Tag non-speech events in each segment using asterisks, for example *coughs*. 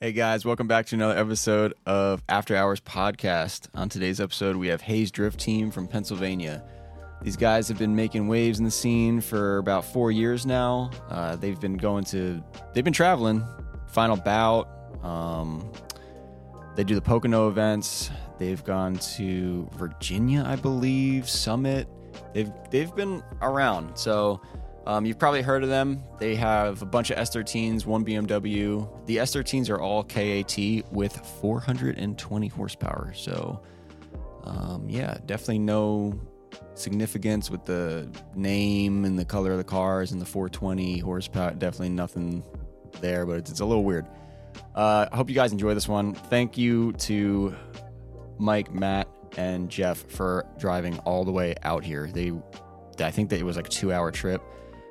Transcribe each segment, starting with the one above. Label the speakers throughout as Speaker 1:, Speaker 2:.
Speaker 1: Hey guys, welcome back to another episode of After Hours Podcast. On today's episode, we have Hayes Drift Team from Pennsylvania. These guys have been making waves in the scene for about four years now. Uh, they've been going to, they've been traveling, Final Bout. Um, they do the Pocono events. They've gone to Virginia, I believe, Summit. They've they've been around. So um, you've probably heard of them. They have a bunch of S13s, one BMW. The S13s are all KAT with 420 horsepower. So um, yeah, definitely no significance with the name and the color of the cars and the 420 horsepower. Definitely nothing there, but it's, it's a little weird. Uh, I hope you guys enjoy this one. Thank you to Mike, Matt, and Jeff for driving all the way out here. They, I think that it was like a two-hour trip.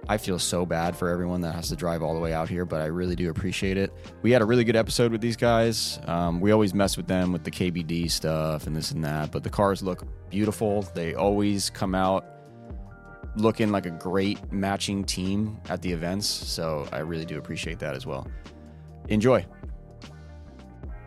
Speaker 1: I feel so bad for everyone that has to drive all the way out here, but I really do appreciate it. We had a really good episode with these guys. Um, we always mess with them with the KBD stuff and this and that, but the cars look beautiful. They always come out looking like a great matching team at the events. So I really do appreciate that as well. Enjoy.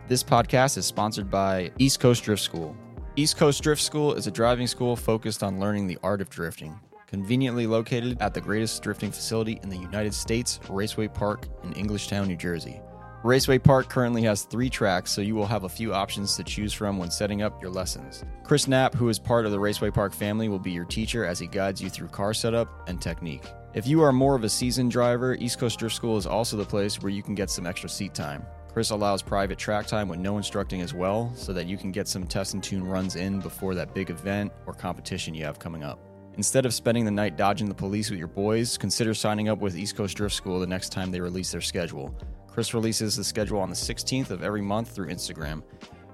Speaker 1: This podcast is sponsored by East Coast Drift School. East Coast Drift School is a driving school focused on learning the art of drifting. Conveniently located at the greatest drifting facility in the United States, Raceway Park in Englishtown, New Jersey. Raceway Park currently has three tracks, so you will have a few options to choose from when setting up your lessons. Chris Knapp, who is part of the Raceway Park family, will be your teacher as he guides you through car setup and technique. If you are more of a seasoned driver, East Coast Drift School is also the place where you can get some extra seat time. Chris allows private track time with no instructing as well, so that you can get some test and tune runs in before that big event or competition you have coming up. Instead of spending the night dodging the police with your boys, consider signing up with East Coast Drift School the next time they release their schedule. Chris releases the schedule on the 16th of every month through Instagram.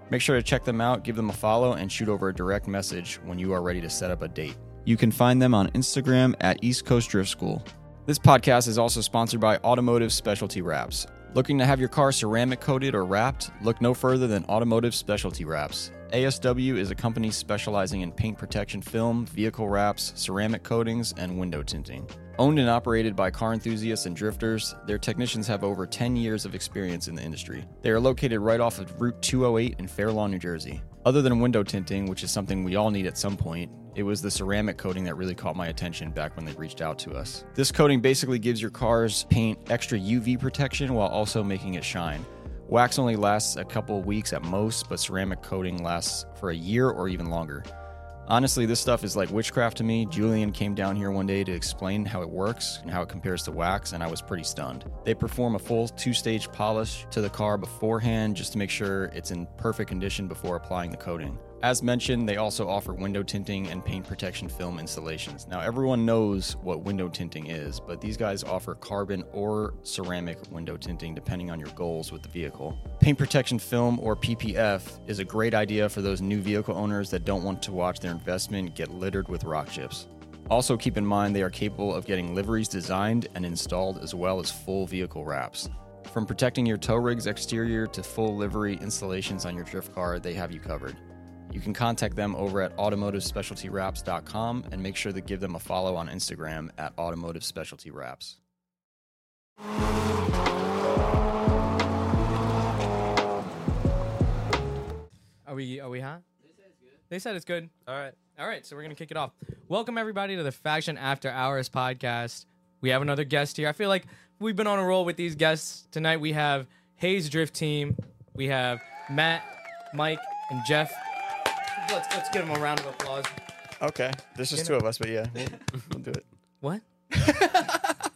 Speaker 1: Make sure to check them out, give them a follow, and shoot over a direct message when you are ready to set up a date. You can find them on Instagram at East Coast Drift School. This podcast is also sponsored by Automotive Specialty Wraps. Looking to have your car ceramic coated or wrapped? Look no further than Automotive Specialty Wraps. ASW is a company specializing in paint protection film, vehicle wraps, ceramic coatings, and window tinting. Owned and operated by car enthusiasts and drifters, their technicians have over 10 years of experience in the industry. They are located right off of Route 208 in Fair Lawn, New Jersey. Other than window tinting, which is something we all need at some point, it was the ceramic coating that really caught my attention back when they reached out to us. This coating basically gives your car's paint extra UV protection while also making it shine. Wax only lasts a couple weeks at most, but ceramic coating lasts for a year or even longer. Honestly, this stuff is like witchcraft to me. Julian came down here one day to explain how it works and how it compares to wax, and I was pretty stunned. They perform a full two stage polish to the car beforehand just to make sure it's in perfect condition before applying the coating. As mentioned, they also offer window tinting and paint protection film installations. Now, everyone knows what window tinting is, but these guys offer carbon or ceramic window tinting depending on your goals with the vehicle. Paint protection film or PPF is a great idea for those new vehicle owners that don't want to watch their investment get littered with rock chips. Also, keep in mind they are capable of getting liveries designed and installed as well as full vehicle wraps. From protecting your tow rig's exterior to full livery installations on your drift car, they have you covered. You can contact them over at automotivespecialtywraps.com and make sure to give them a follow on Instagram at automotivespecialtywraps.
Speaker 2: Are we are we hot? They said it's good. All right. All right, so we're going to kick it off. Welcome everybody to the Faction After Hours podcast. We have another guest here. I feel like we've been on a roll with these guests. Tonight we have Hayes Drift Team. We have Matt, Mike, and Jeff. Let's let's give them a round of applause.
Speaker 1: Okay. There's just two of us, but yeah, we'll, we'll do it.
Speaker 2: *laughs* What?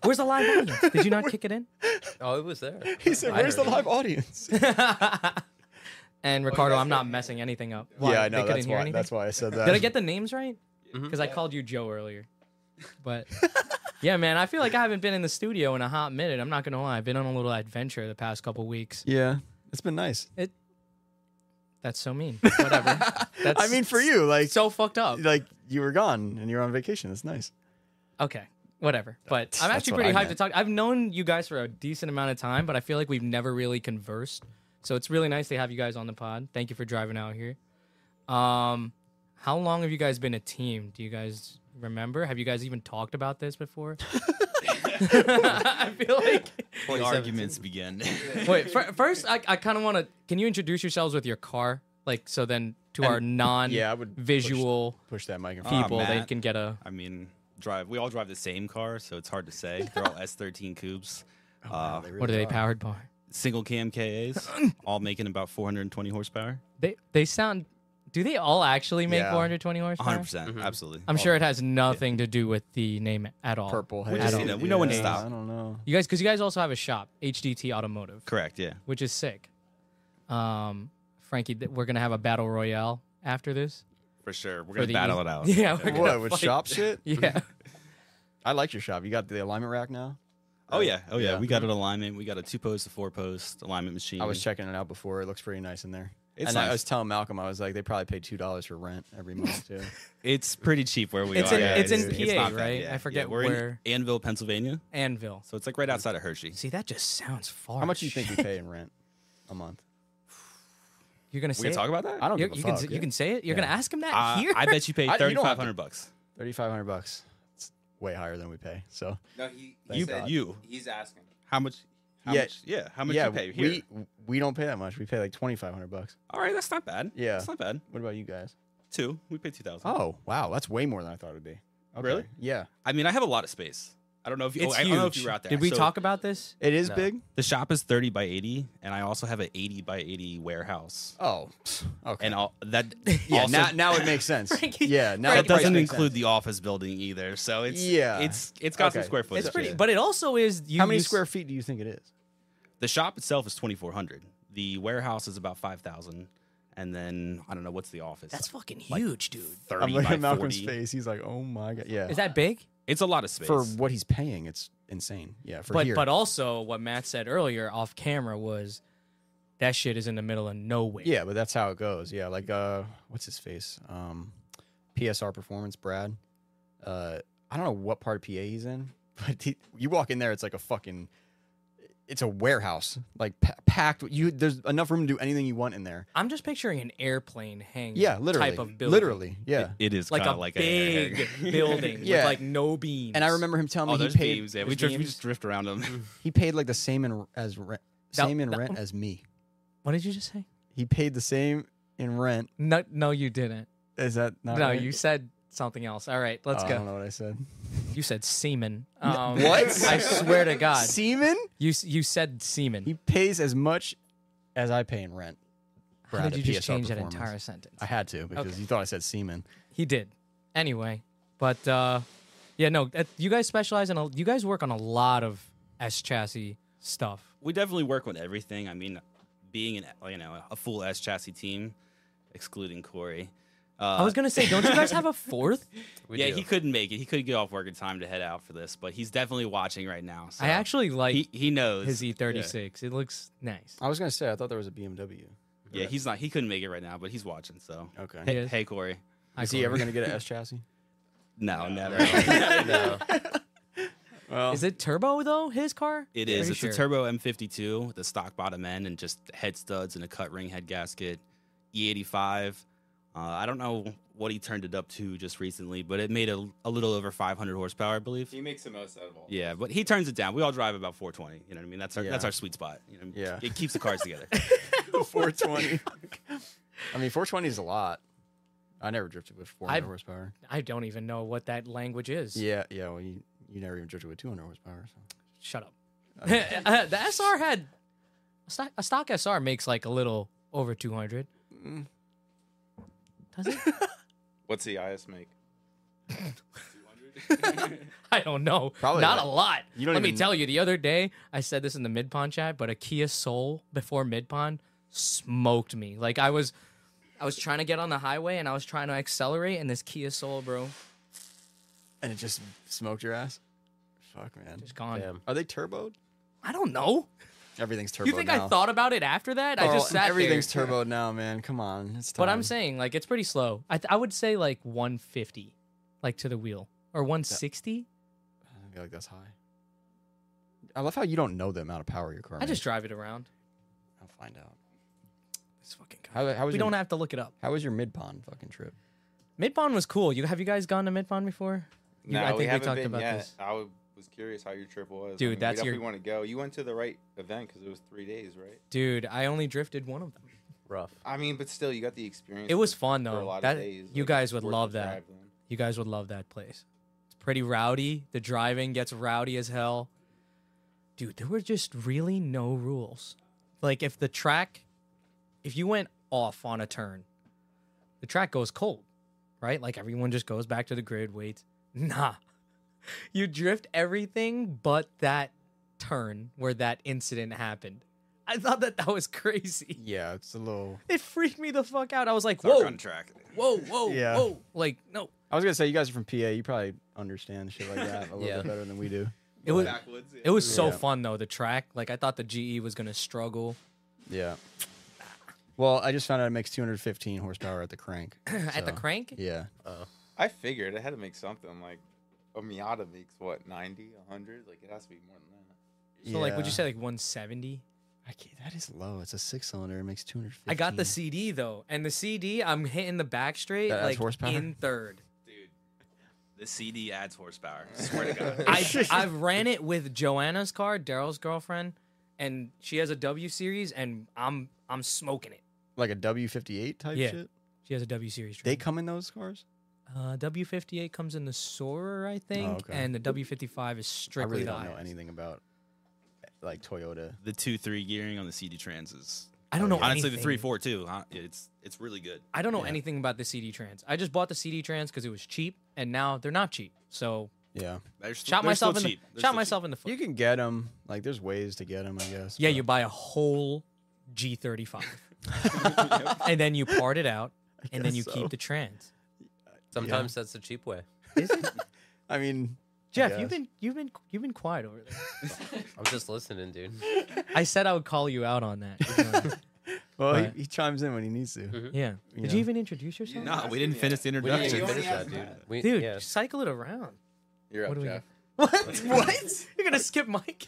Speaker 2: Where's the live audience? Did you not kick it in?
Speaker 3: Oh, it was there.
Speaker 1: He said,
Speaker 3: I "Where's heard the it." live
Speaker 1: audience? Oh,
Speaker 2: And Ricardo, I'm not messing anything up. Why?
Speaker 1: yeah, I know.
Speaker 2: They couldn't
Speaker 1: That's
Speaker 2: hear
Speaker 1: why,
Speaker 2: anything?
Speaker 1: that's why I said that. Mm-hmm.
Speaker 2: Did I get the names right? Because I called you Joe earlier.
Speaker 1: *laughs*
Speaker 2: But yeah, man, I feel like I haven't been in the studio in a hot minute. I'm not gonna lie. I've been on a little adventure the past couple weeks.
Speaker 1: *laughs* Yeah. It's been nice.
Speaker 2: That's so mean. Whatever. That's
Speaker 1: *laughs* I mean, for you, like,
Speaker 2: so fucked up.
Speaker 1: like you were gone and you're on vacation. It's nice.
Speaker 2: Okay. Whatever. But I'm
Speaker 1: That's
Speaker 2: actually
Speaker 1: what
Speaker 2: pretty
Speaker 1: I
Speaker 2: hyped to
Speaker 1: meant.
Speaker 2: talk. I've known you guys for a decent amount of time, but I feel like we've never really conversed. So it's really nice to have you guys on the pod. Thank you for driving out here. Um how long have you guys been a team? Do you guys remember? Have you guys even talked about this before? *laughs* I feel like.
Speaker 3: The arguments begin.
Speaker 2: Wait, fir- first, I, I kind of want to. Can you introduce yourselves with your car? Like, so then to our non
Speaker 1: yeah, I would push-
Speaker 2: visual
Speaker 1: Push that microphone.
Speaker 3: Ah,
Speaker 2: people, they
Speaker 3: Matt.
Speaker 2: can get a.
Speaker 3: *laughs* I mean, drive. We all drive the same car, so it's hard to say.
Speaker 2: *laughs*
Speaker 3: They're all S13 coupes. uh,
Speaker 2: Ah, What are they powered by?
Speaker 3: single
Speaker 2: *laughs*
Speaker 3: cam KAs, all making about 420 horsepower.
Speaker 2: They they sound. Do they all actually make
Speaker 1: Yeah.
Speaker 2: 420 horsepower?
Speaker 3: 100, percent absolutely.
Speaker 2: I'm
Speaker 3: All-
Speaker 2: sure it has nothing to do with the name at all.
Speaker 1: Purple. haze.
Speaker 3: just need to- we know when to
Speaker 1: Yeah,
Speaker 3: stop.
Speaker 1: I don't know.
Speaker 2: You guys, because you guys also have a shop, HDT Automotive,
Speaker 3: Correct. Yeah.
Speaker 2: which is sick. Um, Frankie, th- we're gonna have a battle royale after this.
Speaker 3: For sure. We're
Speaker 2: for
Speaker 3: gonna
Speaker 2: the-
Speaker 3: battle it
Speaker 2: *laughs*
Speaker 3: out.
Speaker 2: Yeah. We're gonna
Speaker 1: What with
Speaker 2: fight.
Speaker 1: shop shit?
Speaker 2: *laughs* Yeah.
Speaker 1: I like your shop. You got the alignment rack now.
Speaker 3: Oh yeah. Oh yeah.
Speaker 1: Yeah.
Speaker 3: We got an alignment. We got a two post, a four post alignment machine.
Speaker 1: I was
Speaker 2: Mm-hmm.
Speaker 1: checking it out before. It looks pretty nice in there.
Speaker 3: It's
Speaker 1: and I
Speaker 3: nice.
Speaker 1: was telling Malcolm, I was like, they probably pay two dollars for rent every
Speaker 2: *laughs*
Speaker 1: month too.
Speaker 3: It's pretty cheap where we
Speaker 2: It's
Speaker 3: are.
Speaker 2: in-
Speaker 3: Yeah,
Speaker 2: it's in PA,
Speaker 3: not bad,
Speaker 2: right?
Speaker 3: yeah.
Speaker 2: I forget
Speaker 3: Yeah, we're
Speaker 2: where- Hmm.
Speaker 3: in Anvil, Pennsylvania.
Speaker 2: Anvil.
Speaker 3: So it's like right outside of Hershey.
Speaker 2: See, that just sounds far.
Speaker 1: How much do you think we pay in rent a month?
Speaker 2: You're gonna
Speaker 3: We
Speaker 2: say
Speaker 3: can
Speaker 2: it?
Speaker 3: talk about that.
Speaker 1: I don't
Speaker 2: You,
Speaker 1: give a
Speaker 2: you
Speaker 1: fuck.
Speaker 2: can s- you can say it. You're gonna ask him that
Speaker 3: Uh,
Speaker 2: *laughs* here.
Speaker 3: I bet you paid
Speaker 1: I- you don't have to-
Speaker 3: 3,500 bucks.
Speaker 1: thirty five hundred bucks. It's way higher than we pay. So
Speaker 4: No, he, he
Speaker 1: Thank
Speaker 3: You,
Speaker 4: said
Speaker 1: God.
Speaker 3: you,
Speaker 4: he's asking.
Speaker 3: how much? How
Speaker 1: Yeah.
Speaker 3: much? Yeah, how much
Speaker 1: yeah,
Speaker 3: you pay here?
Speaker 1: we we don't pay that much. We pay like twenty five hundred bucks.
Speaker 3: All right, that's not bad.
Speaker 1: Yeah.
Speaker 3: that's not bad.
Speaker 1: What about you guys?
Speaker 3: Two, we paid two thousand.
Speaker 1: Oh wow, that's way more than I thought it'd be. Okay.
Speaker 3: Really?
Speaker 1: Yeah,
Speaker 3: I mean, I have a lot of space. I don't know if you.
Speaker 2: it's
Speaker 3: oh, I
Speaker 2: huge.
Speaker 3: don't know if you were out there.
Speaker 2: Did we
Speaker 3: So
Speaker 2: talk about this?
Speaker 1: it is
Speaker 2: No.
Speaker 1: big.
Speaker 3: The shop is thirty by eighty, and I also have an eighty by eighty warehouse.
Speaker 1: Oh, okay.
Speaker 3: And all that.
Speaker 1: *laughs* yeah,
Speaker 3: also,
Speaker 1: now, now *laughs* it makes sense.
Speaker 2: Frankie-
Speaker 1: yeah, now
Speaker 3: that
Speaker 1: the price
Speaker 3: doesn't
Speaker 1: makes
Speaker 3: include
Speaker 1: sense.
Speaker 3: the office building either. So it's
Speaker 1: Yeah.
Speaker 3: it's it's got some
Speaker 1: Okay.
Speaker 3: square
Speaker 1: It's
Speaker 3: footage.
Speaker 2: It's pretty,
Speaker 3: to it.
Speaker 2: but it also is. You,
Speaker 1: How many
Speaker 2: you s-
Speaker 1: square feet do you think it is?
Speaker 3: The shop itself is twenty four hundred. The warehouse is about five thousand, and then I don't know what's the office.
Speaker 2: That's fucking huge, dude.
Speaker 3: thirty
Speaker 1: I'm looking
Speaker 3: by
Speaker 1: at Malcolm's
Speaker 3: 40.
Speaker 1: face. He's like, "Oh my god, yeah."
Speaker 2: Is that big?
Speaker 3: It's a lot of space.
Speaker 1: for what he's paying? It's insane. Yeah, for
Speaker 2: But
Speaker 1: here.
Speaker 2: but also what Matt said earlier off camera was that shit is in the middle of nowhere.
Speaker 1: yeah, but that's how it goes. Yeah, like uh, what's his face? Um, PSR Performance, Brad. Uh, I don't know what part of PA he's in, *laughs* but he, you walk in there, it's like a fucking, it's a warehouse, like pa- packed. with- You there's enough room to do anything you want in there.
Speaker 2: I'm just picturing an airplane hanging.
Speaker 1: Yeah, literally,
Speaker 2: Type of building.
Speaker 1: literally, yeah.
Speaker 3: it is
Speaker 2: Like
Speaker 3: kind
Speaker 2: a
Speaker 3: of like *laughs*
Speaker 2: big
Speaker 3: a
Speaker 2: building
Speaker 1: Yeah.
Speaker 2: with like no beams.
Speaker 1: and I remember him telling
Speaker 3: Oh,
Speaker 1: me he
Speaker 3: there's
Speaker 1: paid.
Speaker 3: beams. Yeah,
Speaker 1: there's
Speaker 3: we, drift, we
Speaker 1: beams.
Speaker 3: just drift
Speaker 2: *laughs*
Speaker 3: around them.
Speaker 1: He paid like the same in as rent,
Speaker 2: That-
Speaker 1: same in
Speaker 2: that-
Speaker 1: rent as me.
Speaker 2: What did you just say?
Speaker 1: He paid the same in rent.
Speaker 2: No, no, you didn't.
Speaker 1: Is that not?
Speaker 2: no,
Speaker 1: right?
Speaker 2: you said something else. All right, let's
Speaker 1: Oh, I don't
Speaker 2: go.
Speaker 1: know what I said.
Speaker 2: You said semen. Um,
Speaker 1: what?
Speaker 2: I
Speaker 1: *laughs*
Speaker 2: swear to God,
Speaker 1: Seaman?
Speaker 2: you s- you said semen.
Speaker 1: He pays as much as I pay in rent.
Speaker 2: How
Speaker 1: Brad
Speaker 2: did
Speaker 1: at
Speaker 2: you just
Speaker 1: PSR
Speaker 2: change that
Speaker 1: Performance.
Speaker 2: entire sentence?
Speaker 1: I had to because you thought I said *laughs* seaman.
Speaker 2: He did. Anyway, but uh, yeah, no, that, you guys specialize in a, you guys work on a lot of S chassis stuff.
Speaker 3: we definitely work on everything. I mean, being an you know a full S chassis team, excluding Corey. Uh,
Speaker 2: I was gonna say, don't you guys have a fourth?
Speaker 4: We
Speaker 3: yeah,
Speaker 4: do.
Speaker 3: he couldn't make it. He couldn't get off work in time to head out for this, but he's definitely watching right now.
Speaker 2: *laughs*
Speaker 3: So
Speaker 2: I actually like
Speaker 3: he, he knows
Speaker 2: his E36. It looks nice.
Speaker 1: I was gonna say I thought there was a BMW.
Speaker 2: e-,
Speaker 3: Yeah, he's not. He couldn't make it right now, but he's watching. So
Speaker 1: Okay.
Speaker 3: Hey,
Speaker 2: Yes.
Speaker 3: hey, Corey.
Speaker 2: I
Speaker 1: Is he ever gonna get an S chassis?
Speaker 3: No, never. *laughs*
Speaker 4: No.
Speaker 1: Well,
Speaker 2: Is it turbo though? His car?
Speaker 3: It is.
Speaker 2: Pretty
Speaker 3: It's
Speaker 2: sure.
Speaker 3: a turbo M52 with a stock bottom end and just head studs and a cut ring head gasket. E85. Uh, I don't know what he turned it up to just recently, but it made a, a little over 500 horsepower, I believe.
Speaker 4: he makes the most out of all.
Speaker 3: Yeah, but he turns it down. We all drive about 420. You know what I mean? That's our
Speaker 1: Yeah.
Speaker 3: that's our sweet spot. You know,
Speaker 1: Yeah.
Speaker 3: it keeps the
Speaker 2: *laughs*
Speaker 3: cars together.
Speaker 1: 420. I mean, 420 is a lot. I never drifted with 400
Speaker 2: I've-
Speaker 1: horsepower.
Speaker 2: I don't even know what that language is.
Speaker 1: Yeah, yeah. Well, you, you never even drifted with 200 horsepower. So.
Speaker 2: Shut up. Uh, *laughs* the SR had a stock, a stock SR makes like a little over 200. Does it?
Speaker 4: What's the IS make?
Speaker 2: *laughs* I don't know.
Speaker 1: Probably
Speaker 2: not
Speaker 1: like-
Speaker 2: a lot.
Speaker 1: You don't
Speaker 2: Let me
Speaker 1: even-
Speaker 2: tell you, the other day I said this in the mid pond chat, but a Kia Soul before mid pond smoked me. Like I was, I was trying to get on the highway and I was trying to accelerate, and this Kia Soul, bro,
Speaker 1: And it just smoked your ass. Fuck man.
Speaker 2: just gone.
Speaker 4: Damn.
Speaker 1: Are they turboed?
Speaker 2: I don't know.
Speaker 1: Everything's turbo.
Speaker 2: You think I
Speaker 1: now.
Speaker 2: thought about it after that? I
Speaker 1: Carl,
Speaker 2: just sat
Speaker 1: everything's
Speaker 2: there.
Speaker 1: turboed now, man. Come on, it's time.
Speaker 2: But I'm saying like it's pretty slow. I th- I would say like 150, like to the wheel or 160.
Speaker 1: I feel like that's high. I love how you don't know the amount of power your car.
Speaker 2: I
Speaker 1: makes.
Speaker 2: just drive it around.
Speaker 1: I'll find out.
Speaker 2: It's fucking.
Speaker 1: How, how was
Speaker 2: we
Speaker 1: your,
Speaker 2: don't have to look it up.
Speaker 1: How was your mid pond fucking trip?
Speaker 2: Mid pond was cool. You have you guys gone to mid pond before? You- I
Speaker 4: No, we
Speaker 2: think we
Speaker 4: haven't
Speaker 2: talked
Speaker 4: been
Speaker 2: about
Speaker 4: yet.
Speaker 2: this.
Speaker 4: I would- was was curious how your trip was.
Speaker 2: Dude, that's
Speaker 4: we
Speaker 2: your-
Speaker 4: want to go. You went to the right event because it was three days, right?
Speaker 2: Dude, I only drifted one of them.
Speaker 5: Rough.
Speaker 4: I mean, but still, you got the experience.
Speaker 2: It was
Speaker 4: for-
Speaker 2: fun
Speaker 4: for a
Speaker 2: though.
Speaker 4: lot
Speaker 2: That
Speaker 4: of days.
Speaker 2: you
Speaker 4: Like,
Speaker 2: guys would
Speaker 4: worth the
Speaker 2: love that.
Speaker 4: drive then.
Speaker 2: You guys would love that place. It's pretty rowdy. The driving gets rowdy as hell. Dude, there were just really no rules. Like if the track if you went off on a turn, the track goes cold, right? Like everyone just goes back to the grid, waits. Nah. *laughs* You drift everything but that turn where that incident happened. I thought that that was crazy.
Speaker 5: Yeah, it's a little.
Speaker 2: It freaked me the fuck out. I was like,
Speaker 3: It's our
Speaker 2: whoa,
Speaker 3: contract.
Speaker 2: whoa, whoa,
Speaker 5: Yeah.
Speaker 2: whoa. Like, no.
Speaker 1: I was gonna say you guys are from PA. You probably understand shit like that *laughs* a little
Speaker 5: Yeah.
Speaker 1: bit better than we do.
Speaker 2: It was
Speaker 4: Backwoods, yeah.
Speaker 2: it was so
Speaker 1: Yeah.
Speaker 2: fun though, the track. Like I thought the GE was gonna struggle.
Speaker 1: Yeah. Well, I just found out it makes 215 horsepower at the
Speaker 2: *clears throat*
Speaker 1: crank.
Speaker 2: *laughs* At the
Speaker 1: so,
Speaker 2: crank?
Speaker 1: Yeah.
Speaker 4: I figured I had to make something like a Miata makes what 90, 100? Like it has to be more than that.
Speaker 2: So like would you
Speaker 1: Yeah.
Speaker 2: say like one seventy?
Speaker 1: I can't, that is low. It's a six cylinder. It makes 215.
Speaker 2: I got the CD though, and the CD I'm hitting the back straight
Speaker 1: That adds
Speaker 2: like
Speaker 1: horsepower?
Speaker 2: in
Speaker 1: *laughs*
Speaker 2: third.
Speaker 3: Dude, the CD adds horsepower. Swear to God.
Speaker 2: *laughs* I I ran it with Joanna's car, Daryl's girlfriend, and she has a W series, and I'm I'm smoking it.
Speaker 1: like a W58 type
Speaker 2: Yeah.
Speaker 1: shit.
Speaker 2: She has a W series.
Speaker 1: They
Speaker 2: Drum.
Speaker 1: come in those cars.
Speaker 2: uh, W58 comes in the Soarer, I think,
Speaker 1: Oh, okay.
Speaker 2: and the W55 is strictly
Speaker 1: I really
Speaker 2: the
Speaker 1: don't know
Speaker 2: IS.
Speaker 1: anything about like Toyota.
Speaker 3: the two three gearing on the CD trans is
Speaker 2: I don't know.
Speaker 3: honestly the
Speaker 2: anything.
Speaker 3: three four too. huh? It's it's really good.
Speaker 2: I don't know
Speaker 1: Yeah.
Speaker 2: anything about the CD trans. I just bought the CD trans because it was cheap, and now they're not cheap. So
Speaker 1: Yeah.
Speaker 3: They're
Speaker 2: shot
Speaker 3: they're still
Speaker 2: myself in the
Speaker 3: cheap. They're still
Speaker 2: shot
Speaker 3: cheap.
Speaker 2: myself in the foot.
Speaker 1: You can get them. Like there's ways to get them, I guess.
Speaker 2: yeah,
Speaker 1: but-
Speaker 2: you buy a whole G35, *laughs* and then you part it out, and then you
Speaker 1: guess so.
Speaker 2: keep the trans.
Speaker 5: Sometimes that's the cheap way.
Speaker 1: I mean,
Speaker 2: Jeff, you've
Speaker 1: guess.
Speaker 2: been you've been you've been quiet over there.
Speaker 5: I'm just listening, dude.
Speaker 2: *laughs*
Speaker 4: *laughs*
Speaker 2: I said I would call you out on *laughs* that. you know.
Speaker 1: *laughs* well,
Speaker 2: Right.
Speaker 1: he, he chimes in when he needs to.
Speaker 2: yeah. Did
Speaker 1: Yeah.
Speaker 2: you even introduce yourself?
Speaker 3: No, we didn't finish the
Speaker 5: We didn't
Speaker 3: introduction.
Speaker 5: even
Speaker 4: only
Speaker 5: finish
Speaker 4: have
Speaker 5: that, dude.
Speaker 4: that.
Speaker 5: We,
Speaker 2: Dude,
Speaker 5: yeah.
Speaker 2: cycle it around.
Speaker 4: You're up,
Speaker 2: What do we
Speaker 4: Jeff.
Speaker 2: *laughs* What? what? You're gonna skip Mike?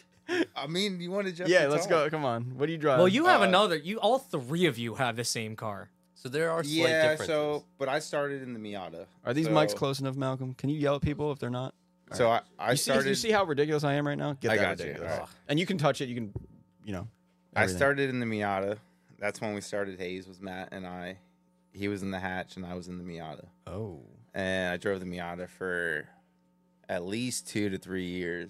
Speaker 4: I mean, you wanted Jeff.
Speaker 1: Yeah,
Speaker 4: to
Speaker 1: let's
Speaker 4: talk.
Speaker 1: go. Come on. What do you drive?
Speaker 2: Well, you have
Speaker 4: uh,
Speaker 2: another. You all three of you have the same car.
Speaker 5: So there are slight
Speaker 4: Yeah,
Speaker 5: differences.
Speaker 4: so but I started in the Miata.
Speaker 1: Are these
Speaker 4: so,
Speaker 1: mics close enough, Malcolm? Can you yell at people if they're not?
Speaker 4: So I, I
Speaker 1: You see, you
Speaker 4: started.
Speaker 1: see how ridiculous I am right now? Get
Speaker 4: I
Speaker 1: that
Speaker 4: got you.
Speaker 1: ridiculous.
Speaker 4: All right.
Speaker 1: And you can touch it. You can, you know.
Speaker 4: I
Speaker 1: everything.
Speaker 4: started in the Miata. That's when we started. Hayes was Matt and I. He was in the hatch and I was in the Miata.
Speaker 1: Oh.
Speaker 4: And I drove the Miata for at least two to three years.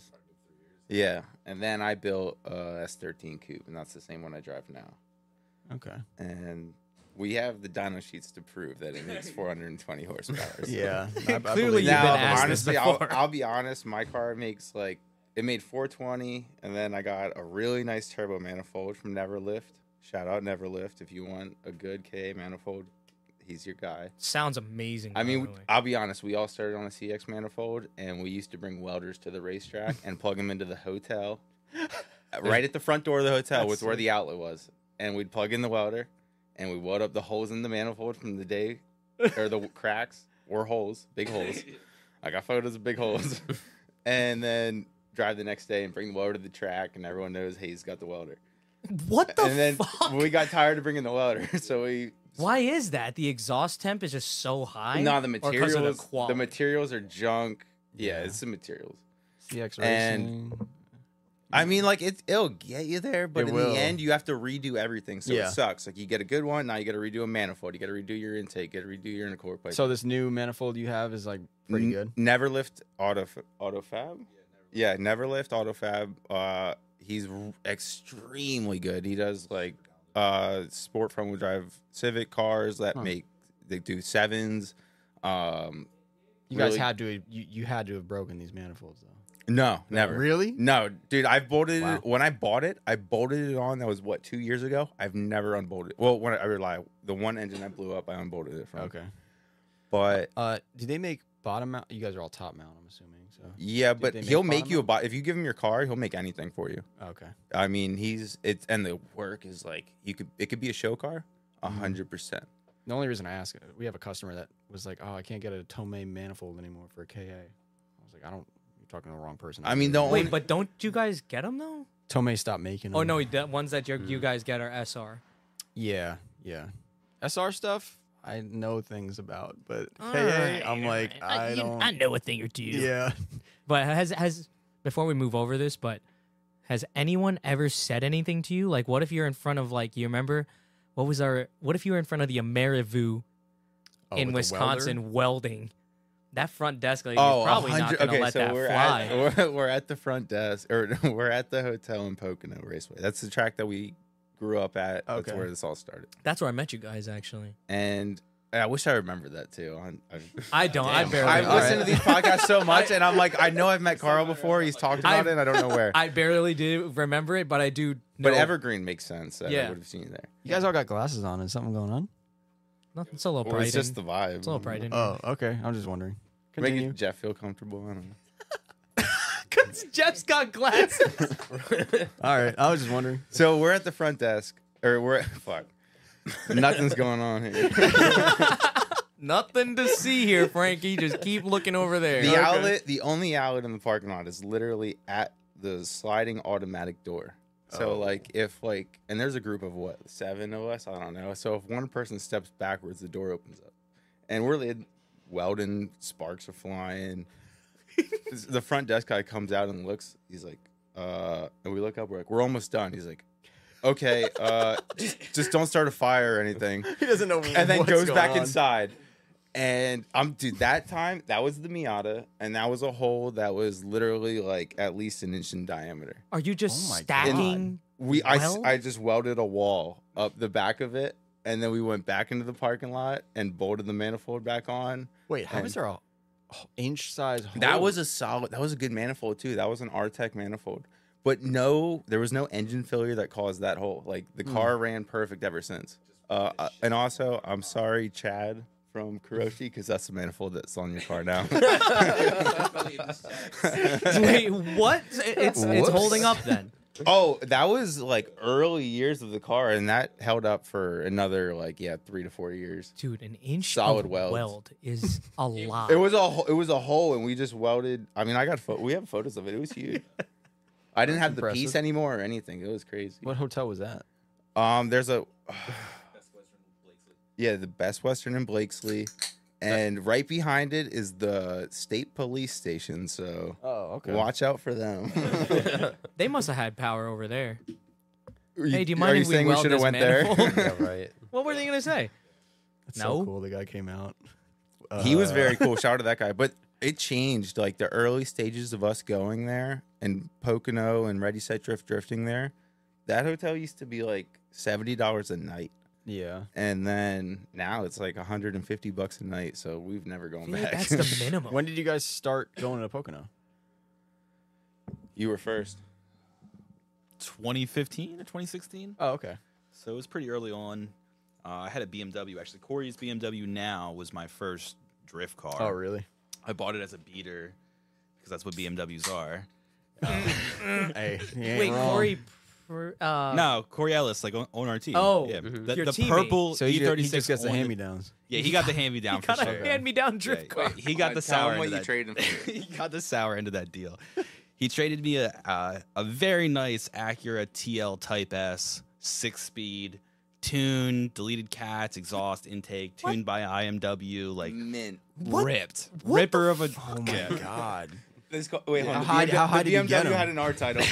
Speaker 4: Yeah, and then I built a S13 coupe, and that's the same one I drive now.
Speaker 1: Okay.
Speaker 4: And we have the dyno sheets to prove that
Speaker 2: *laughs*
Speaker 4: it makes 420 horsepower. so-
Speaker 1: *laughs* Yeah.
Speaker 2: Clearly
Speaker 1: believe it.
Speaker 2: you've been
Speaker 4: Now,
Speaker 2: asked this
Speaker 4: honestly, I'll, *laughs*
Speaker 2: before.
Speaker 4: I'll be honest. My car makes like it made 420, and then I got a really nice turbo manifold from Neverlift. Shout out Neverlift if you want a good KA manifold, he's your guy.
Speaker 2: Sounds amazing.
Speaker 4: I
Speaker 2: by
Speaker 4: mean,
Speaker 2: the way.
Speaker 4: I'll be honest. We all started on a CX manifold, and we used to bring welders to the racetrack and plug them into
Speaker 2: *laughs*
Speaker 4: the hotel. Uh, right at the front door of the hotel was where the outlet was, and we'd plug in the welder, and we weld up the holes in the manifold from the day,
Speaker 2: *laughs*
Speaker 4: or the cracks or holes, big holes. I got photos of
Speaker 2: *laughs*
Speaker 4: big holes, and then drive the next day and bring the welder to the track, and everyone knows Hayes got the welder.
Speaker 2: what the
Speaker 4: and then
Speaker 2: fuck?
Speaker 4: *laughs* we got tired of bringing the welder, *laughs* so we
Speaker 2: Why is that? The exhaust temp is just so high.
Speaker 4: No, the
Speaker 2: Or 'cause
Speaker 4: materials.
Speaker 2: of
Speaker 4: The,
Speaker 2: the quality.
Speaker 4: materials are junk. Yeah,
Speaker 1: Yeah.
Speaker 4: it's the materials.
Speaker 1: CX
Speaker 4: And-
Speaker 1: Racing.
Speaker 4: I mean, like it's it'll get you there, but
Speaker 1: It
Speaker 4: in
Speaker 1: will.
Speaker 4: the end, you have to redo everything. So
Speaker 1: Yeah.
Speaker 4: it sucks. Like you get a good one, now you got to redo a manifold. You got to redo your intake. You got to redo your intercooler pipe.
Speaker 1: So this new manifold you have is like pretty good.
Speaker 4: Never lift auto auto fab. Yeah, never lift auto fab. Uh, he's r- extremely good. He does like uh sport front wheel drive Civic cars that
Speaker 1: Huh.
Speaker 4: make they do sevens. Um,
Speaker 1: You guys
Speaker 4: really-
Speaker 1: had to you, you had to have broken these manifolds though.
Speaker 4: no, never.
Speaker 1: Really?
Speaker 4: No, dude, I've bolted
Speaker 1: Wow.
Speaker 4: it when I bought it. I bolted it on. That was what two years ago. I've never unbolted. Well, when I, I rely, the one engine I blew up, I unbolted it from.
Speaker 1: Okay.
Speaker 4: but
Speaker 1: Uh, do they make bottom mount? You guys are all top mount, I'm assuming. So
Speaker 4: yeah,
Speaker 1: Did
Speaker 4: but
Speaker 1: they make
Speaker 4: he'll make
Speaker 1: bottom
Speaker 4: you a
Speaker 1: up?
Speaker 4: bot. If you give him your car, he'll make anything for you.
Speaker 1: okay.
Speaker 4: I mean, he's it's and the work is like you could it could be a show car, a
Speaker 1: Mhm.
Speaker 4: hundred percent.
Speaker 1: The only reason I ask, uh, we have a customer that was like, "Oh, I can't get a Tomei manifold anymore for a KA." I was like, "I don't." You're talking to the wrong person.
Speaker 4: I mean, the only-
Speaker 2: Wait, but don't you guys get them though?
Speaker 1: Tomei stopped making.
Speaker 2: Oh
Speaker 1: them.
Speaker 2: no, the ones that you you guys get are SR.
Speaker 1: Yeah, yeah. SR stuff, I know things about, but KA,
Speaker 2: Alright,
Speaker 1: I'm like, "Ah,
Speaker 2: alright.
Speaker 1: I
Speaker 2: Uh, you-
Speaker 1: don't.
Speaker 2: I know a thing or two.
Speaker 1: yeah,
Speaker 2: But has has before we move over this, but has anyone ever said anything to you? Like, what if you're in front of like you remember what was our? What if you were in front of the Amerivu
Speaker 5: Oh,
Speaker 2: in
Speaker 5: with the welder?
Speaker 2: Wisconsin welding? That front desk lady
Speaker 4: Oh,
Speaker 2: was probably not
Speaker 4: 100
Speaker 2: gonna
Speaker 4: okay,
Speaker 2: let
Speaker 4: so
Speaker 2: that
Speaker 4: we're
Speaker 2: fly.
Speaker 4: At, *laughs* we're, we're at the front desk, or *laughs* we're at the hotel in Pocono Raceway. That's the track that we grew up at.
Speaker 1: Okay.
Speaker 4: That's where this all started.
Speaker 2: That's where I met you guys actually.
Speaker 4: And I wish I remembered that too. I,
Speaker 2: I don't. Oh, I
Speaker 5: Damn.
Speaker 2: barely.
Speaker 4: I,
Speaker 1: All
Speaker 4: have listened
Speaker 1: right.
Speaker 4: to these podcasts so
Speaker 2: *laughs*
Speaker 4: much, and I'm like, I know I've met Carl before. He's talked about
Speaker 2: I-
Speaker 4: it. and I don't know where.
Speaker 2: *laughs* I barely do remember it, but I do. Know
Speaker 4: but Evergreen makes sense. so
Speaker 2: Yeah.
Speaker 4: I would have seen you there.
Speaker 1: You guys all got glasses on. Is something going on?
Speaker 2: nothing. It's a little
Speaker 4: Or
Speaker 2: bright.
Speaker 4: it's just the vibe.
Speaker 2: it's a little bright in *laughs* here.
Speaker 1: Oh, okay. I'm just wondering. Continue. *laughs*
Speaker 4: Making Jeff feel comfortable. I don't know.
Speaker 2: Because Jeff's got glasses. *laughs*
Speaker 1: All right. I was just wondering.
Speaker 4: So we're at the front desk, or we're *laughs* at, fuck. Nothing's going on
Speaker 2: *laughs*
Speaker 4: here.
Speaker 2: Nothing to see here, Frankie. Just keep looking over there.
Speaker 4: The outlet, the only outlet in the parking lot is literally at the sliding automatic door. So
Speaker 1: Oh.
Speaker 4: like if like and there's a group of what seven of us I don't know. So if one person steps backwards, the door opens up, and we're lit- welding, sparks are flying. the front desk guy comes out and looks. He's like, uh, and we look up. We're like, we're almost done. He's like, okay, uh, just just don't start a fire or anything
Speaker 1: *laughs* He doesn't *laughs* know.
Speaker 4: and then goes back inside. And I'm dude, that time that was the Miata, and that was a hole that was literally like at least an inch in diameter.
Speaker 2: Are you just
Speaker 1: Oh my
Speaker 2: stacking?
Speaker 4: We I s-
Speaker 2: Weld?
Speaker 4: I just welded a wall up the back of it, and then we went back into the parking lot and bolted the manifold back on.
Speaker 1: Wait, how
Speaker 4: And-
Speaker 1: is there a inch size? Hole?
Speaker 4: That was a solid. That was a good manifold too. That was an RTEC manifold, but no, there was no engine failure that caused that hole. Like the car ran perfect ever since. Uh, uh, and also, I'm sorry, Chad from Kuroshi, because that's the manifold that's on your car now. *laughs*
Speaker 2: Wait, what? It's it's
Speaker 1: Whoops.
Speaker 2: holding up then.
Speaker 4: oh, that was like early years of the car, and that held up for another like yeah three to four years.
Speaker 2: Dude, an inch
Speaker 4: Solid
Speaker 2: of
Speaker 4: welds.
Speaker 2: weld
Speaker 4: *laughs*
Speaker 2: is a lot.
Speaker 4: It was a ho- it was a hole, and we just welded. I mean, I got pho- we have photos of it. It was huge. I didn't have the piece
Speaker 1: impressive.
Speaker 4: anymore or anything. It was crazy.
Speaker 1: What hotel was that?
Speaker 4: Um, there's a *sighs* yeah, the Best Western in Blakesley, and right behind it is the state police station. So
Speaker 1: Oh, okay.
Speaker 4: watch out
Speaker 1: *laughs*
Speaker 4: for them. *laughs*
Speaker 2: they must have had power over there.
Speaker 4: Are
Speaker 2: Hey, do you
Speaker 4: are
Speaker 2: mind if we
Speaker 4: saying
Speaker 2: weld
Speaker 4: shoulda
Speaker 2: this manifold?
Speaker 1: *laughs*
Speaker 5: yeah, right.
Speaker 2: What were they gonna say?
Speaker 1: That's
Speaker 2: No.
Speaker 1: so cool. The guy came out.
Speaker 4: *laughs* he was
Speaker 1: Uh,
Speaker 4: very cool. Shout out to that guy. But it changed like the early stages of us going there and Pocono and Ready Set Drift drifting there. That hotel used to be like seventy dollars a night,
Speaker 1: Yeah.
Speaker 4: and then now it's like hundred and fifty bucks a night. So we've never
Speaker 2: I
Speaker 4: gone
Speaker 2: feel like
Speaker 4: back.
Speaker 2: that's the minimum.
Speaker 1: When did you guys start going to Pocono?
Speaker 4: *laughs* you were first.
Speaker 3: 2015 or 2016.
Speaker 1: Oh, okay.
Speaker 3: So it was pretty early on. Uh, I had a BMW actually. Corey's BMW now was my first drift car.
Speaker 1: Oh, really?
Speaker 3: I bought it as a beater because that's what BMWs are.
Speaker 1: hey, *laughs* he ain't
Speaker 2: Wait,
Speaker 1: wrong.
Speaker 2: Corey. pr- Uh,
Speaker 3: no, Corey Ellis, like on, on our team.
Speaker 2: Oh,
Speaker 3: yeah,
Speaker 5: mhm.
Speaker 3: the,
Speaker 2: Your
Speaker 3: the
Speaker 2: teammate.
Speaker 1: mm-hmm.
Speaker 3: purple
Speaker 1: So
Speaker 3: E36
Speaker 1: he, ju- he just gets the
Speaker 3: on
Speaker 1: hand me downs.
Speaker 3: Yeah, he got the hand
Speaker 2: *laughs*
Speaker 3: me down for
Speaker 2: Got a
Speaker 3: sure.
Speaker 2: hand-me-down
Speaker 3: Yeah,
Speaker 2: drift car.
Speaker 1: *laughs*
Speaker 3: he got the sour end of that
Speaker 4: trading
Speaker 3: *laughs* he got the sour end of that deal. He traded me a uh, a very nice Acura TL Type S, six speed, tuned, deleted cats, exhaust, intake, tuned by IMW, like
Speaker 4: mint.
Speaker 3: ripped,
Speaker 2: what
Speaker 3: ripper
Speaker 2: the
Speaker 3: of a.
Speaker 1: Oh my
Speaker 3: Yeah.
Speaker 6: *laughs*
Speaker 1: god.
Speaker 4: This car, wait,
Speaker 1: How
Speaker 4: hold on.
Speaker 1: high-
Speaker 4: the
Speaker 1: how high did you
Speaker 4: BMW
Speaker 1: get 'em?
Speaker 4: had an R title.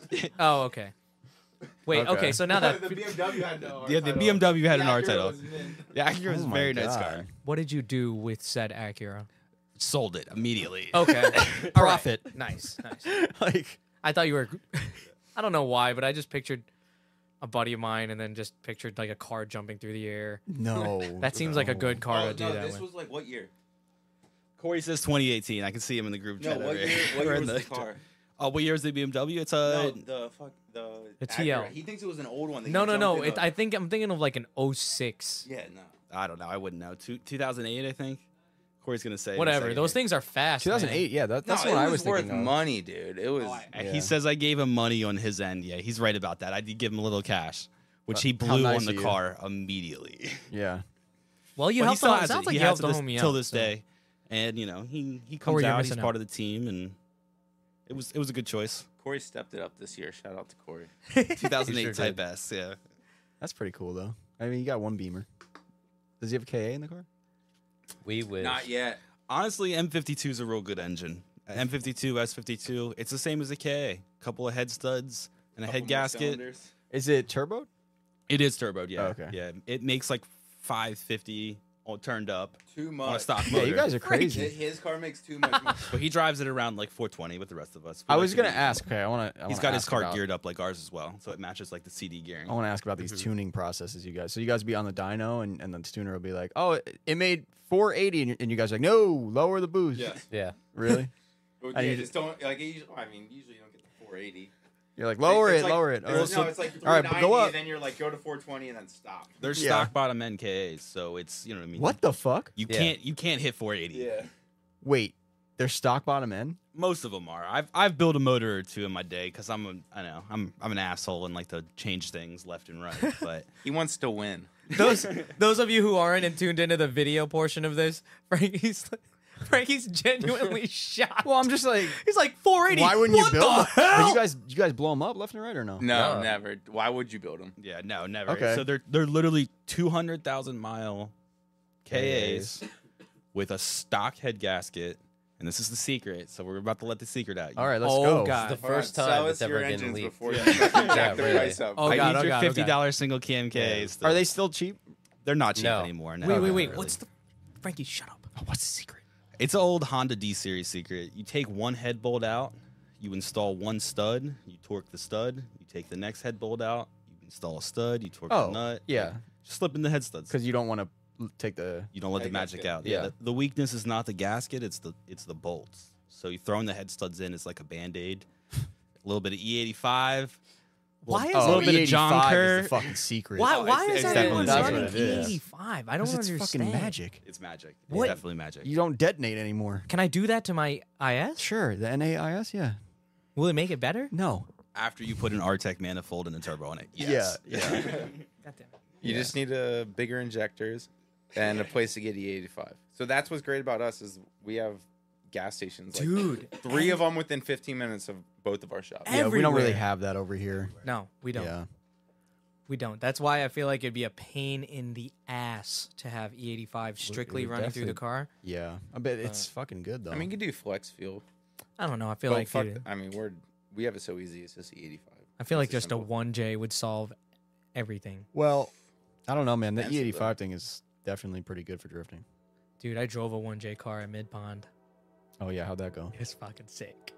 Speaker 4: *laughs*
Speaker 2: Oh, okay. Wait, okay.
Speaker 1: Okay.
Speaker 2: so now
Speaker 4: *laughs*
Speaker 2: that
Speaker 4: BMW had no R
Speaker 3: *laughs* Yeah, the BMW had an R
Speaker 4: Acura
Speaker 3: title.
Speaker 4: was mint.
Speaker 3: The Acura was
Speaker 1: Oh
Speaker 3: a
Speaker 1: my
Speaker 3: very nice car.
Speaker 1: God.
Speaker 2: what did you do with said *laughs* Acura?
Speaker 3: Sold it immediately.
Speaker 2: Okay. All right.
Speaker 3: Profit.
Speaker 2: Nice. Nice.
Speaker 1: like
Speaker 2: I thought you were. *laughs* I don't know why, but I just pictured a buddy of mine, and then just pictured like a car jumping through the air.
Speaker 1: no.
Speaker 6: *laughs*
Speaker 2: That seems like a good car
Speaker 4: Oh,
Speaker 2: to do that with.
Speaker 4: like what year?
Speaker 3: Corey says 2018. I can see him in the group chat. over here. We're in *laughs* the- Uh, Oh, what year is the BMW? It's a
Speaker 4: the fuck the,
Speaker 2: The TL.
Speaker 4: He thinks it was an old one. that
Speaker 2: no,
Speaker 4: he
Speaker 2: no,
Speaker 4: jumped
Speaker 2: no.
Speaker 4: in
Speaker 2: It,
Speaker 4: a-
Speaker 2: I think I'm thinking of like an 06.
Speaker 4: yeah, no.
Speaker 3: I don't know. I wouldn't know. Two, 2008, I think. Corey's gonna say in a
Speaker 2: Whatever.
Speaker 3: second
Speaker 2: Those
Speaker 3: here.
Speaker 2: things are fast. man.
Speaker 1: 2008. Yeah, that, that's
Speaker 4: no,
Speaker 1: what
Speaker 4: it
Speaker 1: I
Speaker 4: was,
Speaker 1: was
Speaker 4: worth
Speaker 1: thinking. of.
Speaker 4: money, dude. It was.
Speaker 3: Oh, I-
Speaker 1: Yeah.
Speaker 3: He says I gave him money on his end. Yeah, he's right about that. I did give him a little cash, which he
Speaker 1: Uh, how
Speaker 3: blew
Speaker 1: nice
Speaker 3: on the
Speaker 1: of you.
Speaker 3: car immediately.
Speaker 1: Yeah.
Speaker 2: Well, you
Speaker 3: *laughs* But he
Speaker 2: helped.
Speaker 3: still
Speaker 2: out.
Speaker 3: has
Speaker 2: It
Speaker 3: it.
Speaker 2: sounds like
Speaker 3: he
Speaker 2: you helped
Speaker 3: has it this,
Speaker 2: home me out,
Speaker 3: till this
Speaker 2: so.
Speaker 4: *laughs*
Speaker 3: day, and you know he he comes
Speaker 2: you're
Speaker 3: out. He's
Speaker 2: missing
Speaker 3: part
Speaker 2: out.
Speaker 3: of the team, and it was it was a
Speaker 2: *laughs*
Speaker 3: good choice.
Speaker 4: Corey stepped it up this year. Shout out to Corey.
Speaker 3: 2008
Speaker 1: sure
Speaker 3: Type
Speaker 1: did.
Speaker 3: S. Yeah,
Speaker 1: That's pretty cool though. I mean, you got one Beamer. Does he have a KA in the car?
Speaker 5: We wish.
Speaker 4: yet.
Speaker 3: honestly, M52 is a real good engine. M52, S52. It's the same as the K. Couple of head studs and a head gasket.
Speaker 6: Is it turbo?
Speaker 3: It is turboed, yeah.
Speaker 6: Oh, okay.
Speaker 3: Yeah, it makes like 550 all turned up
Speaker 4: Too
Speaker 3: on a
Speaker 4: much. *laughs*
Speaker 3: stock motor.
Speaker 6: Yeah, you guys are
Speaker 4: Hi-
Speaker 6: crazy.
Speaker 4: His car makes too much money.
Speaker 3: But he drives it around like 420 with the rest of us. We
Speaker 6: I
Speaker 3: like
Speaker 6: was
Speaker 3: to
Speaker 6: gonna
Speaker 3: be-
Speaker 6: ask. Okay, I want to.
Speaker 3: He's got his car geared up like ours as well, so it matches like the CD gearing.
Speaker 6: I want to ask about these tuning processes, you guys. So you guys be on the dyno, and, and the tuner will be like, "Oh, it, it made 480," and, you- and you guys are like, "No, lower the boost."
Speaker 4: Yes.
Speaker 5: Yeah.
Speaker 6: Really?
Speaker 4: Well,
Speaker 6: I
Speaker 4: yeah,
Speaker 6: need
Speaker 4: just don't like. it usually- I mean, usually you don't get the 480.
Speaker 6: You're like, "Lower
Speaker 4: It's
Speaker 6: it,
Speaker 4: like-
Speaker 6: lower it."
Speaker 4: it's-
Speaker 6: Oh,
Speaker 4: no,
Speaker 6: so-
Speaker 4: it's like
Speaker 6: all right, but
Speaker 4: 390,
Speaker 6: go up.
Speaker 4: and then you're like, go to 420 and then stop.
Speaker 3: They're
Speaker 6: Yeah.
Speaker 3: stock bottom NKAs, so it's you know what I mean.
Speaker 6: What the fuck?
Speaker 3: You
Speaker 5: Yeah.
Speaker 3: can't you can't hit 480.
Speaker 6: Wait, they're stock bottom end.
Speaker 3: Most of them are. I've I've built a motor or two in my day because I'm a, I know I'm I'm an asshole and like to change things left
Speaker 6: *laughs*
Speaker 3: and right. But
Speaker 4: He wants to win.
Speaker 2: Those those of you who aren't and tuned into the video portion of this, *laughs* Frankie's Frankie's genuinely *laughs* shocked.
Speaker 6: Well, I'm just like,
Speaker 2: He's like 480.
Speaker 6: why wouldn't you
Speaker 2: what
Speaker 6: build?
Speaker 2: the
Speaker 6: them? But
Speaker 2: hell?
Speaker 6: you guys, you guys blow them up left and right or no?
Speaker 4: *laughs* No,
Speaker 5: No.
Speaker 4: never. Why would you build him?
Speaker 3: yeah, no, never.
Speaker 6: Okay.
Speaker 3: So they're they're literally 200,000 mile KAs with a stock head gasket, and this is the secret. So we're about to let the secret out.
Speaker 6: All right, let's
Speaker 2: oh
Speaker 6: go.
Speaker 2: god.
Speaker 5: The first time
Speaker 4: sell
Speaker 5: it's
Speaker 4: us your
Speaker 5: ever been
Speaker 4: engines
Speaker 5: leaked.
Speaker 4: *laughs* before
Speaker 3: Yeah.
Speaker 4: you fucking
Speaker 5: Yeah,
Speaker 4: jack the
Speaker 5: really.
Speaker 4: price up.
Speaker 2: Oh,
Speaker 3: I
Speaker 2: God,
Speaker 3: need
Speaker 2: oh,
Speaker 3: your
Speaker 2: God, oh,
Speaker 3: fifty dollars single cam Ks.
Speaker 6: Are they still cheap?
Speaker 3: They're not cheap
Speaker 5: No.
Speaker 3: anymore. No.
Speaker 2: Wait, wait,
Speaker 5: Okay.
Speaker 2: wait.
Speaker 5: Really.
Speaker 2: What's the Frankie? Shut up. What's the secret?
Speaker 3: It's an old Honda D series secret. You take one head bolt out, you install one stud, you torque the stud, you take the next head bolt out, you install a stud, you torque
Speaker 6: Oh,
Speaker 3: the nut.
Speaker 6: yeah.
Speaker 3: Just slip in the head studs.
Speaker 6: Because you don't want to take the.
Speaker 3: You don't let the
Speaker 4: Head
Speaker 3: magic
Speaker 4: gasket.
Speaker 3: out. Yeah.
Speaker 6: Yeah.
Speaker 3: The, the weakness is not the gasket, it's the it's the bolts. So you throwing the head studs in is like a band-aid. a little bit of E eighty five.
Speaker 2: Why is
Speaker 6: Oh,
Speaker 3: little bit
Speaker 2: every-
Speaker 3: of John
Speaker 6: 85 is
Speaker 3: Kerr.
Speaker 6: the fucking secret.
Speaker 2: why
Speaker 4: Oh,
Speaker 2: why
Speaker 4: it's-
Speaker 2: is
Speaker 4: it's
Speaker 2: everyone
Speaker 6: definitely-
Speaker 2: running
Speaker 6: that's what it is.
Speaker 2: 85? I don't
Speaker 6: 'Cause it's
Speaker 2: understand.
Speaker 6: fucking magic.
Speaker 3: It's magic.
Speaker 2: What-
Speaker 3: It's definitely magic.
Speaker 6: You don't detonate anymore.
Speaker 2: Can I do that to my IS?
Speaker 6: Sure, the NAIS, yeah.
Speaker 2: Will it make it better?
Speaker 6: No.
Speaker 3: After you put an RTEC manifold and a turbo on it. Yes.
Speaker 6: Yeah,
Speaker 2: God damn it.
Speaker 4: You just need a bigger injectors and a place to get E85. So that's what's great about us is we have gas stations. like,
Speaker 2: Dude,
Speaker 4: three of them within 15 minutes of both of our shops.
Speaker 2: Ev-
Speaker 6: Yeah, we don't really
Speaker 2: Everywhere.
Speaker 6: have that over here.
Speaker 2: No, we don't.
Speaker 6: Yeah.
Speaker 2: We don't. That's why I feel like it'd be a pain in the ass to have E85 strictly
Speaker 6: would
Speaker 2: running through the
Speaker 6: definitely-
Speaker 2: car.
Speaker 6: Yeah. I bet it's fucking good, though.
Speaker 4: I mean, you could do flex fuel.
Speaker 2: I don't know. I feel
Speaker 4: But
Speaker 2: like
Speaker 4: fuck,
Speaker 2: dude,
Speaker 4: I mean, we're we have it so easy. It's just E85.
Speaker 2: I feel like
Speaker 4: It's
Speaker 2: just a
Speaker 4: simple.
Speaker 2: 1J would solve everything.
Speaker 6: well, I don't know, man. The
Speaker 4: Absolutely.
Speaker 6: E85 thing is definitely pretty good for drifting.
Speaker 2: Dude, I drove a 1J car at Mid Pond.
Speaker 6: Oh, yeah. How'd that go?
Speaker 2: It was fucking sick.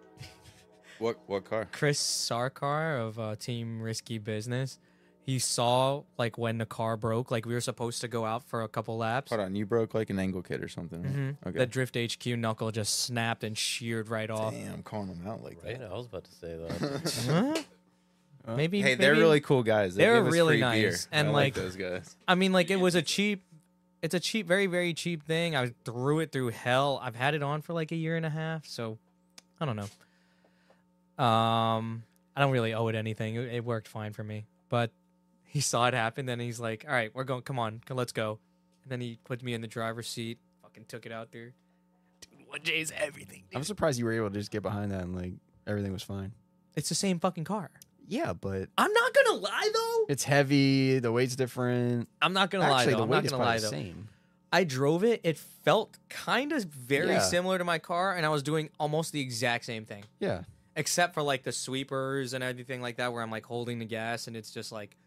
Speaker 4: What what car?
Speaker 2: Chris Sarkar of uh, Team Risky Business, he saw like when the car broke, like we were supposed to go out for a couple laps.
Speaker 4: Hold on, you broke like an angle kit or something. right?
Speaker 2: Mhm.
Speaker 4: Okay.
Speaker 2: The Drift HQ knuckle just snapped and sheared right off.
Speaker 4: Damn, calling them out like
Speaker 5: Right? I was about to
Speaker 4: *laughs*
Speaker 5: say that.
Speaker 2: Huh? Maybe
Speaker 4: that. Hey, they're
Speaker 2: maybe-
Speaker 4: really cool guys. They
Speaker 2: They're
Speaker 4: give us
Speaker 2: really
Speaker 4: free beer.
Speaker 2: nice, and,
Speaker 4: I
Speaker 2: like-
Speaker 4: those guys.
Speaker 2: I mean, like it was a cheap. It's a cheap, very very cheap thing. I threw it through hell. I've had it on for like a year and a half, so I don't know. Um, I don't really owe it anything. It, it worked fine for me. But he saw it happen, then he's like, "All right, we're going. Come on, c- let's go." And then he put me in the driver's seat. Fucking took it out there. Dude, one J is everything. dude.
Speaker 6: I'm surprised you were able to just get behind that and, like, everything was fine.
Speaker 2: It's the same fucking car.
Speaker 6: Yeah, but
Speaker 2: I'm not gonna lie though.
Speaker 6: it's heavy. The weight's different.
Speaker 2: I'm not gonna
Speaker 6: Actually,
Speaker 2: lie
Speaker 6: the
Speaker 2: though. I'm
Speaker 6: weight
Speaker 2: not
Speaker 6: is
Speaker 2: gonna lie
Speaker 6: probably the
Speaker 2: though.
Speaker 6: same.
Speaker 2: I drove it. It felt kind of very
Speaker 6: Yeah.
Speaker 2: similar to my car, and I was doing almost the exact same thing,
Speaker 6: Yeah.
Speaker 2: except for like the sweepers and everything like that, where I'm like holding the gas, and it's just like,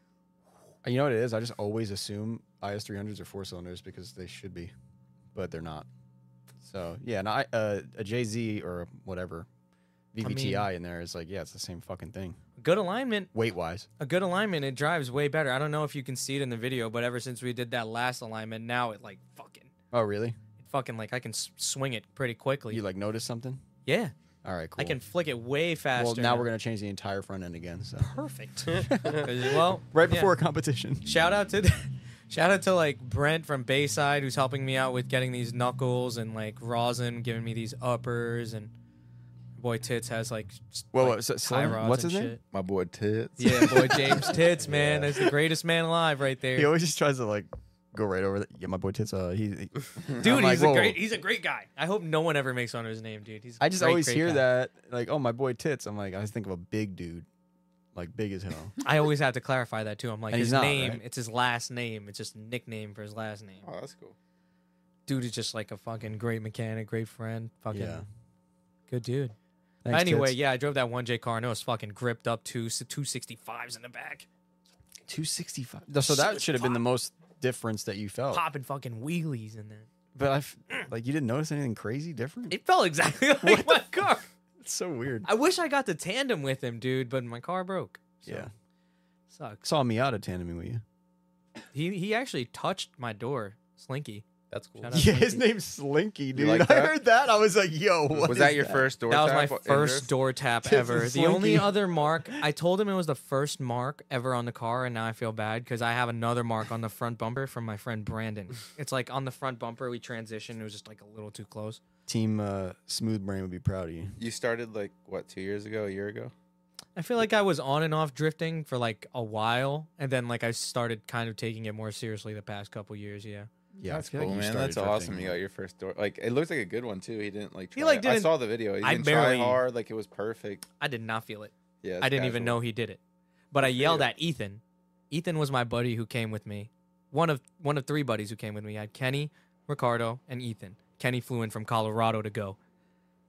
Speaker 6: Uh, You know what it is? I just always assume IS 300s are four cylinders because they should be, but they're not. So yeah, and I, uh, a JZ or whatever VVTi in there is like yeah, it's the same fucking thing
Speaker 2: good alignment.
Speaker 6: weight wise.
Speaker 2: A good alignment, it drives way better. I don't know if you can see it in the video, but ever since we did that last alignment, now it like fucking,
Speaker 6: Oh really?
Speaker 2: it fucking like I can s- swing it pretty quickly.
Speaker 6: You like noticed something?
Speaker 2: yeah,
Speaker 6: All right, cool.
Speaker 2: I can flick it way faster.
Speaker 6: Well, now we're gonna change the entire front end
Speaker 2: *laughs*
Speaker 6: again. So
Speaker 2: perfect. 'Cause, well,
Speaker 6: right
Speaker 2: yeah.
Speaker 6: before a competition.
Speaker 2: shout out to *laughs* shout out to like Brent from Bayside who's helping me out with getting these knuckles and like rosin giving me these uppers and boy tits has like s-
Speaker 6: Whoa,
Speaker 2: like,
Speaker 6: whoa, so- so-
Speaker 2: tie rods
Speaker 6: what's
Speaker 2: and
Speaker 6: his name?
Speaker 2: shit.
Speaker 4: My boy Tits.
Speaker 2: yeah
Speaker 6: *laughs*
Speaker 2: boy James tits man that's the greatest man alive right there
Speaker 6: He always just tries to like go right over. The, yeah, my boy tits. Uh, he, he-
Speaker 2: dude
Speaker 6: I'm like,
Speaker 2: he's a
Speaker 6: whoa.
Speaker 2: great he's a great guy I hope no one ever makes fun of his name dude he's a
Speaker 6: I just
Speaker 2: great,
Speaker 6: always
Speaker 2: great
Speaker 6: hear
Speaker 2: guy.
Speaker 6: that like oh my boy tits. I'm like I just think of a big dude, like big as *laughs* hell.
Speaker 2: I always have to clarify that too I'm like
Speaker 6: And he's
Speaker 2: his
Speaker 6: not,
Speaker 2: name
Speaker 6: right?
Speaker 2: it's his last name it's just a nickname for his last name *laughs*
Speaker 4: Oh, that's cool.
Speaker 2: dude is just like a fucking great mechanic great friend fucking
Speaker 6: Yeah.
Speaker 2: Good dude.
Speaker 6: Thanks,
Speaker 2: anyway,
Speaker 6: kids.
Speaker 2: yeah, I drove that 1J car and it was fucking gripped up to s- 265s in the back.
Speaker 6: 265. Th- So that should have been the most difference that you felt.
Speaker 2: Popping fucking wheelies in there.
Speaker 6: But I f- like you didn't notice anything crazy different.
Speaker 2: It felt exactly *laughs* like my car.
Speaker 6: It's so weird.
Speaker 2: I wish I got to tandem with him, dude, but my car broke. So,
Speaker 6: yeah.
Speaker 2: Sucks.
Speaker 6: Saw Miata tandeming with you.
Speaker 2: He he actually touched my door, Slinky.
Speaker 5: That's
Speaker 4: *laughs*
Speaker 5: cool.
Speaker 2: Shout
Speaker 6: *laughs*
Speaker 2: out.
Speaker 6: *laughs* Yeah, his
Speaker 2: Slinky.
Speaker 6: name's Slinky, dude. *laughs*
Speaker 4: like
Speaker 6: I
Speaker 4: that?
Speaker 6: heard that. I was like, yo, what is
Speaker 4: was that your first door?
Speaker 2: that was my
Speaker 4: tap, Andrew?
Speaker 2: first door tap
Speaker 6: This is
Speaker 2: ever. The
Speaker 6: Slinky.
Speaker 2: only other mark I told him it was the first mark ever on the car, and now I feel bad because I have another mark on the front bumper from my friend Brandon. It's like on the front bumper we transitioned. It was just like a little too close.
Speaker 6: Team uh, Smooth Brain would be proud of you.
Speaker 4: You started like what two years ago, a year ago?
Speaker 2: I feel like I was on and off drifting for like a while, and then like I started kind of taking it more seriously the past couple years. Yeah,
Speaker 6: Yeah,
Speaker 4: that's
Speaker 6: I feel like
Speaker 4: cool,
Speaker 6: you
Speaker 4: man.
Speaker 6: started
Speaker 4: That's
Speaker 6: drifting.
Speaker 4: awesome. You got your first door. Like it looks like a good one too. He didn't like. Try
Speaker 2: He, like,
Speaker 4: it. I
Speaker 2: didn't-
Speaker 4: saw the video. He
Speaker 2: I
Speaker 4: didn't
Speaker 2: barely-
Speaker 4: try hard. Like it was perfect.
Speaker 2: I did not feel it.
Speaker 4: Yeah,
Speaker 2: I didn't even know he did it. But I yelled at Ethan. Ethan was my buddy who came with me. One of one of three buddies who came with me. I had Kenny, Ricardo, and Ethan. Kenny flew in from Colorado to go.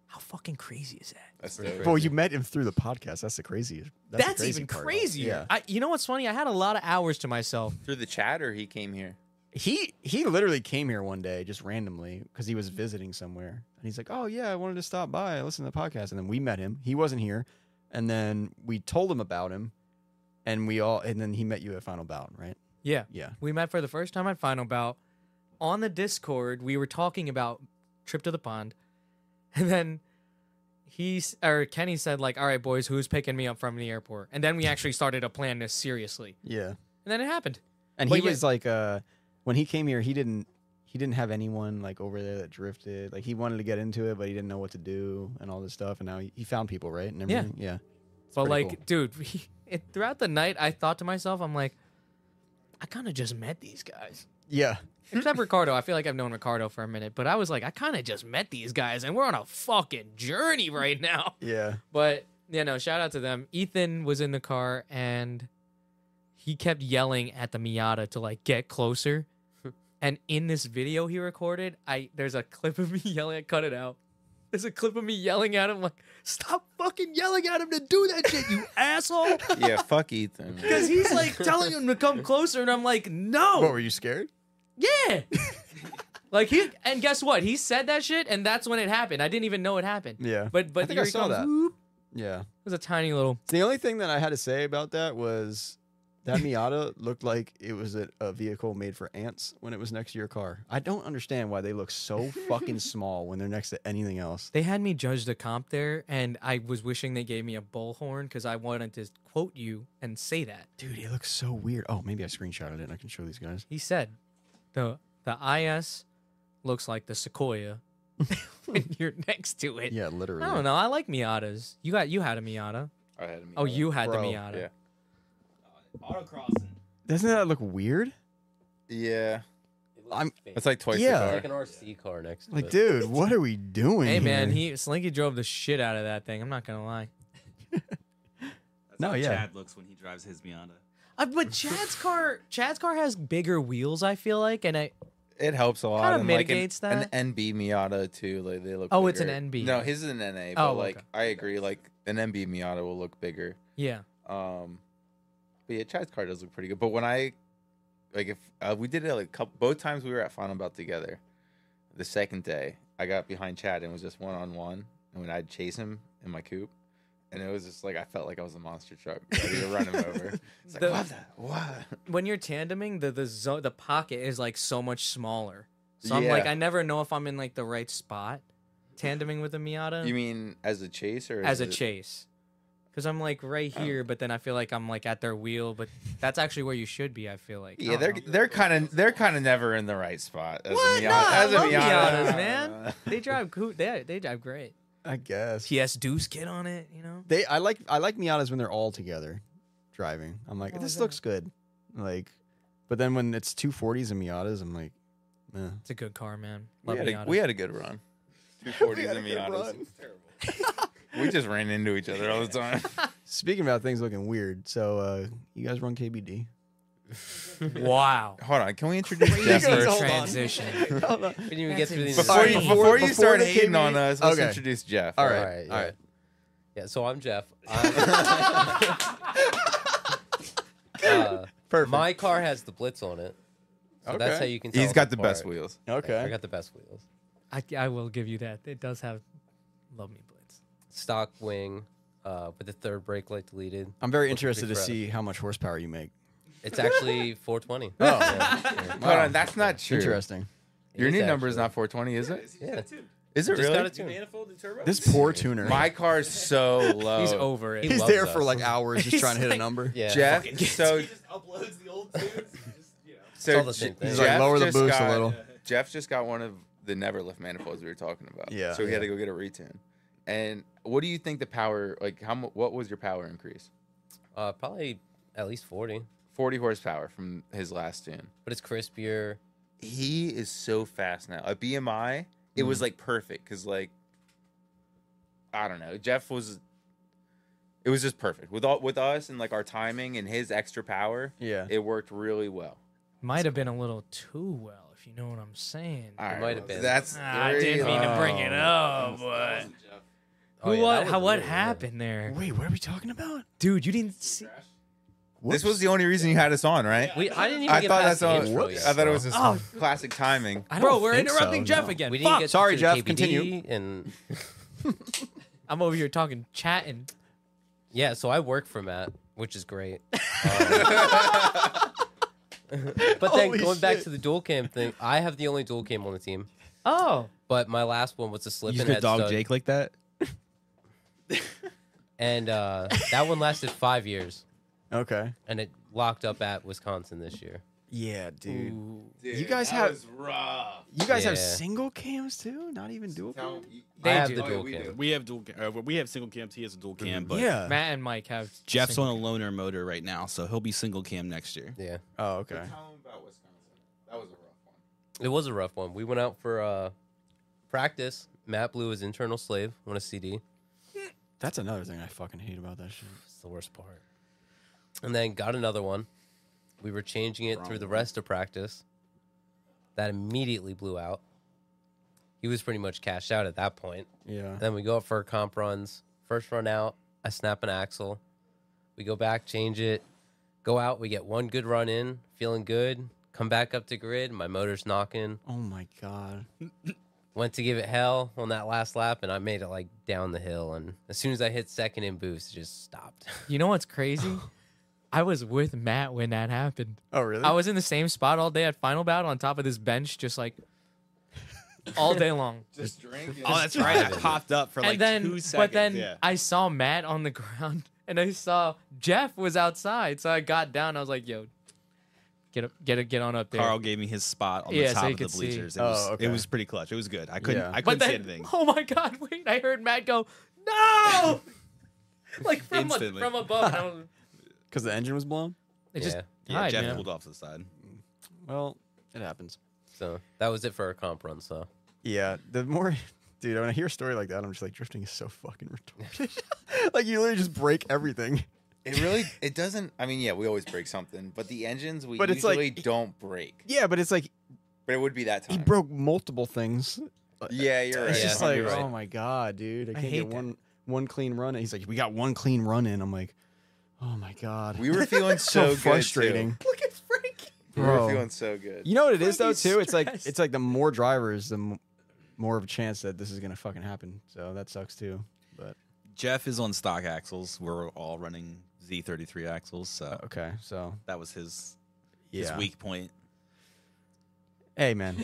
Speaker 2: How fucking crazy is that?
Speaker 4: That's
Speaker 5: Pretty
Speaker 4: dope.
Speaker 6: Well, you met him through the podcast. That's the craziest.
Speaker 2: That's,
Speaker 6: the crazy
Speaker 2: even
Speaker 6: part.
Speaker 2: crazier.
Speaker 6: Yeah.
Speaker 2: I, you know what's funny? I had a lot of hours to myself.
Speaker 4: through the chatter, he
Speaker 2: *laughs*
Speaker 4: came here.
Speaker 6: he he literally came here one day just randomly because he was visiting somewhere and he's like oh yeah i wanted to stop by listen to the podcast and then we met him he wasn't here and then we told him about him and we all and then he met you at final bout right
Speaker 2: Yeah.
Speaker 6: yeah
Speaker 2: We met for the first time at Final Bout. On the Discord, we were talking about trip to the pond, *laughs* and then he s- or Kenny said like, "All right, boys, who's picking me up from the airport?" And then we actually started to plan this seriously,
Speaker 6: yeah
Speaker 2: and then it happened.
Speaker 6: and
Speaker 2: But
Speaker 6: he
Speaker 2: yeah-
Speaker 6: was like uh when he came here he didn't he didn't have anyone like over there that drifted like he wanted to get into it but he didn't know what to do and all this stuff and now he, he found people right and
Speaker 2: Yeah.
Speaker 6: everything yeah,
Speaker 2: but
Speaker 6: pretty
Speaker 2: like, dude, *laughs* we, it, throughout the night, I thought to myself, I'm like, I kind of just met these guys.
Speaker 6: yeah.
Speaker 2: Except Ricardo, I feel like I've known Ricardo for a minute, but I was like, I kind of just met these guys, and we're on a fucking journey right now.
Speaker 6: yeah
Speaker 2: But yeah, no, shout out to them. Ethan was in the car and he kept yelling at the Miata to like get
Speaker 6: *laughs*
Speaker 2: closer. and in this video he recorded, I there's a clip of me *laughs* yelling. I cut it out. There's a clip of me yelling at him like, "Stop fucking yelling at him to do that shit,
Speaker 6: *laughs*
Speaker 2: you asshole!"
Speaker 4: Yeah, fuck Ethan.
Speaker 2: Because he's like telling him to come closer, and I'm like, "No."
Speaker 6: what were you scared *laughs*
Speaker 2: Yeah. like he and guess what? He said that shit, and that's when it happened. I didn't even know it happened.
Speaker 6: Yeah.
Speaker 2: But but
Speaker 6: I think
Speaker 2: here
Speaker 6: I
Speaker 2: he
Speaker 6: saw
Speaker 2: comes.
Speaker 6: that.
Speaker 2: Whoop.
Speaker 6: yeah
Speaker 2: It was a tiny little.
Speaker 6: The only thing that I had to say about that was that
Speaker 2: *laughs*
Speaker 6: Miata looked like it was a, a vehicle made for ants when it was next to your car. I don't understand why they look so
Speaker 2: *laughs*
Speaker 6: fucking small when they're next to anything else.
Speaker 2: They had me judge the comp there, and I was wishing they gave me a bullhorn because I wanted to quote you and say that.
Speaker 6: Dude, it looks so weird. Oh, maybe I screenshotted it and I can show these guys.
Speaker 2: He said, "the the IS looks like the
Speaker 6: *laughs*
Speaker 2: Sequoia when you're next to it."
Speaker 6: Yeah, literally.
Speaker 2: I don't know. I like Miatas. You got you had a Miata.
Speaker 4: I had him.
Speaker 2: Oh, you had
Speaker 6: Bro,
Speaker 2: the Miata.
Speaker 4: yeah.
Speaker 3: Autocrossing.
Speaker 6: Doesn't that look weird?
Speaker 4: Yeah,
Speaker 5: It
Speaker 6: I'm-
Speaker 5: fake.
Speaker 4: it's like twice
Speaker 6: Yeah.
Speaker 4: the
Speaker 5: It's
Speaker 4: car.
Speaker 5: like an RC car next to
Speaker 6: Like,
Speaker 5: it.
Speaker 6: dude, what are we doing?
Speaker 2: Hey man,
Speaker 6: *laughs* here?
Speaker 2: he Slinky drove the shit out of that thing. I'm not gonna lie.
Speaker 3: That's
Speaker 6: No,
Speaker 3: how
Speaker 6: yeah.
Speaker 3: Chad looks when he drives his Miata.
Speaker 2: Uh,
Speaker 6: *laughs*
Speaker 2: but Chad's car, Chad's car has bigger wheels. I feel like, and I
Speaker 4: It helps a lot.
Speaker 2: Kinda
Speaker 4: and,
Speaker 2: mitigates
Speaker 4: like, an,
Speaker 2: that.
Speaker 4: An NB Miata too. Like they look.
Speaker 2: Oh, it's
Speaker 4: bigger.
Speaker 2: an NB.
Speaker 4: No, his is an NA. But
Speaker 2: Oh,
Speaker 4: like
Speaker 2: okay.
Speaker 4: I agree. Like an NB Miata will look bigger.
Speaker 2: yeah,
Speaker 4: Um, but yeah, Chad's car does look pretty good. But when I like if uh, we did it like couple, both times we were at Final Bout together, the second day I got behind Chad and it was just one on one, and when I'd chase him in my coupe. And it was just like I felt like I was a monster truck ready to run
Speaker 2: *laughs*
Speaker 4: him over. It's like
Speaker 2: The-
Speaker 4: what the what?
Speaker 2: *laughs* when you're tandeming, the the zo- the pocket is like so much smaller. So I'm like,
Speaker 4: Yeah.
Speaker 2: I never know if I'm in like the right spot, tandeming with a Miata
Speaker 4: You mean as a chase or
Speaker 2: as a
Speaker 4: it-
Speaker 2: chase, because I'm like right
Speaker 4: Oh.
Speaker 2: here, but then I feel like I'm like at their wheel, but that's actually where you should be. I feel like I
Speaker 4: Yeah,
Speaker 2: don't
Speaker 4: they're
Speaker 2: know.
Speaker 4: they're kind of they're kind of never in the right spot. *laughs* As
Speaker 2: What?
Speaker 4: A
Speaker 2: Oh, No,
Speaker 4: Miata,
Speaker 2: I
Speaker 4: as a
Speaker 2: love
Speaker 4: Miata.
Speaker 2: Miatas, *laughs*
Speaker 4: *laughs*
Speaker 2: man. they drive cool. They they drive great.
Speaker 6: I guess.
Speaker 2: TS Deuce kit on it, you know.
Speaker 6: They I like I like Miatas when they're all together driving. I'm like,
Speaker 2: Oh,
Speaker 6: this
Speaker 2: yeah.
Speaker 6: looks good. Like but then when it's two forties and Miatas, I'm like, eh.
Speaker 2: It's a good car, man.
Speaker 4: We
Speaker 2: Love
Speaker 4: had, a,
Speaker 2: Miatas.
Speaker 4: we had a good run. Two forties
Speaker 6: had a
Speaker 4: and
Speaker 6: good
Speaker 4: Miatas.
Speaker 6: run.
Speaker 4: *laughs* we just ran into each other all the time. *laughs*
Speaker 6: Speaking about things looking weird, so uh, you guys run KBD?
Speaker 4: *laughs*
Speaker 2: Wow.
Speaker 4: Hold on, can we introduce
Speaker 1: Yes,
Speaker 4: Jeff
Speaker 1: sir.
Speaker 2: Good
Speaker 4: first?
Speaker 2: transition.
Speaker 1: Hold on.
Speaker 5: We didn't even
Speaker 2: That's
Speaker 5: get through the
Speaker 2: insane.
Speaker 4: Before you,
Speaker 1: Before-
Speaker 4: before, you
Speaker 1: before
Speaker 4: start
Speaker 1: they came
Speaker 4: hating on
Speaker 1: in?
Speaker 4: us, let's
Speaker 1: Okay.
Speaker 4: introduce Jeff.
Speaker 1: All right.
Speaker 5: Alright,
Speaker 1: All
Speaker 5: yeah.
Speaker 1: right.
Speaker 5: Yeah, so I'm
Speaker 4: *laughs*
Speaker 5: Jeff. I'm- Uh,
Speaker 1: Perfect.
Speaker 5: My car has the blitz on it. So that's
Speaker 1: Okay.
Speaker 5: how you can tell.
Speaker 4: He's got the
Speaker 5: apart.
Speaker 4: best wheels.
Speaker 1: Okay.
Speaker 5: I got the best wheels.
Speaker 2: I, I will give you that. It does have love me blitz.
Speaker 5: Stock wing uh, with the third brake light deleted.
Speaker 4: Oh.
Speaker 1: I'm very
Speaker 5: Looks pretty
Speaker 1: interested to
Speaker 5: fresh.
Speaker 1: see how much horsepower you make.
Speaker 5: It's actually 420.
Speaker 1: Oh.
Speaker 5: Yeah, yeah.
Speaker 1: Wow.
Speaker 4: Hold on, that's not true.
Speaker 1: Interesting.
Speaker 4: Your
Speaker 5: It
Speaker 4: new
Speaker 5: is
Speaker 4: number is
Speaker 5: actually.
Speaker 4: not 420, is it?
Speaker 5: Yeah.
Speaker 4: Is it
Speaker 5: Just got
Speaker 4: really?
Speaker 5: it tuned.
Speaker 3: Manifold and turbo.
Speaker 1: This poor tuner.
Speaker 4: *laughs* My car is so low.
Speaker 5: Oh.
Speaker 2: He's over it.
Speaker 5: He
Speaker 1: He's
Speaker 5: loves
Speaker 1: there for
Speaker 5: us.
Speaker 1: like hours just
Speaker 2: He's
Speaker 1: trying to hit a
Speaker 2: like-
Speaker 1: number.
Speaker 5: Yeah.
Speaker 4: Jeff, *laughs* so
Speaker 3: just uploads
Speaker 1: *laughs*
Speaker 3: the old tunes. Just, you know.
Speaker 4: so
Speaker 5: all the same
Speaker 4: Je-
Speaker 5: thing.
Speaker 1: He's
Speaker 5: He's
Speaker 1: like,
Speaker 4: Jeff
Speaker 1: lower the
Speaker 4: just
Speaker 1: boost
Speaker 4: got-
Speaker 1: a little.
Speaker 4: Jeff just got one of the never lift manifolds we were talking about.
Speaker 1: Yeah.
Speaker 4: So he had to go get a retune. And what do you think the power? Like, how? mu- What was your power increase?
Speaker 5: Uh, probably at least 40,
Speaker 4: 40 horsepower from his last tune.
Speaker 5: but it's crispier.
Speaker 4: He is so fast now. At BMI, it was like perfect because like I don't know. Jeff was. It was just perfect with all with us and like our timing and his extra power.
Speaker 1: Yeah.
Speaker 4: It worked really well.
Speaker 2: Might have been a little too well, if you know what I'm saying.
Speaker 4: All right,
Speaker 5: might
Speaker 4: well,
Speaker 5: have been.
Speaker 4: That's uh,
Speaker 2: Ah, I didn't
Speaker 4: really-
Speaker 2: mean to bring it
Speaker 1: Oh.
Speaker 2: up, but
Speaker 5: Oh,
Speaker 2: Who-
Speaker 5: yeah, that
Speaker 2: what?
Speaker 5: was
Speaker 2: How, what
Speaker 5: really good.
Speaker 2: happened there,
Speaker 1: Wait, what are we talking about?
Speaker 2: dude? You didn't see.
Speaker 4: This was the only reason you had us on, right?
Speaker 5: We, I didn't even
Speaker 4: I
Speaker 5: get
Speaker 4: thought that's
Speaker 5: past the
Speaker 4: all.
Speaker 5: intro yet,
Speaker 4: I thought it
Speaker 5: bro.
Speaker 4: was just
Speaker 2: Oh.
Speaker 4: classic timing.
Speaker 1: I
Speaker 2: Bro,
Speaker 1: don't
Speaker 2: we're
Speaker 1: think so,
Speaker 2: interrupting Jeff
Speaker 1: no.
Speaker 2: again.
Speaker 5: We didn't
Speaker 2: Fuck.
Speaker 5: get
Speaker 1: Sorry,
Speaker 5: to
Speaker 1: Jeff,
Speaker 5: KBD
Speaker 1: continue.
Speaker 5: And
Speaker 2: I'm over here talking, chatting.
Speaker 5: yeah, so I work for Matt, which
Speaker 1: *laughs*
Speaker 5: is great. Um, *laughs* but then
Speaker 1: Holy
Speaker 5: going back
Speaker 1: shit.
Speaker 5: to the dual cam thing, I have the only dual cam on the team.
Speaker 2: Oh,
Speaker 5: But my last one was a slip
Speaker 1: You
Speaker 5: and
Speaker 1: could
Speaker 5: head
Speaker 1: dog
Speaker 5: stud,
Speaker 1: Jake like that? *laughs*
Speaker 5: and uh, that one lasted five years,
Speaker 1: Okay.
Speaker 5: and it locked up at Wisconsin this year.
Speaker 1: Yeah, dude.
Speaker 2: Ooh.
Speaker 1: You guys have
Speaker 4: rough.
Speaker 1: you guys have
Speaker 5: Yeah.
Speaker 1: single cams too? Not even dual cam?
Speaker 5: I have
Speaker 2: do.
Speaker 5: the
Speaker 2: Oh,
Speaker 5: dual cam.
Speaker 3: We have dual. ca- Uh, we have single cams. He has a dual cam. But
Speaker 1: Yeah.
Speaker 2: Matt and Mike have
Speaker 3: Jeff's
Speaker 2: single-
Speaker 3: on a loaner motor right now, so he'll be single cam next year.
Speaker 5: Yeah,
Speaker 1: Oh, okay.
Speaker 4: about Wisconsin. That was a rough one.
Speaker 5: it was a rough one. We went out for uh, practice. Matt blew his internal slave on a CD.
Speaker 1: That's another thing I fucking hate about that shit.
Speaker 5: It's the worst part. And then got another one. We were changing it through the rest of practice. That immediately blew out. He was pretty much cashed out at that point.
Speaker 1: Yeah.
Speaker 5: Then we go up for comp runs. First run out, I snap an axle. We go back, change it. Go out, we get one good run in, feeling good. Come back up to grid, my motor's knocking.
Speaker 1: Oh my god.
Speaker 5: Went to give it hell on that last lap, and I made it like down the hill. And as soon as I hit second in boost, it just stopped.
Speaker 2: You know what's crazy?
Speaker 5: *laughs*
Speaker 2: I was with Matt when that happened.
Speaker 1: Oh really?
Speaker 2: I was in the same spot all day at final battle on top of this bench, just like all day long.
Speaker 4: Just drinking.
Speaker 3: Oh, that's right. I popped up for like
Speaker 2: and then,
Speaker 3: two seconds.
Speaker 2: but then
Speaker 3: yeah.
Speaker 2: I saw Matt on the *laughs* ground, and I saw Jeff was outside. So I got down. I was like, "Yo, get up, get up, get on up there."
Speaker 3: Carl gave me his spot on
Speaker 2: Yeah,
Speaker 3: the
Speaker 2: so
Speaker 3: top
Speaker 2: you
Speaker 3: of the
Speaker 2: could see.
Speaker 3: bleachers. It
Speaker 1: Oh,
Speaker 3: was
Speaker 1: okay.
Speaker 3: it was pretty clutch. It was good. I couldn't
Speaker 1: Yeah.
Speaker 3: I
Speaker 2: but
Speaker 3: couldn't see
Speaker 2: then,
Speaker 3: anything.
Speaker 2: *laughs* oh my God! Wait, I heard Matt go,
Speaker 3: *laughs*
Speaker 2: "No!" like from a,
Speaker 3: Instantly.
Speaker 2: from above.
Speaker 1: *laughs*
Speaker 2: I don't,
Speaker 1: Because the engine was blown?
Speaker 2: it just
Speaker 5: *laughs* Yeah.
Speaker 3: Yeah,
Speaker 2: died,
Speaker 3: Jeff
Speaker 2: man.
Speaker 3: pulled off to the side.
Speaker 1: Well, it happens.
Speaker 5: So that was it for our comp run. So
Speaker 1: Yeah. The more *laughs* dude, when I hear a story like that, I'm just like drifting is so fucking retarded. *laughs* like you literally just break everything.
Speaker 4: It really. It doesn't. I mean, yeah, we always break something, but the engines we
Speaker 1: But it's like-
Speaker 4: usually don't break.
Speaker 1: Yeah, but it's like
Speaker 4: But it would be that time.
Speaker 1: he broke multiple things.
Speaker 4: Yeah, you're right.
Speaker 1: It's
Speaker 5: Yeah,
Speaker 1: just
Speaker 5: you're
Speaker 1: like,
Speaker 5: right.
Speaker 1: oh my god, dude, I can't
Speaker 2: hate
Speaker 1: get
Speaker 2: that.
Speaker 1: one one clean run. in. He's like, we got one clean run in. I'm like, oh my god,
Speaker 4: we were feeling
Speaker 1: *laughs*
Speaker 4: so,
Speaker 1: so,
Speaker 4: good, too.
Speaker 1: frustrating,
Speaker 2: Look at Frankie.
Speaker 4: We
Speaker 1: bro.
Speaker 4: were feeling so good.
Speaker 1: you know what it is though
Speaker 2: Frankie's
Speaker 1: too. It's like
Speaker 2: stressed.
Speaker 1: it's like the more drivers, the m- more of a chance that this is gonna fucking happen. So that sucks too. But
Speaker 3: Jeff is on stock axles. We're all running Z thirty three axles, so
Speaker 1: okay, so
Speaker 3: that was his
Speaker 1: yeah,
Speaker 3: his weak point.
Speaker 1: hey man,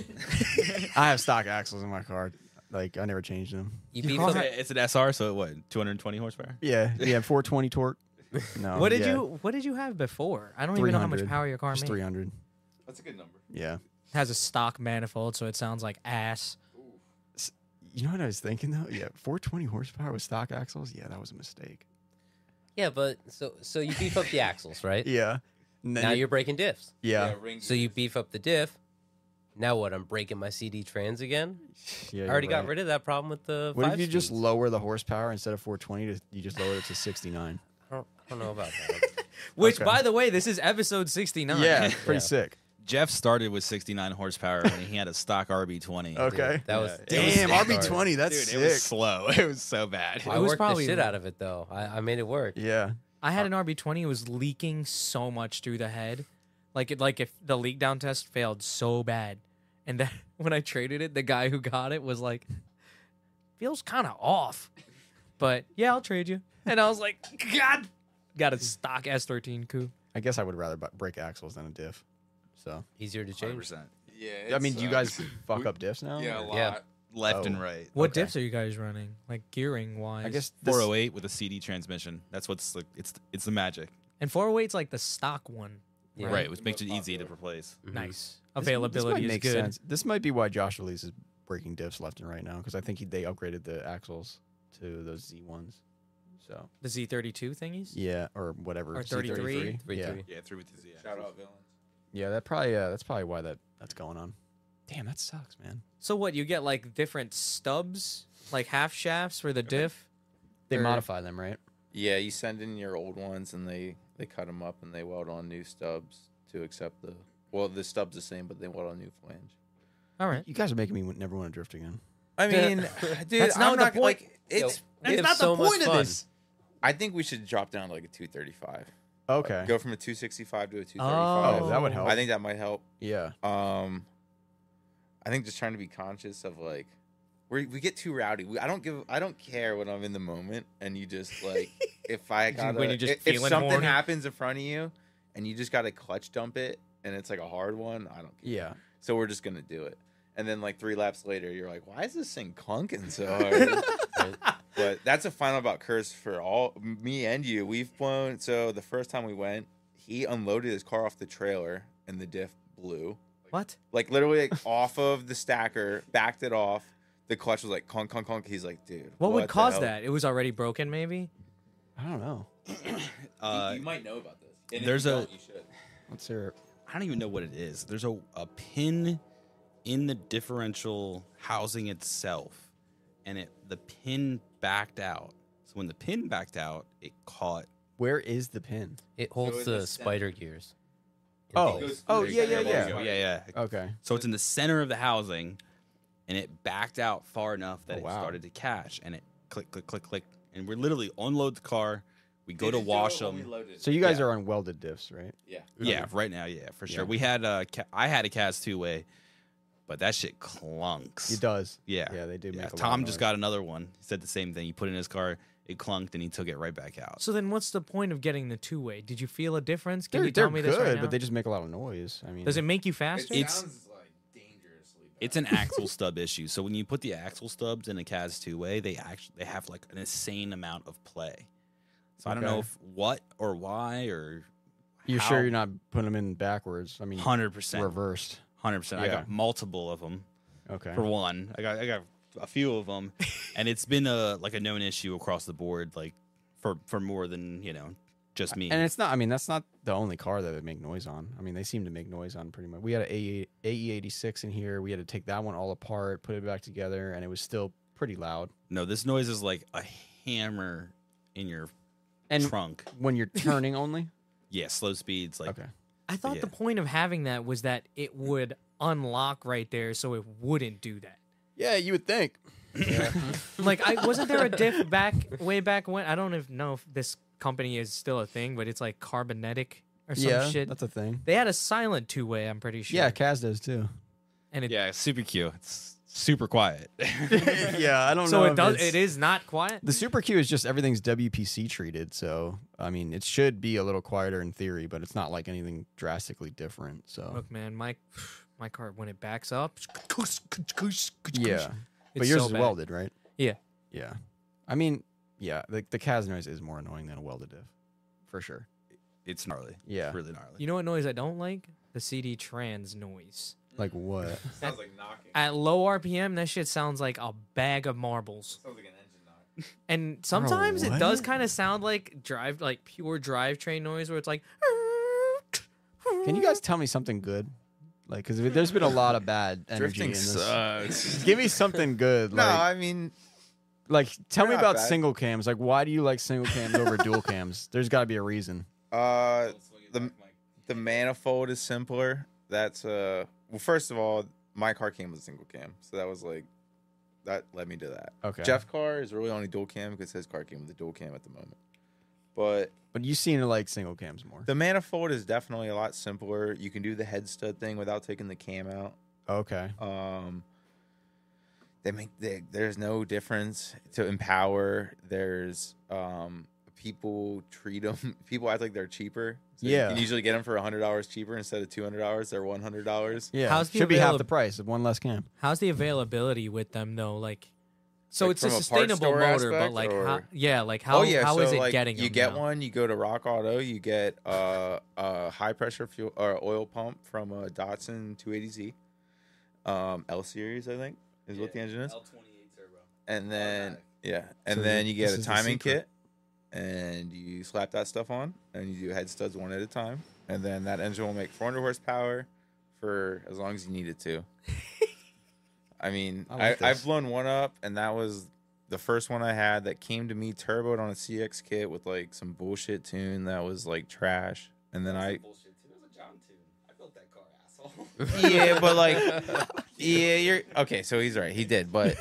Speaker 1: I have stock axles in my car. Like I never changed them.
Speaker 5: you
Speaker 2: You
Speaker 5: beat
Speaker 2: call
Speaker 5: him.
Speaker 2: that-
Speaker 3: It's an SR, so it what two hundred and twenty horsepower.
Speaker 1: Yeah, yeah, 420 torque. No,
Speaker 2: What did
Speaker 1: yeah,
Speaker 2: you What did you have before? I don't even know how much
Speaker 1: 300.
Speaker 2: power your car
Speaker 1: Just
Speaker 2: made.
Speaker 1: 300.
Speaker 4: That's a good number.
Speaker 1: Yeah.
Speaker 2: It has a stock manifold, so it sounds like ass.
Speaker 1: You know what I was thinking though? Yeah, 420 horsepower with stock axles. Yeah, that was a mistake.
Speaker 5: Yeah, but so so you beef up the axles, right?
Speaker 1: Yeah. And then
Speaker 5: Now
Speaker 1: you-
Speaker 5: you're breaking diffs.
Speaker 1: yeah.
Speaker 4: ring
Speaker 5: So you beef up the diff. Now what? I'm breaking my CD trans again. I already got rid of that problem with the.
Speaker 1: What
Speaker 5: five
Speaker 1: if you just
Speaker 5: speeds.
Speaker 1: lower the horsepower instead of 420? To, you just lower it to 69.
Speaker 5: I don't, I don't know about that.
Speaker 2: Which,
Speaker 1: Okay.
Speaker 2: by the way, this is episode 69. *laughs*
Speaker 1: Yeah, pretty
Speaker 5: Yeah.
Speaker 1: sick.
Speaker 3: Jeff started with 69 horsepower when he had a stock
Speaker 1: *laughs*
Speaker 3: RB20.
Speaker 1: Okay.
Speaker 5: that was
Speaker 3: Yeah, it was
Speaker 1: Damn,
Speaker 3: sick.
Speaker 1: RB20, that's
Speaker 3: Dude,
Speaker 1: sick.
Speaker 3: it
Speaker 1: *laughs*
Speaker 3: was slow. *laughs* It was so bad.
Speaker 5: I
Speaker 2: It was
Speaker 5: worked
Speaker 2: probably-
Speaker 5: the shit out of it though. I, I made it work.
Speaker 1: yeah.
Speaker 2: I had an RB20. It was leaking so much through the head. Like, it, like if the leak down test failed so bad. And then *laughs* when I traded it, the guy who got it was like, feels kind of off. But yeah, I'll trade you. And I was like, God, got a stock S13 coupe.
Speaker 1: I guess I would rather bu- break axles than a diff. So,
Speaker 5: Easier to change.
Speaker 7: 100%.
Speaker 1: I mean, do you guys fuck up diffs now?
Speaker 7: Yeah, a
Speaker 1: or-
Speaker 7: lot.
Speaker 5: Yeah.
Speaker 7: Left
Speaker 1: Oh.
Speaker 7: and right.
Speaker 2: What
Speaker 1: Okay.
Speaker 2: dips are you guys running? Like gearing wise?
Speaker 1: I guess this,
Speaker 3: 408 with a CD transmission. That's what's like, it's it's the magic.
Speaker 2: And 408's like the stock one.
Speaker 5: Yeah.
Speaker 3: Right, which makes it easy to replace.
Speaker 5: Mhm.
Speaker 1: Mm-hmm.
Speaker 2: Nice.
Speaker 1: this- this might
Speaker 2: Availability is
Speaker 1: make
Speaker 2: good.
Speaker 1: sense. This might be why Josh Elise is breaking diffs left and right now because I think he, they upgraded the axles to those Z ones. So
Speaker 2: The Z32 thingies?
Speaker 1: yeah, or whatever.
Speaker 2: Or
Speaker 1: C33.
Speaker 2: 33?
Speaker 1: Yeah,
Speaker 5: 33.
Speaker 3: Yeah, through with the Z.
Speaker 7: Shout out villains.
Speaker 1: yeah. That probably uh, that's probably why that that's going on. Damn, that sucks, man.
Speaker 2: So what, you get like different stubs, like half shafts for the diff?
Speaker 1: They
Speaker 2: Or-
Speaker 1: modify them, right?
Speaker 4: Yeah, you send in your old ones and they they cut them up and they weld on new stubs to accept the well the stub's the same but they weld on new flange.
Speaker 2: All right.
Speaker 1: You guys are making me w- never want to drift again.
Speaker 4: I mean, dude,
Speaker 2: That's not
Speaker 4: I'm
Speaker 2: the
Speaker 4: not
Speaker 2: point.
Speaker 4: like it's.
Speaker 5: We have so much fun.
Speaker 4: I think we should drop down to like a 235.
Speaker 1: Okay.
Speaker 4: Go from a 265 to a 235.
Speaker 1: Oh, that would help.
Speaker 4: I think that might help.
Speaker 1: Yeah.
Speaker 4: Um, I think just trying to be conscious of like, we we get too rowdy. We, I don't give. I don't care when I'm in the moment, and you
Speaker 2: *laughs*
Speaker 4: just like, if I got
Speaker 2: When you're just
Speaker 4: if
Speaker 2: feeling
Speaker 4: something
Speaker 2: horny.
Speaker 4: happens in front of you, and you just got to clutch dump it, and it's like a hard one. I don't. Care.
Speaker 1: Yeah.
Speaker 4: So we're just gonna do it. And then like three laps later, you're like, why is this thing
Speaker 2: *laughs*
Speaker 4: clunking so hard? but that's a final about curse for all me and you. We've blown. So the first time we went, he unloaded his car off the trailer, and the diff blew
Speaker 2: What?
Speaker 4: like literally like, off of the stacker, backed it off. The clutch was like conk conk conk. He's like, dude,
Speaker 2: What, would
Speaker 4: the
Speaker 2: cause
Speaker 4: hell?
Speaker 2: that? It was already broken, maybe?
Speaker 1: I don't know.
Speaker 3: Uh,
Speaker 4: might know about this.
Speaker 3: if there's you a- don't,
Speaker 4: you should.
Speaker 1: Let's hear it.
Speaker 3: I don't even know what it is. There's a, a pin in the differential housing itself, and it the pin backed out. So when the pin backed out, it caught.
Speaker 1: Where is the pin?
Speaker 5: It holds
Speaker 4: in the center.
Speaker 5: the, spider gears. It
Speaker 1: Oh.
Speaker 5: goes-
Speaker 1: Oh, yeah, yeah, yeah.
Speaker 3: yeah, yeah.
Speaker 1: Okay.
Speaker 3: So it's in the center of the housing, and it backed out far enough that
Speaker 1: Oh, wow.
Speaker 3: it started to catch, and it click, click, click, click, and we literally unload the car. We go to wash them.
Speaker 1: So you guys
Speaker 3: Yeah.
Speaker 1: are on welded diffs, right?
Speaker 4: yeah.
Speaker 3: Yeah, right now, yeah, for sure.
Speaker 1: Yeah.
Speaker 3: We had a, ca- I had a cast two way, but that shit clunks.
Speaker 1: It does.
Speaker 3: Yeah.
Speaker 1: Yeah, they do
Speaker 3: Yeah,
Speaker 1: make a lot
Speaker 3: Tom
Speaker 1: of
Speaker 3: just
Speaker 1: noise.
Speaker 3: got another one. He said the same thing. He put it in his car, it clunked, and he took it right back out.
Speaker 2: So then what's the point of getting the two way? Did you feel a difference? Can
Speaker 1: They're,
Speaker 2: you tell
Speaker 1: they're
Speaker 2: me
Speaker 1: good,
Speaker 2: this right now?
Speaker 1: but they just make a lot of noise. I mean,
Speaker 2: Does it make you faster?
Speaker 3: It's-
Speaker 7: sounds like dangerously bad.
Speaker 3: It's an axle stub issue. So when you put the axle stubs in a CAS two way, they actually they have like an insane amount of play. So I don't
Speaker 1: Okay.
Speaker 3: know if what or why or
Speaker 1: You're
Speaker 3: how-
Speaker 1: sure you're not putting them in backwards? I mean,
Speaker 3: hundred percent,
Speaker 1: reversed.
Speaker 3: hundred percent. I
Speaker 1: Mm. Yeah.
Speaker 3: got multiple of them
Speaker 1: Okay.
Speaker 3: for one. I got I got a few
Speaker 1: *laughs*
Speaker 3: of them, and it's been a like a known issue across the board, like for for more than you know just me.
Speaker 1: And it's not. I mean, that's not the only car that they make noise on. I mean, they seem to make noise on pretty much. We had E, an AE AE86 in here. We had to take that one all apart, put it back together, and it was still pretty loud.
Speaker 3: no, this noise is like a hammer in your
Speaker 1: And
Speaker 3: trunk.
Speaker 1: when *laughs* you're turning only.
Speaker 3: Yeah, slow speeds. Like
Speaker 1: Okay.
Speaker 2: I thought
Speaker 3: yeah.
Speaker 2: the point of having that was that it would unlock right there so it wouldn't do that.
Speaker 1: Yeah, you would think.
Speaker 2: Like I wasn't there a
Speaker 1: *laughs*
Speaker 2: diff back way back when I don't if- know if this company is still a thing, but it's like carbonetic or some
Speaker 1: yeah,
Speaker 2: shit.
Speaker 1: that's a thing.
Speaker 2: They had a silent two way, I'm pretty sure.
Speaker 1: Yeah, Kaz does *laughs* too.
Speaker 2: And it
Speaker 3: yeah, it's super cute. It's super quiet. *laughs*
Speaker 1: yeah, I don't
Speaker 2: so
Speaker 1: know.
Speaker 2: it
Speaker 1: if
Speaker 2: does
Speaker 1: it's-
Speaker 2: it is not quiet.
Speaker 1: The Super Q is just everything's WPC treated, so I mean it should be a little quieter in theory, but it's not like anything drastically different. So
Speaker 2: Look, man, my *sighs* my car when it backs up,
Speaker 1: yeah, but
Speaker 2: It's
Speaker 1: yours
Speaker 2: so
Speaker 1: is
Speaker 2: bad.
Speaker 1: welded, right?
Speaker 2: Yeah.
Speaker 1: yeah. I mean, yeah, the the Kaz noise is more annoying than a welded diff, for sure.
Speaker 3: it's gnarly.
Speaker 1: Yeah.
Speaker 3: It's really gnarly.
Speaker 2: You know what noise I don't like? The CD trans noise.
Speaker 1: Like what?
Speaker 7: sounds like knocking.
Speaker 2: At low RPM, that shit sounds like a bag of marbles.
Speaker 7: sounds like an engine knock.
Speaker 2: *laughs* And sometimes it
Speaker 1: what?
Speaker 2: does kind of sound like drive, like pure drivetrain noise, where it's like.
Speaker 1: *laughs* Can you guys tell me something good? Like, because there's
Speaker 2: *laughs*
Speaker 1: been a lot of bad energy in
Speaker 4: Drifting
Speaker 1: this.
Speaker 7: *laughs*
Speaker 4: sucks.
Speaker 1: Give me something good.
Speaker 4: no,
Speaker 1: like,
Speaker 4: I mean,
Speaker 1: Like, tell me
Speaker 4: They're not
Speaker 1: about
Speaker 4: bad.
Speaker 1: single cams. Like, why do you like single cams over
Speaker 2: *laughs*
Speaker 1: dual cams? There's got to be a reason.
Speaker 4: Uh,
Speaker 7: Don't swing it
Speaker 4: the-
Speaker 7: back, Mike.
Speaker 4: the manifold is simpler. That's uh, well, first of all, my car came with a single cam, so that was like, that led me to that.
Speaker 1: Okay.
Speaker 4: Jeff's car is really only dual cam because his car came with a dual cam at the moment. But
Speaker 1: But you seem to like single cams more.
Speaker 4: the manifold is definitely a lot simpler. You can do the head stud thing without taking the cam out.
Speaker 1: Okay.
Speaker 4: Um, they make they, there's no difference to empower. There's um, people treat them. *laughs* People act like they're cheaper. So
Speaker 1: Yeah.
Speaker 4: you can usually get them for hundred dollars cheaper instead of two hundred dollars. They're one hundred dollars.
Speaker 1: Yeah.
Speaker 2: How's the
Speaker 1: Should be half
Speaker 2: avail-
Speaker 1: the price of one less cam.
Speaker 2: How's the availability with them though? Like, so
Speaker 4: Like,
Speaker 2: it's a
Speaker 4: from a parts
Speaker 2: sustainable
Speaker 4: store
Speaker 2: motor, but
Speaker 4: aspect,
Speaker 2: like, how,
Speaker 4: or-
Speaker 2: yeah, like how how is it
Speaker 4: Oh, like,
Speaker 2: getting?
Speaker 4: You
Speaker 2: them
Speaker 4: get
Speaker 2: now?
Speaker 4: one. You go to Rock Auto. You get uh, a high pressure fuel or oil pump from a Datsun 280Z, um, L series, I think, is what the engine is.
Speaker 7: L28 turbo.
Speaker 4: and then
Speaker 7: Automatic.
Speaker 4: yeah, and
Speaker 1: So
Speaker 4: then
Speaker 1: the-
Speaker 4: you get
Speaker 1: this
Speaker 4: a
Speaker 1: is the
Speaker 4: timing
Speaker 1: secret.
Speaker 4: kit, and you slap that stuff on, and you do head studs one at a time, and then that engine will make 400 horsepower for as long as you need it to.
Speaker 2: *laughs*
Speaker 4: I mean,
Speaker 1: I like
Speaker 4: I,
Speaker 1: this.
Speaker 4: I've blown one up, and that was the first one I had that came to me turboed on a CX kit with like some bullshit tune that was like trash, and then
Speaker 7: That's
Speaker 4: I
Speaker 7: some bullshit too. It was a John tune. I built that car,
Speaker 3: *laughs*
Speaker 4: *laughs*
Speaker 7: asshole.
Speaker 4: yeah, but like, *laughs* yeah, you're okay. So he's right. He did, *laughs* but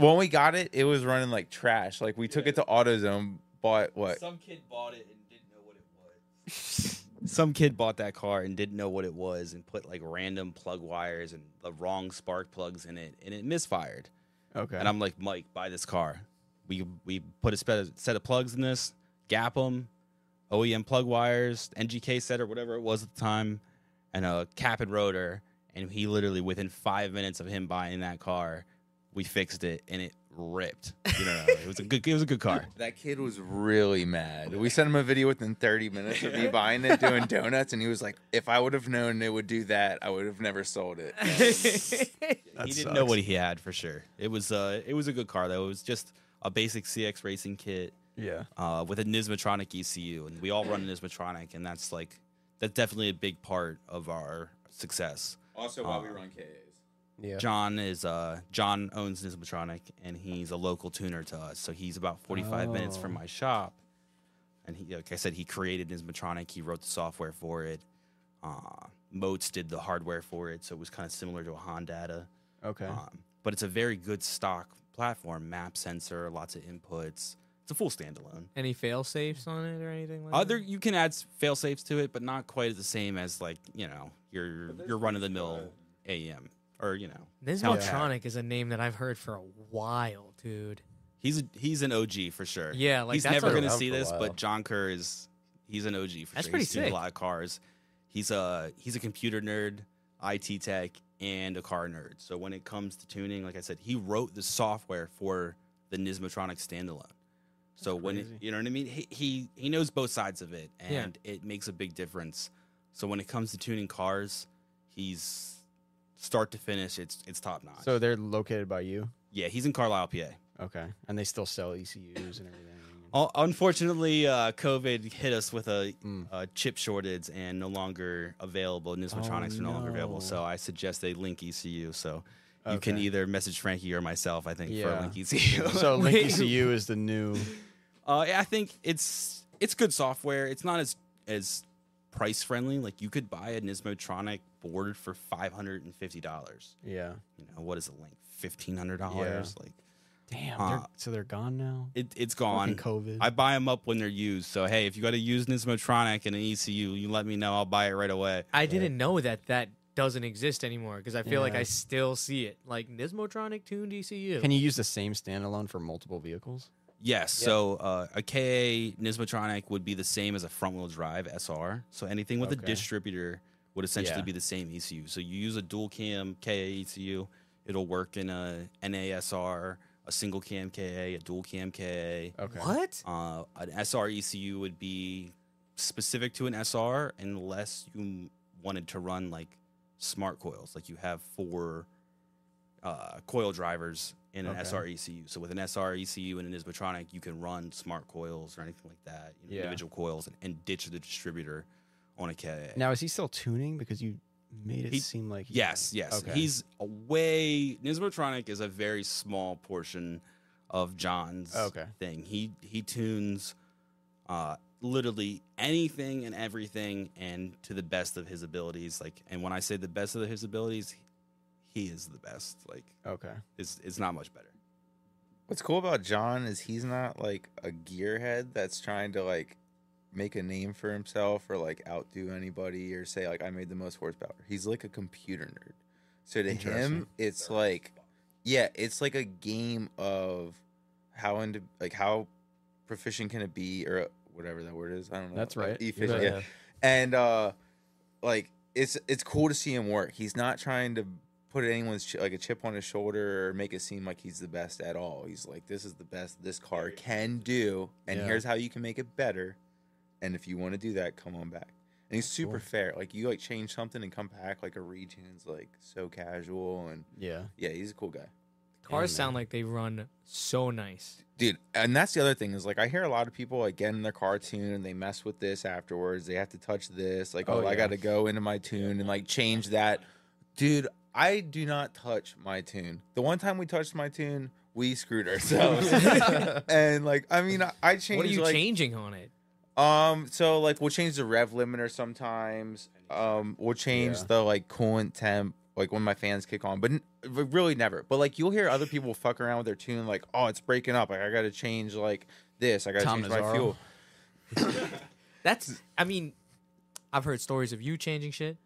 Speaker 4: when we got it, it was running like trash. Like we took it to AutoZone, bought what?
Speaker 7: Some kid bought it and didn't know what it was.
Speaker 3: *laughs* Some kid bought that car and didn't know what it was and put like random plug wires and the wrong spark plugs in it and it misfired.
Speaker 1: Okay.
Speaker 3: And I'm like, Mike, buy this car. We we put a spe- set of plugs in this, gap them, OEM plug wires, NGK set or whatever it was at the time, and a cap and rotor. And he literally, within five minutes of him buying that car, we fixed it and it ripped.
Speaker 1: *laughs*
Speaker 3: You know, it was a good it was a good car.
Speaker 4: That kid was really mad. We sent him a video within 30 minutes of me *laughs* buying it, doing donuts, and he was like, "If I would have known it would do that, I would have never sold it." *laughs*
Speaker 1: That
Speaker 3: he didn't know
Speaker 1: sucks.
Speaker 3: what he had for sure. It was uh it was a good car though. It was just a basic CX racing kit
Speaker 1: yeah.
Speaker 3: uh, with a Nismatronic ECU, and we all run a Nismatronic, and that's like that's definitely a big part of our success.
Speaker 7: Also,
Speaker 3: while we
Speaker 7: run KAs.
Speaker 5: Yeah.
Speaker 3: John is uh, John owns Nismatronic, and he's a local tuner to us, so he's about 45 minutes from
Speaker 1: Oh.
Speaker 3: my shop. And he, like I said, he created Nismatronic. He wrote the software for it. Uh, Moats did the hardware for it, so it was kind of similar to a Hondata.
Speaker 1: Okay.
Speaker 3: Um, but it's a very good stock platform, map sensor, lots of inputs. It's a full standalone.
Speaker 2: Any fail safes on it or anything like
Speaker 3: Other
Speaker 2: that?
Speaker 3: you can add s- fail safes to it, but not quite the same as like you know your your run of the mill AM or you know
Speaker 2: Nismotronic is a name that I've heard for a while, dude.
Speaker 3: he's a, he's an OG for sure.
Speaker 2: Yeah, like
Speaker 3: he's
Speaker 2: that's
Speaker 3: never
Speaker 2: a-
Speaker 3: gonna
Speaker 5: Around
Speaker 3: see
Speaker 5: for a
Speaker 3: this,
Speaker 5: while.
Speaker 3: but John Kerr is he's an OG for
Speaker 2: That's
Speaker 3: sure.
Speaker 2: pretty
Speaker 3: he's tuned
Speaker 2: sick.
Speaker 3: a lot of cars. He's a he's a computer nerd, IT tech, and a car nerd. So when it comes to tuning, like I said, he wrote the software for the Nismatronic standalone. So when it,
Speaker 1: crazy.
Speaker 3: you know what I mean, he, he he knows both sides of it,
Speaker 2: Yeah.
Speaker 3: and it makes a big difference. So when it comes to tuning cars, he's start to finish, it's it's top notch.
Speaker 1: So they're located by you.
Speaker 3: yeah, he's in Carlisle, PA.
Speaker 1: Okay. And they still sell ECUs and everything.
Speaker 3: *laughs* Un- Unfortunately, uh, COVID hit us with a,
Speaker 1: Mm.
Speaker 3: a chip shortage and no longer available. Nismatronics are no longer available, so I suggest they link ECU. So you can
Speaker 1: Oh, Okay.
Speaker 3: either message Frankie or myself, I think, for
Speaker 1: Yeah.
Speaker 3: a link E
Speaker 1: *laughs*
Speaker 3: ECU.
Speaker 1: So Link
Speaker 2: Wait.
Speaker 1: ECU is the new.
Speaker 3: *laughs* uh, yeah, I think it's it's good software. It's not as as price friendly. Like you could buy a Nismotronic board for five hundred and fifty dollars.
Speaker 1: Yeah.
Speaker 3: You know what is a link? Fifteen hundred dollars. Like
Speaker 1: Damn.
Speaker 3: Uh,
Speaker 1: they're, so they're gone now.
Speaker 3: it, it's
Speaker 1: Fucking
Speaker 3: gone.
Speaker 1: COVID.
Speaker 3: I buy them up when they're used. So hey, if you got a used Nismotronic and an ECU, you let me know. I'll buy it right away.
Speaker 2: I didn't know that that doesn't exist anymore because I feel like
Speaker 1: Yeah.
Speaker 2: I still see it. Like Nismotronic tuned ECU.
Speaker 1: can you use the same standalone for multiple vehicles?
Speaker 3: Yes.
Speaker 5: Yeah.
Speaker 3: So uh, a KA Nismotronic would be the same as a front wheel drive SR. So anything with a
Speaker 1: Okay.
Speaker 3: distributor would essentially
Speaker 1: Yeah.
Speaker 3: be the same ECU. So you use a dual cam KA ECU, it'll work in a NASR, a single cam KA, a dual cam KA.
Speaker 1: Okay.
Speaker 2: What?
Speaker 3: Uh, an SR ECU would be specific to an SR unless you m- wanted to run like smart coils, like you have four uh, coil drivers in an
Speaker 1: Okay.
Speaker 3: SR ECU. So with an SR ECU and an Ismatronic, you can run smart coils or anything like that, you know,
Speaker 1: Yeah.
Speaker 3: individual coils, and, and ditch the distributor on a KA.
Speaker 1: Now is he still tuning? Because you made it
Speaker 3: He-
Speaker 1: seem like he-
Speaker 3: Yes, yes.
Speaker 1: Okay.
Speaker 3: He's a way Nismotronic is a very small portion of John's
Speaker 1: Okay.
Speaker 3: thing. He he tunes uh literally anything and everything and to the best of his abilities. Like and when I say the best of his abilities, he is the best. Like
Speaker 1: Okay.
Speaker 3: it's it's not much better.
Speaker 4: What's cool about John is he's not like a gearhead that's trying to like make a name for himself or like outdo anybody or say like I made the most horsepower. He's like a computer nerd. So to
Speaker 1: Interesting.
Speaker 4: him, it's like yeah, it's like a game of how into like how proficient can it be or whatever that word is. I don't know.
Speaker 1: That's right.
Speaker 4: Efficient.
Speaker 5: Yeah.
Speaker 4: yeah. And uh like it's it's cool to see him work. He's not trying to put anyone's chi- like a chip on his shoulder or make it seem like he's the best at all. He's like, this is the best this car can do, and
Speaker 1: Yeah.
Speaker 4: here's how you can make it better. And if you want to do that, come on back. And he's super
Speaker 1: Cool.
Speaker 4: fair. Like you like change something and come back like a retune's like so casual and
Speaker 1: Yeah.
Speaker 4: yeah, he's a cool guy.
Speaker 2: Cars sound like they run so nice.
Speaker 4: Dude, and that's the other thing is like I hear a lot of people like get in their car tune and they mess with this afterwards. They have to touch this, like
Speaker 1: Oh,
Speaker 4: oh,
Speaker 1: yeah.
Speaker 4: I got to go into my tune and like change that. Dude, I do not touch my tune. The one time we touched my tune, we
Speaker 2: *laughs*
Speaker 4: screwed ourselves. *laughs* and like I mean, I, I changed
Speaker 2: what are you
Speaker 4: like
Speaker 2: changing on it?
Speaker 4: um so like we'll change the rev limiter sometimes. Um we'll change
Speaker 1: Yeah.
Speaker 4: the like coolant temp like when my fans kick on, but n- but really never. But like you'll hear other people fuck around with their tune like, "Oh, it's breaking up. Like I got to change like this. I got to
Speaker 1: Tom
Speaker 4: change
Speaker 1: Nazaro.
Speaker 4: my fuel."
Speaker 2: That's. I mean, I've heard stories of you changing shit.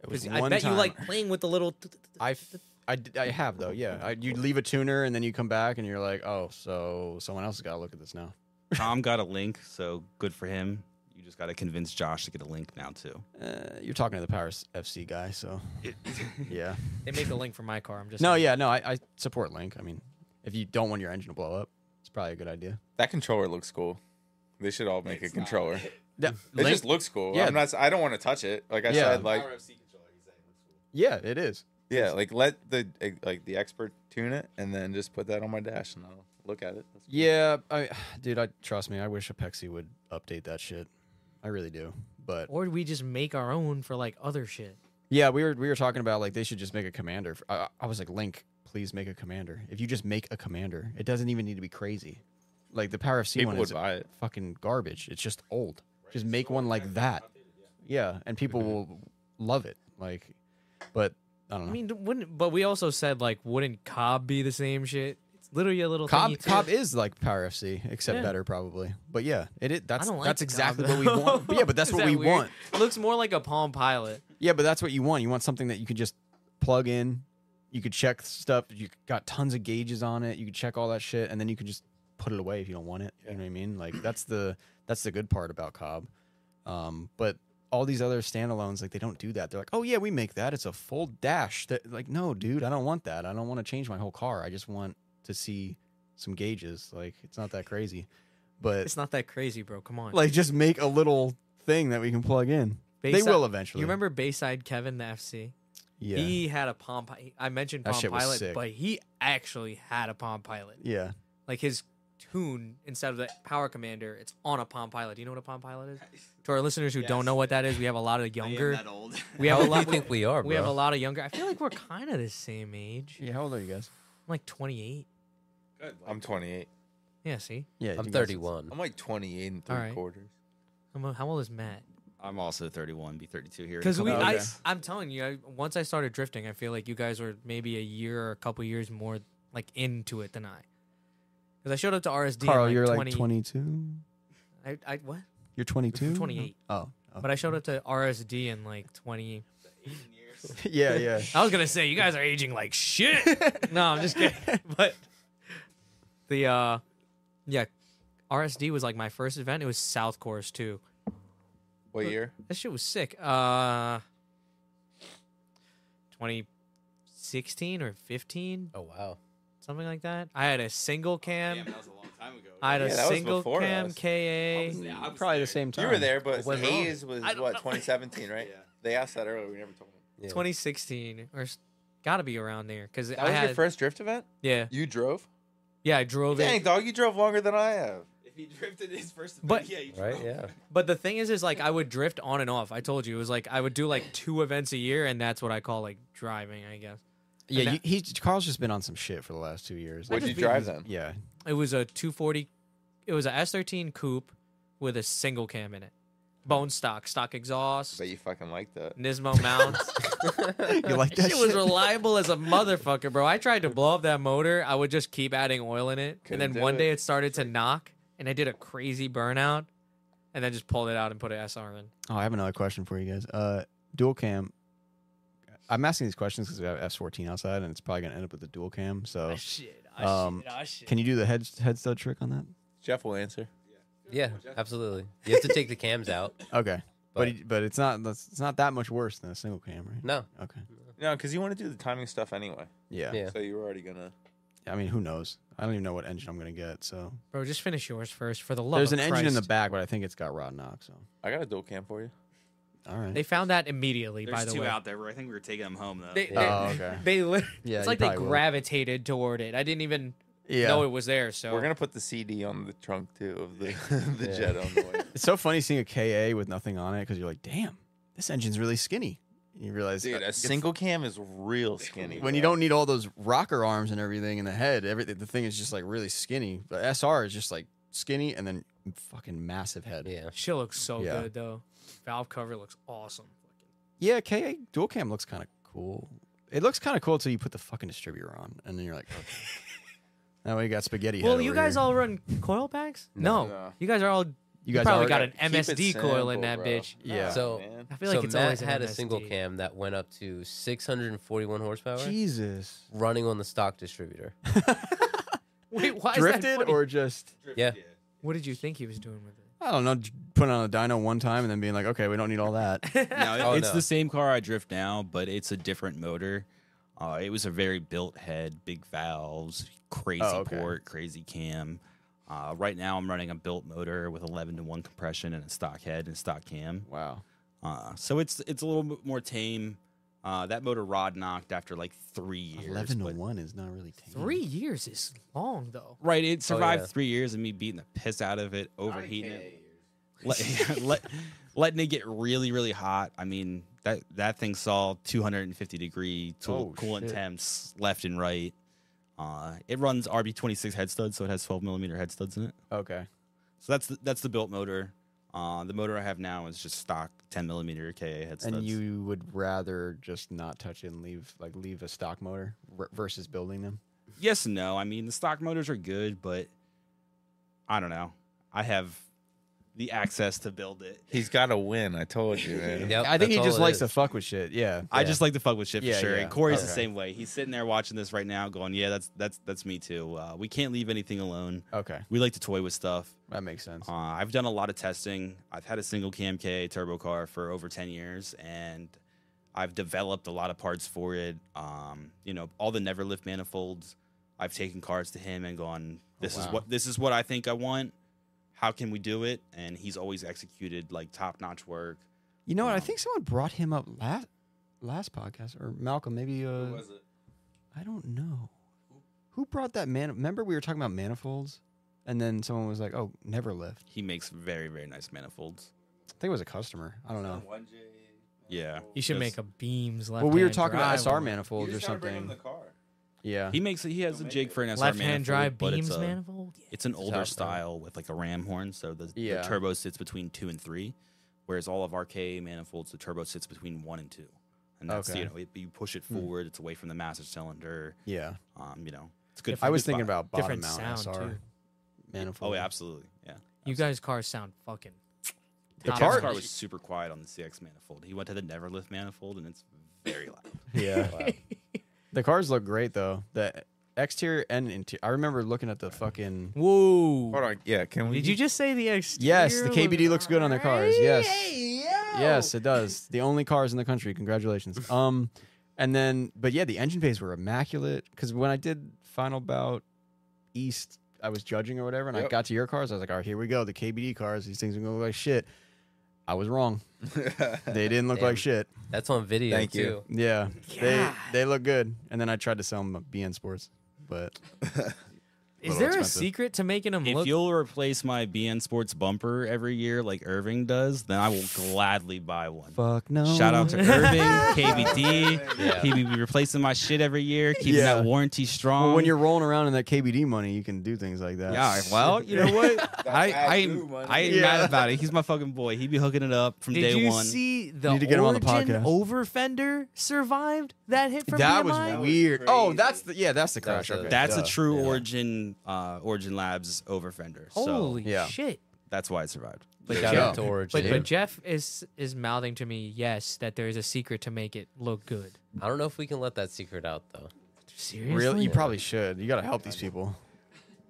Speaker 1: It
Speaker 2: 'Cause
Speaker 1: was
Speaker 2: I
Speaker 1: one
Speaker 2: bet you
Speaker 1: time-
Speaker 2: like playing with the little. t- t- t-
Speaker 1: I, f- I, d- I have though, yeah. I, you leave a tuner and then you come back and you're like, oh, so someone else has got to look at this now.
Speaker 3: Tom got a link, so good for him. You just got to convince Josh to get a link now too.
Speaker 1: Uh, you're talking to the Power FC guy, so *laughs*
Speaker 4: *laughs*
Speaker 1: yeah.
Speaker 2: They made the link for my car. I'm just.
Speaker 1: No,
Speaker 2: saying.
Speaker 1: yeah, no, I, I support Link. I mean, if you don't want your engine to blow up, it's probably a good idea.
Speaker 4: That controller looks cool. They should all make a controller.
Speaker 1: Yeah,
Speaker 4: It
Speaker 1: Link-
Speaker 4: just looks cool.
Speaker 1: Yeah.
Speaker 4: I'm not. I don't want to touch it. Like I
Speaker 1: Yeah.
Speaker 4: said, like
Speaker 7: RFC controller, he's saying. That's cool.
Speaker 1: yeah, it is.
Speaker 4: yeah, like let the like the expert tune it, and then just put that on my dash, and I'll look at it. That's-
Speaker 1: Yeah, I, dude, I trust me. I wish Apexi would update that shit. I really do. But
Speaker 2: Or we just make our own for like other shit.
Speaker 1: yeah, we were we were talking about like they should just make a commander. I, I- I was like, Link, please make a commander. If you just make a commander, it doesn't even need to be crazy. Like the Power FC
Speaker 4: People
Speaker 1: one
Speaker 4: would
Speaker 1: is
Speaker 4: buy it.
Speaker 1: fucking garbage. It's just old. Just make one like that. Yeah, and
Speaker 4: *laughs*
Speaker 1: people
Speaker 3: Mm-hmm.
Speaker 1: will love it. Like, but I don't
Speaker 2: I
Speaker 1: know.
Speaker 2: mean, wouldn't? But we also said like, wouldn't Cobb be the same shit? It's literally a little.
Speaker 1: Cobb
Speaker 2: thingy too.
Speaker 1: Cobb is like Power FC, except
Speaker 2: Yeah.
Speaker 1: better probably. But yeah, it, it
Speaker 2: I
Speaker 1: that's
Speaker 2: don't like
Speaker 1: that's
Speaker 2: Cobb,
Speaker 1: exactly
Speaker 2: though.
Speaker 1: what we want. But yeah, but that's
Speaker 2: *laughs* Is
Speaker 1: what
Speaker 2: that
Speaker 1: we
Speaker 2: weird?
Speaker 1: want.
Speaker 2: It looks more like a Palm Pilot.
Speaker 1: Yeah, but that's what you want. You want something that you can just plug in. You could check stuff. You got tons of gauges on it. You could check all that shit, and then you can just put it away if you don't want it. You know what I mean?
Speaker 2: *clears throat*
Speaker 1: Like that's the that's the good part about Cobb. Um, but all these other standalones, like they don't do that. They're like, oh yeah, we make that. It's a full dash. That like, no, dude, I don't want that. I don't want to change my whole car. I just want to see some gauges. Like it's not that crazy, but
Speaker 2: It's not that crazy, bro. Come on.
Speaker 1: like just make a little thing that we can plug in. they
Speaker 2: Bayside-
Speaker 1: will eventually.
Speaker 2: You remember E? Bayside Kevin, the FC?
Speaker 1: Yeah.
Speaker 2: He had a Palm Pilot. I mentioned
Speaker 1: That
Speaker 2: Palm
Speaker 1: shit was
Speaker 2: Pilot,
Speaker 1: sick.
Speaker 2: but he actually had a Palm Pilot.
Speaker 1: yeah.
Speaker 2: Like his tune, instead of the Power Commander, it's on a Palm Pilot. Do you know what a Palm Pilot is?
Speaker 7: *laughs*
Speaker 2: To our listeners who don't
Speaker 7: Yes.
Speaker 2: know what that is, we have a lot of
Speaker 7: I am
Speaker 2: younger.
Speaker 3: *laughs*
Speaker 7: that old.
Speaker 2: *laughs* We
Speaker 5: How
Speaker 2: have a
Speaker 1: *laughs*
Speaker 2: lot.
Speaker 5: old do you
Speaker 2: We,
Speaker 5: think we are, bro?
Speaker 2: we have a lot of younger. I feel like we're kind of the same age. I'm
Speaker 1: Yeah, how old are you guys?
Speaker 2: like 28.
Speaker 7: Good, like,
Speaker 4: I'm 28.
Speaker 2: Yeah, see,
Speaker 1: Yeah,
Speaker 5: I'm 31.
Speaker 4: I'm like 28 and three
Speaker 2: All right.
Speaker 4: quarters.
Speaker 2: I'm a- how old is Matt?
Speaker 3: I'm also 31, be 32 here. in a
Speaker 2: Because
Speaker 3: couple
Speaker 2: we,
Speaker 1: Oh,
Speaker 2: I,
Speaker 1: okay.
Speaker 2: I'm telling you, I, once I started drifting, I feel like you guys were maybe a year or a couple years more like into it than I. Because I showed up to RSD.
Speaker 1: Carl,
Speaker 2: in, like,
Speaker 1: you're
Speaker 2: 20,
Speaker 1: like 22.
Speaker 2: I, I what?
Speaker 1: You're 22.
Speaker 2: 28.
Speaker 1: Oh, *laughs*
Speaker 2: But I showed up to RSD in like 20.
Speaker 7: Asian years.
Speaker 1: yeah, yeah.
Speaker 2: I was gonna say you guys are aging like shit. no, I'm just kidding. *laughs* But the uh, yeah, RSD was like my first event. It was South Course too.
Speaker 4: What year?
Speaker 2: That shit was sick. Uh, 2016 or 15.
Speaker 5: oh wow.
Speaker 2: something like that. I had a single cam.
Speaker 7: Damn, that was a long time ago.
Speaker 2: I had a
Speaker 4: Yeah, that was
Speaker 2: single
Speaker 4: before
Speaker 2: cam
Speaker 4: us.
Speaker 2: KA.
Speaker 7: was there. I was
Speaker 1: Probably
Speaker 7: there.
Speaker 1: the same time.
Speaker 4: You were there, but
Speaker 5: When-
Speaker 4: Hayes was
Speaker 2: I don't
Speaker 4: what
Speaker 2: know.
Speaker 4: 2017, right?
Speaker 7: Yeah.
Speaker 4: They asked that earlier. We never told them.
Speaker 5: Yeah.
Speaker 2: 2016 or s- gotta be around there because
Speaker 4: That
Speaker 2: I
Speaker 4: was
Speaker 2: had
Speaker 4: your first drift event.
Speaker 2: yeah
Speaker 4: You drove.
Speaker 2: yeah I drove
Speaker 4: Dang,
Speaker 2: it.
Speaker 4: dog, you drove longer than I have.
Speaker 7: If he drifted his first,
Speaker 2: But-
Speaker 7: event, yeah, you
Speaker 5: Right?
Speaker 7: drove.
Speaker 5: Yeah.
Speaker 2: But the thing is, is like I would drift on and off. I told you it was like I would do like two events a year, and that's what I call like driving, I guess.
Speaker 1: Yeah,
Speaker 2: And
Speaker 1: you, he's Carl's just been on some shit for the last two years.
Speaker 4: What'd
Speaker 2: just
Speaker 4: you
Speaker 2: beat
Speaker 4: drive then?
Speaker 1: Yeah,
Speaker 2: It was a 240. It was a S13 coupe with a single cam in it, bone stock, stock exhaust,
Speaker 4: But you fucking liked that.
Speaker 2: Nismo mount.
Speaker 1: *laughs* you like that?
Speaker 2: *laughs* Shit was
Speaker 1: shit?
Speaker 2: reliable as a motherfucker, bro. I tried to blow up that motor. I would just keep adding oil in it,
Speaker 4: Couldn't
Speaker 2: and
Speaker 4: do
Speaker 2: then one
Speaker 4: it.
Speaker 2: day it started to knock, and I did a crazy burnout, and then just pulled it out and put an SR in.
Speaker 1: Oh, I have another question for you guys. Uh, dual cam. I'm asking these questions because we have S14 outside, and it's probably gonna end up with the dual cam. So,
Speaker 2: Ah, shit,
Speaker 1: Um, shit, can you do the head head stud trick on that?
Speaker 4: Jeff will answer.
Speaker 5: Yeah, absolutely. You have to take the cams out.
Speaker 1: Okay, but
Speaker 5: But-
Speaker 1: it- but it's not that's- it's not that much worse than a single cam, right?
Speaker 5: No.
Speaker 1: Okay.
Speaker 2: Mm-hmm.
Speaker 4: No, because you want to do the timing stuff anyway.
Speaker 1: Yeah.
Speaker 5: Yeah.
Speaker 4: So you were already gonna.
Speaker 1: I mean, who knows? I don't even know what engine I'm gonna get. So
Speaker 2: bro? Just finish yours first, for the love.
Speaker 1: there's
Speaker 2: of
Speaker 1: an engine in the
Speaker 2: Christ.
Speaker 1: back, but I think it's got rod knock. So
Speaker 4: I got a dual cam for you.
Speaker 1: all right.
Speaker 2: They found that immediately.
Speaker 3: There's
Speaker 2: by the
Speaker 3: two
Speaker 2: way,
Speaker 3: out there. Bro. I think we were taking them home though.
Speaker 2: They-
Speaker 5: Yeah.
Speaker 1: Oh, okay.
Speaker 2: *laughs* they lit-
Speaker 1: Yeah,
Speaker 2: it's
Speaker 1: you
Speaker 2: like they
Speaker 1: probably will.
Speaker 2: gravitated toward it. I didn't even
Speaker 1: Yeah.
Speaker 2: know it was there. So
Speaker 4: We're gonna put the CD on the trunk too of the *laughs* the
Speaker 5: Yeah.
Speaker 4: jet on the way.
Speaker 1: It's so funny seeing a KA with nothing on it because you're like, damn, this engine's really skinny. And you realize,
Speaker 4: Dude, a
Speaker 1: it's-
Speaker 4: single cam is real skinny.
Speaker 1: When you
Speaker 4: bro.
Speaker 1: don't need all those rocker arms and everything in the head, everything the thing is just like really skinny. But SR is just like skinny and then fucking massive head.
Speaker 5: Yeah.
Speaker 2: she looks so
Speaker 1: Yeah.
Speaker 2: good though. Valve cover looks awesome.
Speaker 1: Yeah, KA dual cam looks kind of cool. It looks kind of cool until you put the fucking distributor on, and then you're like, okay. now we got spaghetti. head
Speaker 2: Well,
Speaker 1: over
Speaker 2: you guys
Speaker 1: here.
Speaker 2: all run coil packs? No.
Speaker 4: No.
Speaker 2: You guys are all. You,
Speaker 1: you guys
Speaker 2: probably
Speaker 1: already-
Speaker 2: got
Speaker 4: are-
Speaker 2: an
Speaker 4: Keep it
Speaker 2: MSD coil in
Speaker 4: simple,
Speaker 2: that
Speaker 4: bro.
Speaker 2: bitch.
Speaker 1: yeah.
Speaker 5: So-
Speaker 4: man.
Speaker 2: I feel like
Speaker 5: so
Speaker 2: it's
Speaker 5: Matt
Speaker 2: always an
Speaker 5: had a
Speaker 2: MSD.
Speaker 5: single cam that went up to 641 horsepower,
Speaker 1: uh, Jesus
Speaker 5: running on the stock distributor.
Speaker 2: Wait, why is that
Speaker 1: drifted
Speaker 2: funny?
Speaker 1: or just
Speaker 5: Yeah.
Speaker 2: What did you think he was doing with it?
Speaker 1: I don't know, j- putting on a dyno one time and then being like, okay, we don't need all
Speaker 2: *laughs*
Speaker 1: that.
Speaker 3: no, it-
Speaker 5: Oh,
Speaker 3: it's
Speaker 5: no.
Speaker 3: the same car I drift now, but it's a different motor. Uh, it was a very built head, big valves, crazy
Speaker 1: Oh, okay.
Speaker 3: port, crazy cam. Uh, right now, I'm running a built motor with 11 to 1 compression and a stock head and stock cam.
Speaker 1: wow.
Speaker 3: Uh, so it's it's a little bit more tame. Uh, that motor rod knocked after like three years.
Speaker 1: 11 to
Speaker 3: but-
Speaker 1: 1 is not really tame.
Speaker 2: Three years is long though.
Speaker 3: Right,
Speaker 1: Oh,
Speaker 3: it survived
Speaker 5: yeah.
Speaker 3: three years of me beating the piss out of it, overheating it, let, *laughs* let, letting it get really, really hot. I mean, that that thing saw 250 degree
Speaker 1: Oh,
Speaker 3: tool, coolant
Speaker 1: shit.
Speaker 3: temps left and right. Uh, it runs RB26 head studs, so it has 12 millimeter head studs in it.
Speaker 1: Okay.
Speaker 3: So that's the, that's the built motor. Uh, the motor I have now is just stock 10 millimeter KA head studs.
Speaker 1: And you would rather just not touch it and leave like leave a stock motor r- versus building them.
Speaker 3: yes and no. I mean, the stock motors are good, but I don't know. I have the access to build it.
Speaker 4: He's got to win. I told you, man.
Speaker 5: Yep,
Speaker 1: I think
Speaker 5: that's
Speaker 1: he
Speaker 5: all
Speaker 1: just
Speaker 5: it
Speaker 1: likes to
Speaker 5: is.
Speaker 1: fuck with shit. Yeah.
Speaker 3: I
Speaker 5: Yeah.
Speaker 3: just like to fuck with shit for
Speaker 1: Yeah,
Speaker 3: sure.
Speaker 1: yeah.
Speaker 3: And Corey's the
Speaker 1: Okay.
Speaker 3: same way. He's sitting there watching this right now, going, "Yeah, that's that's that's me too. Uh, we can't leave anything alone.
Speaker 1: Okay.
Speaker 3: We like to toy with stuff.
Speaker 1: That makes sense.
Speaker 3: Uh, I've done a lot of testing. I've had a single cam K turbo car for over ten years, and I've developed a lot of parts for it. Um, you know, all the Neverlift manifolds. I've taken cars to him and gone, "This
Speaker 1: Oh, wow.
Speaker 3: is what this is what I think I want. How can we do it?" And he's always executed like top notch work.
Speaker 1: You know what? I
Speaker 3: um,
Speaker 1: think someone brought him up last last podcast or Malcolm maybe uh
Speaker 7: was it?
Speaker 1: I don't know. Who brought that man Remember we were talking about manifolds and then someone was like, "Oh, never lift."
Speaker 3: He makes very very nice manifolds.
Speaker 1: I think it was a custer. I don't know.
Speaker 7: One J.
Speaker 3: Yeah.
Speaker 2: You should
Speaker 3: Yes.
Speaker 2: make a beams left.
Speaker 1: Well, we were talking about SR
Speaker 2: man.
Speaker 7: You
Speaker 1: manifolds or
Speaker 7: just gotta bring him
Speaker 1: something.
Speaker 7: the car.
Speaker 1: Yeah.
Speaker 3: He makes he has
Speaker 7: Don't
Speaker 3: a
Speaker 7: make
Speaker 3: jig
Speaker 7: it.
Speaker 3: for an SR
Speaker 2: Left hand
Speaker 3: manifold,
Speaker 2: drive
Speaker 3: but
Speaker 2: beams
Speaker 3: it's a,
Speaker 2: manifold. Yeah.
Speaker 3: It's an
Speaker 1: out there.
Speaker 3: older style with like a ram horn, so the,
Speaker 1: Yeah.
Speaker 3: the turbo sits between two and three, whereas all of our KA manifolds, the turbo sits between one and two, and that's
Speaker 1: Okay.
Speaker 3: you know it, you push it
Speaker 1: Hmm.
Speaker 3: forward, it's away from the master cylinder,
Speaker 1: yeah.
Speaker 3: um, you know it's good.
Speaker 2: If
Speaker 3: for
Speaker 1: I
Speaker 3: good
Speaker 1: was thinking
Speaker 3: spot.
Speaker 1: about bottom
Speaker 2: Different
Speaker 1: mount
Speaker 2: sound,
Speaker 1: SR
Speaker 2: too.
Speaker 1: manifold.
Speaker 3: oh yeah, absolutely yeah.
Speaker 2: You guys' cars sound fucking.
Speaker 1: The
Speaker 2: top
Speaker 3: Jeff's
Speaker 1: car-
Speaker 2: notch.
Speaker 3: car was super quiet on the CX manifold. He went to the Neverlift manifold, and it's very loud.
Speaker 1: *laughs* Yeah. the cars look great though. The exterior and interior. I remember looking at the fucking.
Speaker 2: Whoa.
Speaker 4: Hold on. Yeah. Can we?
Speaker 2: Did you just say the exterior?
Speaker 1: Yes, the KBD looks good on their cars. Yes.
Speaker 7: yo.
Speaker 1: Yes, it does. The only cars in the country.
Speaker 4: *laughs*
Speaker 1: Congratulations. Um, and then, but yeah, the engine bays were immaculate. Because when I did final bout East, I was judging or whatever, and I
Speaker 4: Yep.
Speaker 1: got to your cars. I was like, all right, here we go. The KBD cars. These things are gonna look like shit. I was
Speaker 4: *laughs*
Speaker 1: wrong. They didn't look like
Speaker 5: Damn.
Speaker 1: shit.
Speaker 5: That's on video
Speaker 4: Thank
Speaker 5: too.
Speaker 4: you.
Speaker 1: Yeah, they
Speaker 2: God.
Speaker 1: they look good. And then I tried to sell them BN Sports, but
Speaker 2: Is
Speaker 6: little
Speaker 2: there
Speaker 6: expensive.
Speaker 2: a secret to making them
Speaker 3: If
Speaker 2: look?
Speaker 3: you'll replace my BN Sports bumper every year like Irving does, then I will gladly buy one.
Speaker 1: Fuck no. *laughs*
Speaker 3: Shout
Speaker 6: Oh.
Speaker 3: out to Irving, KBD.
Speaker 5: Yeah.
Speaker 3: He be replacing my shit every year, keeping
Speaker 1: Yeah.
Speaker 3: that warranty strong.
Speaker 1: Well, when you're rolling around in that KBD money, you can do things like that.
Speaker 6: *laughs*
Speaker 3: yeah, well,
Speaker 2: *laughs*
Speaker 3: you know what? I
Speaker 7: That
Speaker 3: I
Speaker 7: Wagyu
Speaker 3: ain't,
Speaker 7: money.
Speaker 3: I ain't mad about it. He's my fucking boy. He be hooking it up from
Speaker 2: Did
Speaker 3: day
Speaker 2: you
Speaker 3: one.
Speaker 2: see the
Speaker 1: Need to get him on the
Speaker 2: origin
Speaker 1: podcast.
Speaker 2: over fender survived that hit from
Speaker 1: that
Speaker 2: BMI?
Speaker 1: was
Speaker 7: was
Speaker 1: weird. oh,
Speaker 7: crazy.
Speaker 1: that's the yeah, that's the
Speaker 5: That was
Speaker 1: crash.
Speaker 5: a-
Speaker 1: okay.
Speaker 3: That's a
Speaker 5: Duh.
Speaker 3: true
Speaker 5: Yeah.
Speaker 3: Origin uh, Origin Labs over fender.
Speaker 2: Holy
Speaker 3: So
Speaker 1: yeah.
Speaker 2: shit!
Speaker 3: that's why it survived.
Speaker 5: But
Speaker 1: Yeah.
Speaker 5: shout out to
Speaker 1: But-
Speaker 5: Origin.
Speaker 2: But, but Jeff is is mouthing to me yes that there is a secret to make it look good.
Speaker 5: I don't know if we can let that secret out though.
Speaker 2: Seriously,
Speaker 1: Really, you probably should. You got to help these people.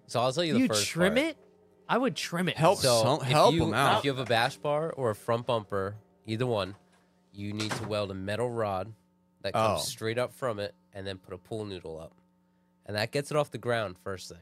Speaker 5: So I'll tell you the
Speaker 2: you
Speaker 5: first
Speaker 2: trim
Speaker 5: part.
Speaker 2: it? I would trim it.
Speaker 1: Help
Speaker 5: So
Speaker 1: some,
Speaker 5: if
Speaker 1: help
Speaker 5: you,
Speaker 1: them out.
Speaker 5: If you have a bash bar or a front bumper, either one, you need to weld a metal rod that comes
Speaker 1: Oh.
Speaker 5: straight up from it, and then put a pool noodle up, and that gets it off the ground first thing.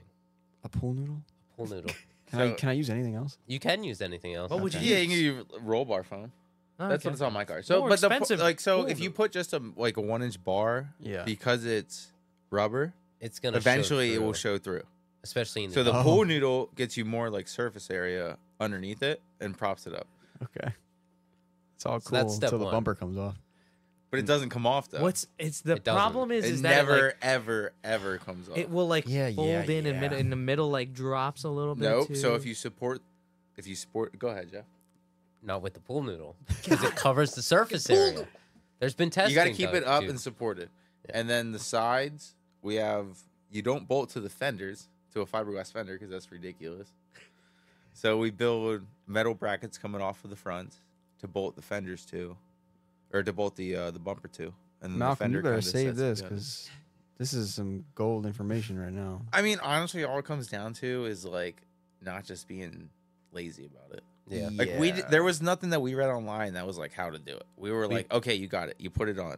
Speaker 1: a pool noodle?
Speaker 4: *laughs*
Speaker 5: Pool noodle.
Speaker 1: Can I
Speaker 4: So-
Speaker 1: can I use anything else?
Speaker 5: you can use anything else.
Speaker 2: What Oh, would you
Speaker 4: Yeah, you can use roll bar foam.
Speaker 2: Oh,
Speaker 4: That's
Speaker 2: okay.
Speaker 4: what's on my car. So,
Speaker 2: More
Speaker 4: but the, po-
Speaker 2: expensive
Speaker 4: like, so
Speaker 2: pool
Speaker 4: if you
Speaker 2: noodle.
Speaker 4: put just a like a one inch bar,
Speaker 1: Yeah.
Speaker 4: because it's rubber,
Speaker 5: It's gonna show
Speaker 4: eventually it will
Speaker 5: through,
Speaker 4: show through.
Speaker 5: especially in
Speaker 4: So the
Speaker 1: Oh.
Speaker 4: pool noodle gets you more like surface area underneath it and props it up,
Speaker 1: Okay. It's all
Speaker 5: So
Speaker 1: cool
Speaker 5: that's step
Speaker 1: until the
Speaker 5: one.
Speaker 1: bumper comes off.
Speaker 4: but it doesn't come off though.
Speaker 2: What's it's the
Speaker 5: It doesn't.
Speaker 2: problem is
Speaker 4: it
Speaker 2: is that it,
Speaker 4: never
Speaker 2: like,
Speaker 4: ever ever comes off.
Speaker 2: it will like
Speaker 1: Yeah, yeah,
Speaker 2: fold in and mid-
Speaker 1: yeah.
Speaker 2: in the middle like drops a little bit.
Speaker 4: nope. So
Speaker 2: too.
Speaker 4: if you support, if you support, go ahead, Jeff.
Speaker 5: not with the pool
Speaker 4: *laughs*
Speaker 5: noodle because it covers the surface area. There's been testing.
Speaker 4: you got to keep
Speaker 5: done,
Speaker 4: it up
Speaker 5: too.
Speaker 4: and supported. And then the sides, we have you don't bolt to the fenders to a fiberglass fender because that's ridiculous. So we build metal brackets coming off of the front to bolt the fenders to, or to bolt the uh, the bumper to. And then the
Speaker 1: Malcolm,
Speaker 4: fender
Speaker 1: you better
Speaker 4: kinda
Speaker 1: save
Speaker 4: sets it
Speaker 1: this
Speaker 4: down.
Speaker 1: because this is some gold information right now.
Speaker 4: I mean, honestly, all it comes down to is like not just being lazy about it.
Speaker 5: yeah.
Speaker 4: Like we, d- there was nothing that we read online that was like how to do it. We were like, okay, you got it, you put it on.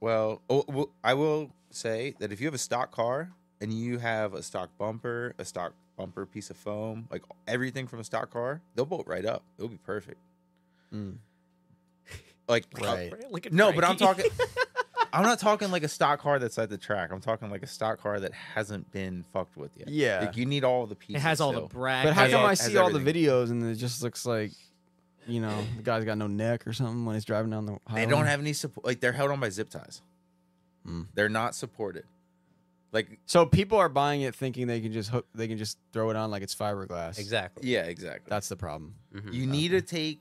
Speaker 4: Well, oh, well, I will say that if you have a stock car and you have a stock bumper, a stock bumper piece of foam, like everything from a stock car, they'll bolt right up. It'll be perfect.
Speaker 1: Mm.
Speaker 4: *laughs* Like,
Speaker 1: Right.
Speaker 2: Look at
Speaker 4: no, but I'm
Speaker 2: Frankie.
Speaker 4: *laughs* talking. I'm not talking like a stock car that's at the track. I'm talking like a stock car that hasn't been fucked with yet.
Speaker 1: Yeah.
Speaker 4: like you need all the pieces.
Speaker 2: It has all the
Speaker 4: still.
Speaker 2: brackets.
Speaker 1: But how
Speaker 4: has
Speaker 1: come
Speaker 4: all-
Speaker 1: I
Speaker 4: has
Speaker 1: see all the
Speaker 4: everything.
Speaker 1: videos and it just looks like, you know, the guy's got no neck or something when he's driving down the highway?
Speaker 4: They don't have any support. Like they're held on by zip ties.
Speaker 1: Mm.
Speaker 4: They're not supported. Like
Speaker 1: So people are buying it thinking they can just hook, they can just throw it on like it's fiberglass.
Speaker 5: exactly.
Speaker 4: yeah, exactly.
Speaker 1: That's the problem.
Speaker 5: Mhm.
Speaker 4: you need to take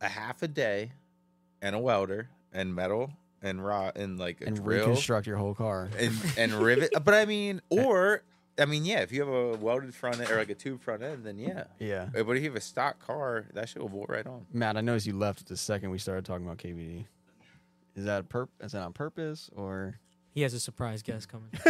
Speaker 4: a half a day and a welder and metal and raw and like a
Speaker 1: and
Speaker 4: drill
Speaker 1: reconstruct your whole car.
Speaker 4: and and rivet. But
Speaker 1: *laughs*
Speaker 4: I mean, or I mean, yeah, if you have a welded front end or like a tube front end, then yeah.
Speaker 1: Yeah.
Speaker 4: Uh, But if you have a stock car, that shit will bolt right on.
Speaker 1: Matt, I noticed you left the second we started talking about KVD. Is that a perp? Is that on purpose or?
Speaker 2: He has a surprise guest *laughs* coming.
Speaker 1: *laughs*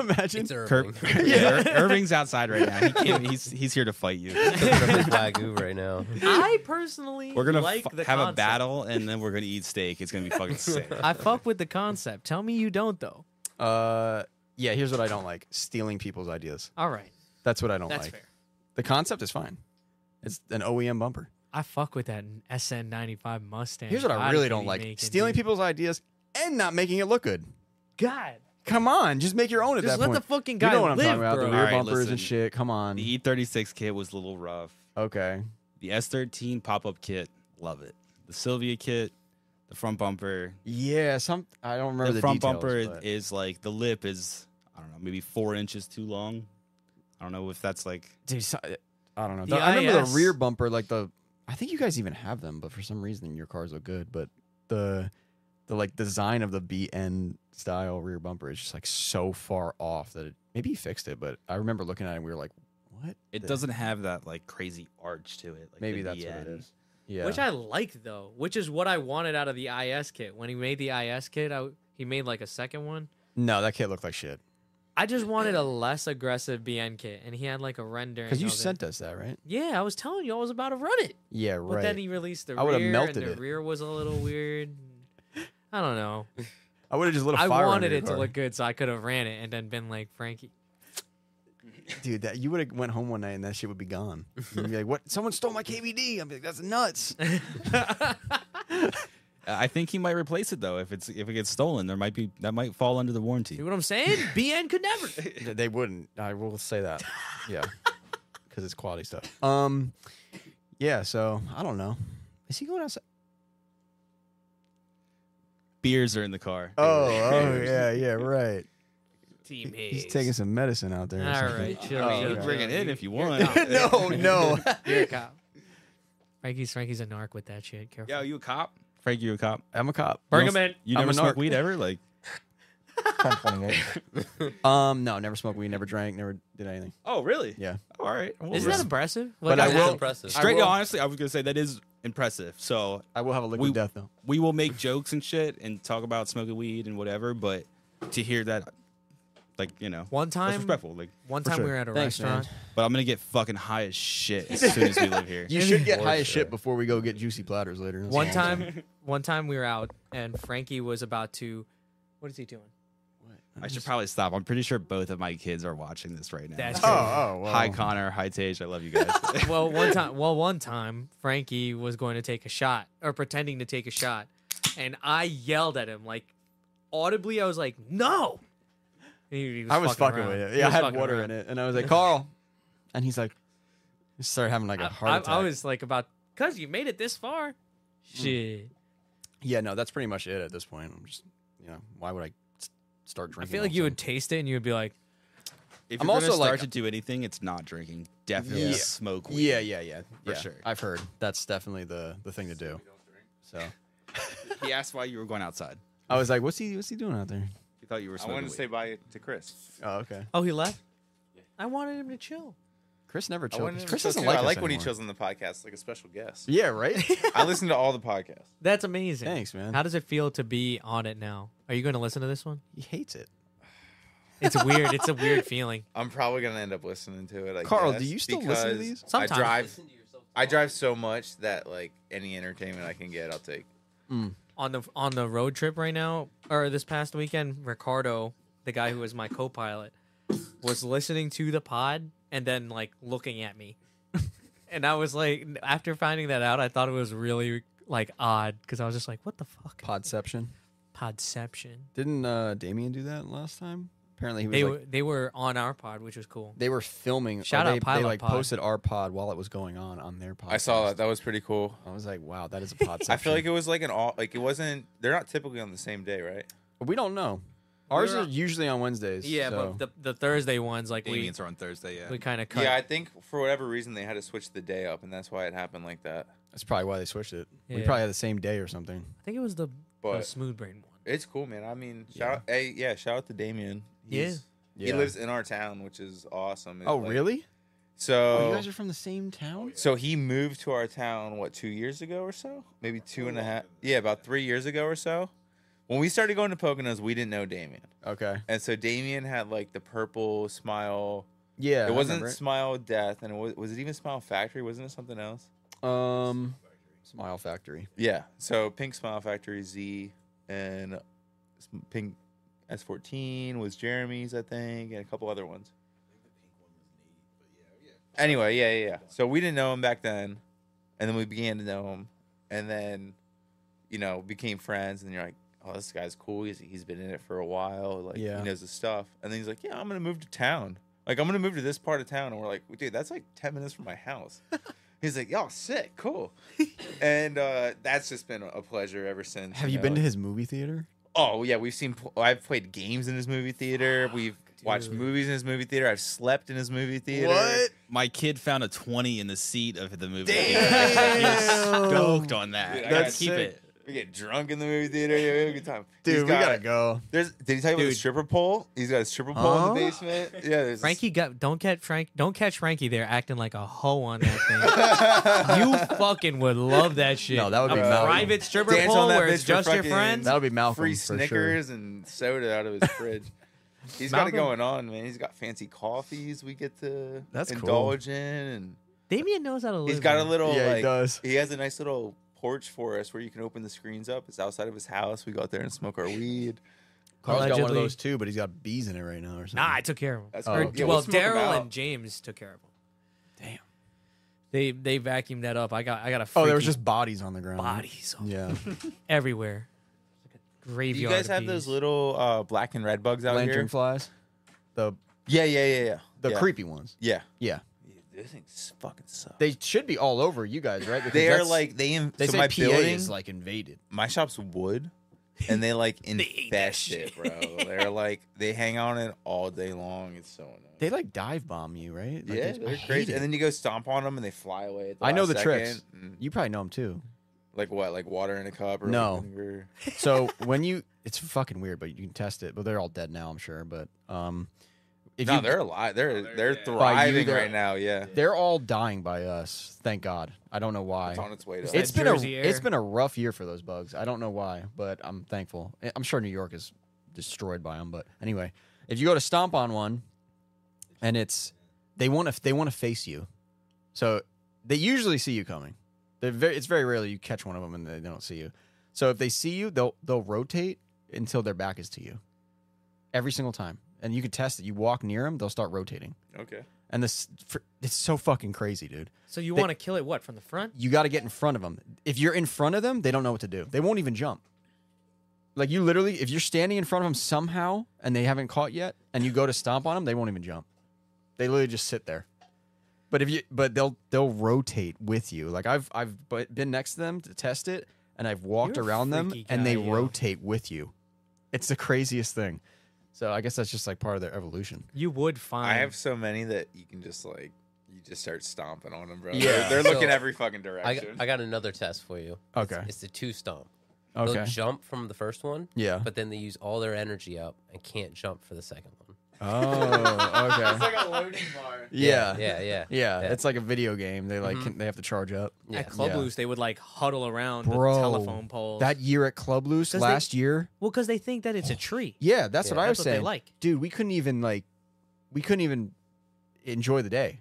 Speaker 1: Imagine.
Speaker 5: It's Irving.
Speaker 3: Kirk, yeah. Ir- Irving's outside right now. He can't, he's he's here to fight you.
Speaker 5: Kirk is Wagyu
Speaker 4: *laughs*
Speaker 5: right now.
Speaker 2: I personally
Speaker 3: We're gonna
Speaker 2: like
Speaker 3: fu-
Speaker 2: the
Speaker 3: have a
Speaker 2: concept.
Speaker 3: battle, and then we're gonna eat steak. It's gonna be fucking sick.
Speaker 2: I fuck with the concept. Tell me you don't though.
Speaker 1: uh, yeah. Here's what I don't like: stealing people's ideas.
Speaker 2: All right,
Speaker 1: That's what I don't
Speaker 2: that's
Speaker 1: like.
Speaker 2: fair.
Speaker 1: The concept is fine. It's an OEM bumper.
Speaker 2: I fuck with that SN95 Mustang.
Speaker 1: Here's what I
Speaker 2: God,
Speaker 1: really
Speaker 2: you
Speaker 1: don't like:
Speaker 2: making
Speaker 1: stealing
Speaker 2: me-
Speaker 1: people's ideas and not making it look good.
Speaker 2: God,
Speaker 1: Come on, just make your own at
Speaker 2: just
Speaker 1: that
Speaker 2: let
Speaker 1: point.
Speaker 2: the fucking
Speaker 1: you
Speaker 2: guy
Speaker 1: know what I'm
Speaker 2: live,
Speaker 1: talking about?
Speaker 2: bro.
Speaker 1: The rear
Speaker 3: All right,
Speaker 1: bumpers
Speaker 3: listen.
Speaker 1: and shit. Come on.
Speaker 3: The E36 E kit was a little rough.
Speaker 1: okay.
Speaker 3: The S13 pop-up kit, love it. The Sylvia kit, the front bumper.
Speaker 1: Yeah. Some. I don't remember
Speaker 3: The,
Speaker 1: the,
Speaker 3: front
Speaker 1: details,
Speaker 3: bumper
Speaker 1: but-
Speaker 3: is like the lip is I don't know, maybe four inches too long. I don't know if that's like
Speaker 1: Dude, so- uh, I don't know.
Speaker 2: The
Speaker 1: I remember
Speaker 2: IS.
Speaker 1: the rear bumper, like the. I think you guys even have them, but for some reason your cars look good. But the, the like design of the BN style rear bumper is just like so far off that it maybe he fixed it, but I remember looking at it and we were like, what?
Speaker 3: it
Speaker 1: the-
Speaker 3: doesn't have that like crazy arch to it. Like
Speaker 1: Maybe
Speaker 3: the
Speaker 1: that's what it
Speaker 3: DN.
Speaker 1: is. Yeah.
Speaker 2: Which I like though, which is what I wanted out of the IS kit. When he made the IS kit, I, he made like a second one.
Speaker 1: no, that kid looked like shit.
Speaker 2: I just wanted a less aggressive BN kit, and he had like a rendering.
Speaker 1: Because you
Speaker 2: of it.
Speaker 1: sent us that, right?
Speaker 2: Yeah, I was telling you I was about to run it,
Speaker 1: Yeah,
Speaker 2: but
Speaker 1: right.
Speaker 2: then he released the
Speaker 1: I
Speaker 2: rear,
Speaker 1: would've
Speaker 2: and
Speaker 1: melted
Speaker 2: the
Speaker 1: it.
Speaker 2: rear was a
Speaker 1: *laughs*
Speaker 2: little weird. I don't know.
Speaker 1: I would have just lit a
Speaker 2: I
Speaker 1: fire.
Speaker 2: wanted
Speaker 1: under your
Speaker 2: it to
Speaker 1: car.
Speaker 2: look good, so I could have ran it and then been like Frankie.
Speaker 1: Dude, that you would have went home one night and that shit would be gone. *laughs* You'd be like, "What? Someone stole my KVD." I'm like, "That's nuts."
Speaker 3: I think he might replace it though. If it's if it gets stolen, there might be that might fall under the warranty.
Speaker 2: See what
Speaker 1: *laughs*
Speaker 2: I'm saying? BN could never.
Speaker 6: Th- They wouldn't. I will say that.
Speaker 1: *laughs*
Speaker 6: Yeah. Because it's quality stuff.
Speaker 1: Um, yeah. So I don't know. Is he going outside?
Speaker 3: Beers are in the car.
Speaker 1: Oh, oh yeah, yeah, right.
Speaker 2: Team
Speaker 1: He's taking some medicine out there. or
Speaker 2: All
Speaker 1: something.
Speaker 2: right, chill.
Speaker 1: Oh,
Speaker 3: You
Speaker 2: chill,
Speaker 3: can
Speaker 1: okay.
Speaker 3: bring it in if you want. *laughs*
Speaker 1: no, no.
Speaker 2: You're a cop. Frankie's Frankie's a narc with that shit. Careful.
Speaker 3: Yo, you a cop? Frank, you a cop?
Speaker 1: I'm a cop.
Speaker 2: Bring
Speaker 3: You don't-
Speaker 2: him in.
Speaker 3: You
Speaker 1: I'm
Speaker 3: never
Speaker 1: a
Speaker 3: smoke
Speaker 1: narc.
Speaker 3: weed ever?
Speaker 1: *laughs*
Speaker 3: Like,
Speaker 1: Um, no, never smoked weed, never drank, never did anything.
Speaker 3: oh really?
Speaker 1: Yeah.
Speaker 3: All right. Well,
Speaker 2: Isn't that impressive?
Speaker 1: But
Speaker 2: Like,
Speaker 1: I
Speaker 5: That's
Speaker 1: will-
Speaker 5: impressive.
Speaker 3: straight?
Speaker 1: I will-
Speaker 3: honestly, I was gonna say that is impressive. So
Speaker 1: I will have a liquid
Speaker 3: We-
Speaker 1: death though.
Speaker 3: we will make jokes and shit and talk about smoking weed and whatever, but to hear that, like you know,
Speaker 2: One
Speaker 3: that's
Speaker 2: time,
Speaker 3: respectful. Like,
Speaker 2: one time
Speaker 1: sure.
Speaker 2: we were at a
Speaker 1: Thanks, man.
Speaker 2: restaurant.
Speaker 3: but I'm gonna get fucking high as
Speaker 1: *laughs*
Speaker 3: shit as soon as we leave here.
Speaker 1: You should get
Speaker 5: For
Speaker 1: high as
Speaker 5: sure.
Speaker 1: shit before we go get juicy platters later. That's
Speaker 2: One
Speaker 1: all I'm saying.
Speaker 2: time, one time we were out and Frankie was about to. What is he doing?
Speaker 3: I should probably stop. I'm pretty sure both of my kids are watching this right now.
Speaker 2: That's
Speaker 1: Oh, oh, wow.
Speaker 3: Hi Connor, hi Tage, I
Speaker 1: *laughs*
Speaker 3: love you guys.
Speaker 2: well, one time, well, one time, Frankie was going to take a shot or pretending to take a shot, and I yelled at him like audibly. I was like, "No!" And he, he was
Speaker 1: I was fucking,
Speaker 2: around.
Speaker 1: with it.
Speaker 2: He
Speaker 1: Yeah, I
Speaker 2: was
Speaker 1: had
Speaker 2: fucking
Speaker 1: water
Speaker 2: around.
Speaker 1: in it, and I was like, Carl, and he's like, he started having like a
Speaker 2: I,
Speaker 1: heart
Speaker 2: I-
Speaker 1: attack. Hmm.
Speaker 2: I was like, "About because you made it this far." Shit,
Speaker 1: yeah, no, that's pretty much it at this point. I'm just, you know, why would I s- start
Speaker 2: I
Speaker 1: drinking?
Speaker 2: feel like
Speaker 1: all
Speaker 2: you
Speaker 1: of a
Speaker 2: would taste it and you would be like,
Speaker 3: If
Speaker 1: I'm
Speaker 3: you're
Speaker 1: also
Speaker 3: gonna start
Speaker 1: like-
Speaker 3: to do anything, it's not drinking. Definitely
Speaker 1: Yeah.
Speaker 3: smoke
Speaker 1: sudden?
Speaker 3: weed.
Speaker 1: Yeah, yeah, yeah,
Speaker 3: For
Speaker 1: yeah.
Speaker 3: sure.
Speaker 1: I've heard that's definitely the the thing to do. So
Speaker 3: He asked why you were going outside.
Speaker 1: I was like, what's he what's he doing out there?
Speaker 3: He thought you were
Speaker 4: I
Speaker 3: smoking.
Speaker 4: wanted to
Speaker 3: weed.
Speaker 4: say bye to Chris.
Speaker 1: Oh, okay.
Speaker 2: "Oh, he left." I wanted him to chill.
Speaker 1: Chris never
Speaker 4: wanted
Speaker 1: chills.
Speaker 4: him
Speaker 1: Chris
Speaker 4: to
Speaker 1: doesn't
Speaker 4: too.
Speaker 1: like
Speaker 4: I
Speaker 1: us
Speaker 4: like when he
Speaker 1: anymore.
Speaker 4: chills on the podcast, like a special
Speaker 1: *laughs*
Speaker 4: guest.
Speaker 1: Yeah, right.
Speaker 4: *laughs* I listen to all the podcasts.
Speaker 2: That's amazing.
Speaker 1: Thanks, man.
Speaker 2: How does it feel to be on it now? Are you going to listen to this one?
Speaker 1: he hates it.
Speaker 2: It's weird. it's
Speaker 1: *laughs*
Speaker 2: a weird feeling.
Speaker 4: I'm probably gonna end up listening to it. I
Speaker 1: Carl,
Speaker 4: guess,
Speaker 1: do you still listen to
Speaker 4: because
Speaker 1: these?
Speaker 2: Sometimes.
Speaker 4: I drive.
Speaker 5: Listen to yourself
Speaker 4: I
Speaker 5: talk.
Speaker 4: drive so much that like any entertainment I can get, I'll take.
Speaker 2: on the on the road trip right now or this past weekend, Ricardo, the guy who was my co-pilot, was listening to the pod and then like looking at me. *laughs* and I was like after finding that out, I thought it was really like odd cuz I was just like what the fuck?
Speaker 1: Podception.
Speaker 2: Podception.
Speaker 1: Didn't uh, Damien do that last time? Apparently, he was
Speaker 2: They
Speaker 1: like,
Speaker 2: were they were on our pod, which was cool.
Speaker 1: they were filming. or
Speaker 2: Shout out
Speaker 1: they,
Speaker 2: Pilot
Speaker 1: They like
Speaker 2: Pod.
Speaker 1: posted our pod while it was going on on their pod.
Speaker 4: I saw that. That was pretty cool.
Speaker 1: I was like, wow,
Speaker 4: *laughs*
Speaker 1: that is a pod.
Speaker 4: I feel like it was like an all like it wasn't. They're not typically on the same day, right?
Speaker 1: we don't know. Ours
Speaker 2: were
Speaker 1: are
Speaker 2: on-
Speaker 1: usually on Wednesdays.
Speaker 2: Yeah,
Speaker 1: so.
Speaker 2: but the the Thursday ones like we
Speaker 3: Damien's are on Thursday, yeah.
Speaker 2: we kind of cut.
Speaker 4: Yeah, I think for whatever reason they had to switch the day up, and that's why it happened like that.
Speaker 1: that's probably why they switched it. We
Speaker 2: Yeah.
Speaker 1: probably had the same day or something.
Speaker 2: I think it was the, the
Speaker 4: But-
Speaker 2: smooth brain one.
Speaker 4: It's cool, man. I mean, shout out, hey, yeah, shout out to Damien.
Speaker 2: Yeah.
Speaker 4: He's- He
Speaker 1: Yeah.
Speaker 4: lives in our town, which is awesome. It,
Speaker 1: Oh,
Speaker 4: like-
Speaker 1: really?
Speaker 4: So
Speaker 1: Oh, you guys are from the same town?
Speaker 4: So he moved to our town what two years ago or so, maybe two and a half. Yeah, about three years ago or so. When we started going to Poconos, we didn't know Damien,
Speaker 1: Okay.
Speaker 4: and so Damien had like the purple smile.
Speaker 1: Yeah.
Speaker 4: it
Speaker 1: I
Speaker 4: wasn't
Speaker 1: remember
Speaker 4: Smile Death, and it was, was it even Smile Factory? Wasn't it something else?
Speaker 1: it. Um, Smile Factory.
Speaker 4: Yeah. So Pink Smile Factory Z and s- Pink S14 was Jeremy's, I think, and a couple other ones. Anyway, yeah, yeah, yeah. So we didn't know him back then, and then we began to know him, and then, you know, became friends. And you're like, oh, this guy's cool. He's he's been in it for a while. Like
Speaker 1: Yeah.
Speaker 4: he knows his stuff. And then he's like, yeah, I'm gonna move to town. Like I'm gonna move to this part of town. And we're like, dude, that's like ten minutes from my house. he's like, y'all sick,
Speaker 1: *laughs*
Speaker 4: cool. and uh, that's just been a pleasure ever since.
Speaker 1: Have you
Speaker 4: know,
Speaker 1: been
Speaker 4: like-
Speaker 1: to his movie theater?
Speaker 4: Oh yeah, we've seen. pl- I've played games in his movie theater.
Speaker 1: Ah,
Speaker 4: We've watched movies in his movie theater. I've slept in his movie theater.
Speaker 3: My kid found a 20 in the seat of the movie. Damn. He was stoked on that.
Speaker 4: Dude, I
Speaker 3: I gotta
Speaker 4: got
Speaker 3: keep
Speaker 1: sick.
Speaker 3: it.
Speaker 4: We get drunk in the movie theater. Yeah, we have a good time.
Speaker 1: Dude,
Speaker 4: He's
Speaker 1: we
Speaker 4: got-
Speaker 1: gotta go.
Speaker 4: There's. Did he tell you about the
Speaker 1: Dude.
Speaker 4: stripper pole? He's got a stripper pole in the basement. Yeah, there's
Speaker 2: Frankie got don't catch Frank don't catch Frankie there acting like a hoe on that thing.
Speaker 4: *laughs*
Speaker 2: you fucking would love that shit.
Speaker 1: No, that would
Speaker 2: a
Speaker 1: be Malcolm.
Speaker 2: private stripper
Speaker 4: Dance on
Speaker 2: pole
Speaker 4: that
Speaker 2: where it's
Speaker 4: bitch for
Speaker 2: just your
Speaker 4: fucking-
Speaker 2: friends.
Speaker 1: That would be Malcolm
Speaker 4: free
Speaker 1: for sure.
Speaker 4: Snickers and soda
Speaker 1: *laughs*
Speaker 4: out of his fridge. He's got it
Speaker 2: Malcolm-
Speaker 4: going on, man. He's got fancy coffees. We get to
Speaker 1: That's cool.
Speaker 4: indulge in, and
Speaker 2: Damien knows how to live.
Speaker 4: he's got a
Speaker 2: man.
Speaker 1: Yeah,
Speaker 4: little.
Speaker 1: he
Speaker 4: like,
Speaker 1: does.
Speaker 4: He has a nice little porch for us where you can open the screens up. It's outside of his house. We go out there and smoke our weed.
Speaker 1: Carl's got one of
Speaker 2: Allegedly-
Speaker 1: those too, but he's got bees in it right now or something.
Speaker 2: Nah, I took care of him.
Speaker 4: That's
Speaker 1: Oh.
Speaker 4: cool.
Speaker 2: Or-
Speaker 4: Yeah, we'll
Speaker 2: well,
Speaker 4: smoke 'em
Speaker 2: Daryl
Speaker 4: out.
Speaker 2: and James took care of him. They they vacuumed that up. I got I got a
Speaker 1: Oh, there was
Speaker 2: freaky
Speaker 1: just bodies on the ground.
Speaker 2: bodies
Speaker 1: *laughs* Yeah.
Speaker 2: everywhere.
Speaker 4: Do you
Speaker 2: Graveyard.
Speaker 4: guys
Speaker 2: of
Speaker 4: have those
Speaker 2: bees.
Speaker 4: little uh, black and red bugs out
Speaker 1: Lantern
Speaker 4: here?
Speaker 1: flies. The
Speaker 4: yeah, yeah, yeah, yeah.
Speaker 1: the
Speaker 4: yeah.
Speaker 1: creepy ones.
Speaker 4: Yeah.
Speaker 1: Yeah.
Speaker 4: Those things fucking suck.
Speaker 1: They should be all over you guys, right? Because
Speaker 4: They are
Speaker 1: that's-
Speaker 4: like they. In,
Speaker 1: they
Speaker 4: so
Speaker 1: say
Speaker 4: my
Speaker 1: PA
Speaker 4: building,
Speaker 1: is like invaded.
Speaker 4: my shop's wood, and
Speaker 1: *laughs*
Speaker 4: they like
Speaker 2: ate that
Speaker 4: infest it, bro. They're like they hang on it all day long. It's so annoying.
Speaker 1: They like dive bomb you, right? Like,
Speaker 4: yeah,
Speaker 1: they- I
Speaker 4: they're
Speaker 1: hate
Speaker 4: crazy.
Speaker 1: it.
Speaker 4: And then you go stomp on them, and they fly away. At the
Speaker 1: I know
Speaker 4: last
Speaker 1: the tricks.
Speaker 4: second. Mm.
Speaker 1: you probably know them too.
Speaker 4: Like what? Like water in a cup? Or
Speaker 1: No.
Speaker 4: like vinegar?
Speaker 1: So when you, it's fucking weird, but you can test it. But they're all dead now, I'm sure. But um, if
Speaker 4: no,
Speaker 1: you,
Speaker 4: they're alive. They're
Speaker 7: they're
Speaker 4: they're
Speaker 7: dead.
Speaker 1: By you,
Speaker 4: thriving
Speaker 1: they're-
Speaker 4: right now. Yeah,
Speaker 1: they're all dying by us. Thank God. I don't know why.
Speaker 4: it's on its way to.
Speaker 1: It's
Speaker 2: That
Speaker 1: been a
Speaker 2: Jersey air.
Speaker 1: it's been a rough year for those bugs. I don't know why, but I'm thankful. I- I'm sure New York is destroyed by them. But anyway, if you go to stomp on one, and it's they want to they want to face you, so they usually see you coming. They're very, it's very rarely you catch one of them and they don't see you. So if they see you, they'll they'll rotate until their back is to you, every single time. And you can test it. You walk near them, they'll start rotating.
Speaker 4: okay.
Speaker 1: And this for, it's so fucking crazy, dude
Speaker 2: So you
Speaker 1: They-
Speaker 2: want to kill it? What from the front?
Speaker 1: you got to get in front of them. If you're in front of them, they don't know what to do. They won't even jump. Like you literally, if you're standing in front of them somehow and they haven't caught yet, and you go to stomp on them, they won't even jump. They literally just sit there. But if you, but they'll they'll rotate with you. Like I've I've bu- been next to them to test it, and I've walked
Speaker 2: You're a
Speaker 1: around them,
Speaker 2: freaky
Speaker 1: and
Speaker 2: guy,
Speaker 1: they
Speaker 2: yo.
Speaker 1: rotate with you. It's the craziest thing. So I guess that's just like part of their evolution.
Speaker 2: You would find.
Speaker 4: I have so many that you can just like you just start stomping on them, bro.
Speaker 1: Yeah.
Speaker 4: Yeah, they're,
Speaker 5: So,
Speaker 4: looking every fucking
Speaker 5: I, g-
Speaker 4: direction.
Speaker 5: I got another test for you. It's-
Speaker 1: Okay.
Speaker 5: It's, the two stomp. They'll
Speaker 1: Okay.
Speaker 5: jump from the first one,
Speaker 1: Yeah.
Speaker 5: but then they use all their energy up and can't jump for the second one.
Speaker 7: *laughs*
Speaker 1: Oh. Okay.
Speaker 7: like a loading bar.
Speaker 1: Yeah.
Speaker 5: Yeah, yeah.
Speaker 1: Yeah,
Speaker 5: Yeah.
Speaker 1: it's like a video game. They like
Speaker 2: Mm-hmm.
Speaker 1: can, they have to charge up.
Speaker 5: Yeah.
Speaker 2: At Club
Speaker 1: Yeah.
Speaker 2: Loose, they would like huddle around
Speaker 1: Bro,
Speaker 2: the telephone poles.
Speaker 1: That year at Club Loose
Speaker 2: 'Cause they-
Speaker 1: last year,
Speaker 2: well, because they think that it's a tree.
Speaker 1: yeah, that's
Speaker 5: Yeah.
Speaker 1: what I was
Speaker 2: That's what they
Speaker 1: saying.
Speaker 2: like.
Speaker 1: dude, we couldn't even like, we couldn't even enjoy the day.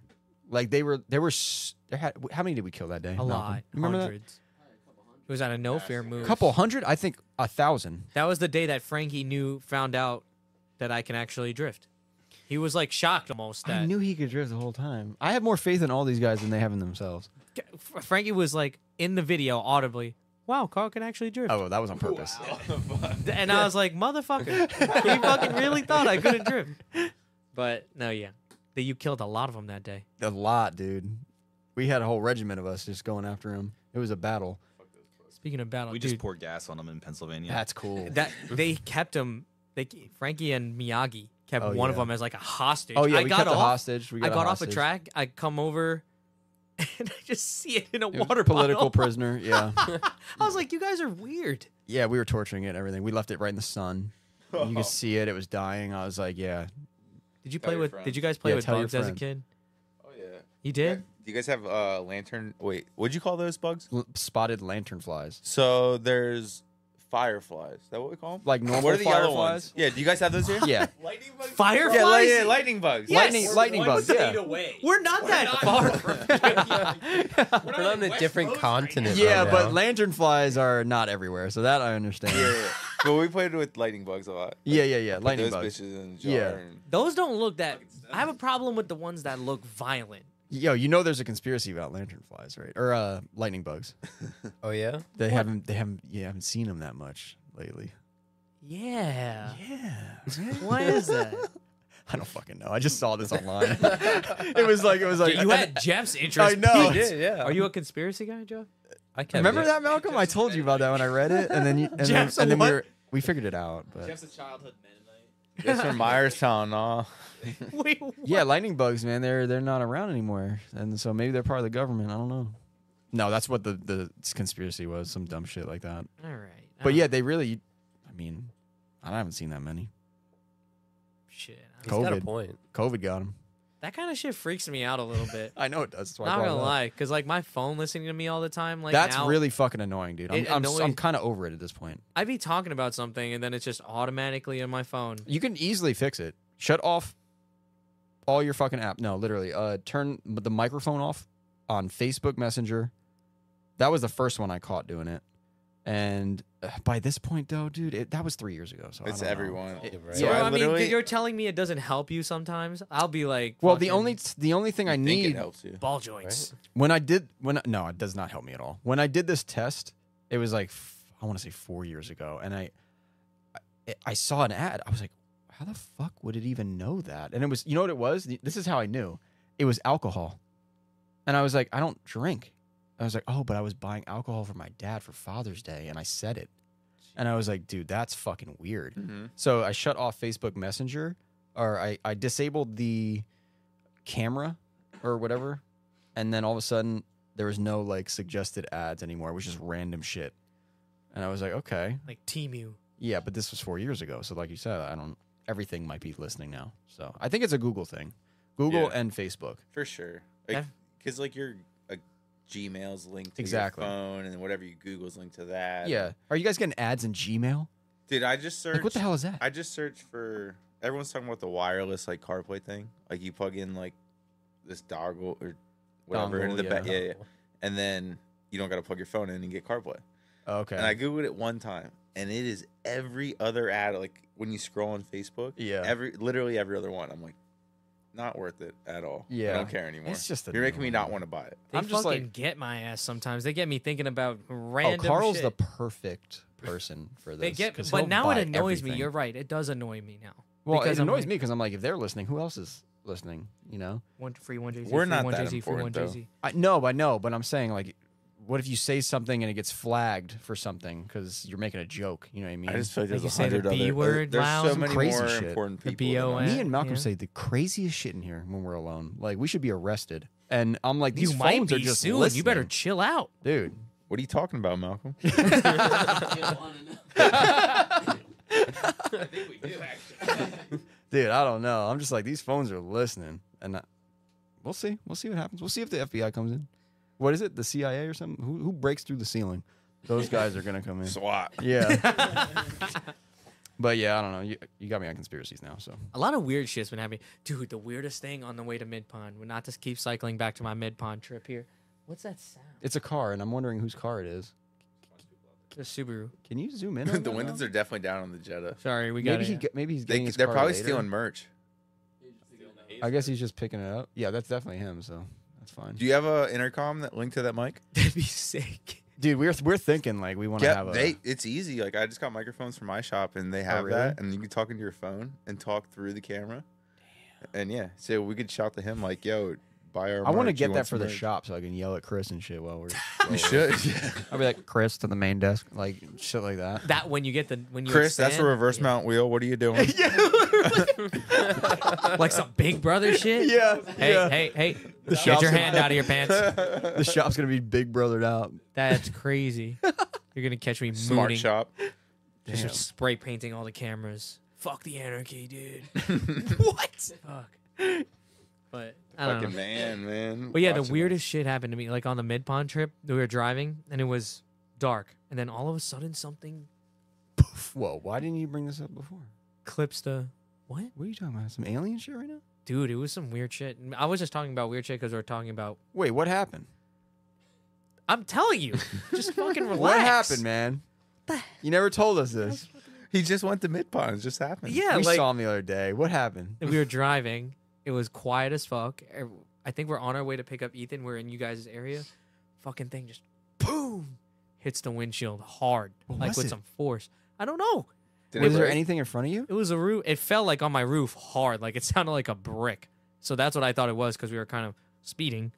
Speaker 1: Like they were, they were. s- There had how many did we kill that day?
Speaker 2: A
Speaker 1: Malcolm?
Speaker 2: lot.
Speaker 1: Remember that?
Speaker 2: hundreds. It was out of no fair move.
Speaker 1: Couple hundred, I think a thousand.
Speaker 2: That was the day that Frankie knew found out that I can actually drift. He was like shocked almost that
Speaker 1: I knew he could drift the whole time. I have more faith in all these guys than they have in
Speaker 2: *laughs*
Speaker 1: themselves.
Speaker 2: Fr- Frankie was like in the video audibly. Wow, Carl can actually drift.
Speaker 1: Oh, that was on purpose. Oh.
Speaker 2: And I was like, motherfucker,
Speaker 1: *laughs*
Speaker 2: he fucking really thought I couldn't drift. But no, yeah, that you killed a lot of them that day.
Speaker 1: A lot, dude. We had a whole regiment of us just going after him. It was a battle.
Speaker 2: Speaking of battle,
Speaker 3: We
Speaker 2: Oh, dude,
Speaker 3: just poured gas on them in Pennsylvania.
Speaker 1: That's cool.
Speaker 3: *laughs*
Speaker 2: that they kept him. They ke- Frankie and Miyagi kept
Speaker 1: Oh,
Speaker 2: one of
Speaker 1: yeah.
Speaker 2: them as like a hostage.
Speaker 1: oh yeah,
Speaker 2: I
Speaker 1: we
Speaker 2: got
Speaker 1: kept
Speaker 2: off.
Speaker 1: a hostage. We
Speaker 2: I
Speaker 1: got
Speaker 2: got
Speaker 1: a
Speaker 2: off a
Speaker 1: hostage.
Speaker 2: track. I come over, *laughs* and I just see it in a
Speaker 1: It was
Speaker 2: water
Speaker 1: political
Speaker 2: bottle.
Speaker 1: prisoner.
Speaker 2: *laughs*
Speaker 1: Yeah,
Speaker 2: I was like, you guys are weird.
Speaker 1: yeah, we were torturing it. and Everything. We left it right in the sun. You
Speaker 2: *laughs*
Speaker 1: could see it. It was dying. I was like, yeah,
Speaker 2: Did you
Speaker 4: Tell
Speaker 2: play
Speaker 4: your
Speaker 2: with?
Speaker 4: friends.
Speaker 2: Did you guys play
Speaker 1: Yeah,
Speaker 2: with
Speaker 1: tell your
Speaker 2: bugs as a
Speaker 1: friend.
Speaker 2: kid?
Speaker 4: oh yeah.
Speaker 2: You
Speaker 4: Yeah.
Speaker 2: did.
Speaker 4: Do you guys have uh, lantern? Wait, what'd you call those bugs?
Speaker 1: L- spotted lanternflies.
Speaker 4: So there's fireflies. Is that what we call them?
Speaker 1: Like normal
Speaker 4: what are the yellow
Speaker 1: fireflies?
Speaker 4: ones? Yeah. Do you guys have those here?
Speaker 1: Yeah,
Speaker 7: Lightning bugs.
Speaker 2: Fireflies.
Speaker 4: Yeah, li- yeah, lightning bugs.
Speaker 2: Yes.
Speaker 1: lightning,
Speaker 2: We're
Speaker 1: lightning
Speaker 7: One
Speaker 1: bugs. Yeah,
Speaker 7: state away.
Speaker 2: We're not that far.
Speaker 7: We're,
Speaker 5: *laughs* We're on a different continent.
Speaker 1: yeah,
Speaker 5: right
Speaker 1: but
Speaker 5: now.
Speaker 1: lanternflies are not everywhere, so that I understand.
Speaker 4: Yeah, yeah. But we played with lightning bugs a lot.
Speaker 1: yeah, yeah, yeah. Lightning
Speaker 4: Those
Speaker 1: bugs.
Speaker 4: bitches in the jar.
Speaker 1: Yeah.
Speaker 4: and-
Speaker 2: *laughs* Those don't look that. I have a problem with the ones that look violent.
Speaker 1: Yo, you know there's a conspiracy about lanternflies, right? Or uh, lightning bugs.
Speaker 5: oh yeah.
Speaker 1: They haven't, they haven't, yeah, haven't seen them that much lately.
Speaker 2: Yeah.
Speaker 1: Yeah.
Speaker 2: *laughs* Why is that?
Speaker 1: I don't fucking know. I just saw this
Speaker 4: *laughs*
Speaker 1: online. it was like it was like
Speaker 2: you had Jeff's interest.
Speaker 1: I know.
Speaker 5: Yeah, yeah.
Speaker 2: Are you a conspiracy guy, Jeff?
Speaker 5: I kept
Speaker 1: Remember
Speaker 5: it.
Speaker 1: that, Malcolm? I told you about that when I read it, and then
Speaker 2: *laughs*
Speaker 1: you, and then,
Speaker 2: Jeff's a
Speaker 1: and then we
Speaker 2: what?
Speaker 1: were, we figured it out. But
Speaker 7: Jeff's a childhood Mennonite.
Speaker 4: That's from Myerstown, nah.
Speaker 1: *laughs*
Speaker 2: Wait, what?
Speaker 1: yeah, lightning bugs, man, they're they're not around anymore, and so maybe they're part of the government. I don't know. No, that's what the the conspiracy was, some dumb shit like that.
Speaker 2: All right.
Speaker 1: But
Speaker 2: Oh,
Speaker 1: yeah, they really. I mean, I haven't seen that many.
Speaker 2: Oh, Shit.
Speaker 5: He's got a
Speaker 1: COVID.
Speaker 5: point.
Speaker 1: COVID got them.
Speaker 2: That kind of shit freaks me out a little bit.
Speaker 1: I know it does. That's why I
Speaker 2: not
Speaker 1: brought it
Speaker 2: gonna
Speaker 1: up.
Speaker 2: lie, because like my phone listening to me all the time. Like
Speaker 1: that's
Speaker 2: now,
Speaker 1: really fucking annoying, dude. I'm
Speaker 2: It
Speaker 1: I'm,
Speaker 2: annoys-
Speaker 1: I'm kind of over it at this point.
Speaker 2: I be talking about something and then it's just automatically in my phone.
Speaker 1: You can easily fix it. Shut off all your fucking app. No, literally. Uh, turn the microphone off on Facebook Messenger. That was the first one I caught doing it, and uh, by this point, though, dude, it, that was three years ago. So I
Speaker 4: It's
Speaker 1: don't know.
Speaker 4: everyone.
Speaker 5: Right.
Speaker 4: So
Speaker 2: Bro,
Speaker 4: I
Speaker 2: I, mean,
Speaker 4: literally-
Speaker 2: you're telling me it doesn't help you sometimes. I'll be like,
Speaker 1: Well, the
Speaker 2: fucking
Speaker 1: only the only thing I
Speaker 4: I think it
Speaker 1: need
Speaker 4: helps you.
Speaker 2: ball joints.
Speaker 1: when I did when I, no, it does not help me at all. When I did this test, it was like f- I want to say four years ago, and I, I I saw an ad. I was like, how the fuck would it even know that? And it was you know what it was. This is how I knew it was alcohol, and I was like, I don't drink. I was like, oh, but I was buying alcohol for my dad for Father's Day, and I said it, and I was like, dude, that's fucking weird. So I shut off Facebook Messenger, or I, I disabled the camera or whatever, and then all of a sudden there was no like suggested ads anymore. It was just random shit, and I was like, okay,
Speaker 2: Like team you.
Speaker 1: yeah, but this was four years ago. So like you said, I don't. Everything might be listening now. So I think it's a Google thing, Google
Speaker 4: Yeah.
Speaker 1: and Facebook.
Speaker 4: For sure.
Speaker 2: Yeah.
Speaker 4: Because, like, your uh, Gmail's linked to
Speaker 1: Exactly.
Speaker 4: your phone, and whatever you Google's linked to that.
Speaker 1: Yeah, are you guys getting ads in Gmail?
Speaker 4: Dude, I just searched.
Speaker 1: Like what the hell is that?
Speaker 4: I just searched for. Everyone's talking about the wireless, like, CarPlay thing. Like, you plug in, like, this doggle or whatever
Speaker 1: Dongle,
Speaker 4: into the
Speaker 1: yeah.
Speaker 4: back. Yeah, yeah. And then you don't got to plug your phone in and get CarPlay.
Speaker 1: okay.
Speaker 4: And I Googled it one time, and it is every other ad. Like, when you scroll on Facebook,
Speaker 1: yeah.
Speaker 4: every literally every other one. I'm like, not worth it at all.
Speaker 1: Yeah.
Speaker 4: I don't care anymore.
Speaker 1: It's just
Speaker 4: You're making me not
Speaker 1: annoying.
Speaker 4: want to buy it.
Speaker 2: They
Speaker 1: I'm just
Speaker 2: fucking
Speaker 1: like-
Speaker 2: get my ass sometimes. They get me thinking about random.
Speaker 1: oh, Carl's
Speaker 2: shit.
Speaker 1: the perfect person for this.
Speaker 2: They get,
Speaker 1: 'cause he'll
Speaker 2: but now it
Speaker 1: buy
Speaker 2: annoys me.
Speaker 1: everything.
Speaker 2: You're right. It does annoy me now.
Speaker 1: Well,
Speaker 2: Because
Speaker 1: it
Speaker 2: I'm
Speaker 1: annoys
Speaker 2: like-
Speaker 1: me because I'm like, if they're listening, who else is listening? You know?
Speaker 2: One free, one Jay Z.
Speaker 4: We're
Speaker 2: free,
Speaker 4: not
Speaker 2: one
Speaker 4: that
Speaker 2: Jay-Z, free, one
Speaker 4: important, though.
Speaker 2: Jay-Z.
Speaker 1: I no, I know, but I'm saying like, what if you say something and it gets flagged for something because you're making a joke? You know what I mean?
Speaker 4: I just feel like
Speaker 2: Like
Speaker 4: there's
Speaker 2: you
Speaker 4: a
Speaker 2: say the
Speaker 4: hundred
Speaker 2: B
Speaker 4: other.
Speaker 2: word
Speaker 4: there's
Speaker 2: loud.
Speaker 4: so
Speaker 1: Some
Speaker 4: many
Speaker 1: crazy
Speaker 4: more
Speaker 1: shit.
Speaker 4: important
Speaker 2: The
Speaker 4: people. than
Speaker 2: BON.
Speaker 4: us.
Speaker 1: me and Malcolm
Speaker 2: Yeah.
Speaker 1: say the craziest shit in here when we're alone. Like we should be arrested. And I'm like, these
Speaker 2: You might
Speaker 1: phones
Speaker 2: be
Speaker 1: are just
Speaker 2: soon. You better
Speaker 1: listening.
Speaker 2: chill out.
Speaker 1: dude.
Speaker 4: What are you talking about, Malcolm?
Speaker 7: You don't wanna know. I think we do actually.
Speaker 1: Dude, I don't know. I'm just like, these phones are listening, and I, we'll see. We'll see what happens. We'll see if the FBI comes in. What is it? The CIA or something? Who, who breaks through the ceiling? Those guys are gonna
Speaker 4: *laughs*
Speaker 1: come in. *laughs*
Speaker 4: SWAT.
Speaker 1: Yeah.
Speaker 2: *laughs*
Speaker 1: *laughs* but yeah, I don't know. You, you got me on conspiracies now, so
Speaker 2: A lot of weird shit's been happening. Dude, the weirdest thing on the way to Mid Pond, we're not just keep cycling back to my Mid Pond trip here. What's that sound?
Speaker 1: it's a car, and I'm wondering whose car it is.
Speaker 2: The Subaru.
Speaker 1: Can you zoom *laughs* in? on
Speaker 4: the
Speaker 1: that
Speaker 4: windows
Speaker 1: now?
Speaker 4: are definitely down on the Jetta.
Speaker 2: Sorry, we got
Speaker 1: Maybe he.
Speaker 2: it.
Speaker 1: Get, maybe he's.
Speaker 4: They,
Speaker 1: getting his
Speaker 4: they're
Speaker 1: car
Speaker 4: probably
Speaker 1: later. Mm-hmm.
Speaker 4: stealing merch.
Speaker 1: I guess he's just picking it up. Yeah, that's definitely him. So that's fine.
Speaker 4: Do you have a intercom that linked to that mic?
Speaker 2: *laughs* That'd be sick.
Speaker 1: Dude, we're we're thinking like we want to
Speaker 4: Yeah,
Speaker 1: have a. Oh,
Speaker 4: they. It's easy. Like I just got microphones from my shop, and they have
Speaker 1: really?
Speaker 4: that, and you can talk into your phone and talk through the camera. And yeah, so we could shout to him like, "Yo, buy our."
Speaker 1: I want to
Speaker 4: merch. You
Speaker 1: get that
Speaker 4: want
Speaker 1: for
Speaker 4: some
Speaker 1: the
Speaker 4: merch?"
Speaker 1: shop so I can yell at Chris and shit while we're.
Speaker 4: You should. *laughs* Yeah.
Speaker 1: I'll be like Chris to the main desk, like shit like that.
Speaker 2: *laughs* That when you get the when you
Speaker 4: Chris, that's a
Speaker 2: expand-
Speaker 4: reverse
Speaker 2: Yeah.
Speaker 4: mount wheel. What are
Speaker 1: *laughs*
Speaker 4: you doing?
Speaker 2: *laughs* like some Big
Speaker 4: *laughs*
Speaker 2: Brother shit.
Speaker 1: Yeah,
Speaker 2: Hey, hey, hey! Get
Speaker 1: shop's
Speaker 2: your
Speaker 1: in-
Speaker 2: hand out of your pants.
Speaker 1: The shop's gonna be big brothered out.
Speaker 2: That's crazy. You're gonna catch me
Speaker 4: Smart
Speaker 2: mooning.
Speaker 4: shop.
Speaker 2: Just
Speaker 1: Damn.
Speaker 2: spray painting all the cameras. Fuck the anarchy, dude.
Speaker 4: *laughs*
Speaker 2: what? Fuck. But I don't know.
Speaker 4: Fucking man, man.
Speaker 2: But yeah, the
Speaker 4: Watching
Speaker 2: weirdest shit happened to me. Like on the mid pond trip, we were driving and it was dark, and then all of a sudden something
Speaker 1: Whoa! Why didn't you bring this up before?
Speaker 2: clips the. What?
Speaker 1: What are you talking about? Some alien shit right now?
Speaker 2: Dude, it was some weird shit. And I was just talking about weird shit because we were talking about.
Speaker 1: Wait, what happened?
Speaker 2: I'm telling
Speaker 1: *laughs*
Speaker 2: you, just fucking relax.
Speaker 1: What happened, man? You never told us this.
Speaker 4: it. He just went to mid pond. It just happened.
Speaker 2: Yeah,
Speaker 1: we
Speaker 2: like
Speaker 1: saw him the other day. What happened?
Speaker 2: we were driving. It was quiet as fuck. Er- I think we're on our way to pick up Ethan. We're in you guys' area. Fucking thing just boom hits the windshield hard,
Speaker 1: What
Speaker 2: like
Speaker 1: was
Speaker 2: with
Speaker 1: it?
Speaker 2: some force. I don't know.
Speaker 4: Did
Speaker 1: was
Speaker 4: it
Speaker 1: there
Speaker 4: break?
Speaker 1: anything in front of you?
Speaker 2: It was a roof. It fell like on my roof hard. Like it sounded like a brick. So that's what I thought it was because we were kind of speeding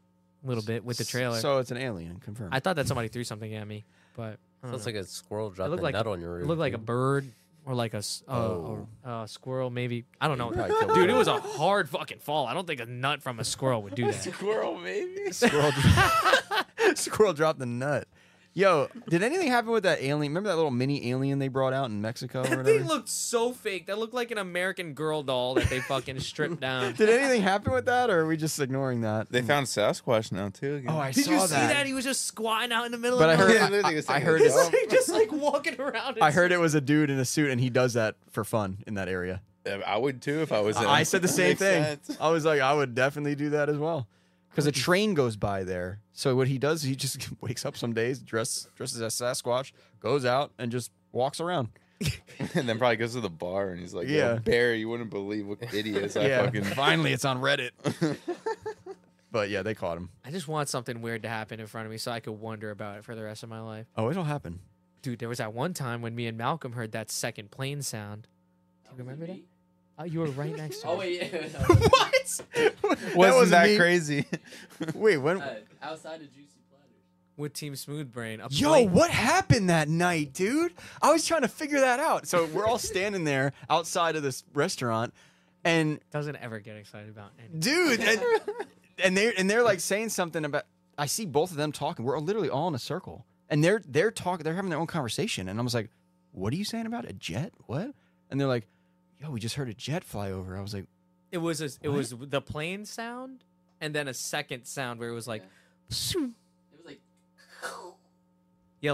Speaker 2: a little bit with the trailer.
Speaker 1: So it's an alien, confirmed. *laughs*
Speaker 2: I thought that somebody threw something at me, but I don't
Speaker 5: Sounds
Speaker 2: know.
Speaker 5: like a squirrel dropping
Speaker 2: looked
Speaker 5: a
Speaker 2: like
Speaker 5: nut
Speaker 2: a-
Speaker 5: on your roof.
Speaker 2: it looked like a *laughs*
Speaker 5: dude.
Speaker 2: bird or like a s- uh,
Speaker 1: Oh.
Speaker 2: a- a squirrel maybe. I don't know.
Speaker 1: probably killed
Speaker 2: Dude, it
Speaker 1: one.
Speaker 2: was a hard fucking fall. I don't think a nut from a squirrel would do *laughs* that.
Speaker 4: Squirrel, maybe.
Speaker 1: Squirrel,
Speaker 2: *laughs*
Speaker 1: dro- *laughs* Squirrel dropped the nut. Yo, did anything happen with that alien? Remember that little mini alien they brought out in Mexico or
Speaker 2: That
Speaker 1: whatever?
Speaker 2: thing looked so fake. That looked like an American girl doll that they fucking stripped down.
Speaker 1: did anything happen with that, or are we just ignoring that?
Speaker 4: They found Sasquatch now too. Again.
Speaker 1: Oh,
Speaker 4: *laughs*
Speaker 1: I
Speaker 2: Did
Speaker 1: saw
Speaker 2: you see that? He was just squatting out in the middle
Speaker 1: But I
Speaker 2: of the
Speaker 1: heard,
Speaker 4: Yeah,
Speaker 1: I,
Speaker 4: literally, it's
Speaker 1: I- I
Speaker 4: like-
Speaker 1: heard,
Speaker 2: This
Speaker 1: it,
Speaker 2: thing just like walking around.
Speaker 1: I heard it was a dude in a suit, and he does that for fun in that area.
Speaker 4: I would too if I was. in
Speaker 1: I
Speaker 4: it. *laughs*
Speaker 1: said the same
Speaker 4: Makes
Speaker 1: thing.
Speaker 4: sense.
Speaker 1: I was like, I would definitely do that as well. because a train goes by there. So what he does, he just *laughs* wakes up some days, dress, dresses as Sasquatch, goes out and just walks around.
Speaker 4: and then probably goes to the bar and he's like,
Speaker 1: Yeah.
Speaker 4: "Yo, Barry, you wouldn't believe what idiots I
Speaker 1: *laughs*
Speaker 4: fucking."
Speaker 1: finally, it's on Reddit. *laughs* but yeah, they caught him.
Speaker 2: I just want something weird to happen in front of me so I could wonder about it for the rest of my life.
Speaker 1: Oh, it'll happen.
Speaker 2: Dude, there was that one time when me and Malcolm heard that second plane sound. Do you remember that? Oh, you were right
Speaker 7: *laughs*
Speaker 2: next to me.
Speaker 7: Oh wait, yeah.
Speaker 1: *laughs* what?
Speaker 4: Wasn't
Speaker 1: was
Speaker 4: that
Speaker 1: me.
Speaker 4: crazy?
Speaker 1: Wait, when?
Speaker 7: Uh, outside of Juicy Platters.
Speaker 2: With Team Smooth Brain. A
Speaker 1: Yo,
Speaker 2: plane-
Speaker 1: what happened that night, dude? I was trying to figure that out. So we're all standing there outside of this restaurant, and
Speaker 2: Doesn't ever get excited about anything.
Speaker 1: dude, and, and they and they're like saying something about. I see both of them talking. We're literally all in a circle, and they're they're talking. They're having their own conversation, and I was like, "What are you saying about a jet? What?" And they're like, "Yo, we just heard a jet fly over." I was like,
Speaker 2: It was a, it was the plane sound and then a second sound where it was like, yeah,
Speaker 7: It was like,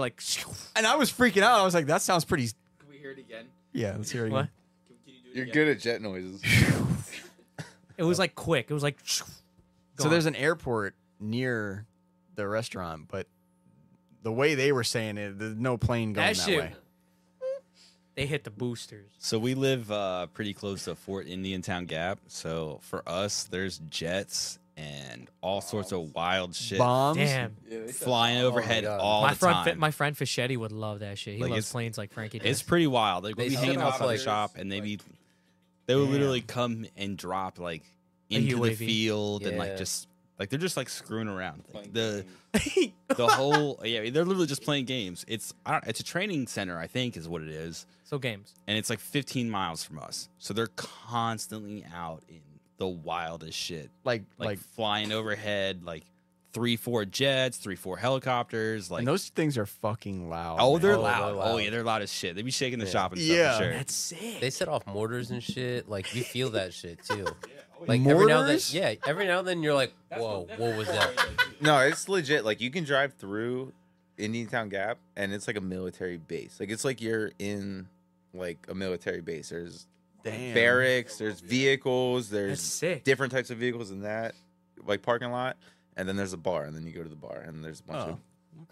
Speaker 2: *laughs* like, *laughs*
Speaker 1: and I was freaking out. I was like, "That sounds pretty."
Speaker 7: can we hear it again?
Speaker 1: Yeah, let's hear it.
Speaker 2: What?
Speaker 1: again.
Speaker 7: Can, can you do it
Speaker 4: *laughs* You're
Speaker 7: again?
Speaker 4: good at jet noises.
Speaker 2: it was like quick. It was like, *laughs*
Speaker 1: So there's an airport near the restaurant, but the way they were saying it, there's no plane going
Speaker 2: that
Speaker 1: that,
Speaker 2: shit.
Speaker 1: way.
Speaker 2: They hit the boosters.
Speaker 3: So we live uh, pretty close to Fort Indian Town Gap. So for us, there's jets and all sorts of wild shit
Speaker 1: Bombs.
Speaker 2: Damn.
Speaker 7: Yeah, it's
Speaker 3: flying overhead
Speaker 6: God.
Speaker 3: all
Speaker 2: my
Speaker 3: the
Speaker 2: friend, Fi-
Speaker 3: time.
Speaker 2: my friend Fischetti would love that shit. He
Speaker 3: Like,
Speaker 2: loves
Speaker 3: it's-
Speaker 2: planes like Frankie does.
Speaker 3: it's pretty wild. Like we'll
Speaker 5: They
Speaker 3: be hanging
Speaker 5: sell
Speaker 3: outside
Speaker 5: like-
Speaker 3: the shop, and they be they will
Speaker 2: Damn.
Speaker 3: literally come and drop like
Speaker 2: A
Speaker 3: into the
Speaker 2: UAV.
Speaker 3: field and
Speaker 5: Yeah.
Speaker 3: like just like they're just like screwing around. Like,
Speaker 4: Playing
Speaker 3: the
Speaker 2: *laughs*
Speaker 3: the whole *laughs* yeah, they're literally just playing games. It's I don't, it's a training center, I think, is what it is.
Speaker 2: so games.
Speaker 3: and it's like 15 miles from us. So they're constantly out in the wildest shit,
Speaker 1: Like
Speaker 3: like,
Speaker 1: like,
Speaker 3: flying overhead, like three, four jets, three, four helicopters. Like
Speaker 1: and those things are fucking loud.
Speaker 3: oh,
Speaker 1: man.
Speaker 3: they're
Speaker 5: Oh,
Speaker 3: loud.
Speaker 5: they're loud.
Speaker 3: Oh yeah, they're loud as shit. They be shaking the
Speaker 5: Yeah.
Speaker 3: shop and stuff.
Speaker 1: Yeah.
Speaker 3: for sure.
Speaker 2: That's sick.
Speaker 5: They set off mortars and shit. Like you feel that shit
Speaker 1: *laughs*
Speaker 5: too. Like
Speaker 1: Mortars?
Speaker 5: every now and then, yeah. Every now and then you're like, whoa, what was *laughs* that?
Speaker 4: *laughs* No, it's legit. Like you can drive through Indiantown Gap, and it's like a military base. Like it's like you're in like a military base. There's
Speaker 1: Damn.
Speaker 4: barracks, there's vehicles,
Speaker 2: That's
Speaker 4: there's
Speaker 2: sick.
Speaker 4: different types of vehicles in that like parking lot, and then there's a bar, and then you go to the bar, and there's a bunch
Speaker 1: Oh.
Speaker 4: of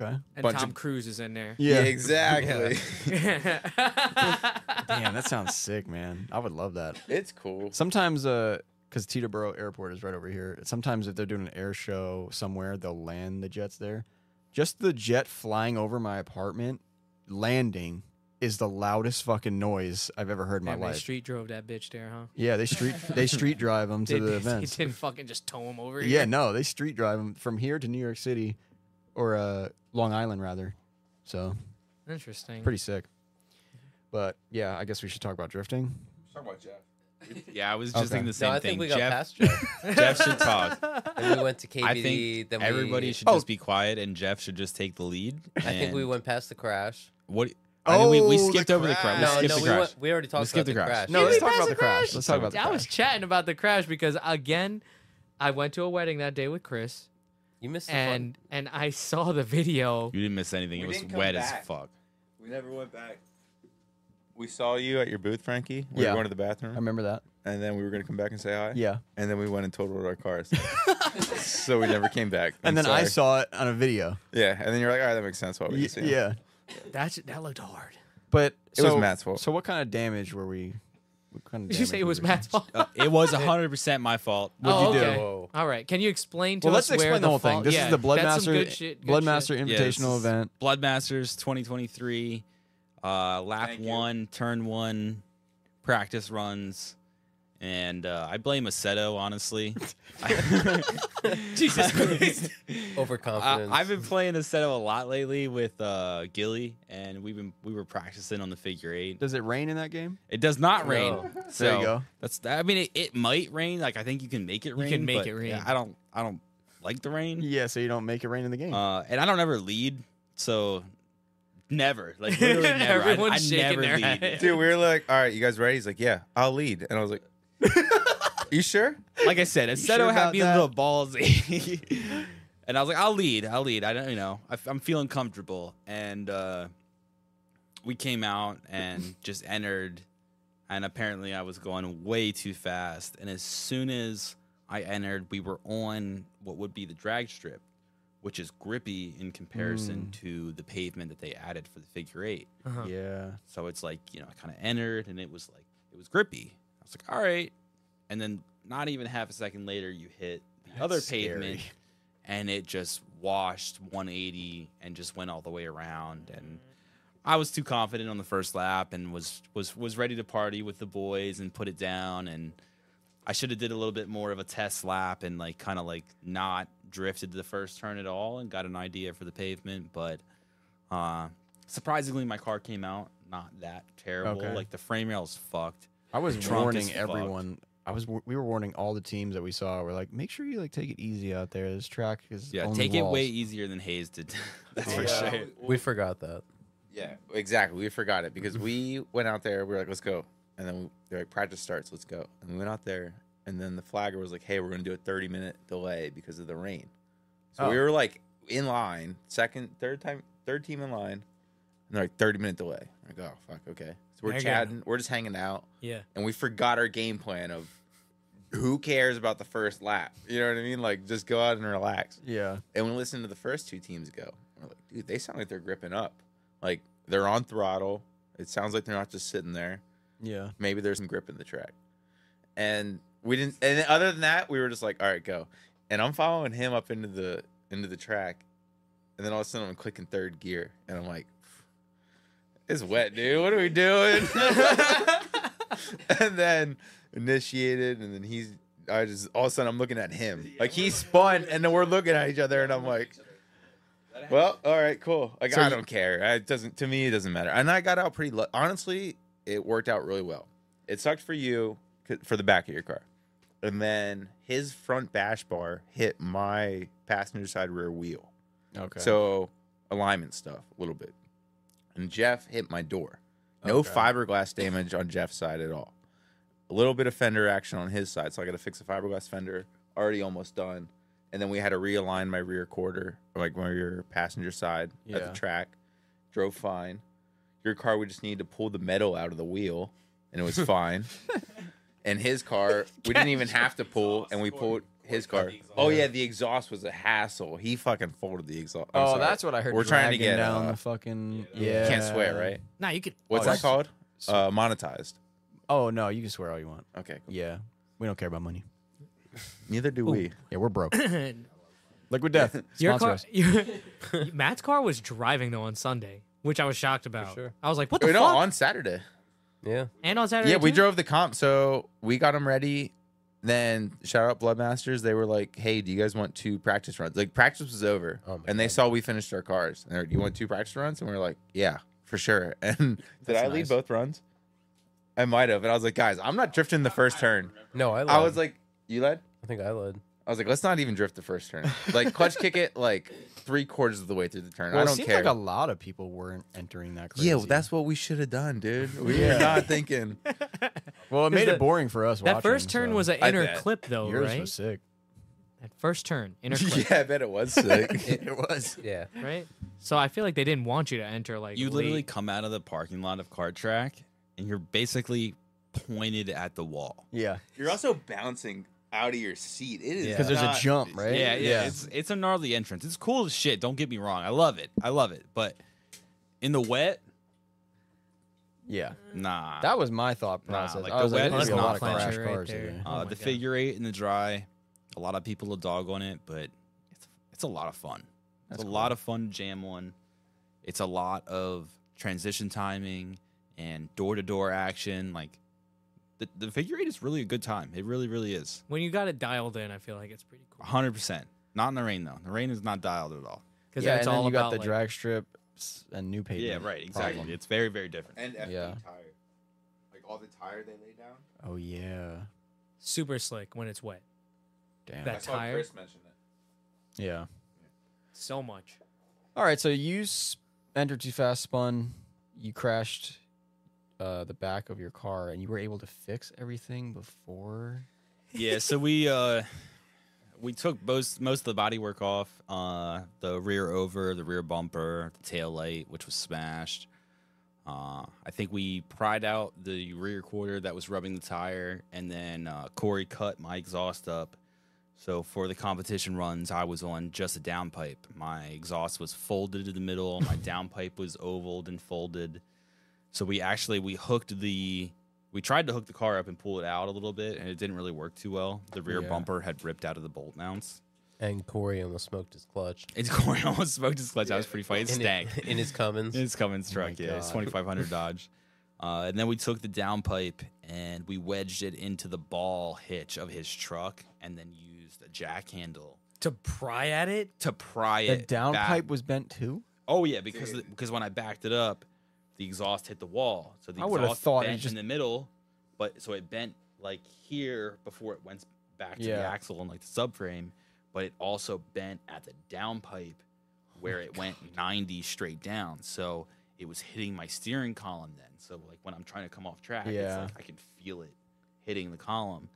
Speaker 1: Okay.
Speaker 2: and
Speaker 4: bunch
Speaker 2: Tom
Speaker 4: of-
Speaker 2: Cruise is in
Speaker 1: *laughs*
Speaker 2: there. *laughs*
Speaker 1: Yeah.
Speaker 4: exactly.
Speaker 1: Damn, that sounds sick, man. I would love that.
Speaker 4: *laughs* it's cool.
Speaker 1: Sometimes, uh, because Teterboro Airport is right over here. Sometimes, if they're doing an air show somewhere, they'll land the jets there. Just the jet flying over my apartment, landing is the loudest fucking noise I've ever heard in my
Speaker 2: Damn, they
Speaker 1: life.
Speaker 2: street drove that bitch there, huh?
Speaker 1: Yeah, they
Speaker 2: *laughs*
Speaker 1: street they street drive them to
Speaker 2: Did,
Speaker 1: the
Speaker 2: he
Speaker 1: events.
Speaker 2: didn't *laughs* fucking just tow him over.
Speaker 1: Yeah,
Speaker 2: here?
Speaker 1: no, they street drive them from here to New York City or uh, Long Island rather. So
Speaker 2: Interesting.
Speaker 1: pretty sick. But yeah, I guess we should talk about drifting.
Speaker 3: Yeah, I was just
Speaker 1: Okay.
Speaker 3: thinking
Speaker 1: No,
Speaker 3: the same
Speaker 5: no, I
Speaker 3: thing.
Speaker 5: think we got
Speaker 3: Jeff,
Speaker 5: past Jeff.
Speaker 3: Jeff should
Speaker 5: *laughs*
Speaker 3: talk.
Speaker 5: And we went to KBD.
Speaker 3: I think
Speaker 5: then
Speaker 3: everybody
Speaker 5: we,
Speaker 3: should
Speaker 1: Oh.
Speaker 3: just be quiet, and Jeff should just take the lead.
Speaker 5: I think we
Speaker 3: and
Speaker 5: went past the crash.
Speaker 3: What? I think we, we
Speaker 1: Oh, the
Speaker 3: skipped over the crash.
Speaker 5: no,
Speaker 3: We skipped
Speaker 5: no, we,
Speaker 3: the crash.
Speaker 5: went, we already talked
Speaker 3: skipped
Speaker 5: about the
Speaker 3: the crash.
Speaker 5: crash.
Speaker 1: No,
Speaker 2: Did
Speaker 1: let's
Speaker 2: we
Speaker 1: talk
Speaker 2: pass
Speaker 1: about
Speaker 2: the
Speaker 1: the crash.
Speaker 2: crash?
Speaker 1: Let's talk about the
Speaker 2: I was
Speaker 1: crash.
Speaker 2: chatting about the crash because again, I went to a wedding that day with Chris,
Speaker 5: you missed the fun-
Speaker 2: and and I saw the video.
Speaker 3: You didn't miss anything.
Speaker 4: We
Speaker 3: it was
Speaker 4: didn't come
Speaker 3: wet
Speaker 4: back.
Speaker 3: as fuck.
Speaker 4: We never went back. We saw you at your booth, Frankie. We
Speaker 1: Yeah.
Speaker 4: were going to the
Speaker 1: I
Speaker 4: bathroom,
Speaker 1: remember that.
Speaker 4: and then we were going to come back and say hi.
Speaker 1: Yeah.
Speaker 4: And then we went and totaled our cars. *laughs* so we never came back. I'm
Speaker 1: And then I
Speaker 4: sorry.
Speaker 1: saw it on a video.
Speaker 4: Yeah, and then you're like, all right, that makes sense. Why we
Speaker 1: Y-
Speaker 4: didn't see him."
Speaker 1: yeah.
Speaker 2: That sh- that looked hard.
Speaker 1: But
Speaker 4: It was Matt's fault.
Speaker 1: So what kind of damage were we what kind of
Speaker 2: Did you say
Speaker 1: damage
Speaker 2: it
Speaker 1: were
Speaker 2: was
Speaker 1: we-
Speaker 2: Matt's fault?
Speaker 3: Uh, it was 100% my fault.
Speaker 2: oh,
Speaker 1: you do?
Speaker 2: okay.
Speaker 5: Whoa.
Speaker 2: All right. Can you explain to
Speaker 1: Well, let's
Speaker 2: us
Speaker 1: explain
Speaker 2: where
Speaker 1: the whole thing.
Speaker 2: fault-
Speaker 1: This
Speaker 2: Yeah,
Speaker 1: is the
Speaker 2: That's some
Speaker 1: Bloodmaster
Speaker 2: good shit, good shit.
Speaker 1: Bloodmaster
Speaker 3: Yeah, this
Speaker 1: Invitational
Speaker 3: is
Speaker 1: event.
Speaker 3: Bloodmasters 2023, uh, lap
Speaker 4: Thank you.
Speaker 3: one, turn one, practice runs. And uh, I blame Aceto, honestly.
Speaker 1: *laughs*
Speaker 3: Jesus Christ.
Speaker 5: overconfidence.
Speaker 3: I, have
Speaker 5: *laughs*
Speaker 3: been playing Aceto a lot lately with uh, Gilly, and we've been we were practicing on the figure eight.
Speaker 1: Does it rain in that game?
Speaker 3: It does not rain.
Speaker 5: No.
Speaker 3: So
Speaker 1: There you go.
Speaker 3: That's I mean it, it might rain. Like I think you can make it
Speaker 2: You
Speaker 3: rain.
Speaker 2: can make
Speaker 3: but,
Speaker 2: it rain.
Speaker 3: yeah, I don't I don't like the rain.
Speaker 1: Yeah, so you don't make it rain in the game.
Speaker 3: Uh, and I don't ever lead, so never.
Speaker 2: *laughs*
Speaker 3: Like literally never. I-
Speaker 2: Everyone's
Speaker 3: I,
Speaker 2: shaking
Speaker 3: never
Speaker 2: their
Speaker 3: lead.
Speaker 2: head.
Speaker 4: Dude, we were like, all right, you guys ready? He's like, yeah, I'll lead. And
Speaker 1: *laughs*
Speaker 4: I was like, you sure?
Speaker 3: Like I said, Aceto
Speaker 1: sure
Speaker 3: had
Speaker 1: about
Speaker 3: me
Speaker 1: that?
Speaker 3: a little ballsy, *laughs* and I was like, I'll lead. I'll lead. I don't, you know, I, am feeling comfortable. And uh, we came out and just entered, and apparently I was going way too fast. And as soon as I entered, we were on what would be the drag strip, which is grippy in
Speaker 1: Mm.
Speaker 3: comparison to the pavement that they added for the figure eight.
Speaker 2: Uh-huh.
Speaker 1: Yeah.
Speaker 3: So it's like, you know, I kind of entered and it was like, it was grippy. I was like, all right. And then not even half a second later, you hit the other pavement
Speaker 1: scary.
Speaker 3: and it just washed 180 and just went all the way around. And I was too confident on the first lap and was, was, was ready to party with the boys and put it down. And I should have did a little bit more of a test lap and like kind of like not drifted to the first turn at all and got an idea for the pavement. But uh, surprisingly, my car came out not that terrible.
Speaker 1: Okay.
Speaker 3: Like the frame rail's fucked.
Speaker 1: I was
Speaker 3: Trump
Speaker 1: warning
Speaker 3: is
Speaker 1: everyone. I was we were warning all the teams that we saw. We're like, make sure you like take it easy out there. This track is
Speaker 3: Yeah,
Speaker 1: only
Speaker 3: take it way
Speaker 1: walls."
Speaker 3: easier than Hayes did. *laughs* That's *laughs* for
Speaker 4: Yeah.
Speaker 3: sure.
Speaker 5: We forgot that.
Speaker 4: Yeah, exactly. We forgot it because we went out there. We were like, let's go. And then we, they're like, practice starts. Let's go. And we went out there. And then the flagger was like, hey, we're going to do a 30 minute delay because of the rain. So we
Speaker 6: Oh.
Speaker 4: were like in line, second, third time, third team in line. And they're like, 30 minute delay. I'm like, oh, fuck, okay. So we're
Speaker 2: There you go.
Speaker 4: chatting. We're just hanging out.
Speaker 2: Yeah.
Speaker 4: And we forgot our game plan of who cares about the first lap. You know what I mean? Like, just go out and relax
Speaker 1: Yeah.
Speaker 4: and we listened to the first two teams go. and We're like, dude, they sound like they're gripping up. Like they're on throttle. It sounds like they're not just sitting there.
Speaker 1: Yeah.
Speaker 4: Maybe there's some grip in the track. And we didn't. And then other than that, we were just like, all right, go. And I'm following him up into the into the track, and then all of a sudden I'm clicking third gear, and I'm like, it's wet, dude. What are we doing? *laughs* and then initiated, and then he's. I just all of a sudden I'm looking at him, like he spun, and then we're looking at each other, and I'm like, "Well, all right, cool. Like
Speaker 1: So
Speaker 4: I
Speaker 1: you-
Speaker 4: don't care. I, it doesn't to me. It doesn't matter." And I got out pretty. Lu- Honestly, it worked out really well. It sucked for you c- for the back of your car, and then his front bash bar hit my passenger side rear wheel.
Speaker 1: Okay.
Speaker 4: So alignment stuff a little bit. And Jeff hit my door. No
Speaker 1: Okay.
Speaker 4: fiberglass damage on Jeff's side at all. A little bit of fender action on his side, so I got to fix a fiberglass fender. Already almost done. And then we had to realign my rear quarter, like my rear passenger side at
Speaker 1: Yeah.
Speaker 4: the track. Drove fine. Your car, we just needed to pull the metal out of the wheel, and
Speaker 1: *laughs*
Speaker 4: it was fine. and his car, we didn't even have to pull, and we pulled his car. Oh yeah, the exhaust was a hassle. He fucking folded the exhaust. I'm
Speaker 1: oh,
Speaker 4: sorry.
Speaker 1: that's what I heard.
Speaker 4: We're trying to
Speaker 1: dragging
Speaker 4: get,
Speaker 1: down
Speaker 4: uh,
Speaker 1: the fucking.
Speaker 7: yeah,
Speaker 1: Yeah.
Speaker 4: You can't swear, right?
Speaker 2: Nah, you could. *clears throat*
Speaker 4: What's
Speaker 1: Oh,
Speaker 4: that
Speaker 1: yeah.
Speaker 4: called? Uh, monetized.
Speaker 1: Oh no, you can swear all you want.
Speaker 4: Okay. cool.
Speaker 1: Yeah. We don't care about money.
Speaker 4: Neither do we.
Speaker 1: Yeah, we're broke.
Speaker 2: Your
Speaker 1: Liquid Death. Sponsor
Speaker 2: car,
Speaker 1: us.
Speaker 2: your,
Speaker 1: *laughs*
Speaker 2: Matt's car was driving though on Sunday, which I was shocked about.
Speaker 5: sure.
Speaker 2: I was like, "What the
Speaker 4: Wait,
Speaker 2: fuck?"
Speaker 4: no, on Saturday.
Speaker 5: Yeah.
Speaker 2: and on Saturday,
Speaker 4: Yeah, we
Speaker 2: too?
Speaker 4: drove the comp, so we got them ready. Then shout out Bloodmasters. They were like, "Hey, do you guys want two practice runs?" Like practice was over,
Speaker 5: Oh my
Speaker 4: and they
Speaker 5: God.
Speaker 4: saw we finished our cars. And they're, "Do you want two practice runs?" And we were like, "Yeah, for sure." *laughs* And did I lead
Speaker 1: nice.
Speaker 4: both runs? I might have. And I was like, "Guys, I'm not drifting the first turn."
Speaker 5: No, I. Led.
Speaker 4: I was uh, like, "You led?"
Speaker 5: I think I led.
Speaker 4: I was like, "Let's not even drift the
Speaker 1: *laughs*
Speaker 4: first turn. Like clutch kick it like three quarters of the way through the turn.
Speaker 1: Well,
Speaker 4: I
Speaker 1: it
Speaker 4: don't
Speaker 1: seems
Speaker 4: care."
Speaker 1: like a lot of people weren't entering that. Crazy.
Speaker 4: Yeah, well, that's what we should have done, dude. We
Speaker 1: Yeah.
Speaker 4: were
Speaker 1: *laughs*
Speaker 4: not thinking.
Speaker 1: well, it made
Speaker 2: that-
Speaker 1: it boring for us.
Speaker 2: that
Speaker 1: watching,
Speaker 2: first turn
Speaker 1: so.
Speaker 2: was an
Speaker 4: I
Speaker 2: inner
Speaker 4: bet.
Speaker 2: clip though,
Speaker 1: yours
Speaker 2: right?
Speaker 1: was sick.
Speaker 2: that first turn,
Speaker 4: *laughs*
Speaker 2: inner clip,
Speaker 4: yeah, I bet it was sick.
Speaker 1: *laughs* was.
Speaker 5: Yeah.
Speaker 2: right? So I feel like they didn't want you to enter. Like
Speaker 3: You literally
Speaker 2: late.
Speaker 3: come out of the parking lot of Cart Track and you're basically pointed at the wall.
Speaker 1: Yeah,
Speaker 4: You're also bouncing out of your seat. It is
Speaker 3: Yeah.
Speaker 1: because there's a
Speaker 4: not-
Speaker 1: jump, right?
Speaker 3: Yeah, yeah, It's it's a gnarly entrance. It's cool as shit. Don't get me wrong. I love it. I love it. But in the wet,
Speaker 1: yeah.
Speaker 3: nah.
Speaker 1: That was my thought
Speaker 3: Nah,
Speaker 1: process.
Speaker 3: like,
Speaker 1: I
Speaker 3: the
Speaker 1: was like,
Speaker 3: wet
Speaker 1: there's
Speaker 3: is
Speaker 1: gonna be a lot of
Speaker 2: not
Speaker 1: crash
Speaker 2: flashy right
Speaker 1: cars.
Speaker 2: there.
Speaker 1: today.
Speaker 2: Oh
Speaker 3: uh,
Speaker 2: my
Speaker 3: the
Speaker 2: God.
Speaker 3: figure eight in the dry. A lot of people will dog on it, but it's it's a lot of fun.
Speaker 1: That's
Speaker 3: it's a
Speaker 1: cool.
Speaker 3: lot of fun to jam on. It's a lot of transition timing and door to door action. Like the the figure eight is really a good time. It really, really is.
Speaker 2: when you got it dialed in, I feel like it's pretty cool
Speaker 3: hundred percent. Not in the rain though. The rain is not dialed at all.
Speaker 2: because
Speaker 1: yeah,
Speaker 2: it's
Speaker 1: and
Speaker 2: all
Speaker 1: then you
Speaker 2: about
Speaker 1: got the
Speaker 2: like,
Speaker 1: drag strips and new paper. problem.
Speaker 3: It's very, very different.
Speaker 8: And FD
Speaker 1: Yeah.
Speaker 8: tire. Like all the tire they lay down.
Speaker 1: Oh yeah,
Speaker 2: super slick when it's wet.
Speaker 1: damn.
Speaker 2: That
Speaker 8: That's why
Speaker 2: tire,
Speaker 8: Chris mentioned it.
Speaker 1: yeah.
Speaker 2: so much.
Speaker 1: All right, so you s- entered too fast, spun, you crashed uh, the back of your car, and you were able to fix everything before.
Speaker 3: yeah, so we uh we took most most of the body work off, uh the rear over, the rear bumper, the tail light, which was smashed. Uh I think we pried out the rear quarter that was rubbing the tire and then uh Corey cut my exhaust up So for the competition runs, I was on just a downpipe. My exhaust was folded in the middle. My downpipe was ovaled and folded. So we actually we hooked the we tried to hook the car up and pull it out a little bit, and it didn't really work too well. The rear
Speaker 1: Yeah.
Speaker 3: bumper had ripped out of the bolt mounts.
Speaker 5: And Corey almost smoked his clutch.
Speaker 3: It's *laughs* going almost smoked his clutch. that was pretty funny. It
Speaker 5: In,
Speaker 3: stank.
Speaker 5: it- *laughs* in his Cummins.
Speaker 3: It's Cummins
Speaker 5: my
Speaker 3: truck, yeah. It's
Speaker 5: God.
Speaker 3: 2500 Dodge. Uh, and then we took the downpipe and we wedged it into the ball hitch of his truck and then used a jack handle
Speaker 2: To pry at it?
Speaker 3: to pry
Speaker 1: The
Speaker 3: it. back.
Speaker 1: downpipe was bent too.
Speaker 3: Oh, yeah, because the, because when I backed it up, the exhaust hit the wall. So the
Speaker 1: I would've
Speaker 3: exhaust
Speaker 1: thought it
Speaker 3: bent
Speaker 1: just-
Speaker 3: in the middle, but so it bent like here before it went back to the
Speaker 1: Yeah.
Speaker 3: axle and like the subframe, but it also bent at the downpipe where it went 90 straight down. So it was hitting my steering column then. So like when I'm trying to come off track,
Speaker 1: Yeah.
Speaker 3: it's like I can feel it hitting the column.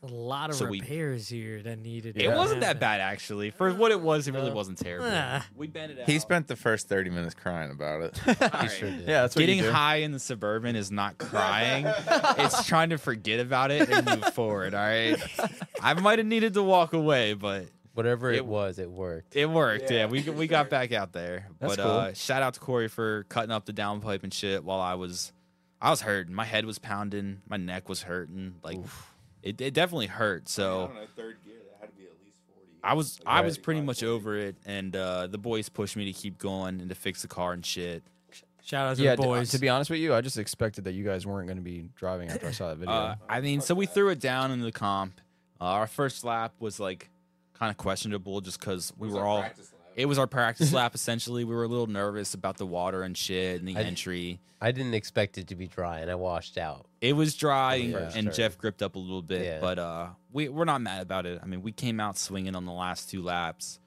Speaker 2: It's a lot of
Speaker 3: So we-
Speaker 2: repairs here that needed.
Speaker 3: It wasn't that bad actually. For what it was, it really wasn't terrible.
Speaker 2: Ah.
Speaker 3: We bent it out.
Speaker 4: He spent the first 30 minutes crying
Speaker 3: *laughs*
Speaker 4: about it.
Speaker 3: All
Speaker 5: Sure did.
Speaker 1: Yeah, that's what
Speaker 3: Getting
Speaker 1: you do.
Speaker 3: high in the suburban is not crying.
Speaker 1: *laughs*
Speaker 3: it's trying to forget about it and move forward. All right. I might have needed to walk away, but
Speaker 5: Whatever it,
Speaker 3: It-
Speaker 5: was, it worked.
Speaker 3: it worked. Yeah, we we got back out there.
Speaker 1: That's
Speaker 3: but uh, shout out to Corey for cutting up the downpipe and shit while I was I was hurting. My head was pounding. My neck was hurting. Like it, it definitely hurt. So.
Speaker 8: I don't know, third gear, that had to be at least 40.
Speaker 3: I was
Speaker 8: Like,
Speaker 3: I was
Speaker 8: 35,
Speaker 3: pretty much
Speaker 8: 40.
Speaker 3: over it, and uh, the boys pushed me to keep going and to fix the car and shit.
Speaker 2: Shout out to
Speaker 1: Yeah,
Speaker 2: the
Speaker 1: d- uh,
Speaker 2: boys.
Speaker 1: to be honest with you, I just expected that you guys weren't going to be driving after I *laughs* saw that video.
Speaker 3: Uh, I mean, so we threw it down in the comp. Uh, our first lap was like kind of questionable just because
Speaker 8: It
Speaker 3: we
Speaker 8: was
Speaker 3: were
Speaker 8: our
Speaker 3: all.
Speaker 8: practice lab.
Speaker 3: It was our
Speaker 8: *laughs*
Speaker 3: practice lap essentially. We were a little nervous about the water and shit and the
Speaker 5: I-
Speaker 3: entry.
Speaker 5: I didn't expect it to be dry, and I washed out.
Speaker 3: It was dry and-
Speaker 5: Yeah.
Speaker 3: and Jeff gripped up a little bit,
Speaker 5: Yeah.
Speaker 3: but uh, we we're not mad about it. I mean, we came out swinging on the last two laps.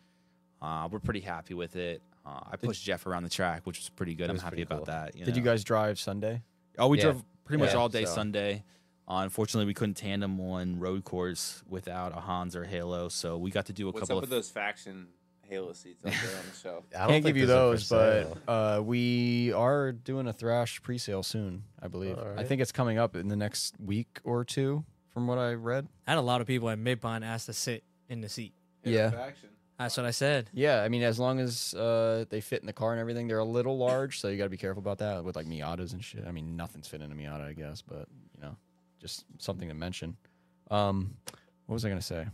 Speaker 3: Uh, we're pretty happy with it. Uh, I pushed Jeff around the track, which was pretty good. I'm
Speaker 5: was
Speaker 3: happy
Speaker 5: pretty
Speaker 3: about
Speaker 5: cool.
Speaker 3: that.
Speaker 1: Did you
Speaker 3: know.
Speaker 1: guys drive Sunday?
Speaker 3: Oh, we
Speaker 5: Yeah.
Speaker 3: drove pretty much
Speaker 5: Yeah,
Speaker 3: all day
Speaker 5: so-
Speaker 3: Sunday. Uh, unfortunately, we couldn't tandem on road course without a Hans or Halo, so we got to do a
Speaker 8: What's
Speaker 3: couple
Speaker 8: up
Speaker 3: of
Speaker 8: with those faction Halo seats up there on the
Speaker 4: *laughs*
Speaker 8: shelf?
Speaker 5: I don't
Speaker 1: Can't give
Speaker 5: think
Speaker 1: you
Speaker 5: those
Speaker 1: those,
Speaker 5: are for
Speaker 1: but uh, we are doing a Thrash pre-sale soon. I believe.
Speaker 5: All
Speaker 1: I
Speaker 5: right.
Speaker 1: think it's coming up in the next week or two, from what I read.
Speaker 2: I had a lot of people at Midpond ask to sit in the seat.
Speaker 1: Yeah.
Speaker 8: Faction.
Speaker 2: That's what I said.
Speaker 1: Yeah, I mean, as long as uh, they fit in the car and everything, they're a little large, so you got to be careful about that with like Miatas and shit. I mean, nothing's fit in a Miata, I guess, but you know, just something to mention. Um, what was I gonna say?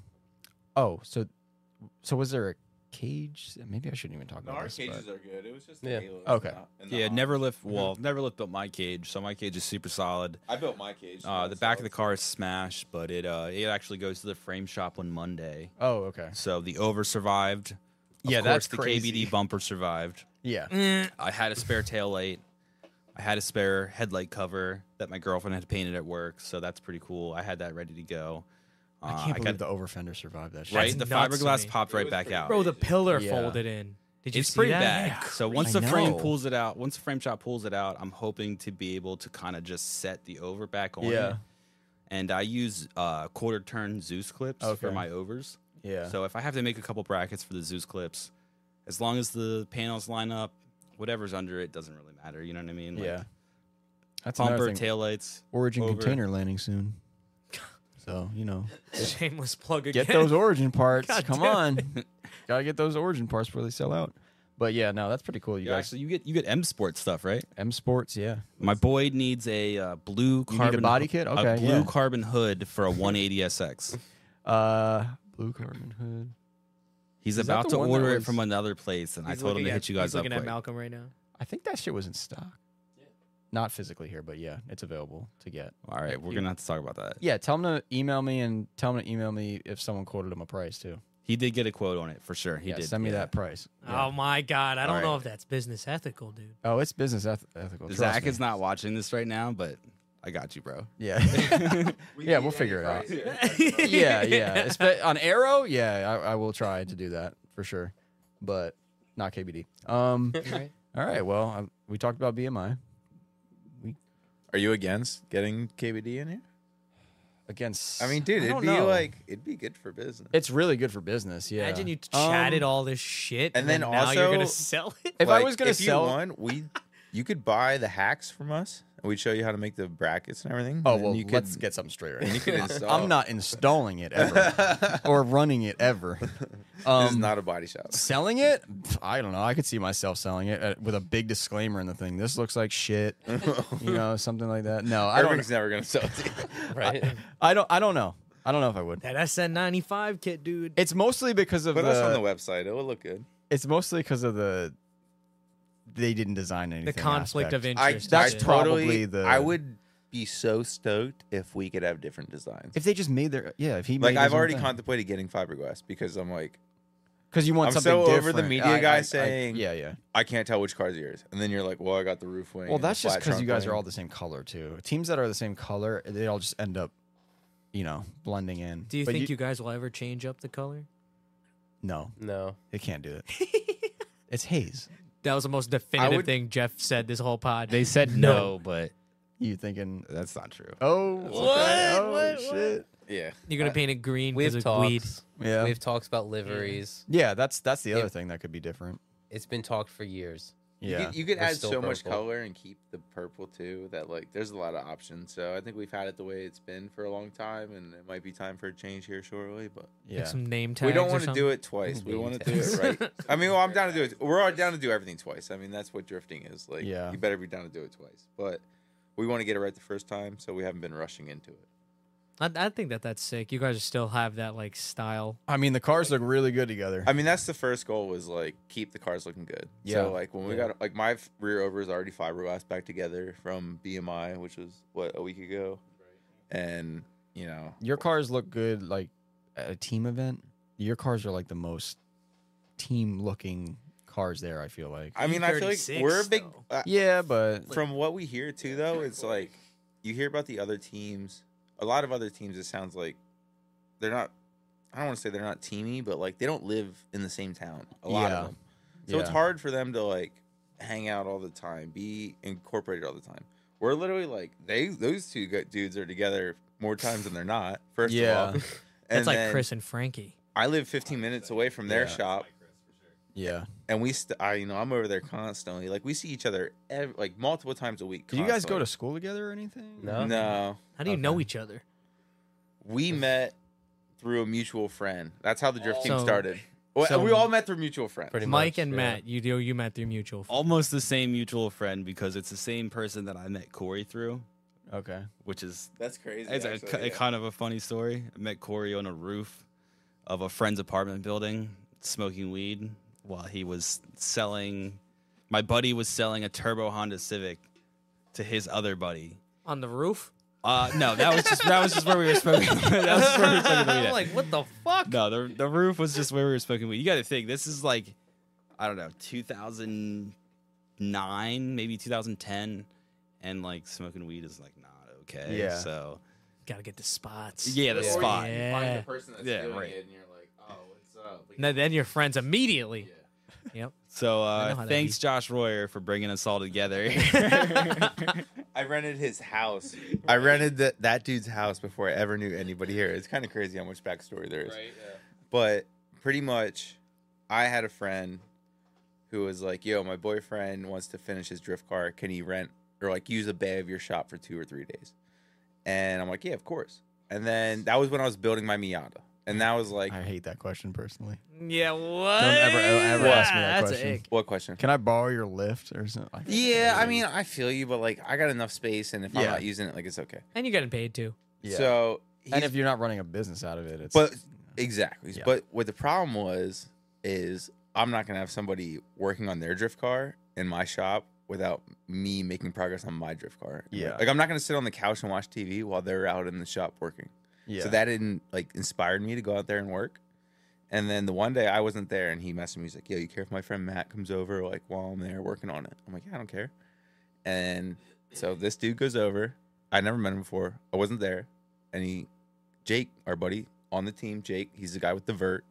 Speaker 1: Oh, so, so was there a cage? Maybe I shouldn't even talk
Speaker 8: No,
Speaker 1: about
Speaker 8: our
Speaker 1: this.
Speaker 8: cages
Speaker 1: but-
Speaker 8: are good. It was just
Speaker 5: Yeah.
Speaker 8: the Halo.
Speaker 1: Okay.
Speaker 8: and the
Speaker 3: yeah.
Speaker 8: Hawk. *laughs*
Speaker 3: Neverlift, well, Neverlift built my cage, so my cage is super solid.
Speaker 8: I built my cage.
Speaker 3: Uh,
Speaker 8: so
Speaker 3: the
Speaker 8: it's
Speaker 3: back of the
Speaker 8: solid.
Speaker 3: car is smashed, but it uh, it actually goes to the frame shop on Monday.
Speaker 1: oh, okay.
Speaker 3: So the over survived. Of
Speaker 1: Yeah,
Speaker 3: course,
Speaker 1: that's
Speaker 3: the
Speaker 1: crazy.
Speaker 3: KBD bumper survived.
Speaker 1: Yeah.
Speaker 3: Uh, I had a spare tail light. I had a spare headlight cover that my girlfriend had painted at work, so that's pretty cool. I had that ready to go. Uh,
Speaker 1: I can't believe
Speaker 3: got
Speaker 1: the over fender survived that shit.
Speaker 3: right?
Speaker 2: That's
Speaker 3: the
Speaker 2: nuts to
Speaker 3: fiberglass
Speaker 2: me.
Speaker 3: popped right
Speaker 8: was
Speaker 3: back
Speaker 8: pretty
Speaker 3: out.
Speaker 2: Bro, the pillar
Speaker 1: Yeah.
Speaker 2: folded in. Did you
Speaker 3: Oh, it's
Speaker 2: see
Speaker 3: pretty
Speaker 2: that?
Speaker 3: bad.
Speaker 2: Yeah.
Speaker 3: So once
Speaker 1: I
Speaker 3: the frame
Speaker 1: know.
Speaker 3: pulls it out, once the frame shot pulls it out, I'm hoping to be able to kind of just set the over back on.
Speaker 1: Yeah.
Speaker 3: it. And I use uh, quarter turn Zeus clips for
Speaker 1: Okay.
Speaker 3: my overs.
Speaker 1: Yeah.
Speaker 3: So if I have to make a couple brackets for the Zeus clips, as long as the panels line up, whatever's under it doesn't really matter. You know what I mean? Like,
Speaker 1: yeah. That's another
Speaker 3: Bumper,
Speaker 1: thing.
Speaker 3: taillights.
Speaker 1: Origin
Speaker 3: over.
Speaker 1: container landing
Speaker 3: *laughs*
Speaker 1: soon. So you know,
Speaker 2: *laughs* Shameless plug again.
Speaker 1: get
Speaker 2: *laughs*
Speaker 1: those origin parts.
Speaker 2: God
Speaker 1: Come
Speaker 2: damn
Speaker 1: on, *laughs* gotta get those origin parts before they sell out. But yeah, no, that's pretty cool. You
Speaker 3: You
Speaker 1: guys,
Speaker 3: actually, you get you get M Sport stuff, right?
Speaker 1: M Sports, yeah,
Speaker 3: My boy needs a uh, blue
Speaker 1: need a
Speaker 3: carbon
Speaker 1: body kit?
Speaker 3: a
Speaker 1: Okay,
Speaker 3: blue
Speaker 1: yeah.
Speaker 3: carbon hood for a 180SX.
Speaker 1: uh, blue carbon hood.
Speaker 3: He's
Speaker 1: Is that
Speaker 3: about
Speaker 1: the
Speaker 3: to
Speaker 1: one that
Speaker 3: order it
Speaker 1: was-
Speaker 3: from another place, and I
Speaker 2: He's
Speaker 3: told him
Speaker 2: looking
Speaker 3: to
Speaker 2: at-
Speaker 3: hit you guys
Speaker 2: he's
Speaker 3: up.
Speaker 2: looking at
Speaker 3: quick.
Speaker 2: Malcolm right now.
Speaker 1: I think that shit was in stock. Not physically here, but yeah, it's available to get.
Speaker 3: All right, we're
Speaker 1: You-
Speaker 3: gonna have to talk about that.
Speaker 1: Yeah, tell him to email me and tell him to email me if someone quoted him a price too.
Speaker 3: He did get a quote on it for sure. He
Speaker 1: yeah,
Speaker 3: did
Speaker 1: send me
Speaker 3: yeah.
Speaker 1: that price.
Speaker 2: Oh my god, I don't
Speaker 3: All
Speaker 2: know
Speaker 3: right.
Speaker 2: if that's business ethical, dude.
Speaker 3: *laughs*
Speaker 1: Oh, it's business eth- ethical. trust
Speaker 3: Zach
Speaker 1: me.
Speaker 3: is not watching this right now, but I got you, bro. *laughs*
Speaker 1: Yeah. yeah, we'll figure it out.
Speaker 8: *laughs*
Speaker 2: *laughs*
Speaker 4: *laughs*
Speaker 1: yeah, yeah. Espe- on Arrow, yeah, I, I will try to do that for sure, but not KBD.
Speaker 4: *laughs*
Speaker 1: Um,
Speaker 5: Right.
Speaker 1: all right. Well, I, we talked about BMI
Speaker 4: Are you against getting KBD in here?
Speaker 1: against.
Speaker 4: I mean, dude, it'd
Speaker 1: don't
Speaker 4: be
Speaker 1: know.
Speaker 4: like it'd be good for business.
Speaker 1: it's really good for business. Yeah.
Speaker 2: Imagine you
Speaker 1: Um,
Speaker 2: chatted all this shit,
Speaker 4: and
Speaker 2: and, then,
Speaker 4: then
Speaker 2: now you're gonna
Speaker 4: also-
Speaker 2: sell it. *laughs*
Speaker 1: If I
Speaker 4: Like,
Speaker 1: was gonna
Speaker 4: if
Speaker 1: sell-
Speaker 4: you won, we *laughs* You could buy the hacks from us, and we'd show you how to make the brackets and everything.
Speaker 6: Oh
Speaker 4: and
Speaker 6: well,
Speaker 4: you could,
Speaker 6: let's get something straight.
Speaker 4: and
Speaker 6: Right
Speaker 4: you could install.
Speaker 1: I'm not installing it ever
Speaker 4: *laughs*
Speaker 1: or running it ever. Um,
Speaker 4: This is not a body shop.
Speaker 1: selling it. Pff, I don't know. I could see myself selling it uh, with a big disclaimer in the thing. This looks like
Speaker 4: *laughs*
Speaker 1: shit. you know, something like that. No, *laughs* I don't.
Speaker 4: Irving's never gonna sell it.
Speaker 1: *laughs*
Speaker 4: To you.
Speaker 5: *laughs* right?
Speaker 1: I don't. I don't know. I don't know if I would.
Speaker 2: That SN95 kit, dude.
Speaker 1: It's mostly because of
Speaker 4: Put us on
Speaker 1: the.
Speaker 4: the website; it will look good.
Speaker 1: it's mostly because of the. They didn't design anything.
Speaker 2: the conflict
Speaker 1: aspect.
Speaker 2: of interest.
Speaker 1: that's
Speaker 2: dude.
Speaker 1: prob- probably the-
Speaker 4: I would be so stoked if we could have different designs.
Speaker 1: If they just made their yeah, if he
Speaker 4: like I've already contemplated getting fiberglass because I'm like
Speaker 1: because you want
Speaker 4: I'm
Speaker 1: something
Speaker 4: so over the
Speaker 1: different.
Speaker 4: media
Speaker 1: I- I-
Speaker 4: guy
Speaker 1: I-
Speaker 4: saying-
Speaker 1: yeah, yeah.
Speaker 4: I can't tell which car's yours, and then you're like, well, I got the roof wing.
Speaker 1: Well,
Speaker 4: and the
Speaker 1: that's just
Speaker 4: flat
Speaker 1: because you
Speaker 4: trunk
Speaker 1: guys are
Speaker 4: wing.
Speaker 1: all the same color too. Teams that are the same color, they all just end up, you know, blending in.
Speaker 2: Do you
Speaker 1: But
Speaker 2: think you, guys will ever change up the color?
Speaker 1: No,
Speaker 5: No.
Speaker 1: they can't do it.
Speaker 2: *laughs*
Speaker 1: it's haze.
Speaker 2: That was the most definitive
Speaker 4: would-
Speaker 2: thing Jeff said this whole pod. *laughs*
Speaker 3: They said no, but
Speaker 1: You thinking?
Speaker 3: that's not true.
Speaker 1: Oh,
Speaker 4: What?
Speaker 1: Oh shit.
Speaker 4: yeah.
Speaker 2: You're gonna paint it green
Speaker 5: We
Speaker 2: because
Speaker 5: have
Speaker 2: of
Speaker 5: talks.
Speaker 2: weed.
Speaker 1: Yeah.
Speaker 5: We have talks about liveries.
Speaker 1: yeah, that's that's the other
Speaker 5: Yeah.
Speaker 1: thing that could be different.
Speaker 5: It's been talked for years.
Speaker 1: Yeah.
Speaker 4: You could, you could
Speaker 5: We're
Speaker 4: add so
Speaker 5: still
Speaker 4: much
Speaker 5: purple.
Speaker 4: color and keep the purple too. That like, there's a lot of options. So I think we've had it the way it's been for a long time, and it might be time for a change here shortly. But
Speaker 1: yeah.
Speaker 2: Like some name tags.
Speaker 4: we don't
Speaker 2: want to
Speaker 4: do it twice. We
Speaker 5: Name
Speaker 4: want to do
Speaker 5: tags.
Speaker 4: it right. I mean, well, I'm down to do it. We're all down to do everything twice. I mean, that's what drifting is. Like,
Speaker 1: Yeah.
Speaker 4: you better be down to do it twice. But we want to get it right the first time, so we haven't been rushing into it.
Speaker 2: I, I think that that's sick. You guys still have that like style.
Speaker 1: I mean, the cars look really good together.
Speaker 4: I mean, that's the first goal was like keep the cars looking good.
Speaker 1: Yeah.
Speaker 4: So like when we
Speaker 1: Yeah.
Speaker 4: got like my f- rear over is already fiberglass back together from BMI, which was what a week ago, and you know
Speaker 1: Your cars look good like at a team event. Your cars are like the most team looking cars there, I feel like.
Speaker 4: I mean, I feel like
Speaker 2: 36
Speaker 4: we're a big.
Speaker 2: though.
Speaker 4: Uh,
Speaker 1: yeah, but
Speaker 4: From what we hear too, though, it's like you hear about the other teams. A lot of other teams, it sounds like they're not. I don't want to say they're not teamy, but like they don't live in the same town. A lot
Speaker 1: Yeah.
Speaker 4: of them, so it's
Speaker 1: Yeah.
Speaker 4: hard for them to like hang out all the time, be incorporated all the time. We're literally like they those two gu- dudes are together more times than they're not. First
Speaker 1: Yeah.
Speaker 4: of all, *laughs* and
Speaker 2: That's like
Speaker 4: then
Speaker 2: Chris and Frankie.
Speaker 4: I live 15 minutes away from their
Speaker 1: Yeah.
Speaker 4: shop,
Speaker 1: yeah.
Speaker 4: and we, st- I, you know, I'm over there constantly. Like we see each other ev- like multiple times a week.
Speaker 1: Did you guys go
Speaker 4: constantly.
Speaker 1: to school together or anything?
Speaker 5: No.
Speaker 4: No,
Speaker 2: How do you
Speaker 1: Okay.
Speaker 2: know each other?
Speaker 4: we met through a mutual friend. That's how the drift team
Speaker 2: So-
Speaker 4: started. Well,
Speaker 2: so-
Speaker 4: we all met through mutual friends.
Speaker 5: Pretty
Speaker 2: Mike
Speaker 5: much,
Speaker 2: and
Speaker 5: yeah.
Speaker 2: Matt, you do you met through mutual. friends.
Speaker 3: Almost the same mutual friend because it's the same person that I met Corey through,
Speaker 1: Okay.
Speaker 3: which is
Speaker 8: That's crazy.
Speaker 3: it's a,
Speaker 8: actually,
Speaker 3: ki- kind of a funny story. I met Corey on a roof of a friend's apartment building, smoking weed while he was selling. My buddy was selling a turbo Honda Civic to his other buddy.
Speaker 2: On the *laughs* roof.
Speaker 3: Uh, no, that was just that was just where we were smoking. *laughs* that was just where we were smoking weed
Speaker 2: I'm *laughs*
Speaker 3: at.
Speaker 2: like, what the fuck?
Speaker 3: No, the the roof was just where we were smoking weed. You got to think this is like, I don't know, 2009, maybe 2010, and like smoking weed is like not okay.
Speaker 1: Yeah.
Speaker 3: So
Speaker 2: Gotta get the spots.
Speaker 3: yeah, the
Speaker 5: Yeah.
Speaker 3: spot.
Speaker 2: Yeah.
Speaker 8: Find the person that's
Speaker 3: Yeah,
Speaker 8: doing
Speaker 3: right.
Speaker 8: it, and you're like, oh, what's up? Like,
Speaker 2: No, then you're friends immediately.
Speaker 3: So
Speaker 2: I know
Speaker 3: uh,
Speaker 2: how that
Speaker 3: thanks,
Speaker 2: is.
Speaker 3: Josh Royer, for bringing us all together. *laughs*
Speaker 4: I rented his house. *laughs* I rented that that dude's house before I ever knew anybody here. It's kind of crazy how much backstory there is.
Speaker 8: Right, yeah.
Speaker 4: But pretty much, I had a friend who was like, "Yo, my boyfriend wants to finish his drift car. Can he rent or like use a bay of your shop for two or three days?" And I'm like, "Yeah, of course." And then that was when I was building my Miata, and that was like,
Speaker 1: I hate that question personally.
Speaker 2: *laughs* Yeah, what?
Speaker 1: ever- ever ask me that
Speaker 2: That's
Speaker 1: question.
Speaker 2: a ick.
Speaker 4: "What question?"
Speaker 1: Can I borrow your lift or something?
Speaker 4: Yeah, I mean, I feel you, but like, I got enough space, and if I'm
Speaker 1: Yeah.
Speaker 4: not using it, like, it's okay.
Speaker 2: And you're getting paid too.
Speaker 4: So,
Speaker 1: and
Speaker 4: he's-
Speaker 1: if you're not running a business out of it, it's
Speaker 4: But- exactly,
Speaker 1: Yeah.
Speaker 4: but what the problem was is I'm not gonna have somebody working on their drift car in my shop without me making progress on my drift car.
Speaker 1: Yeah.
Speaker 4: like I'm not gonna sit on the couch and watch TV while they're out in the shop working.
Speaker 1: yeah.
Speaker 4: So that didn't like inspired me to go out there and work. And then the one day I wasn't there, and he messaged me. He's like, "Yo, you care if my friend Matt comes over like while I'm there working on it?" I'm like, "Yeah, I don't care." And so this dude goes over. I never met him before. I wasn't there. And he, Jake, our buddy on the team, Jake, he's the guy with the vert.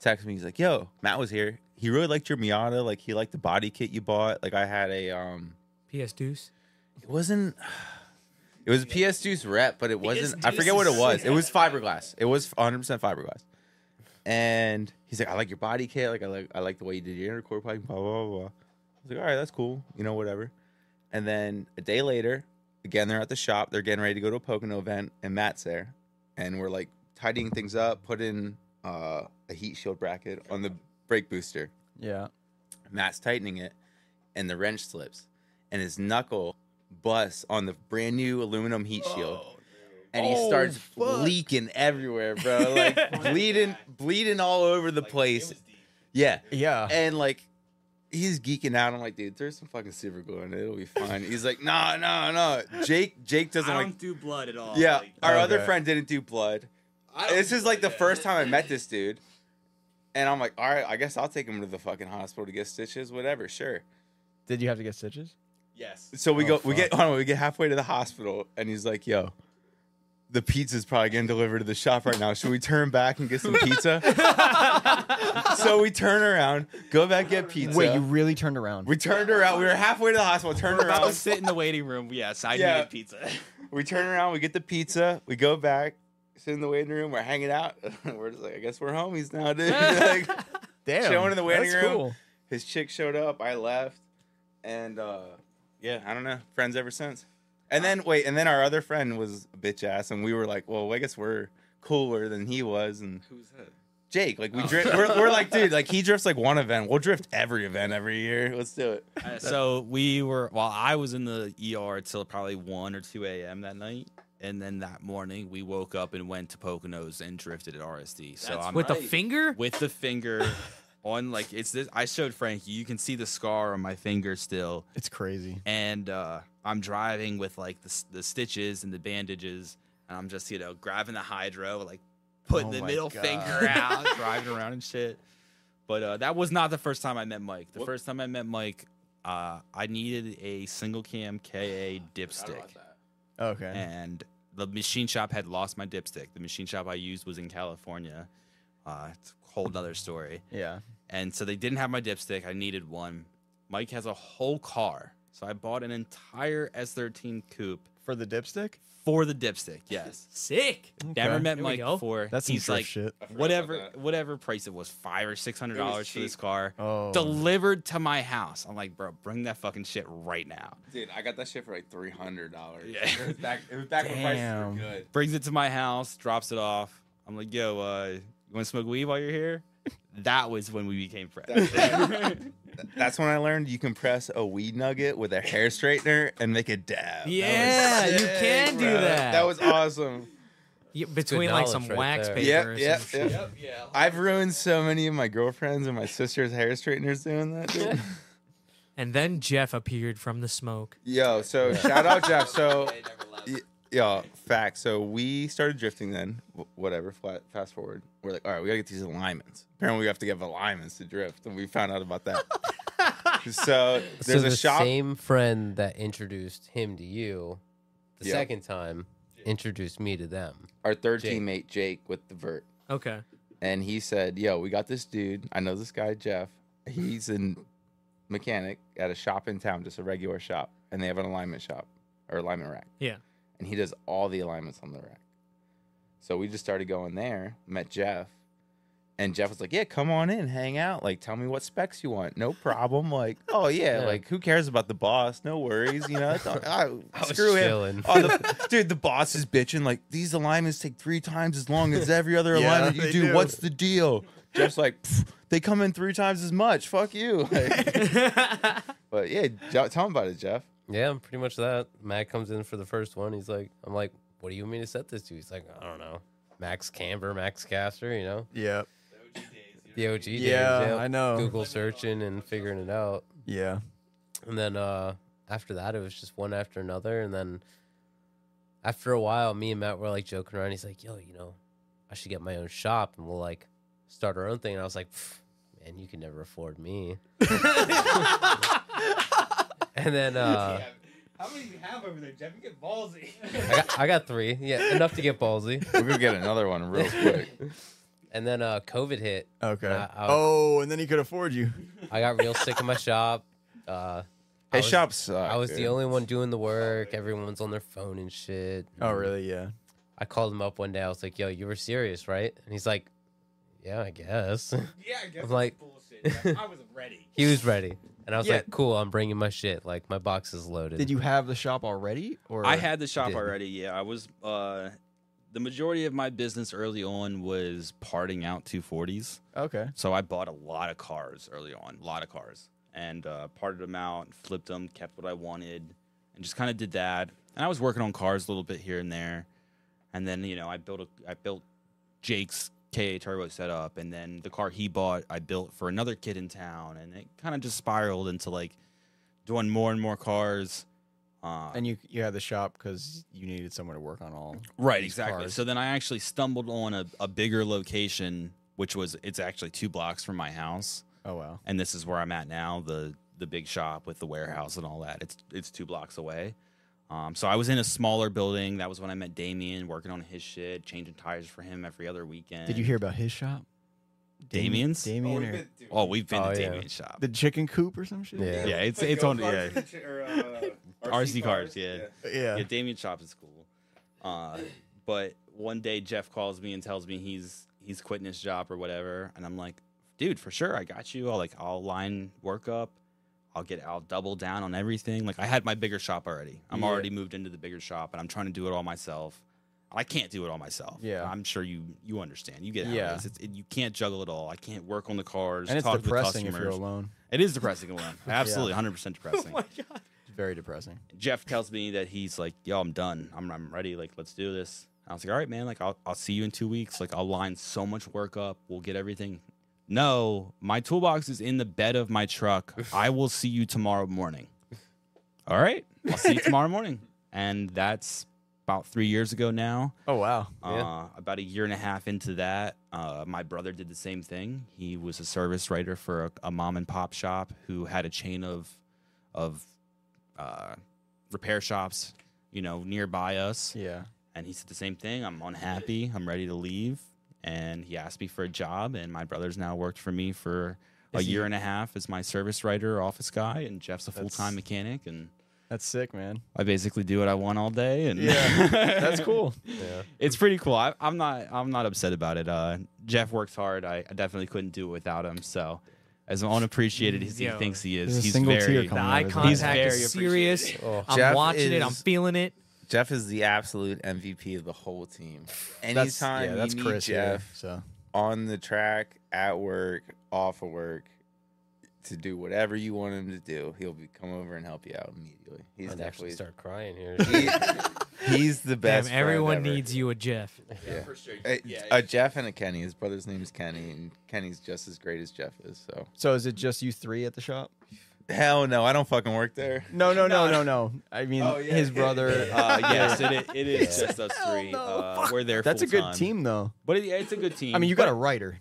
Speaker 4: Texts me. He's like, "Yo, Matt was here. He really liked your Miata. Like he liked the body kit you bought. Like I had a um,
Speaker 2: PS Deuce.
Speaker 4: it wasn't. *sighs* It was a PS Juice rep, but it wasn't. I forget what it was. It was fiberglass. It was 100 percent fiberglass. And he's like, "I like your body kit. Like I like I like the way you did your intercore piping. Blah blah blah." blah." I was like, "All right, that's cool. You know, whatever." And then a day later, again, they're at the shop. They're getting ready to go to a Pocono event, and Matt's there. And we're like tidying things up, put in uh, a heat shield bracket on the brake booster.
Speaker 1: Yeah.
Speaker 4: Matt's tightening it, and the wrench slips, and his knuckle busts on the brand new aluminum heat shield. And he starts leaking everywhere, bro.
Speaker 7: *laughs*
Speaker 4: Like bleeding, bleeding all over the place. Yeah.
Speaker 6: Yeah.
Speaker 4: And like he's geeking out. I'm like, dude, there's some fucking super glue in it. It'll be fine. He's like, no, no, no. Jake, Jake doesn't
Speaker 7: I
Speaker 4: like.
Speaker 7: don't do blood at all.
Speaker 4: Yeah,
Speaker 7: Like,
Speaker 4: our other
Speaker 6: Okay.
Speaker 4: friend didn't do blood.
Speaker 7: I don't
Speaker 4: This
Speaker 7: do
Speaker 4: is like the
Speaker 7: blood, yeah.
Speaker 4: first time I met this dude, and I'm like, all right, I guess I'll take him to the fucking hospital to get stitches, whatever. Sure.
Speaker 6: Did you have to get stitches?
Speaker 7: Yes.
Speaker 4: So we
Speaker 6: Oh,
Speaker 4: go, we
Speaker 6: fuck.
Speaker 4: get, hold on, we get halfway to the hospital, and he's like, yo. The pizza's probably getting delivered to the shop right now. Should we turn back and get some
Speaker 6: *laughs*
Speaker 4: pizza? so we turn around, go back get pizza.
Speaker 1: Wait, you really turned around.
Speaker 4: We turned around. We were halfway to the hospital. Turned
Speaker 3: I
Speaker 4: around.
Speaker 3: was sitting in the waiting room. Yes, I
Speaker 4: Yeah.
Speaker 3: needed pizza.
Speaker 4: We turn around. We get the pizza. We go back. Sit in the waiting room. We're hanging out. *laughs* We're just like, I guess we're homies now, dude. *laughs* like,
Speaker 6: Damn.
Speaker 4: Chilling in the waiting
Speaker 6: that's
Speaker 4: room.
Speaker 6: Cool.
Speaker 4: his chick showed up. I left, and uh, yeah, I don't know. Friends ever since. And then wait, and then our other friend was a bitch ass, and we were like, well, I guess we're cooler than he was, and
Speaker 8: Who's that?
Speaker 4: Jake, like we
Speaker 3: Oh.
Speaker 4: drift. We're, we're like, dude, like he drifts like one event. We'll drift every event every year. Let's do it.
Speaker 3: Uh, so we were while I was in the ER till probably one or two a.m. that night, and then that morning we woke up and went to Poconos and drifted at RSD. So
Speaker 7: That's
Speaker 3: I'm
Speaker 2: With the
Speaker 7: Right.
Speaker 2: finger?
Speaker 3: with the finger on like it's this. I showed Frankie. You can see the scar on my finger still,
Speaker 6: It's crazy.
Speaker 3: and uh, I'm driving with like the, s- the stitches and the bandages, and I'm just you know grabbing the hydro, like putting
Speaker 6: Oh
Speaker 3: the
Speaker 6: my
Speaker 3: middle
Speaker 6: God.
Speaker 3: finger out, *laughs* driving around and shit. But uh, that was not the first time I met Mike. The
Speaker 8: What-
Speaker 3: first time I met Mike, uh, I needed a single
Speaker 8: *sighs*
Speaker 3: cam KA
Speaker 8: Forgot
Speaker 3: dipstick,
Speaker 8: about that.
Speaker 6: Okay.
Speaker 3: and the machine shop had lost my dipstick. The machine shop I used was in California. Uh, it's a whole nother story.
Speaker 1: yeah.
Speaker 3: And so they didn't have my dipstick. I needed one. Mike has a whole car. So I bought an entire S13 coupe
Speaker 6: For the dipstick?
Speaker 3: for the dipstick. Yes.
Speaker 2: *laughs* Sick.
Speaker 1: Mm.
Speaker 3: Never met
Speaker 2: There we
Speaker 3: Mike
Speaker 2: go.
Speaker 3: before.
Speaker 6: That's some
Speaker 3: He's
Speaker 6: drift
Speaker 3: like
Speaker 6: shit.
Speaker 8: I forgot about
Speaker 3: whatever
Speaker 8: that.
Speaker 3: whatever price it was, five or six hundred dollars for this
Speaker 8: cheap.
Speaker 3: car.
Speaker 6: Oh.
Speaker 3: Delivered to my house. I'm like, bro, bring that fucking shit right now.
Speaker 4: Dude, I got that shit for like three hundred dollars.
Speaker 3: Yeah.
Speaker 4: It was back. It was back when prices
Speaker 1: Damn.
Speaker 4: were good.
Speaker 3: Brings it to my house, drops it off. I'm like, yo, uh, you want to smoke weed while you're here? *laughs* That was when we
Speaker 2: *laughs*
Speaker 3: became friends.
Speaker 4: That's when I learned you can press a weed nugget with a hair straightener and make a dab. That was
Speaker 2: Yeah, you
Speaker 4: sick,
Speaker 2: can do
Speaker 4: bro.
Speaker 2: that.
Speaker 4: That was awesome.
Speaker 2: Yeah, between like
Speaker 5: knowledge
Speaker 2: some
Speaker 5: right
Speaker 2: wax
Speaker 5: there.
Speaker 2: paper
Speaker 4: Yep,
Speaker 2: or
Speaker 4: yep,
Speaker 2: some
Speaker 4: yep.
Speaker 2: shit.
Speaker 7: Yep, yeah.
Speaker 4: I've ruined so many of my girlfriends and my sister's hair straighteners doing that.
Speaker 2: *laughs*
Speaker 4: Dude.
Speaker 2: And then Jeff appeared from the smoke.
Speaker 4: Yo, so shout out Jeff. So
Speaker 7: *laughs* They never left.
Speaker 4: y- yeah, fact. So we started drifting then. wh- Whatever. Flat, fast forward. We're like, all right, we gotta get these alignments. Apparently, we have to get alignments to drift, and we found out
Speaker 2: *laughs*
Speaker 4: about that. so there's
Speaker 5: so
Speaker 4: a
Speaker 5: the
Speaker 4: shop.
Speaker 5: same friend that introduced him to you the
Speaker 4: Yeah.
Speaker 5: second time introduced me to them.
Speaker 4: our third
Speaker 5: Jake.
Speaker 4: teammate Jake with the vert.
Speaker 2: Okay. *laughs*
Speaker 4: and he said, "Yo, we got this dude. I know this guy Jeff. He's a mechanic at a shop in town, just a regular shop, and they have an alignment shop or alignment rack.
Speaker 2: Yeah.
Speaker 4: and he does all the alignments on the rack. So we just started going there. Met Jeff, and Jeff was like, "Yeah, come on in, hang out. Like, tell me what specs you want. No problem. Like, oh yeah,
Speaker 5: Yeah.
Speaker 4: like who cares about the boss? No worries. You know, it's all- I, screw him.
Speaker 5: chilling.
Speaker 4: Oh, the, dude, the boss is bitching like these alignments take three times as long as every other
Speaker 6: Yeah,
Speaker 4: alignment you
Speaker 6: they
Speaker 4: do.
Speaker 6: do.
Speaker 4: What's the deal? Jeff's like, "Pff, they come in three times as much. Fuck you. *laughs* Like, but yeah, Jo- tell him about it, Jeff.
Speaker 5: Yeah, pretty much that. Matt comes in for the first one. He's like, I'm like, what do you want me to set this to? He's like, I don't know. Max Camber, Max Caster, you know,
Speaker 6: Yeah.
Speaker 5: the OG. days,
Speaker 6: Yeah,
Speaker 5: yep.
Speaker 6: I know.
Speaker 5: Google searching and figuring it out.
Speaker 6: Yeah.
Speaker 5: And then uh, after that, it was just one after another. And then after a while, me and Matt were like joking around. He's like, yo, you know, I should get my own shop and we'll like start our own thing. And I was like, "Pff, man, you can never afford me. *laughs* and then uh,
Speaker 2: How many do you have over there, Jeff? You get ballsy.
Speaker 5: I, got, I got three. Yeah, enough to get ballsy.
Speaker 4: We're gonna get another one *laughs* real quick.
Speaker 5: And then uh, COVID hit.
Speaker 6: Okay.
Speaker 5: I- I-
Speaker 6: oh, and then he could afford you.
Speaker 5: I got real sick in my shop. Uh, I
Speaker 4: His
Speaker 5: was-
Speaker 4: shop sucks.
Speaker 5: I was the only one doing the work. Everyone's on their phone and shit.
Speaker 6: Oh, really? Yeah.
Speaker 5: I called him up one day. I was like, "Yo, you were serious, right?" And he's like, "Yeah, I guess."
Speaker 7: Yeah, I
Speaker 5: *laughs*
Speaker 7: guess
Speaker 5: I'm like-
Speaker 7: it's bullshit. Jeff. I was ready.
Speaker 5: *laughs* he was ready. And I was
Speaker 2: Yeah.
Speaker 5: like, cool, I'm bringing my shit. Like, my box is loaded.
Speaker 1: Did you have the shop already? Or
Speaker 3: I had the shop
Speaker 5: did.
Speaker 3: already. Yeah, I was. Uh, the majority of my business early on was parting out 240s,
Speaker 1: okay.
Speaker 3: so I bought a lot of cars early on, a lot of cars, and uh, parted them out, flipped them, kept what I wanted, and just kind of did that. And I was working on cars a little bit here and there, and then you know I built a, I built Jake's KA turbo setup, and then the car he bought I built for another kid in town, and it kind of just spiraled into like doing more and more cars. Uh,
Speaker 1: And you you had the shop because you needed somewhere to work on all.
Speaker 3: Right,
Speaker 1: these
Speaker 3: exactly.
Speaker 1: cars.
Speaker 3: So then I actually stumbled on a, a bigger location, which was it's actually two blocks from my house,
Speaker 1: Oh wow.
Speaker 3: and this is where I'm at now the the big shop with the warehouse and all that. It's it's two blocks away. Um, so I was in a smaller building. That was when I met Damien, working on his shit, changing tires for him every other weekend.
Speaker 1: Did you hear about his shop?
Speaker 3: Damien's?
Speaker 1: Damien or
Speaker 3: Oh, we've been
Speaker 5: Oh,
Speaker 3: to
Speaker 5: yeah.
Speaker 3: Damien's shop.
Speaker 1: the chicken coop or some shit?
Speaker 5: Yeah.
Speaker 3: yeah, it's it's on *laughs* yeah. RC
Speaker 8: RC
Speaker 3: uh, cars,
Speaker 8: cars,
Speaker 3: yeah.
Speaker 1: Yeah.
Speaker 3: yeah, Damien's shop is cool. Uh, but one day Jeff calls me and tells me he's he's quitting his job or whatever, and I'm like, dude, for sure, I got you. I'll like I'll line work up. I'll get I'll double down on everything. Like I had my bigger shop already. I'm
Speaker 1: Yeah.
Speaker 3: already moved into the bigger shop, and I'm trying to do it all myself. I can't do it all myself.
Speaker 1: Yeah.
Speaker 3: I'm sure you you understand. You get how
Speaker 1: Yeah.
Speaker 3: it is. It's, it, you can't juggle it all. I can't work on the cars.
Speaker 1: And it's
Speaker 3: talk to the
Speaker 1: depressing if
Speaker 3: customers.
Speaker 1: you're alone.
Speaker 3: It is depressing
Speaker 1: *laughs*
Speaker 3: alone. Absolutely, 100% depressing.
Speaker 2: god.
Speaker 1: It's very depressing.
Speaker 3: Jeff tells me that he's like, yo, I'm done. I'm, I'm ready. Like, let's do this. I was like, all right, man. Like, I'll, I'll see you in two weeks. Like, I'll line so much work up. We'll get everything. No, my toolbox is in the bed of my truck. I will see you tomorrow morning. All right. I'll see you tomorrow morning. And that's about three years ago now.
Speaker 1: Oh wow.
Speaker 3: Uh, about a year and a half into that, uh, my brother did the same thing. He was a service writer for a, a mom and pop shop who had a chain of of uh, repair shops, you know, nearby us.
Speaker 1: Yeah.
Speaker 3: And he said the same thing. I'm unhappy. I'm ready to leave. And he asked me for a job. And my brother's now worked for me for a
Speaker 1: Is he-
Speaker 3: year and a half as my service writer, office guy. And Jeff's a full
Speaker 1: That's-
Speaker 3: time mechanic. And
Speaker 1: That's sick, man.
Speaker 3: I basically do what I want all day. And *laughs*
Speaker 1: Yeah. That's cool.
Speaker 5: Yeah.
Speaker 3: it's pretty cool. I, I'm not I'm not upset about it. Uh, Jeff works hard. I, I definitely couldn't do it without him. So as unappreciated as he
Speaker 2: Yo.
Speaker 3: thinks he is,
Speaker 1: There's a
Speaker 3: he's
Speaker 1: single
Speaker 3: very
Speaker 1: tear
Speaker 2: The
Speaker 1: coming.
Speaker 2: eye
Speaker 1: He's
Speaker 2: contact
Speaker 3: very
Speaker 2: is serious.
Speaker 5: Oh,
Speaker 2: I'm
Speaker 4: Jeff
Speaker 2: watching it.
Speaker 4: is-
Speaker 2: I'm feeling it.
Speaker 4: Jeff is the absolute MVP of the whole team.
Speaker 1: That's
Speaker 4: Anytime
Speaker 1: yeah. That's
Speaker 4: you need
Speaker 1: Chris. here,
Speaker 4: Jeff
Speaker 1: so
Speaker 4: on the track, at work, off of work, to do whatever you want him to do, he'll be come over and help you out immediately. He's
Speaker 5: I'd
Speaker 4: definitely
Speaker 5: actually start
Speaker 1: *laughs*
Speaker 5: crying here.
Speaker 4: he- he's the
Speaker 2: Damn,
Speaker 4: best. friend
Speaker 2: everyone
Speaker 4: ever.
Speaker 2: needs you, a Jeff.
Speaker 4: Yeah.
Speaker 8: For sure.
Speaker 4: A,
Speaker 8: Yeah,
Speaker 4: a Jeff and a Kenny. His brother's name is Kenny, and Kenny's just as great as Jeff is. So
Speaker 1: so is it just you three at the shop?
Speaker 4: hell no, I don't fucking work there.
Speaker 1: No, no, no, no, no. *laughs* I mean,
Speaker 8: Oh, yeah.
Speaker 1: his *laughs* brother.
Speaker 3: Uh, yes,
Speaker 1: *laughs* yeah.
Speaker 3: it, i- it is just us three. Uh, we're there.
Speaker 1: That's a good
Speaker 3: full-time.
Speaker 1: team, though.
Speaker 3: but it, it's a good team.
Speaker 1: I mean, you
Speaker 3: But-
Speaker 1: got a writer.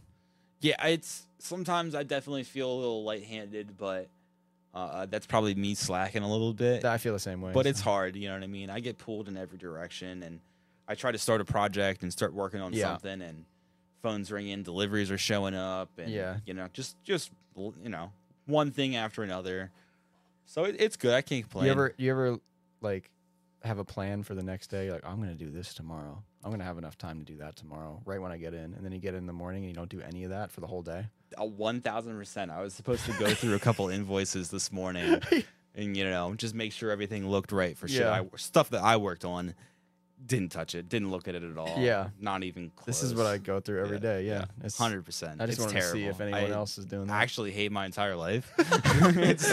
Speaker 3: Yeah, it's sometimes I definitely feel a little light-handed, but uh, that's probably me slacking a little bit.
Speaker 1: I feel the same way.
Speaker 3: but
Speaker 1: so.
Speaker 3: it's hard you know what i mean i get pulled in every direction and i try to start a project and start working on
Speaker 1: Yeah.
Speaker 3: something and phones ringing deliveries are showing up and
Speaker 1: Yeah.
Speaker 3: you know just just you know one thing after another so it, it's good i can't complain
Speaker 1: You ever, you ever like have a plan for the next day? You're like, I'm gonna do this tomorrow. I'm gonna have enough time to do that tomorrow, right when I get in, and then you get in the morning and you don't do any of that for the whole day.
Speaker 3: a 1000% i was supposed to go through a couple invoices
Speaker 1: *laughs*
Speaker 3: this morning and you know just make sure everything looked right for shit
Speaker 1: Yeah.
Speaker 3: I, stuff that i worked on didn't touch it didn't look at it at all
Speaker 1: Yeah.
Speaker 3: not even close
Speaker 1: This is what I go through every
Speaker 3: Yeah,
Speaker 1: day.
Speaker 3: yeah.
Speaker 1: Yeah, It's-
Speaker 3: 100%
Speaker 1: I just
Speaker 3: it's
Speaker 1: want to
Speaker 3: terrible.
Speaker 1: see if anyone
Speaker 3: I-
Speaker 1: else is doing
Speaker 3: I
Speaker 1: that.
Speaker 3: actually hate my entire
Speaker 1: *laughs*
Speaker 3: life. *laughs* it's,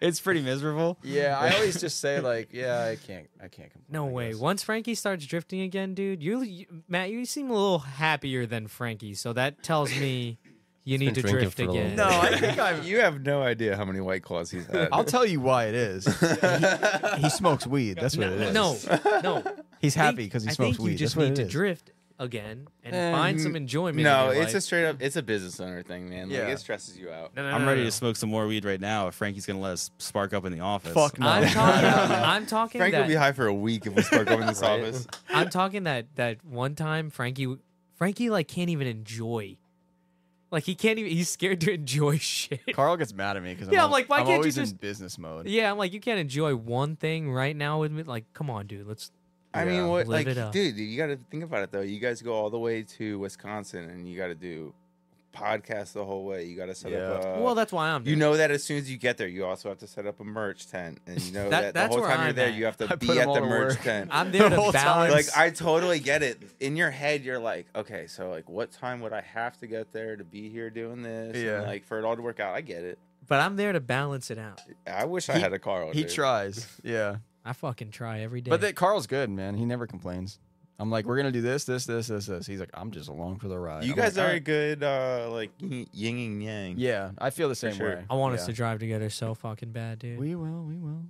Speaker 3: it's pretty miserable.
Speaker 1: yeah, I always just say like, yeah, I can't, I can't complain.
Speaker 2: No
Speaker 1: I
Speaker 2: way.
Speaker 1: guess.
Speaker 2: Once Frankie starts drifting again, dude, you, you Matt, you seem a little happier than Frankie, so that tells me you need
Speaker 5: been
Speaker 2: to
Speaker 5: drinking
Speaker 2: drift
Speaker 5: for a little
Speaker 2: again.
Speaker 5: bit. No,
Speaker 1: I
Speaker 4: *laughs*
Speaker 1: think
Speaker 4: I've, you have no idea how many white claws he's had.
Speaker 1: I'll tell you why it *laughs* is. He, he smokes weed. That's
Speaker 6: *laughs*
Speaker 1: what it
Speaker 2: no,
Speaker 1: is.
Speaker 2: no, no.
Speaker 1: he's
Speaker 2: I think-
Speaker 1: happy because he
Speaker 2: I
Speaker 1: smokes
Speaker 2: think you
Speaker 1: weed.
Speaker 2: just
Speaker 1: That's what
Speaker 2: need
Speaker 1: it
Speaker 2: to
Speaker 1: is.
Speaker 2: drift again and
Speaker 1: Eh,
Speaker 2: find
Speaker 1: mm,
Speaker 2: some enjoyment.
Speaker 4: no,
Speaker 2: in your
Speaker 4: it's a
Speaker 2: life.
Speaker 4: straight up. It's a business owner thing, man. Like
Speaker 1: Yeah.
Speaker 4: it stresses you out.
Speaker 2: No, no,
Speaker 3: I'm
Speaker 2: no,
Speaker 3: ready
Speaker 2: no.
Speaker 3: to smoke some more weed right now. If Frankie's gonna let us spark up in the office,
Speaker 1: Fuck no.
Speaker 2: I'm talking.
Speaker 4: no.
Speaker 2: I'm talking
Speaker 4: Frank will
Speaker 2: that.
Speaker 4: be high for a week if we start going in
Speaker 2: *laughs*
Speaker 4: this
Speaker 5: Right.
Speaker 4: office.
Speaker 2: I'm talking that that one time Frankie Frankie like can't even enjoy. Like he can't even he's scared to enjoy *laughs* shit.
Speaker 1: Carl gets mad at me because
Speaker 2: Yeah,
Speaker 1: I'm,
Speaker 2: I'm like, why
Speaker 1: I'm
Speaker 2: can't you
Speaker 1: always in
Speaker 2: just-
Speaker 1: business mode.
Speaker 2: Yeah, I'm like you can't enjoy one thing right now with me. Like come on dude, let's
Speaker 4: I
Speaker 1: Yeah.
Speaker 4: mean, what,
Speaker 2: Live
Speaker 4: like,
Speaker 2: it up.
Speaker 4: dude, you got to think about it though. You guys go all the way to Wisconsin, and you got to do podcast the whole way. You got to set up.
Speaker 6: Yeah.
Speaker 4: A,
Speaker 2: well, that's why I'm.
Speaker 4: Uh, you
Speaker 2: doing
Speaker 4: know that as soon as you get there, you also have to set up a merch tent, and you know
Speaker 2: That-
Speaker 4: that,
Speaker 2: that's
Speaker 4: the whole
Speaker 2: where
Speaker 4: time you're
Speaker 2: I'm
Speaker 4: there,
Speaker 2: at.
Speaker 4: you have to
Speaker 6: I put
Speaker 4: be
Speaker 6: 'em
Speaker 4: at
Speaker 6: all
Speaker 4: the
Speaker 6: to
Speaker 4: merch
Speaker 6: work.
Speaker 4: tent.
Speaker 2: it. *laughs* I'm
Speaker 4: *laughs*
Speaker 2: there
Speaker 6: The
Speaker 2: to
Speaker 6: whole time.
Speaker 2: balance.
Speaker 4: like I totally get it. In your head, you're like, okay, so like, what time would I have to get there to be here doing this? And,
Speaker 6: Yeah.
Speaker 4: like for it all to work out, I get it.
Speaker 2: but I'm there to balance it out.
Speaker 4: I wish I
Speaker 1: He-
Speaker 4: had a car.
Speaker 1: He
Speaker 4: dude.
Speaker 1: tries. Yeah.
Speaker 2: I fucking try every day.
Speaker 1: But that Carl's good, man. He never complains. I'm like, we're gonna do this, this, this, this, this. He's like, I'm just along for the ride.
Speaker 4: You
Speaker 1: I'm
Speaker 4: guys
Speaker 1: like,
Speaker 4: are
Speaker 1: "All
Speaker 4: a
Speaker 1: right."
Speaker 4: good uh like yin and yang.
Speaker 1: Yeah, I feel the same
Speaker 4: sure.
Speaker 1: way.
Speaker 2: I want us to
Speaker 1: Yeah.
Speaker 2: drive together so fucking bad, dude.
Speaker 1: We will. We will.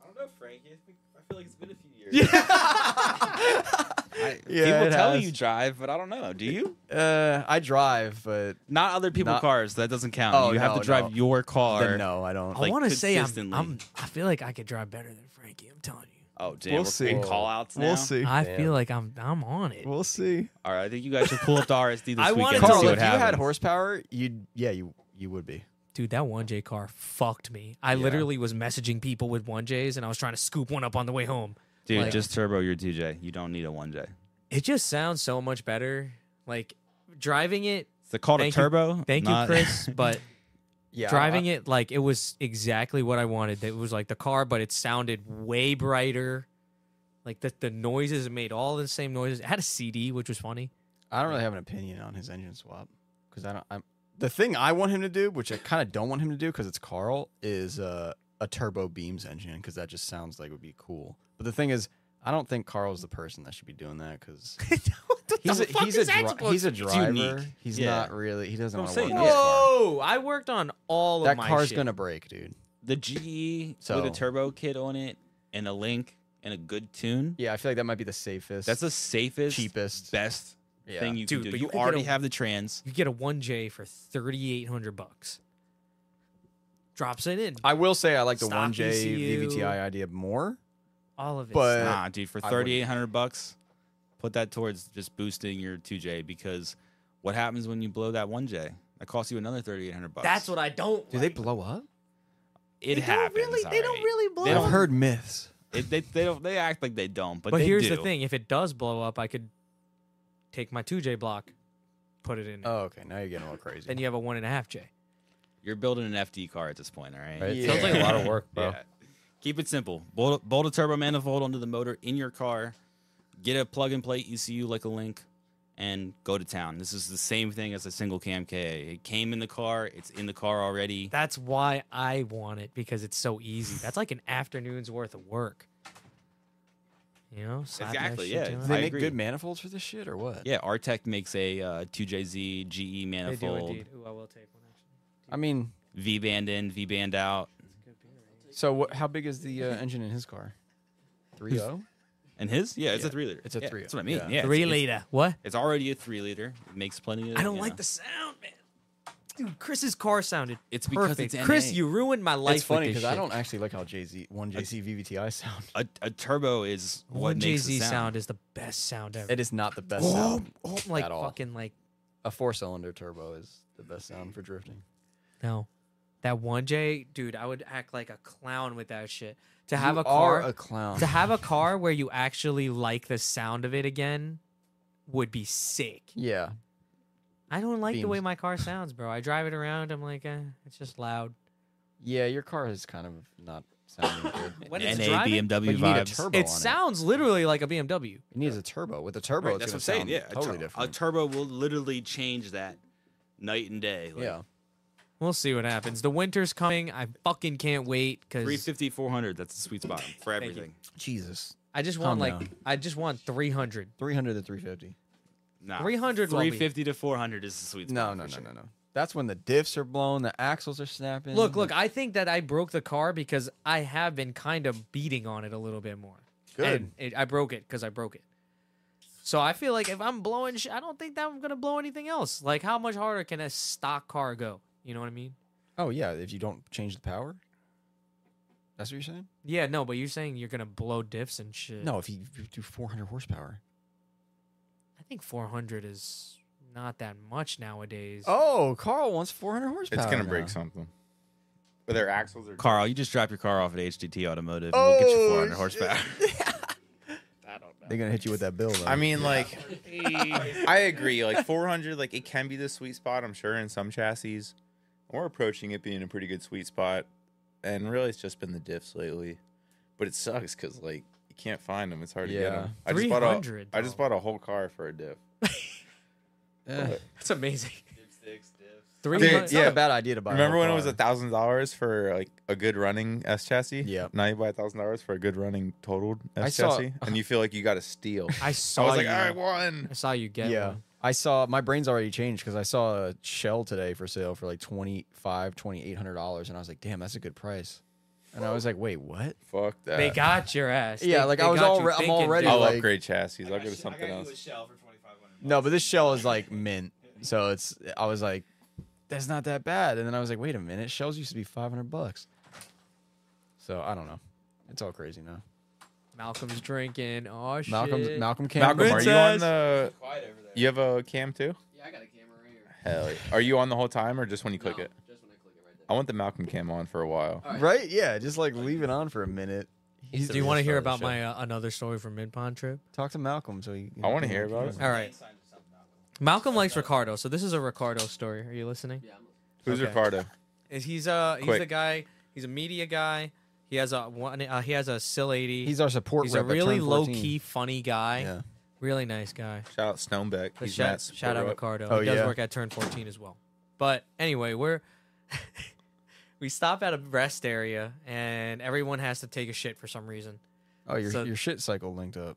Speaker 8: I don't know, Frankie. I think- I feel like it's been a few years.
Speaker 3: I,
Speaker 1: Yeah, it
Speaker 3: people tell
Speaker 1: has.
Speaker 3: you drive, but I don't know. Do you?
Speaker 1: Uh, I drive, but
Speaker 3: Not other people's
Speaker 1: Not-
Speaker 3: cars. That doesn't count.
Speaker 1: Oh,
Speaker 3: you have
Speaker 1: no,
Speaker 3: to drive
Speaker 1: no.
Speaker 3: your car.
Speaker 1: then no, I don't.
Speaker 2: I
Speaker 3: like,
Speaker 2: want to say I'm,
Speaker 3: consistently.
Speaker 2: I'm. I feel like I could drive better than Frankie. I'm telling you.
Speaker 3: Oh damn,
Speaker 1: We'll
Speaker 3: we're
Speaker 1: see.
Speaker 3: seeing call outs now.
Speaker 1: we'll see.
Speaker 2: I
Speaker 5: Damn.
Speaker 2: feel like I'm. I'm on it.
Speaker 1: We'll see.
Speaker 3: All right, I think you guys should pull *laughs* up the RSD this
Speaker 2: I wanted
Speaker 3: weekend. and
Speaker 2: to-
Speaker 1: Carl,
Speaker 3: see
Speaker 1: if
Speaker 3: what
Speaker 1: you had
Speaker 3: happens.
Speaker 1: horsepower, you'd yeah, you you would be.
Speaker 2: Dude, that one J car fucked me. I
Speaker 1: Yeah.
Speaker 2: literally was messaging people with one J's, and I was trying to scoop one up on the way home.
Speaker 3: Dude,
Speaker 2: Like-
Speaker 3: just turbo your DJ. You don't need a 1J.
Speaker 2: It just sounds so much better. Like driving it.
Speaker 3: It's called a
Speaker 2: Thank you-
Speaker 3: turbo.
Speaker 2: Thank
Speaker 3: not-
Speaker 2: you, *laughs*
Speaker 3: *laughs*
Speaker 2: Chris. But
Speaker 1: Yeah,
Speaker 2: driving it like it was exactly what I wanted. It was like the car, but it sounded way brighter. Like the the noises it made all the same noises. It had a CD, which was *laughs* funny.
Speaker 1: I don't really have an opinion on his engine swap because I don't. I'm the thing I want him to do, which I kind of don't want him to do because it's Carl, is uh, a turbo beams engine because that just sounds like it would be cool. But the thing is, I don't think Carl's the person that should be doing that *laughs* because he's a, he's, a dri- he's a driver.
Speaker 3: unique.
Speaker 1: He's
Speaker 3: Yeah.
Speaker 1: not really. He doesn't
Speaker 3: That's
Speaker 1: want
Speaker 3: what
Speaker 1: to work
Speaker 3: I'm
Speaker 1: on
Speaker 3: saying.
Speaker 1: his car.
Speaker 2: Whoa! I worked on all
Speaker 1: That
Speaker 2: of my
Speaker 1: car's
Speaker 2: shit.
Speaker 1: gonna break, dude.
Speaker 3: The GE
Speaker 1: So-
Speaker 3: with a turbo kit on it and a link and a good tune.
Speaker 1: Yeah, I feel like that might be the safest.
Speaker 3: That's the safest,
Speaker 1: cheapest.
Speaker 3: best
Speaker 1: yeah.
Speaker 3: thing you
Speaker 2: Dude,
Speaker 3: can do.
Speaker 2: but
Speaker 3: you
Speaker 2: you could get
Speaker 3: already
Speaker 2: a-
Speaker 3: have the trans.
Speaker 2: You get a one J for thirty eight hundred bucks. Drops it in.
Speaker 1: I will say I like the
Speaker 2: Stock
Speaker 1: one J
Speaker 2: ECU.
Speaker 1: VVTi idea more,
Speaker 2: All of it.
Speaker 1: but
Speaker 3: Nah, dude, for
Speaker 1: Uh, I wouldn't.
Speaker 3: thirty eight hundred bucks, put that towards just boosting your two J because what happens when you blow that one J? That costs you another thirty eight hundred bucks.
Speaker 2: that's what I don't.
Speaker 1: do they
Speaker 2: like.
Speaker 1: blow up?
Speaker 3: it
Speaker 2: They Don't
Speaker 3: happens.
Speaker 2: really, they don't
Speaker 3: alright.
Speaker 2: really blow.
Speaker 3: They
Speaker 2: up.
Speaker 1: I've heard myths.
Speaker 3: It, they, they don't. They act like they don't, but,
Speaker 2: But
Speaker 3: they
Speaker 2: here's
Speaker 3: do.
Speaker 2: the thing: if it does blow up, I could take my two J block, put it in. there.
Speaker 1: Oh, okay. Now you're getting a little crazy.
Speaker 2: Then you have a one and a half J.
Speaker 3: You're building an FD car at this point, all right?
Speaker 5: Right?
Speaker 1: Yeah.
Speaker 5: Sounds like a lot of work, bro.
Speaker 3: Yeah. Keep it simple. Bolt, bolt a turbo manifold onto the motor in your car. Get a plug and play ECU like a link, and go to town. This is the same thing as a single cam KA. It came in the car. It's in the car already.
Speaker 2: That's why I want it because it's so easy. That's like an afternoon's worth of work. You know, slap that
Speaker 3: Exactly,
Speaker 2: shit
Speaker 3: yeah.
Speaker 2: down.
Speaker 1: do they
Speaker 3: I
Speaker 1: make
Speaker 3: agree.
Speaker 1: good manifolds for this shit or what?
Speaker 3: yeah, Artec makes a uh, 2JZ GE
Speaker 2: They do
Speaker 3: E manifold,
Speaker 2: indeed. Ooh, I will take one actually.
Speaker 1: I mean,
Speaker 3: V band in, V band out,
Speaker 1: so what, how big is *laughs* the uh, engine in his car? Three oh? zero.
Speaker 3: and his yeah, it's a
Speaker 1: Yeah,
Speaker 3: three liter.
Speaker 1: it's a
Speaker 3: Yeah,
Speaker 1: three-
Speaker 3: That's what I mean.
Speaker 1: yeah.
Speaker 3: Yeah, it's-
Speaker 2: Three
Speaker 3: it's,
Speaker 2: liter. What?
Speaker 3: It's already a three liter. It makes plenty of.
Speaker 2: I don't
Speaker 3: you
Speaker 2: like
Speaker 3: know.
Speaker 2: the sound, man. Dude, Chris's car sounded
Speaker 3: It's because
Speaker 2: perfect.
Speaker 3: it's
Speaker 2: Chris,
Speaker 3: NA.
Speaker 2: you ruined my life.
Speaker 1: It's funny
Speaker 2: because
Speaker 1: because I don't actually like how Jay Z one JC VVTi sound.
Speaker 3: a, a turbo is what
Speaker 2: One Jay
Speaker 3: makes
Speaker 2: Z
Speaker 3: the
Speaker 2: sound.
Speaker 3: sound.
Speaker 2: is the best sound ever.
Speaker 1: It is not the best sound.
Speaker 2: like
Speaker 1: at all.
Speaker 2: fucking like
Speaker 1: A four cylinder turbo is the best sound for drifting.
Speaker 2: no, that one J, dude. I would act like a clown with that shit. To have
Speaker 1: You
Speaker 2: a car,
Speaker 1: are a clown.
Speaker 2: to have a car where you actually like the sound of it again would be sick.
Speaker 1: yeah,
Speaker 2: I don't like the way
Speaker 1: Beams.
Speaker 2: my car sounds, bro. I drive it around. I'm like, eh, it's just loud.
Speaker 1: yeah. Your car is kind of not
Speaker 2: *coughs*
Speaker 1: sounding good.
Speaker 2: When
Speaker 3: NA
Speaker 2: it's driving,
Speaker 1: but
Speaker 3: BMW
Speaker 1: you need a
Speaker 3: vibes.
Speaker 1: turbo.
Speaker 2: it
Speaker 1: on
Speaker 2: sounds literally like a BMW.
Speaker 1: It. it needs a turbo. With a turbo,
Speaker 3: Right,
Speaker 1: it's
Speaker 3: that's what I'm
Speaker 1: gonna
Speaker 3: saying. Yeah,
Speaker 1: sound
Speaker 3: a
Speaker 1: totally
Speaker 3: tur-
Speaker 1: different.
Speaker 3: A turbo will literally change that night and day. Like
Speaker 1: yeah,
Speaker 2: We'll see what happens. The winter's coming. I fucking can't wait because
Speaker 3: 350, 400. That's the sweet spot for
Speaker 2: you.
Speaker 3: everything.
Speaker 1: Jesus,
Speaker 2: I just want
Speaker 1: Calm
Speaker 2: like
Speaker 1: down.
Speaker 2: I just want 300.
Speaker 1: three hundred to three fifty.
Speaker 3: Nah,
Speaker 2: 300 will be-
Speaker 3: 350 to 400 is the sweet
Speaker 1: No,
Speaker 3: spot.
Speaker 1: no,
Speaker 3: for
Speaker 1: no,
Speaker 3: sure.
Speaker 1: no, no. That's when the diffs are blown, the axles are snapping.
Speaker 2: Look, look, I think that I broke the car because I have been kind of beating on it a little bit more.
Speaker 1: Good.
Speaker 2: And it, I broke it because I broke it. So I feel like if I'm blowing shit, I don't think that I'm going to blow anything else. Like, how much harder can a stock car go? You know what I mean?
Speaker 1: *laughs* Oh yeah, if you don't change the power. That's what you're saying?
Speaker 2: Yeah, no, but you're saying you're going to blow diffs and shit.
Speaker 1: No, if you if you do 400 horsepower.
Speaker 2: I think 400 is not that much nowadays.
Speaker 1: Oh, Carl wants 400 horsepower.
Speaker 4: It's gonna
Speaker 1: now.
Speaker 4: break something. But their axles are.
Speaker 2: Oh,
Speaker 3: Carl, you just drop your car off at HDT Automotive. and we'll get you 400 horsepower.
Speaker 6: They're gonna hit you with that bill. Though.
Speaker 4: I mean, like,
Speaker 8: *laughs*
Speaker 4: I agree. Like 400, like it can be the sweet spot. I'm sure in some chassis, we're approaching it being a pretty good sweet spot. And really, it's just been the diffs lately. But it sucks because like you can't find them. It's hard to get
Speaker 1: Yeah.
Speaker 4: them. I just bought a,
Speaker 2: 300,
Speaker 4: I just
Speaker 2: though.
Speaker 4: bought a whole car for a diff.
Speaker 1: Eh,
Speaker 2: That's amazing.
Speaker 8: Dipsticks, dips.
Speaker 2: Three
Speaker 4: Dude,
Speaker 2: months.
Speaker 1: it's not a bad idea to buy. a
Speaker 4: Remember
Speaker 1: whole
Speaker 4: when it was
Speaker 1: car.
Speaker 4: a thousand dollars for like a good running S chassis?
Speaker 6: Yeah.
Speaker 4: Now you buy a thousand dollars for a good running totaled
Speaker 1: I
Speaker 4: S
Speaker 1: saw-
Speaker 4: chassis, and you feel like you got
Speaker 1: *laughs*
Speaker 4: a steal.
Speaker 2: I
Speaker 4: I
Speaker 2: saw
Speaker 4: was like,
Speaker 2: you.
Speaker 4: I won.
Speaker 2: I saw you get
Speaker 6: yeah.
Speaker 2: one.
Speaker 1: I saw my brain's already changed because I saw a shell today for sale for like twenty five, twenty eight hundred dollars, and I was like, damn, that's a good price. And I was like, wait, what?
Speaker 4: Fuck that.
Speaker 2: They got your ass.
Speaker 1: Yeah,
Speaker 2: They-
Speaker 1: like,
Speaker 2: they
Speaker 1: I was
Speaker 2: got
Speaker 1: all
Speaker 2: you
Speaker 1: re- I'm
Speaker 2: thinking,
Speaker 1: already,
Speaker 2: dude.
Speaker 4: I'll
Speaker 1: like-
Speaker 4: upgrade chassis.
Speaker 8: I
Speaker 4: I'll
Speaker 8: got
Speaker 4: go to
Speaker 8: sh- I
Speaker 4: something
Speaker 8: got you
Speaker 4: else.
Speaker 8: a shell for 2500
Speaker 1: No, but this shell is like mint, so it's. I was like, that's not that bad. And then I was like, wait a minute, shells used to be five hundred bucks. So I don't know. It's all crazy now.
Speaker 2: Malcolm's drinking. Oh shit.
Speaker 1: Malcolm's Malcolm Campbell.
Speaker 4: Malcolm, are you on
Speaker 2: Princess.
Speaker 4: the?
Speaker 8: Quiet over there.
Speaker 4: You have a cam too?
Speaker 7: Yeah, I got a camera right here.
Speaker 4: Hell yeah. Are you on the whole time or just when you click
Speaker 7: No,
Speaker 4: it?
Speaker 7: Just when I click it right
Speaker 4: I
Speaker 7: there.
Speaker 4: want the Malcolm cam on for a while.
Speaker 7: All
Speaker 1: Right? Yeah, just like leave it on for a minute.
Speaker 5: He's
Speaker 2: Do
Speaker 5: the
Speaker 2: you want to hear
Speaker 5: restart of
Speaker 2: about
Speaker 5: the show.
Speaker 2: my uh, another story from Mid Pond trip?
Speaker 1: Talk to Malcolm so he.
Speaker 4: I wanna hear about it.
Speaker 2: All right. Malcolm likes Ricardo, so this is a Ricardo story. Are you listening?
Speaker 7: Yeah, I'm
Speaker 4: Who's
Speaker 2: Okay.
Speaker 4: Ricardo?
Speaker 2: Is He's uh he's
Speaker 4: Quick.
Speaker 2: the guy. He's a media guy. He has a one. Uh, he has a sill lady.
Speaker 1: He's our support.
Speaker 2: He's a
Speaker 1: rep that
Speaker 2: really
Speaker 1: turned
Speaker 2: low
Speaker 1: 14.
Speaker 2: key, funny guy.
Speaker 1: Yeah.
Speaker 2: Really nice guy.
Speaker 4: Shout out Snonebeck.
Speaker 2: But
Speaker 4: He's
Speaker 2: shout,
Speaker 4: Matt's
Speaker 2: shout out
Speaker 4: support rep.
Speaker 2: Ricardo.
Speaker 1: Oh,
Speaker 2: he does
Speaker 1: yeah.
Speaker 2: work at Turn 14 as well. But anyway, we're *laughs* we stop at a rest area and everyone has to take a shit for some reason.
Speaker 1: Oh, your
Speaker 2: So-
Speaker 1: your shit cycle linked up.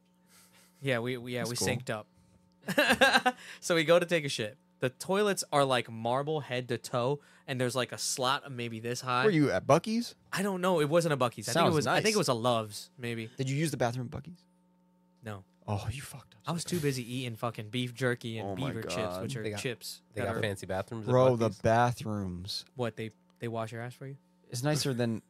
Speaker 2: Yeah, we, we yeah
Speaker 1: That's cool.
Speaker 2: we synced up. *laughs* so we go to take a shit. The toilets are like marble head to toe, and there's like a slot maybe this high.
Speaker 1: Were you at Bucky's?
Speaker 2: I don't know. It wasn't a Bucky's. I think it
Speaker 1: Sounds
Speaker 2: was. I think
Speaker 1: nice.
Speaker 2: it was a Love's maybe.
Speaker 1: Did you use the bathroom at Bucky's?
Speaker 2: No.
Speaker 1: Oh, you fucked up. *laughs*
Speaker 2: I was too busy eating fucking beef jerky and
Speaker 1: Oh my
Speaker 2: beaver chips,
Speaker 1: God.
Speaker 2: which are
Speaker 5: They got-
Speaker 2: chips.
Speaker 5: They
Speaker 2: that
Speaker 5: got
Speaker 2: are-
Speaker 5: fancy bathrooms. at
Speaker 1: Bro, the
Speaker 5: Buc-ee's?
Speaker 1: bathrooms.
Speaker 2: what they they wash your ass for you?
Speaker 1: It's nicer than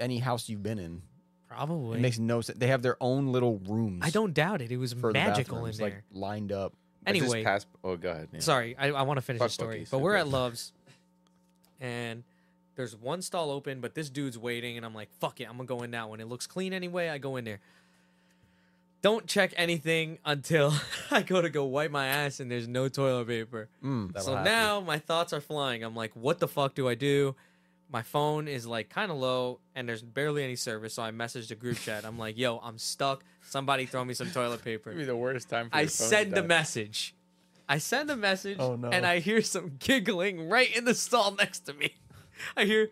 Speaker 1: any house you've been in.
Speaker 2: Probably.
Speaker 1: It makes no sense. They have their own little rooms.
Speaker 2: I don't doubt it. It was
Speaker 1: for the
Speaker 2: magical in
Speaker 1: bathrooms,
Speaker 2: there.
Speaker 1: like lined up. *laughs*
Speaker 4: I just
Speaker 2: anyway,
Speaker 4: passed- oh, go ahead. yeah.
Speaker 2: sorry, I, I want to finish the
Speaker 4: Fuck
Speaker 2: story.
Speaker 4: Buc-ee's,
Speaker 2: but we're
Speaker 4: okay.
Speaker 2: at Love's, and there's one stall open, but this dude's waiting, and I'm like, fuck it, I'm gonna go in that one. It looks clean anyway. I go in there. Don't check anything until *laughs* I go to go wipe my ass, and there's no toilet paper.
Speaker 1: Mm.
Speaker 5: That'll
Speaker 2: so
Speaker 5: happen.
Speaker 2: now my thoughts are flying. I'm like, what the fuck do I do? My phone is like kind of low and there's barely any service. So I messaged the group chat. I'm like, yo, I'm stuck. Somebody throw me some toilet paper.
Speaker 4: It'd be the worst time for
Speaker 2: I
Speaker 4: your phone to
Speaker 2: send a
Speaker 4: die.
Speaker 2: message. I send a message
Speaker 1: Oh, no.
Speaker 2: and I hear some giggling right in the stall next to me. *laughs* I hear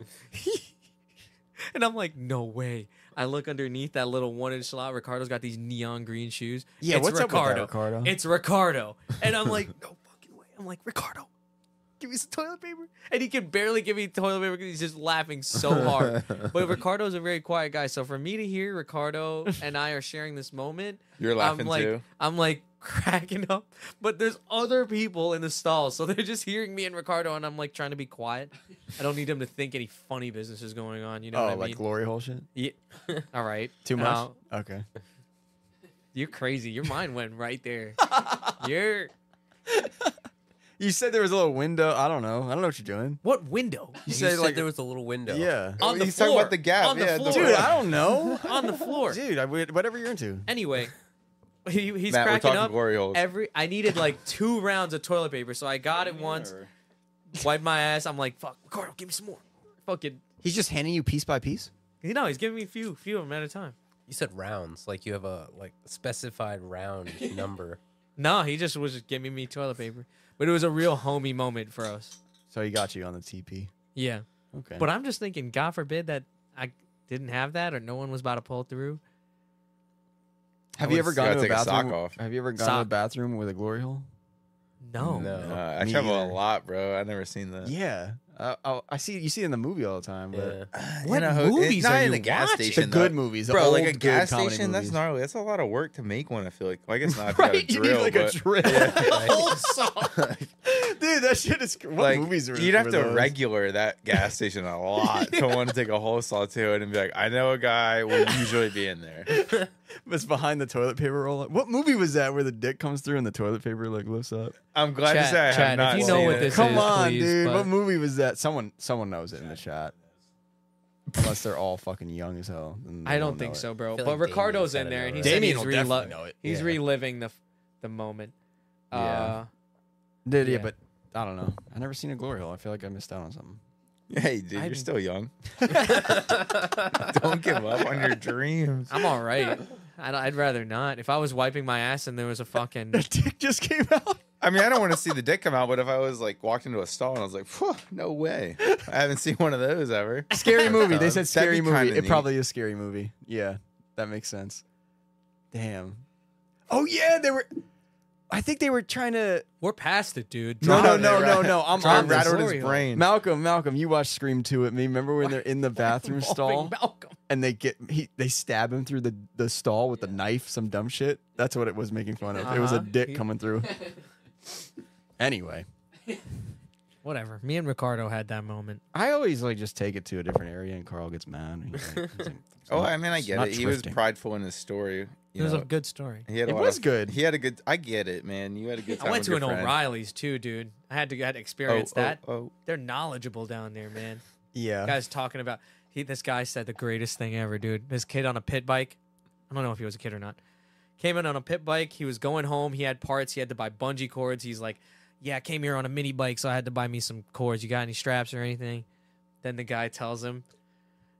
Speaker 2: and I'm like, no way. I look underneath that little one inch slot. Ricardo's got these neon green shoes.
Speaker 1: Yeah,
Speaker 2: it's
Speaker 1: what's up with that,
Speaker 2: Ricardo.
Speaker 1: Ricardo?
Speaker 2: It's Ricardo.
Speaker 1: *laughs*
Speaker 2: And I'm like, no fucking way. I'm like, Ricardo, give me some toilet paper. And he can barely give me toilet paper because he's just laughing so
Speaker 1: *laughs*
Speaker 2: hard. but Ricardo's a very quiet guy. So for me to hear Ricardo and I are sharing this moment,
Speaker 4: You're laughing
Speaker 2: I'm like,
Speaker 4: too.
Speaker 2: I'm like *laughs* cracking up. But there's other people in the stall, so they're just hearing me and Ricardo, and I'm like trying to be quiet. I don't need them to think any funny business is going on. You know
Speaker 1: oh,
Speaker 2: what I
Speaker 1: like
Speaker 2: mean?
Speaker 1: glory hole shit.
Speaker 2: Yeah. *laughs* All right.
Speaker 1: Too much.
Speaker 2: Now, *laughs*
Speaker 1: okay.
Speaker 2: you're crazy. Your mind went right
Speaker 4: *laughs*
Speaker 2: there. You're
Speaker 1: You said there was a little window. I don't know. I don't know what you're doing.
Speaker 2: what
Speaker 4: *laughs*
Speaker 2: window?
Speaker 1: You
Speaker 5: You
Speaker 1: said,
Speaker 5: said
Speaker 1: like-
Speaker 5: there was a little
Speaker 2: *laughs*
Speaker 5: window.
Speaker 1: Yeah.
Speaker 2: On the
Speaker 4: He's
Speaker 2: floor.
Speaker 4: talking about the gap,
Speaker 2: On the
Speaker 4: yeah, the
Speaker 2: floor.
Speaker 1: Dude, I don't
Speaker 2: *laughs*
Speaker 1: know.
Speaker 2: on the floor.
Speaker 1: Dude, I, whatever you're into.
Speaker 2: Anyway, *laughs* he, he's
Speaker 4: Matt, we're
Speaker 2: cracking
Speaker 4: talking
Speaker 2: up.
Speaker 4: glory holes.
Speaker 2: Every I needed like two rounds of toilet paper, so I got it once. Wiped my ass. I'm like, fuck, Ricardo, give me some more. Fucking
Speaker 1: He's just handing you piece by piece.
Speaker 2: You know, he's giving me a few, few of them at a time.
Speaker 5: You said rounds, like you have a like specified round number.
Speaker 2: No, he just was just giving me toilet paper. But it was a real homey moment for us.
Speaker 1: So he got you on the TP.
Speaker 2: Yeah.
Speaker 1: Okay.
Speaker 2: But I'm just thinking, God forbid that I didn't have that or no one was about to pull through.
Speaker 1: have
Speaker 4: I
Speaker 1: you
Speaker 4: would
Speaker 1: ever
Speaker 4: still
Speaker 1: gone to a
Speaker 4: take a sock
Speaker 1: bathroom?
Speaker 4: off.
Speaker 1: Have you ever gone to a
Speaker 2: Sock.
Speaker 1: bathroom with a glory hole?
Speaker 2: No.
Speaker 5: No.
Speaker 4: Uh, I
Speaker 1: Me
Speaker 4: travel
Speaker 1: either.
Speaker 4: a lot, bro. I've never seen that.
Speaker 1: Yeah. Uh, I, I see. You see it in the movie all the time, but
Speaker 5: Yeah.
Speaker 2: What
Speaker 4: in a ho-
Speaker 1: *laughs*
Speaker 2: movies
Speaker 4: not
Speaker 2: are
Speaker 4: in
Speaker 2: you
Speaker 4: the gas
Speaker 2: watching?
Speaker 1: the
Speaker 4: station,
Speaker 1: good
Speaker 4: though.
Speaker 1: movies, the
Speaker 4: bro.
Speaker 1: old,
Speaker 4: like a
Speaker 1: good
Speaker 4: gas
Speaker 1: comedy
Speaker 4: station, that's
Speaker 1: movies.
Speaker 4: gnarly. That's a lot of work to make one. I feel like. Well,
Speaker 2: *laughs*
Speaker 4: I guess not. If you got
Speaker 1: right.
Speaker 4: a
Speaker 1: You
Speaker 4: drill,
Speaker 1: need like
Speaker 4: but-
Speaker 1: a drill,
Speaker 2: Whole song.
Speaker 1: dude. That shit is. What
Speaker 4: like
Speaker 1: movies are
Speaker 4: you'd have
Speaker 1: were
Speaker 4: to
Speaker 1: those?
Speaker 4: regular that gas station a lot
Speaker 1: *laughs*
Speaker 4: to want to take a whole saw to it and be like, I know a guy will usually be in there.
Speaker 1: It's behind the toilet paper roll. What movie was that where the dick comes through and the toilet paper like lifts up?
Speaker 4: I'm glad to
Speaker 2: Chad-
Speaker 4: say
Speaker 2: Chad,
Speaker 4: I
Speaker 2: if
Speaker 4: have not
Speaker 2: you
Speaker 4: seen
Speaker 2: know what
Speaker 4: it.
Speaker 2: this
Speaker 1: Come
Speaker 2: is,
Speaker 1: on,
Speaker 2: please,
Speaker 1: dude.
Speaker 2: but-
Speaker 1: What movie was that? Someone, someone knows it in the chat. Unless they're all fucking young as hell. then they
Speaker 2: I don't think
Speaker 1: know it.
Speaker 2: so, bro.
Speaker 5: I feel
Speaker 2: But
Speaker 5: like
Speaker 2: Ricardo's
Speaker 5: Damien's
Speaker 2: in there,
Speaker 5: gotta know
Speaker 2: and
Speaker 5: it.
Speaker 2: he said
Speaker 1: Damien
Speaker 2: he's,
Speaker 1: will
Speaker 2: relo-
Speaker 1: definitely know it.
Speaker 2: he's
Speaker 1: Yeah.
Speaker 2: reliving the f- the moment.
Speaker 1: Yeah.
Speaker 2: Uh,
Speaker 1: Dude, yeah.
Speaker 2: Yeah.
Speaker 1: but I don't know. I never seen a glory hole. I feel like I missed out on something.
Speaker 4: Hey, dude,
Speaker 2: I-
Speaker 4: you're
Speaker 2: *laughs*
Speaker 4: still young. Don't give up on your dreams.
Speaker 2: I'm all *laughs* right. I'd, I'd rather not. If I was wiping my ass and there was
Speaker 1: *laughs*
Speaker 2: a
Speaker 1: *laughs*
Speaker 2: fucking
Speaker 1: dick just came out.
Speaker 4: I mean, I don't want to see the dick come out, but if I was like walked into a stall and I was like, "Phew, no way, I haven't seen one of those ever.
Speaker 2: *laughs*
Speaker 1: Scary movie. They said
Speaker 4: That'd
Speaker 1: scary
Speaker 4: be
Speaker 1: movie.
Speaker 4: kinda
Speaker 1: It
Speaker 4: neat.
Speaker 1: probably is scary movie. Yeah, that makes sense. Damn. Oh yeah, they were. I think they were trying to.
Speaker 2: We're past it, dude.
Speaker 1: No,
Speaker 2: Drop
Speaker 1: no,
Speaker 2: it.
Speaker 1: no,
Speaker 4: they
Speaker 1: no,
Speaker 2: *laughs*
Speaker 4: ra-
Speaker 1: no. I'm
Speaker 4: I
Speaker 1: on
Speaker 2: Drop
Speaker 1: this.
Speaker 4: Um, rattled
Speaker 2: Sorry,
Speaker 4: his brain.
Speaker 1: Malcolm, Malcolm, you watched Scream 2 at me. Remember when they're in
Speaker 2: *laughs*
Speaker 1: the bathroom stall
Speaker 2: Malcolm.
Speaker 1: and they get he they stab him through the, the stall with a knife, some dumb shit? That's what it was making fun of. It was a
Speaker 2: Uh-huh.
Speaker 1: dick
Speaker 2: He-
Speaker 1: coming
Speaker 2: *laughs*
Speaker 1: through. Anyway,
Speaker 2: Whatever. Me and Ricardo had that moment.
Speaker 1: I always like just take it to a different area and Carl gets mad. and he's like- he's like, it's
Speaker 4: *laughs* Oh,
Speaker 1: not-
Speaker 4: I mean, I
Speaker 1: it's
Speaker 4: get
Speaker 1: not
Speaker 4: it. He was
Speaker 1: thrifting.
Speaker 4: prideful in his story. You
Speaker 2: it was
Speaker 4: know,
Speaker 2: a good story.
Speaker 4: he had a
Speaker 1: It
Speaker 4: lot
Speaker 1: was
Speaker 4: of-
Speaker 1: good.
Speaker 4: He had a good. I get it, man. You had a good time.
Speaker 2: I went
Speaker 4: with
Speaker 2: to
Speaker 4: your
Speaker 2: an
Speaker 4: friend.
Speaker 2: O'Reilly's too, dude. I had to I had to
Speaker 4: Oh,
Speaker 2: experience
Speaker 4: oh,
Speaker 2: that.
Speaker 4: oh,
Speaker 2: They're knowledgeable down there, man.
Speaker 1: Yeah.
Speaker 2: Guys talking about he. This guy said the greatest thing ever, dude. This kid on a pit bike. I don't know if he was a kid or not. Came in on a pit bike. He was going home. He had parts. He had to buy bungee cords. He's like, "Yeah, I came here on a mini bike, so I had to buy me some cords. You got any straps or anything?" Then the guy tells him,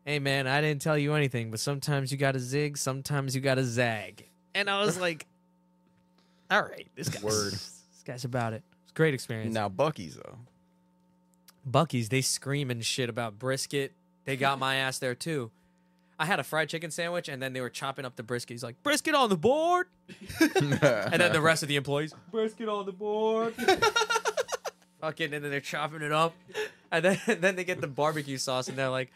Speaker 2: "Hey, man, I didn't tell you anything, but sometimes you got to zig, sometimes you got to zag." And I was like, "All right, this guy's *laughs*
Speaker 4: Word.
Speaker 2: this guy's about it." It's a great experience.
Speaker 1: Now Bucky's though.
Speaker 2: Bucky's, they scream and shit about brisket. They got my ass there too. I had a fried chicken sandwich and then they were chopping up the brisket. He's like, brisket on the board.
Speaker 4: oh.
Speaker 2: *laughs*
Speaker 4: *laughs*
Speaker 2: and then the rest of the employees, brisket on the board. Fucking, and then they're chopping it up. And then, *laughs* then they get the barbecue sauce and they're like,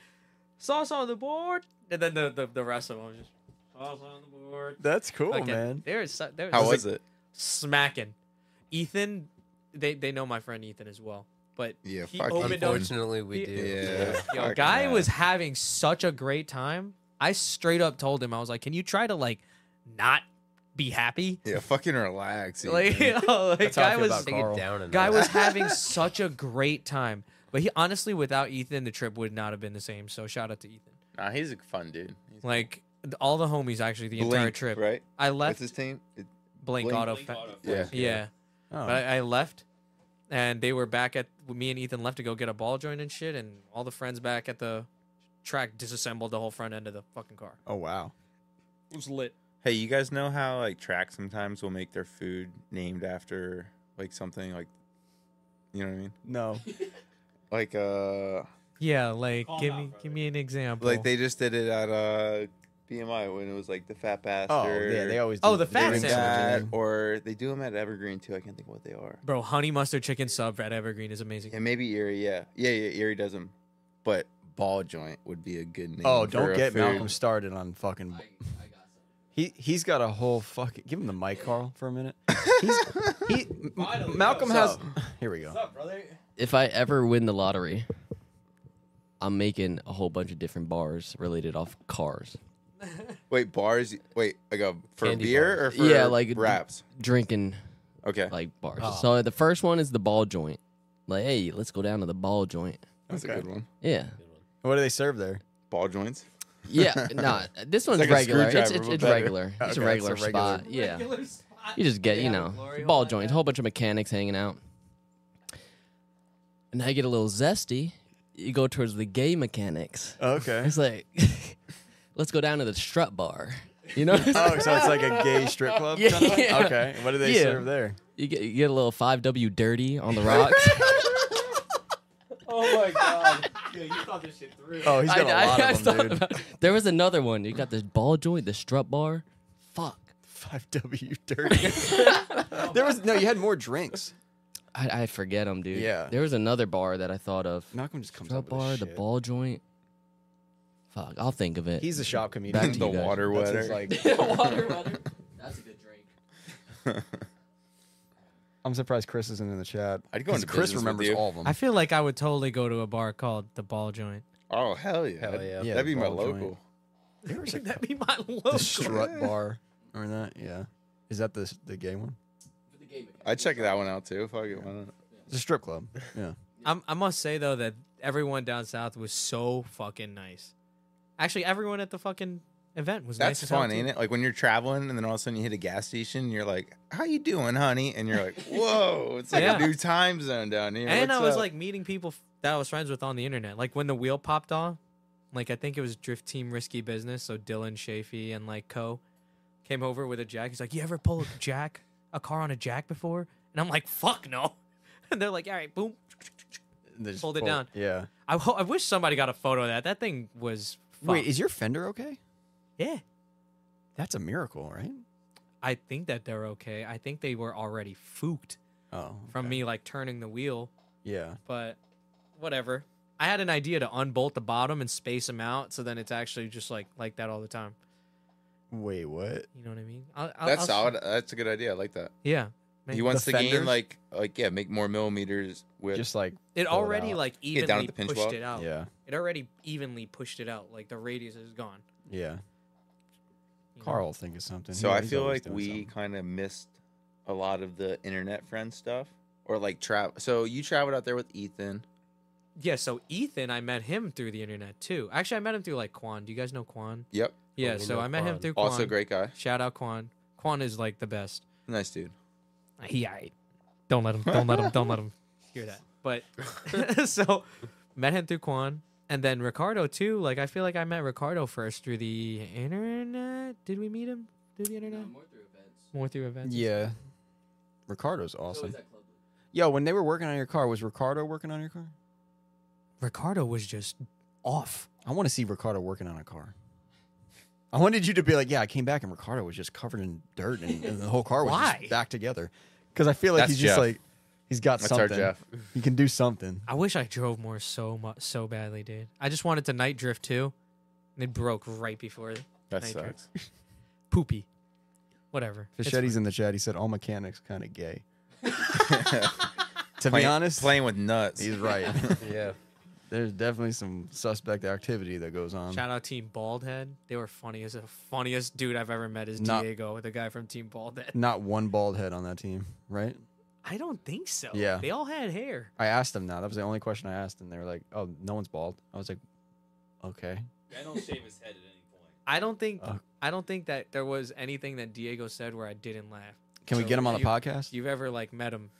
Speaker 2: sauce on the board. And then the, the, the rest of them was just, sauce on the board.
Speaker 1: That's cool,
Speaker 2: Fucking-
Speaker 1: man.
Speaker 2: They were, su- they were
Speaker 4: How
Speaker 2: like,
Speaker 4: was it?
Speaker 2: smacking. Ethan, they, they know my friend Ethan as well. But
Speaker 4: Yeah,
Speaker 2: he
Speaker 4: fuck
Speaker 2: opened up
Speaker 5: Unfortunately, we do.
Speaker 4: Yeah,
Speaker 2: Yo,
Speaker 4: fucking
Speaker 2: guy
Speaker 4: hell.
Speaker 2: was having such a great time. I straight up told him, I was like, "Can you try to like not be happy?"
Speaker 4: Yeah, fucking relax.
Speaker 2: Like, *laughs*
Speaker 4: Ethan.
Speaker 2: you know, like,
Speaker 1: That's how I
Speaker 2: guy
Speaker 1: feel
Speaker 2: was
Speaker 1: about
Speaker 5: Take
Speaker 1: Carl.
Speaker 5: it down a
Speaker 2: guy
Speaker 1: *laughs*
Speaker 5: notch.
Speaker 2: was having such a great time. But he honestly, without Ethan, the trip would not have been the same. So shout out to Ethan.
Speaker 4: nah, he's a fun dude. He's
Speaker 2: Like th- all the homies, actually, the entire
Speaker 4: Blink,
Speaker 2: trip.
Speaker 4: right?
Speaker 2: I
Speaker 4: What's
Speaker 2: left
Speaker 4: his team? It-
Speaker 2: Blink,
Speaker 4: Blink-
Speaker 2: Auto.
Speaker 8: Blink
Speaker 2: Fa-
Speaker 8: Auto
Speaker 4: Yeah.
Speaker 2: yeah.
Speaker 1: Oh.
Speaker 2: But I, I left, and they were back at me and Ethan left to go get a ball joint and shit, and all the friends back at the track disassembled the whole front end of the fucking car.
Speaker 1: oh wow.
Speaker 2: It was lit.
Speaker 4: Hey, you guys know how like tracks sometimes will make their food named after like something like, you know what I mean?
Speaker 1: No.
Speaker 4: Like uh,
Speaker 2: Yeah, like
Speaker 8: Call 'em
Speaker 2: give
Speaker 8: out,
Speaker 2: me
Speaker 8: brother.
Speaker 2: give me an example.
Speaker 4: like they just did it at uh BMI when it was like the Fat Bastard.
Speaker 1: Oh yeah, they always.
Speaker 2: Oh,
Speaker 1: do-
Speaker 2: the
Speaker 1: they
Speaker 2: fat
Speaker 1: do
Speaker 4: doing
Speaker 2: sandwiches.
Speaker 1: that.
Speaker 4: that, or they do them at Evergreen too. I can't think of what they are.
Speaker 2: Bro, honey mustard chicken sub at Evergreen is amazing.
Speaker 4: Yeah, maybe Erie. Yeah, yeah, yeah. Erie does them, but ball joint would be a good name.
Speaker 1: Oh,
Speaker 4: for
Speaker 1: don't
Speaker 4: a
Speaker 1: get
Speaker 4: food.
Speaker 1: Malcolm started on fucking.
Speaker 7: I, I got some.
Speaker 1: He he's got a whole fucking. Give him the mic, Carl, for a
Speaker 7: *laughs*
Speaker 1: minute. He's, he M-
Speaker 8: Finally,
Speaker 1: Malcolm has.
Speaker 8: what's
Speaker 1: *laughs* Here we go.
Speaker 8: up, brother?
Speaker 7: If I ever win the lottery, I'm making a whole bunch of different bars related off cars.
Speaker 4: Wait, bars. Wait, like a for
Speaker 5: Candy
Speaker 4: beer
Speaker 5: bars.
Speaker 4: or for
Speaker 7: Yeah, like-
Speaker 4: wraps.
Speaker 7: Drinking
Speaker 4: Okay,
Speaker 7: like bars.
Speaker 5: Oh.
Speaker 7: So the first one is the ball joint. Like, hey, let's go down to the ball joint.
Speaker 4: that's a good one.
Speaker 7: Yeah.
Speaker 1: What do they serve there?
Speaker 4: Ball joints. *laughs*
Speaker 7: Yeah, nah. This one's
Speaker 4: like a
Speaker 7: regular. It's,
Speaker 4: screwdriver,
Speaker 7: it's,
Speaker 4: but
Speaker 7: it's
Speaker 4: better.
Speaker 7: regular.
Speaker 1: Okay,
Speaker 7: It's
Speaker 1: it's
Speaker 7: a
Speaker 1: a
Speaker 7: regular
Speaker 1: regular-
Speaker 7: spot. Yeah. You just get, you know, ball joints, whole bunch of mechanics hanging out. And now you get a little zesty. You go towards the gay mechanics.
Speaker 1: Okay.
Speaker 7: It's like, *laughs* let's go down to the strut bar. You
Speaker 1: *laughs*
Speaker 7: know?
Speaker 6: *laughs*
Speaker 1: oh, so it's like a gay strip club.
Speaker 7: Yeah.
Speaker 1: kinda? Okay. What do they
Speaker 7: Yeah.
Speaker 1: serve there?
Speaker 7: you, get, you get a little 5W
Speaker 1: *laughs*
Speaker 7: dirty on the rocks.
Speaker 8: *laughs* Oh my
Speaker 2: *laughs*
Speaker 8: god. yeah, you thought this shit through.
Speaker 1: Oh, he's got a
Speaker 7: I- I-
Speaker 1: lot
Speaker 7: *laughs* I
Speaker 1: of them,
Speaker 7: thought
Speaker 1: dude.
Speaker 7: about- there was another one. You got the ball joint, the strut bar. Fuck.
Speaker 1: *laughs* Five W
Speaker 7: *laughs*
Speaker 1: dirty. *laughs* there was no. You had more drinks.
Speaker 7: I, I forget them, dude.
Speaker 1: Yeah.
Speaker 7: There was another bar that I thought of.
Speaker 1: Malcolm just comes
Speaker 7: Strut
Speaker 1: up with
Speaker 7: bar,
Speaker 1: this
Speaker 7: the
Speaker 1: shit.
Speaker 7: ball joint. Fuck, I'll think of it. *laughs*
Speaker 1: He's a shop
Speaker 7: Back
Speaker 1: comedian.
Speaker 4: *laughs*
Speaker 7: to
Speaker 4: the
Speaker 7: you guys.
Speaker 4: water
Speaker 1: That's
Speaker 4: wetter.
Speaker 1: his, like,
Speaker 7: water, water. That's a good drink.
Speaker 1: I'm surprised Chris isn't in the chat.
Speaker 4: I'd go
Speaker 1: 'Cause
Speaker 4: into
Speaker 1: Chris
Speaker 4: business with
Speaker 1: remembers
Speaker 4: you.
Speaker 1: all of them.
Speaker 2: I feel like I would totally go to a bar called the Ball
Speaker 4: *laughs*
Speaker 2: Joint.
Speaker 4: oh hell yeah,
Speaker 5: Hell yeah.
Speaker 1: Yeah,
Speaker 4: that'd be my
Speaker 1: ball joint.
Speaker 4: local.
Speaker 1: There was a
Speaker 2: *laughs* That'd be my
Speaker 1: the
Speaker 2: local. *laughs*
Speaker 1: strut bar. Remember that? Yeah. Is that the the gay one?
Speaker 4: I'd check that one out too. Fuck it, why not?
Speaker 1: It's a strip club. Yeah.
Speaker 2: I'm, I must say though that everyone down south was so fucking nice. Actually, everyone at the fucking event was nice
Speaker 4: That's
Speaker 2: as
Speaker 4: fun,
Speaker 2: hell,
Speaker 4: ain't it? Like when you're traveling and then all of a sudden you hit a gas station and you're like, How you doing, honey? And you're like, Whoa, it's like
Speaker 2: Yeah.
Speaker 4: a new time zone down here.
Speaker 2: and
Speaker 4: What's
Speaker 2: I was
Speaker 4: up?"
Speaker 2: like meeting people f- that I was friends with on the internet. Like when the wheel popped off, like I think it was Drift Team Risky Business. So Dylan Shafee and like Co came over with a jack. He's like, "You ever pull a jack a car on a jack before?" And I'm like, "Fuck no." *laughs* And they're like, "All right, boom."
Speaker 1: They just
Speaker 2: Fold it down.
Speaker 1: Yeah.
Speaker 2: I, ho- I wish somebody got a photo of that. That thing was fucked.
Speaker 1: Wait, is your fender okay?
Speaker 2: yeah.
Speaker 1: That's a miracle, right?
Speaker 2: I think that they're okay. I think they were already fooked
Speaker 1: Oh,
Speaker 2: from me like turning the wheel.
Speaker 1: yeah.
Speaker 2: but whatever. I had an idea to unbolt the bottom and space them out, so then it's actually just like like that all the time.
Speaker 1: Wait, what?
Speaker 2: You know what I mean? I'll, I'll,
Speaker 4: That's
Speaker 2: I'll-
Speaker 4: solid. That's a good idea. I like that.
Speaker 2: Yeah,
Speaker 4: he
Speaker 2: Maybe.
Speaker 4: wants
Speaker 1: The
Speaker 4: to gain
Speaker 1: fenders?
Speaker 4: like like yeah, make more millimeters with
Speaker 1: Just like
Speaker 2: it
Speaker 1: Pull it
Speaker 2: already
Speaker 1: out.
Speaker 2: like
Speaker 4: Get down
Speaker 2: evenly
Speaker 4: at the pinch
Speaker 2: pushed
Speaker 4: weld?
Speaker 2: it
Speaker 7: Oh.
Speaker 2: out.
Speaker 1: yeah,
Speaker 2: It already evenly pushed it out. Like the radius is gone.
Speaker 1: yeah.
Speaker 2: you know?
Speaker 1: Carl will think of something.
Speaker 4: So
Speaker 1: He-
Speaker 4: I
Speaker 1: he's
Speaker 4: feel
Speaker 1: always
Speaker 4: like
Speaker 1: doing
Speaker 4: we
Speaker 1: something.
Speaker 4: kind of missed a lot of the internet friend stuff, or like travel. So you traveled out there with Ethan.
Speaker 2: Yeah. So Ethan, I met him through the internet too. Actually, I met him through like Quan. Do you guys know Quan?
Speaker 4: Yep,
Speaker 2: Yeah.
Speaker 5: we
Speaker 2: so
Speaker 5: know
Speaker 2: I met him
Speaker 5: Quan.
Speaker 2: through Quan.
Speaker 4: also a great guy,
Speaker 2: Shout out Quan. Quan is like the best.
Speaker 4: nice dude.
Speaker 2: he alright. Don't let him. Don't let him. Don't let him hear that. But *laughs* so met him through Quan, and then Ricardo too. Like I feel like I met Ricardo first through the internet. Did we meet him through the internet?
Speaker 8: more through events.
Speaker 2: More through events.
Speaker 1: Yeah. Ricardo's awesome.
Speaker 8: that club?
Speaker 1: Yo, when they were working on your car, was Ricardo working on your car?
Speaker 2: Ricardo was just off.
Speaker 1: I want to see Ricardo working on a car. I wanted you to be like, yeah, I came back and Ricardo was just covered in dirt and, and the whole car was
Speaker 2: Why?
Speaker 1: just back together. Because I feel like
Speaker 4: That's
Speaker 1: he's just
Speaker 4: Jeff.
Speaker 1: like, he's got
Speaker 4: That's our
Speaker 1: something.
Speaker 4: Jeff.
Speaker 1: He can do something.
Speaker 2: I wish I drove more so much so badly, dude. I just wanted to night drift too, and it broke right before
Speaker 4: That
Speaker 2: night drift.
Speaker 4: sucks.
Speaker 2: Poopy. Whatever. It's
Speaker 1: Fichetti's in the chat. He said, all mechanics kind of
Speaker 2: *laughs*
Speaker 1: gay. to
Speaker 4: Play-
Speaker 1: be honest,
Speaker 4: playing with nuts.
Speaker 1: he's right.
Speaker 5: Yeah.
Speaker 1: There's definitely some suspect activity that goes on.
Speaker 2: Shout out Team Baldhead. They were funny as the funniest dude I've ever met is
Speaker 1: Not-
Speaker 2: Diego, the guy from Team Baldhead.
Speaker 1: Not one bald head on that team, right?
Speaker 2: I don't think so.
Speaker 1: Yeah.
Speaker 2: They all had hair.
Speaker 1: I asked them now. That was the only question I asked, and they were like, "Oh, no one's bald." I was like, "Okay."
Speaker 3: I don't shave his head at any point.
Speaker 2: I don't think
Speaker 1: Oh.
Speaker 2: I don't think that there was anything that Diego said where I didn't laugh.
Speaker 1: Can we
Speaker 2: So
Speaker 1: get him on
Speaker 2: if
Speaker 1: the
Speaker 2: you-
Speaker 1: podcast?
Speaker 2: If you've ever like met him,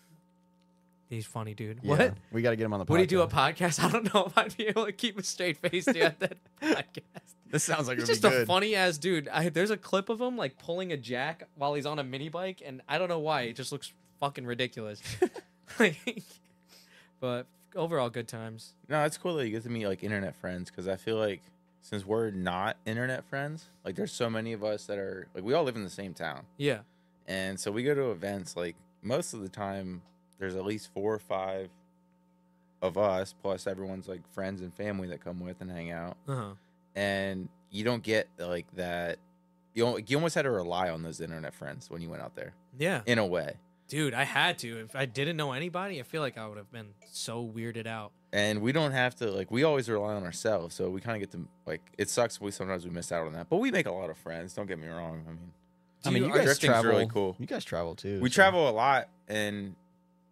Speaker 2: he's funny, dude.
Speaker 1: Yeah,
Speaker 2: What?
Speaker 1: We got to get him on the. podcast.
Speaker 2: Would he do a podcast? *laughs* I don't know if I'd be able to keep a straight face during that *laughs* podcast.
Speaker 1: This sounds like
Speaker 2: He's
Speaker 1: it'd be
Speaker 2: just
Speaker 1: good.
Speaker 2: a funny ass dude. I, there's a clip of him like pulling a jack while he's on a mini bike, and I don't know why. It just looks
Speaker 1: *laughs*
Speaker 2: fucking ridiculous. *laughs* Like, but overall, good times.
Speaker 4: *laughs* No, it's cool that you get to meet like internet friends because I feel like since we're not internet friends, like there's so many of us that are like we all live in the same town,
Speaker 2: Yeah,
Speaker 4: and so we go to events like most of the time. There's at least four or five of us, plus everyone's like friends and family that come with and hang out,
Speaker 2: uh-huh.
Speaker 4: and you don't get like that. You al- you almost had to rely on those internet friends when you went out there
Speaker 2: yeah,
Speaker 4: in a way.
Speaker 2: dude. I had to. If I didn't know anybody, I feel like I would have been so weirded out.
Speaker 4: and we don't have to like we always rely on ourselves so we kind of get to like it sucks we sometimes we miss out on that but we make a lot of friends don't get me wrong i mean
Speaker 1: I mean,
Speaker 2: Do
Speaker 1: you
Speaker 2: you-
Speaker 1: guys
Speaker 4: drifting's
Speaker 1: travel.
Speaker 4: really cool.
Speaker 1: You guys travel too.
Speaker 4: we
Speaker 1: so-
Speaker 4: travel a lot and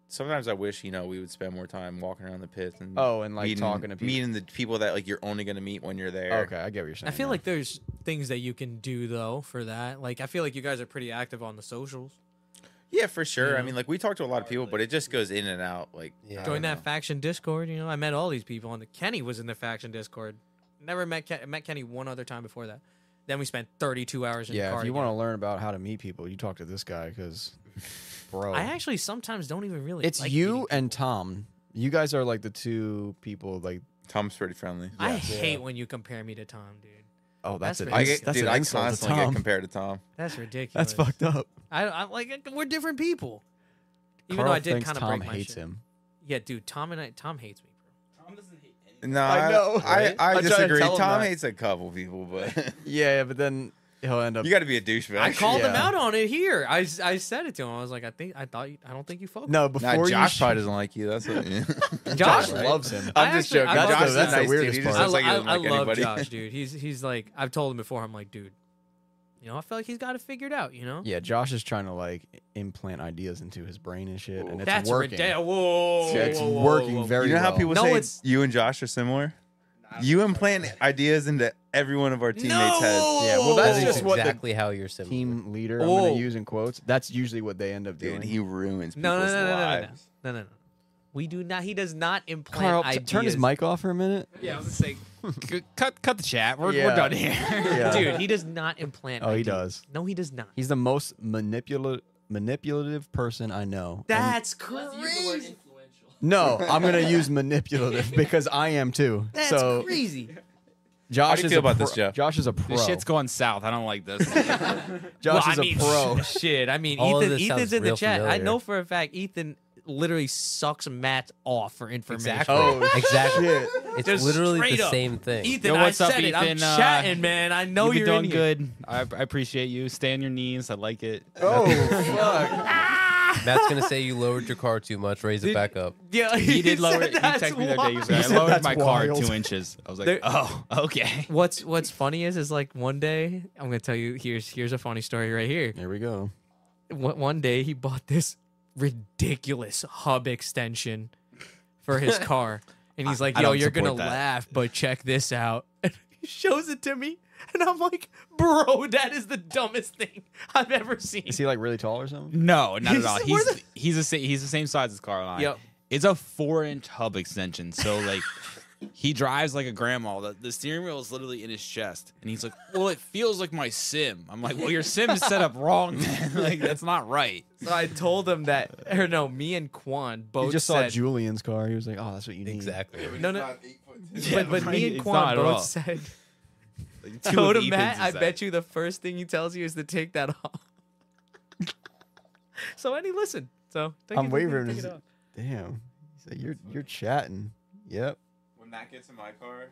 Speaker 4: sometimes i wish you know we would spend more time walking around the pits and
Speaker 1: Oh, and like
Speaker 4: meeting-
Speaker 1: talking to people.
Speaker 4: meeting the people that like you're only going to meet when you're there
Speaker 1: Okay, I get what you're saying.
Speaker 2: I feel
Speaker 1: now.
Speaker 2: like there's things that you can do though for that. Like I feel like you guys are pretty active on the socials.
Speaker 4: yeah for sure
Speaker 2: Yeah.
Speaker 1: Mm-hmm.
Speaker 4: i mean like we talk to a lot of people but it just goes in and out like
Speaker 5: Yeah.
Speaker 4: I
Speaker 2: Join
Speaker 4: don't
Speaker 2: that
Speaker 4: know.
Speaker 2: faction Discord. You know, I met all these people, and the, Kenny was in the faction Discord. Never met Ken, met Kenny one other time before that. Then we spent 32 hours in the
Speaker 1: yeah.
Speaker 2: car.
Speaker 1: If you want to
Speaker 2: together.
Speaker 1: learn about how to meet people, you talk to this guy because, bro,
Speaker 2: I actually sometimes don't even really.
Speaker 1: it's
Speaker 2: like
Speaker 1: you
Speaker 2: meeting
Speaker 1: and
Speaker 2: people.
Speaker 1: Tom. You guys are like the two people. Like,
Speaker 4: tom's pretty friendly
Speaker 2: I
Speaker 5: Yeah.
Speaker 2: hate when you compare me to Tom, dude.
Speaker 1: oh,
Speaker 2: That's
Speaker 1: that's, an
Speaker 2: ridiculous.
Speaker 4: i
Speaker 1: ins-
Speaker 4: get
Speaker 1: that's
Speaker 4: dude
Speaker 1: an
Speaker 4: i
Speaker 1: insult to
Speaker 4: constantly get
Speaker 1: Tom.
Speaker 4: compared to tom
Speaker 2: That's
Speaker 1: *laughs* That's
Speaker 2: ridiculous.
Speaker 1: fucked up.
Speaker 2: I, I'm like, we're different people. Even
Speaker 1: Carl
Speaker 2: though I did
Speaker 1: thinks
Speaker 2: kind of
Speaker 1: Tom
Speaker 2: break my
Speaker 1: hates
Speaker 2: shit.
Speaker 1: him.
Speaker 2: Yeah, dude. Tom and I. Tom hates me, bro.
Speaker 3: Tom doesn't hate anything.
Speaker 4: no
Speaker 1: I know,
Speaker 4: i,
Speaker 1: right?
Speaker 4: I,
Speaker 1: I tried to
Speaker 4: disagree
Speaker 1: tell him
Speaker 4: tom
Speaker 1: that.
Speaker 4: hates a couple people
Speaker 1: *laughs*
Speaker 4: but *laughs*
Speaker 1: Yeah, yeah, but then he'll end up.
Speaker 4: you got to be a douchebag
Speaker 2: I called him
Speaker 1: Yeah.
Speaker 2: out on it here. I, s- I said it to him. I was like, I think I thought you, I don't think you
Speaker 1: *laughs*
Speaker 2: focused.
Speaker 1: no, before
Speaker 4: Nah,
Speaker 1: you
Speaker 4: Josh
Speaker 1: sh-
Speaker 4: probably doesn't like
Speaker 2: *laughs*
Speaker 4: you. That's what, *laughs*
Speaker 2: Josh
Speaker 1: Josh loves him.
Speaker 2: I
Speaker 4: I'm just
Speaker 2: actually-
Speaker 4: joking.
Speaker 2: I love
Speaker 4: Josh
Speaker 2: Josh.
Speaker 4: is
Speaker 2: That's
Speaker 1: the
Speaker 4: nice,
Speaker 1: weirdest
Speaker 4: dude. He
Speaker 1: part.
Speaker 4: just
Speaker 2: I,
Speaker 4: looks like he
Speaker 2: I-
Speaker 4: doesn't
Speaker 2: I
Speaker 4: like
Speaker 2: love
Speaker 4: anybody.
Speaker 2: Josh, dude. He's he's like I've told him before. I'm like, dude, you know, I feel like he's got it figured out. You know,
Speaker 1: Yeah, Josh is trying to like implant ideas into his brain and shit, and it's
Speaker 2: that's
Speaker 1: working.
Speaker 2: ridiculous. Whoa, whoa,
Speaker 1: Yeah, it's
Speaker 2: whoa, whoa,
Speaker 1: working
Speaker 2: whoa.
Speaker 1: very
Speaker 4: you know
Speaker 1: well.
Speaker 4: how people
Speaker 2: No,
Speaker 4: say
Speaker 2: it's-
Speaker 4: you and Josh are similar? You implant ideas into every one of our teammates' heads.
Speaker 6: Yeah, well, that's
Speaker 5: that is
Speaker 6: just what the
Speaker 5: exactly how you're similar.
Speaker 1: Team leader, I'm going
Speaker 2: Oh.
Speaker 1: to use in quotes. That's usually what they end up doing.
Speaker 4: Dude, he ruins people's
Speaker 2: No, no, no, no, no, no,
Speaker 4: lives.
Speaker 2: no, no, no. We do not. He does not implant
Speaker 1: Carl, t-
Speaker 2: ideas.
Speaker 1: turn his mic off for a minute.
Speaker 2: Yeah, I was just
Speaker 1: *laughs*
Speaker 2: saying,
Speaker 3: C- cut, cut the chat. We're,
Speaker 1: Yeah.
Speaker 3: we're
Speaker 2: *laughs*
Speaker 3: done here.
Speaker 1: *laughs* Yeah.
Speaker 2: dude, he does not implant.
Speaker 1: Oh, he
Speaker 2: ideas.
Speaker 1: does.
Speaker 2: No, he does not.
Speaker 1: He's the most manipulative manipulative person I know. And-
Speaker 2: That's
Speaker 8: Let's use the word
Speaker 2: crazy.
Speaker 8: influential.
Speaker 1: no, I'm gonna use
Speaker 3: *laughs*
Speaker 1: manipulative because I am too.
Speaker 2: That's
Speaker 1: so
Speaker 2: crazy.
Speaker 1: Josh
Speaker 4: How do you
Speaker 1: is a
Speaker 4: feel about
Speaker 1: pro-
Speaker 4: this, Jeff?
Speaker 1: Josh is a pro.
Speaker 3: This shit's going south. I don't like *laughs* this.
Speaker 1: Josh
Speaker 2: well,
Speaker 1: is
Speaker 2: I
Speaker 1: a
Speaker 2: mean,
Speaker 1: pro.
Speaker 2: *laughs* Shit, I mean,
Speaker 5: All of
Speaker 2: Ethan.
Speaker 5: this
Speaker 2: Ethan's
Speaker 5: sounds
Speaker 2: in the
Speaker 5: real
Speaker 2: chat. I
Speaker 5: familiar.
Speaker 2: know for a fact Ethan literally sucks Matt off for information.
Speaker 1: *laughs* Oh
Speaker 5: Exactly.
Speaker 1: shit!
Speaker 5: It's
Speaker 2: Just
Speaker 5: literally
Speaker 2: straight
Speaker 5: the
Speaker 2: up.
Speaker 5: same thing.
Speaker 2: Ethan,
Speaker 3: Yo, what's
Speaker 2: I
Speaker 3: up,
Speaker 2: said it.
Speaker 3: Ethan?
Speaker 2: I'm
Speaker 3: Uh,
Speaker 2: chatting, man. I know
Speaker 3: You've
Speaker 2: you're
Speaker 3: been
Speaker 2: in
Speaker 3: doing
Speaker 2: here.
Speaker 3: good. I, I appreciate you. Stay on your knees. I like it. Uh,
Speaker 1: Oh fuck!
Speaker 5: Matt's gonna say you lowered your car too much. Raise it back up.
Speaker 2: Yeah, *laughs*
Speaker 3: He did lower.
Speaker 2: said
Speaker 3: He
Speaker 2: that's
Speaker 3: texted me that day. He was
Speaker 2: why.
Speaker 1: He
Speaker 3: like, I
Speaker 1: said
Speaker 3: lowered
Speaker 1: that's
Speaker 3: my car
Speaker 1: wild.
Speaker 3: two inches. I was like,
Speaker 2: There-
Speaker 3: oh, *laughs* okay.
Speaker 2: What's What's funny is is like one day I'm gonna tell you here's here's a funny story right here.
Speaker 1: There we go.
Speaker 2: One one day he bought this ridiculous hub extension for *laughs* his car, and he's like,
Speaker 3: I
Speaker 2: "Yo,
Speaker 3: don't
Speaker 2: you're gonna
Speaker 3: support that."
Speaker 2: laugh, but check this out." *laughs* And he shows it to me, and I'm like, "Bro, that is the dumbest thing I've ever seen."
Speaker 1: Is he like really tall or something?
Speaker 3: No, not at
Speaker 2: He's-
Speaker 3: all.
Speaker 2: we're
Speaker 3: He's
Speaker 2: the-
Speaker 3: he's the sa- he's the same size as Carline.
Speaker 2: Yep.
Speaker 3: It's a four inch hub extension. So like *laughs* he drives like a grandma. The, the steering wheel is literally in his chest. And he's like, Well, it feels like my sim. I'm like, Well, your sim is set up wrong, *laughs* man. like that's not right.
Speaker 2: So I told him that, or no, me and Quan both
Speaker 1: He just saw
Speaker 2: said,
Speaker 1: Julian's car. He was like, "Oh, that's what you need."
Speaker 5: Exactly.
Speaker 2: No, no. but but
Speaker 3: right,
Speaker 2: me and
Speaker 3: it's
Speaker 2: Quan
Speaker 3: not at all.
Speaker 2: both said, *laughs*
Speaker 3: Like, two
Speaker 2: go
Speaker 3: of
Speaker 2: to
Speaker 3: Ethan's
Speaker 2: Matt.
Speaker 3: is
Speaker 2: I
Speaker 3: that.
Speaker 2: bet you the first thing he tells you is to take that off. *laughs* so and he listened. So take
Speaker 1: I'm
Speaker 2: it-
Speaker 1: wavering.
Speaker 2: take
Speaker 1: Is
Speaker 2: it
Speaker 1: it-
Speaker 2: off.
Speaker 1: Damn. He said, "You're you're chatting." Yep.
Speaker 4: When Matt gets in my car,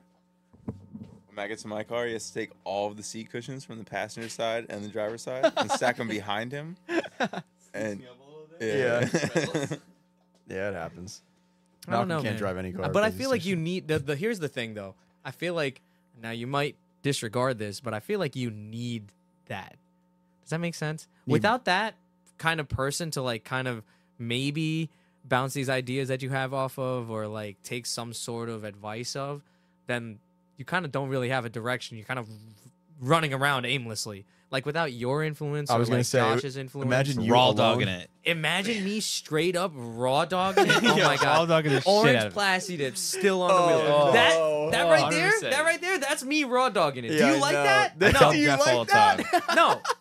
Speaker 4: when Matt gets in my car, he has to take all of the seat cushions from the passenger side and the driver's side and stack them
Speaker 2: *laughs*
Speaker 4: behind him. And yeah,
Speaker 1: Yeah, it happens.
Speaker 2: I don't
Speaker 1: Malcolm
Speaker 2: know,
Speaker 1: can't
Speaker 2: man. Uh,
Speaker 1: drive any car
Speaker 2: But I
Speaker 1: because
Speaker 2: feel
Speaker 1: he's
Speaker 2: like
Speaker 1: so
Speaker 2: you need the, the. Here's the thing, though. I feel like now you might disregard this, but I feel like you need that. Does that make sense? Without that kind of person to like kind of maybe bounce these ideas that you have off of, or like take some sort of advice of, then you kind of don't really have a direction. You're kind of running around aimlessly. Like without your influence,
Speaker 1: I
Speaker 2: or
Speaker 1: was gonna
Speaker 2: like
Speaker 1: say,
Speaker 2: Josh's influence.
Speaker 1: imagine you
Speaker 3: raw
Speaker 1: alone.
Speaker 3: dogging it.
Speaker 2: Imagine me straight up raw
Speaker 1: *laughs*
Speaker 2: dogging. it. Oh my god,
Speaker 3: Raw dogging the shit out
Speaker 2: orange
Speaker 3: of it.
Speaker 2: plasty dip still on the wheel.
Speaker 1: Oh,
Speaker 2: that
Speaker 1: no.
Speaker 2: that
Speaker 3: Oh,
Speaker 2: right there,
Speaker 3: 100%.
Speaker 2: that right there, that's me raw dogging it.
Speaker 1: Yeah,
Speaker 2: Do
Speaker 1: I
Speaker 2: you like
Speaker 1: know. *laughs*
Speaker 2: that?
Speaker 1: That-
Speaker 3: I
Speaker 1: No,
Speaker 3: tell
Speaker 1: you
Speaker 3: Jeff
Speaker 1: like
Speaker 3: all the
Speaker 1: that?
Speaker 3: time.
Speaker 2: No, that's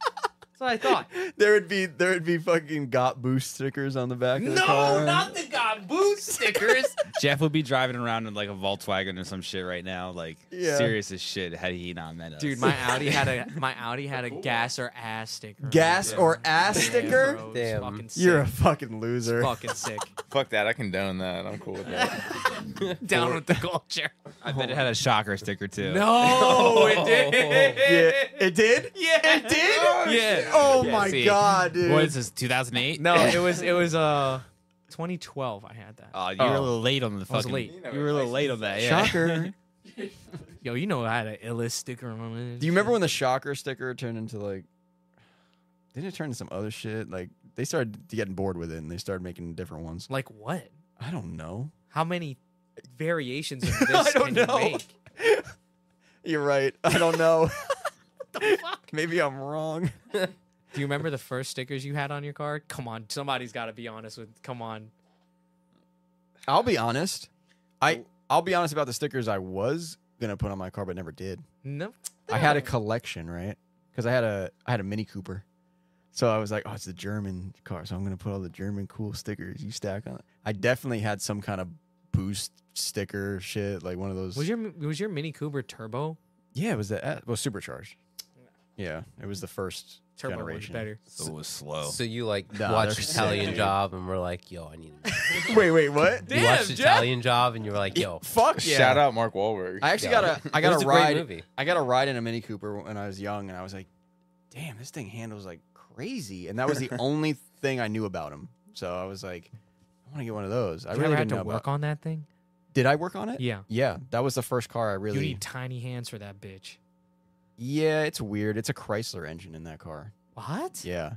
Speaker 2: what I thought.
Speaker 1: There would be there would be fucking got boost stickers on the back of the car.
Speaker 2: No, not the god boot stickers.
Speaker 3: Jeff would be driving around in like a Volkswagen or some shit right now, like
Speaker 1: Yeah.
Speaker 3: serious as shit had he not met us.
Speaker 2: Dude,
Speaker 3: *laughs*
Speaker 2: my Audi had a
Speaker 1: *laughs*
Speaker 2: my Audi had a gas or ass sticker.
Speaker 1: gas
Speaker 2: Yeah.
Speaker 1: or ass
Speaker 2: Yeah,
Speaker 1: sticker.
Speaker 2: bro, it's
Speaker 5: Damn.
Speaker 2: fucking sick.
Speaker 1: You're a fucking loser.
Speaker 2: fucking
Speaker 1: *laughs*
Speaker 2: sick.
Speaker 4: fuck that. I condone that. I'm cool with that.
Speaker 2: Down with the culture.
Speaker 3: I bet it had a shocker sticker too.
Speaker 2: No, *laughs* it did.
Speaker 1: Yeah, it did.
Speaker 2: Yeah, it did. Yeah.
Speaker 1: Oh
Speaker 3: Yeah,
Speaker 1: my
Speaker 3: see.
Speaker 1: god, dude.
Speaker 3: What is this? 2008?
Speaker 2: No, it
Speaker 1: *laughs*
Speaker 2: was it was uh 2012. I had that.
Speaker 3: Oh, you were a little late on the
Speaker 2: I was
Speaker 3: fucking.
Speaker 2: late.
Speaker 3: You were a little late on that. Yeah.
Speaker 2: *laughs*
Speaker 1: Shocker.
Speaker 2: Yo, you know I had an illest sticker on it.
Speaker 1: Do you remember when the shocker sticker turned into like? Didn't it turn into some other shit? Like they started getting bored with it, and they started making different ones.
Speaker 2: Like what?
Speaker 1: I don't know.
Speaker 2: How many variations of
Speaker 1: *laughs*
Speaker 2: this
Speaker 1: I
Speaker 2: can
Speaker 1: don't
Speaker 2: you
Speaker 1: know.
Speaker 2: make?
Speaker 1: You're right. I don't
Speaker 2: *laughs*
Speaker 1: know.
Speaker 2: The fuck?
Speaker 1: *laughs* Maybe I'm wrong.
Speaker 2: Do you remember the first stickers you had on your car? Come on, somebody's got to be honest with. Come on.
Speaker 1: I'll be honest. I I'll be honest about the stickers I was gonna put on my car, but never did.
Speaker 2: No.
Speaker 1: I had a collection, right? Because I had a I had a Mini Cooper, so I was like, oh, it's a German car, so I'm gonna put all the German cool stickers you stack on it. I definitely had some kind of boost sticker shit, like one of those.
Speaker 2: Was your was your Mini Cooper turbo?
Speaker 1: yeah, it was the it was supercharged. Yeah, it was the first
Speaker 2: Turbo
Speaker 1: generation.
Speaker 2: was better.
Speaker 3: So it was slow.
Speaker 5: So you like
Speaker 1: Nah,
Speaker 5: watched
Speaker 1: they're sick,
Speaker 5: Italian
Speaker 1: dude.
Speaker 5: Job and we're like, yo, I need. to-
Speaker 1: wait, wait, what?
Speaker 5: You watched Italian Job and you were like, yo,
Speaker 1: Fuck yeah!
Speaker 4: Shout out Mark Wahlberg.
Speaker 1: I actually got a I
Speaker 5: It
Speaker 1: got
Speaker 5: was
Speaker 1: a
Speaker 5: a great
Speaker 1: ride.
Speaker 5: movie.
Speaker 1: I got a ride in a Mini Cooper when I was young, and I was like, "Damn, this thing handles like crazy." And that
Speaker 2: *laughs*
Speaker 1: was the only thing I knew about him. So I was like, "I want to get one of those." I
Speaker 2: You
Speaker 1: really
Speaker 2: ever
Speaker 1: didn't
Speaker 2: had
Speaker 1: know
Speaker 2: to work
Speaker 1: about.
Speaker 2: on that thing?
Speaker 1: Did I work on it?
Speaker 2: Yeah.
Speaker 1: Yeah, that was the first car I really.
Speaker 2: You need tiny hands for that bitch.
Speaker 1: yeah, it's weird. It's a Chrysler engine in that car.
Speaker 2: What?
Speaker 1: Yeah,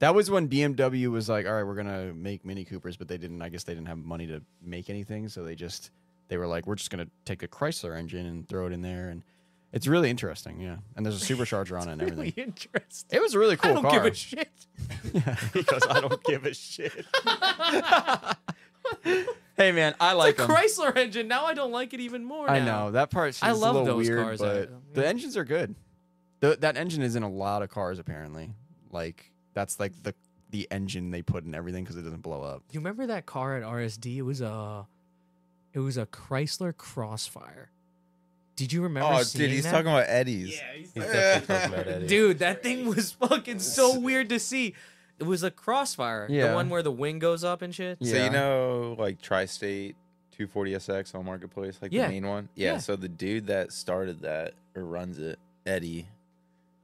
Speaker 1: that was when BMW was like, "All right, we're gonna make Mini Coopers," but they didn't. I guess they didn't have money to make anything, so they just they were like, we're just gonna take a Chrysler engine and throw it in there, and it's really interesting. Yeah, and
Speaker 2: *laughs*
Speaker 1: there's a supercharger on it and
Speaker 2: *laughs* Really
Speaker 1: everything.
Speaker 2: interesting.
Speaker 1: It was a really cool
Speaker 2: I don't
Speaker 1: car.
Speaker 2: give a
Speaker 4: *laughs*
Speaker 2: shit.
Speaker 1: *laughs* because I don't give a shit. hey man, I like
Speaker 2: the
Speaker 1: 'em.
Speaker 2: Chrysler engine. Now I don't like it even more.
Speaker 1: I
Speaker 2: now.
Speaker 1: know that part's.
Speaker 2: I
Speaker 1: just
Speaker 2: love
Speaker 1: a little
Speaker 2: those
Speaker 1: weird,
Speaker 2: cars, I-
Speaker 1: but
Speaker 2: yeah.
Speaker 1: the engines are good. Tho- that engine is in a lot of cars apparently. Like that's like the the engine they put in everything because it doesn't blow up.
Speaker 2: You remember that car at RSD? It was a, it was a Chrysler Crossfire. Did you remember?
Speaker 4: Oh,
Speaker 2: seeing
Speaker 4: dude, he's
Speaker 2: that?
Speaker 4: talking about Eddie's.
Speaker 5: He's definitely talking about Eddie.
Speaker 2: Dude, that thing was fucking so weird to see. It was a Crossfire,
Speaker 1: Yeah.
Speaker 2: the one where the wing goes up and shit.
Speaker 4: So
Speaker 1: Yeah.
Speaker 4: you know, like Tri-State 240SX on Marketplace, like
Speaker 2: Yeah.
Speaker 4: the main one. Yeah,
Speaker 2: Yeah.
Speaker 4: So the dude that started that or runs it, Eddie.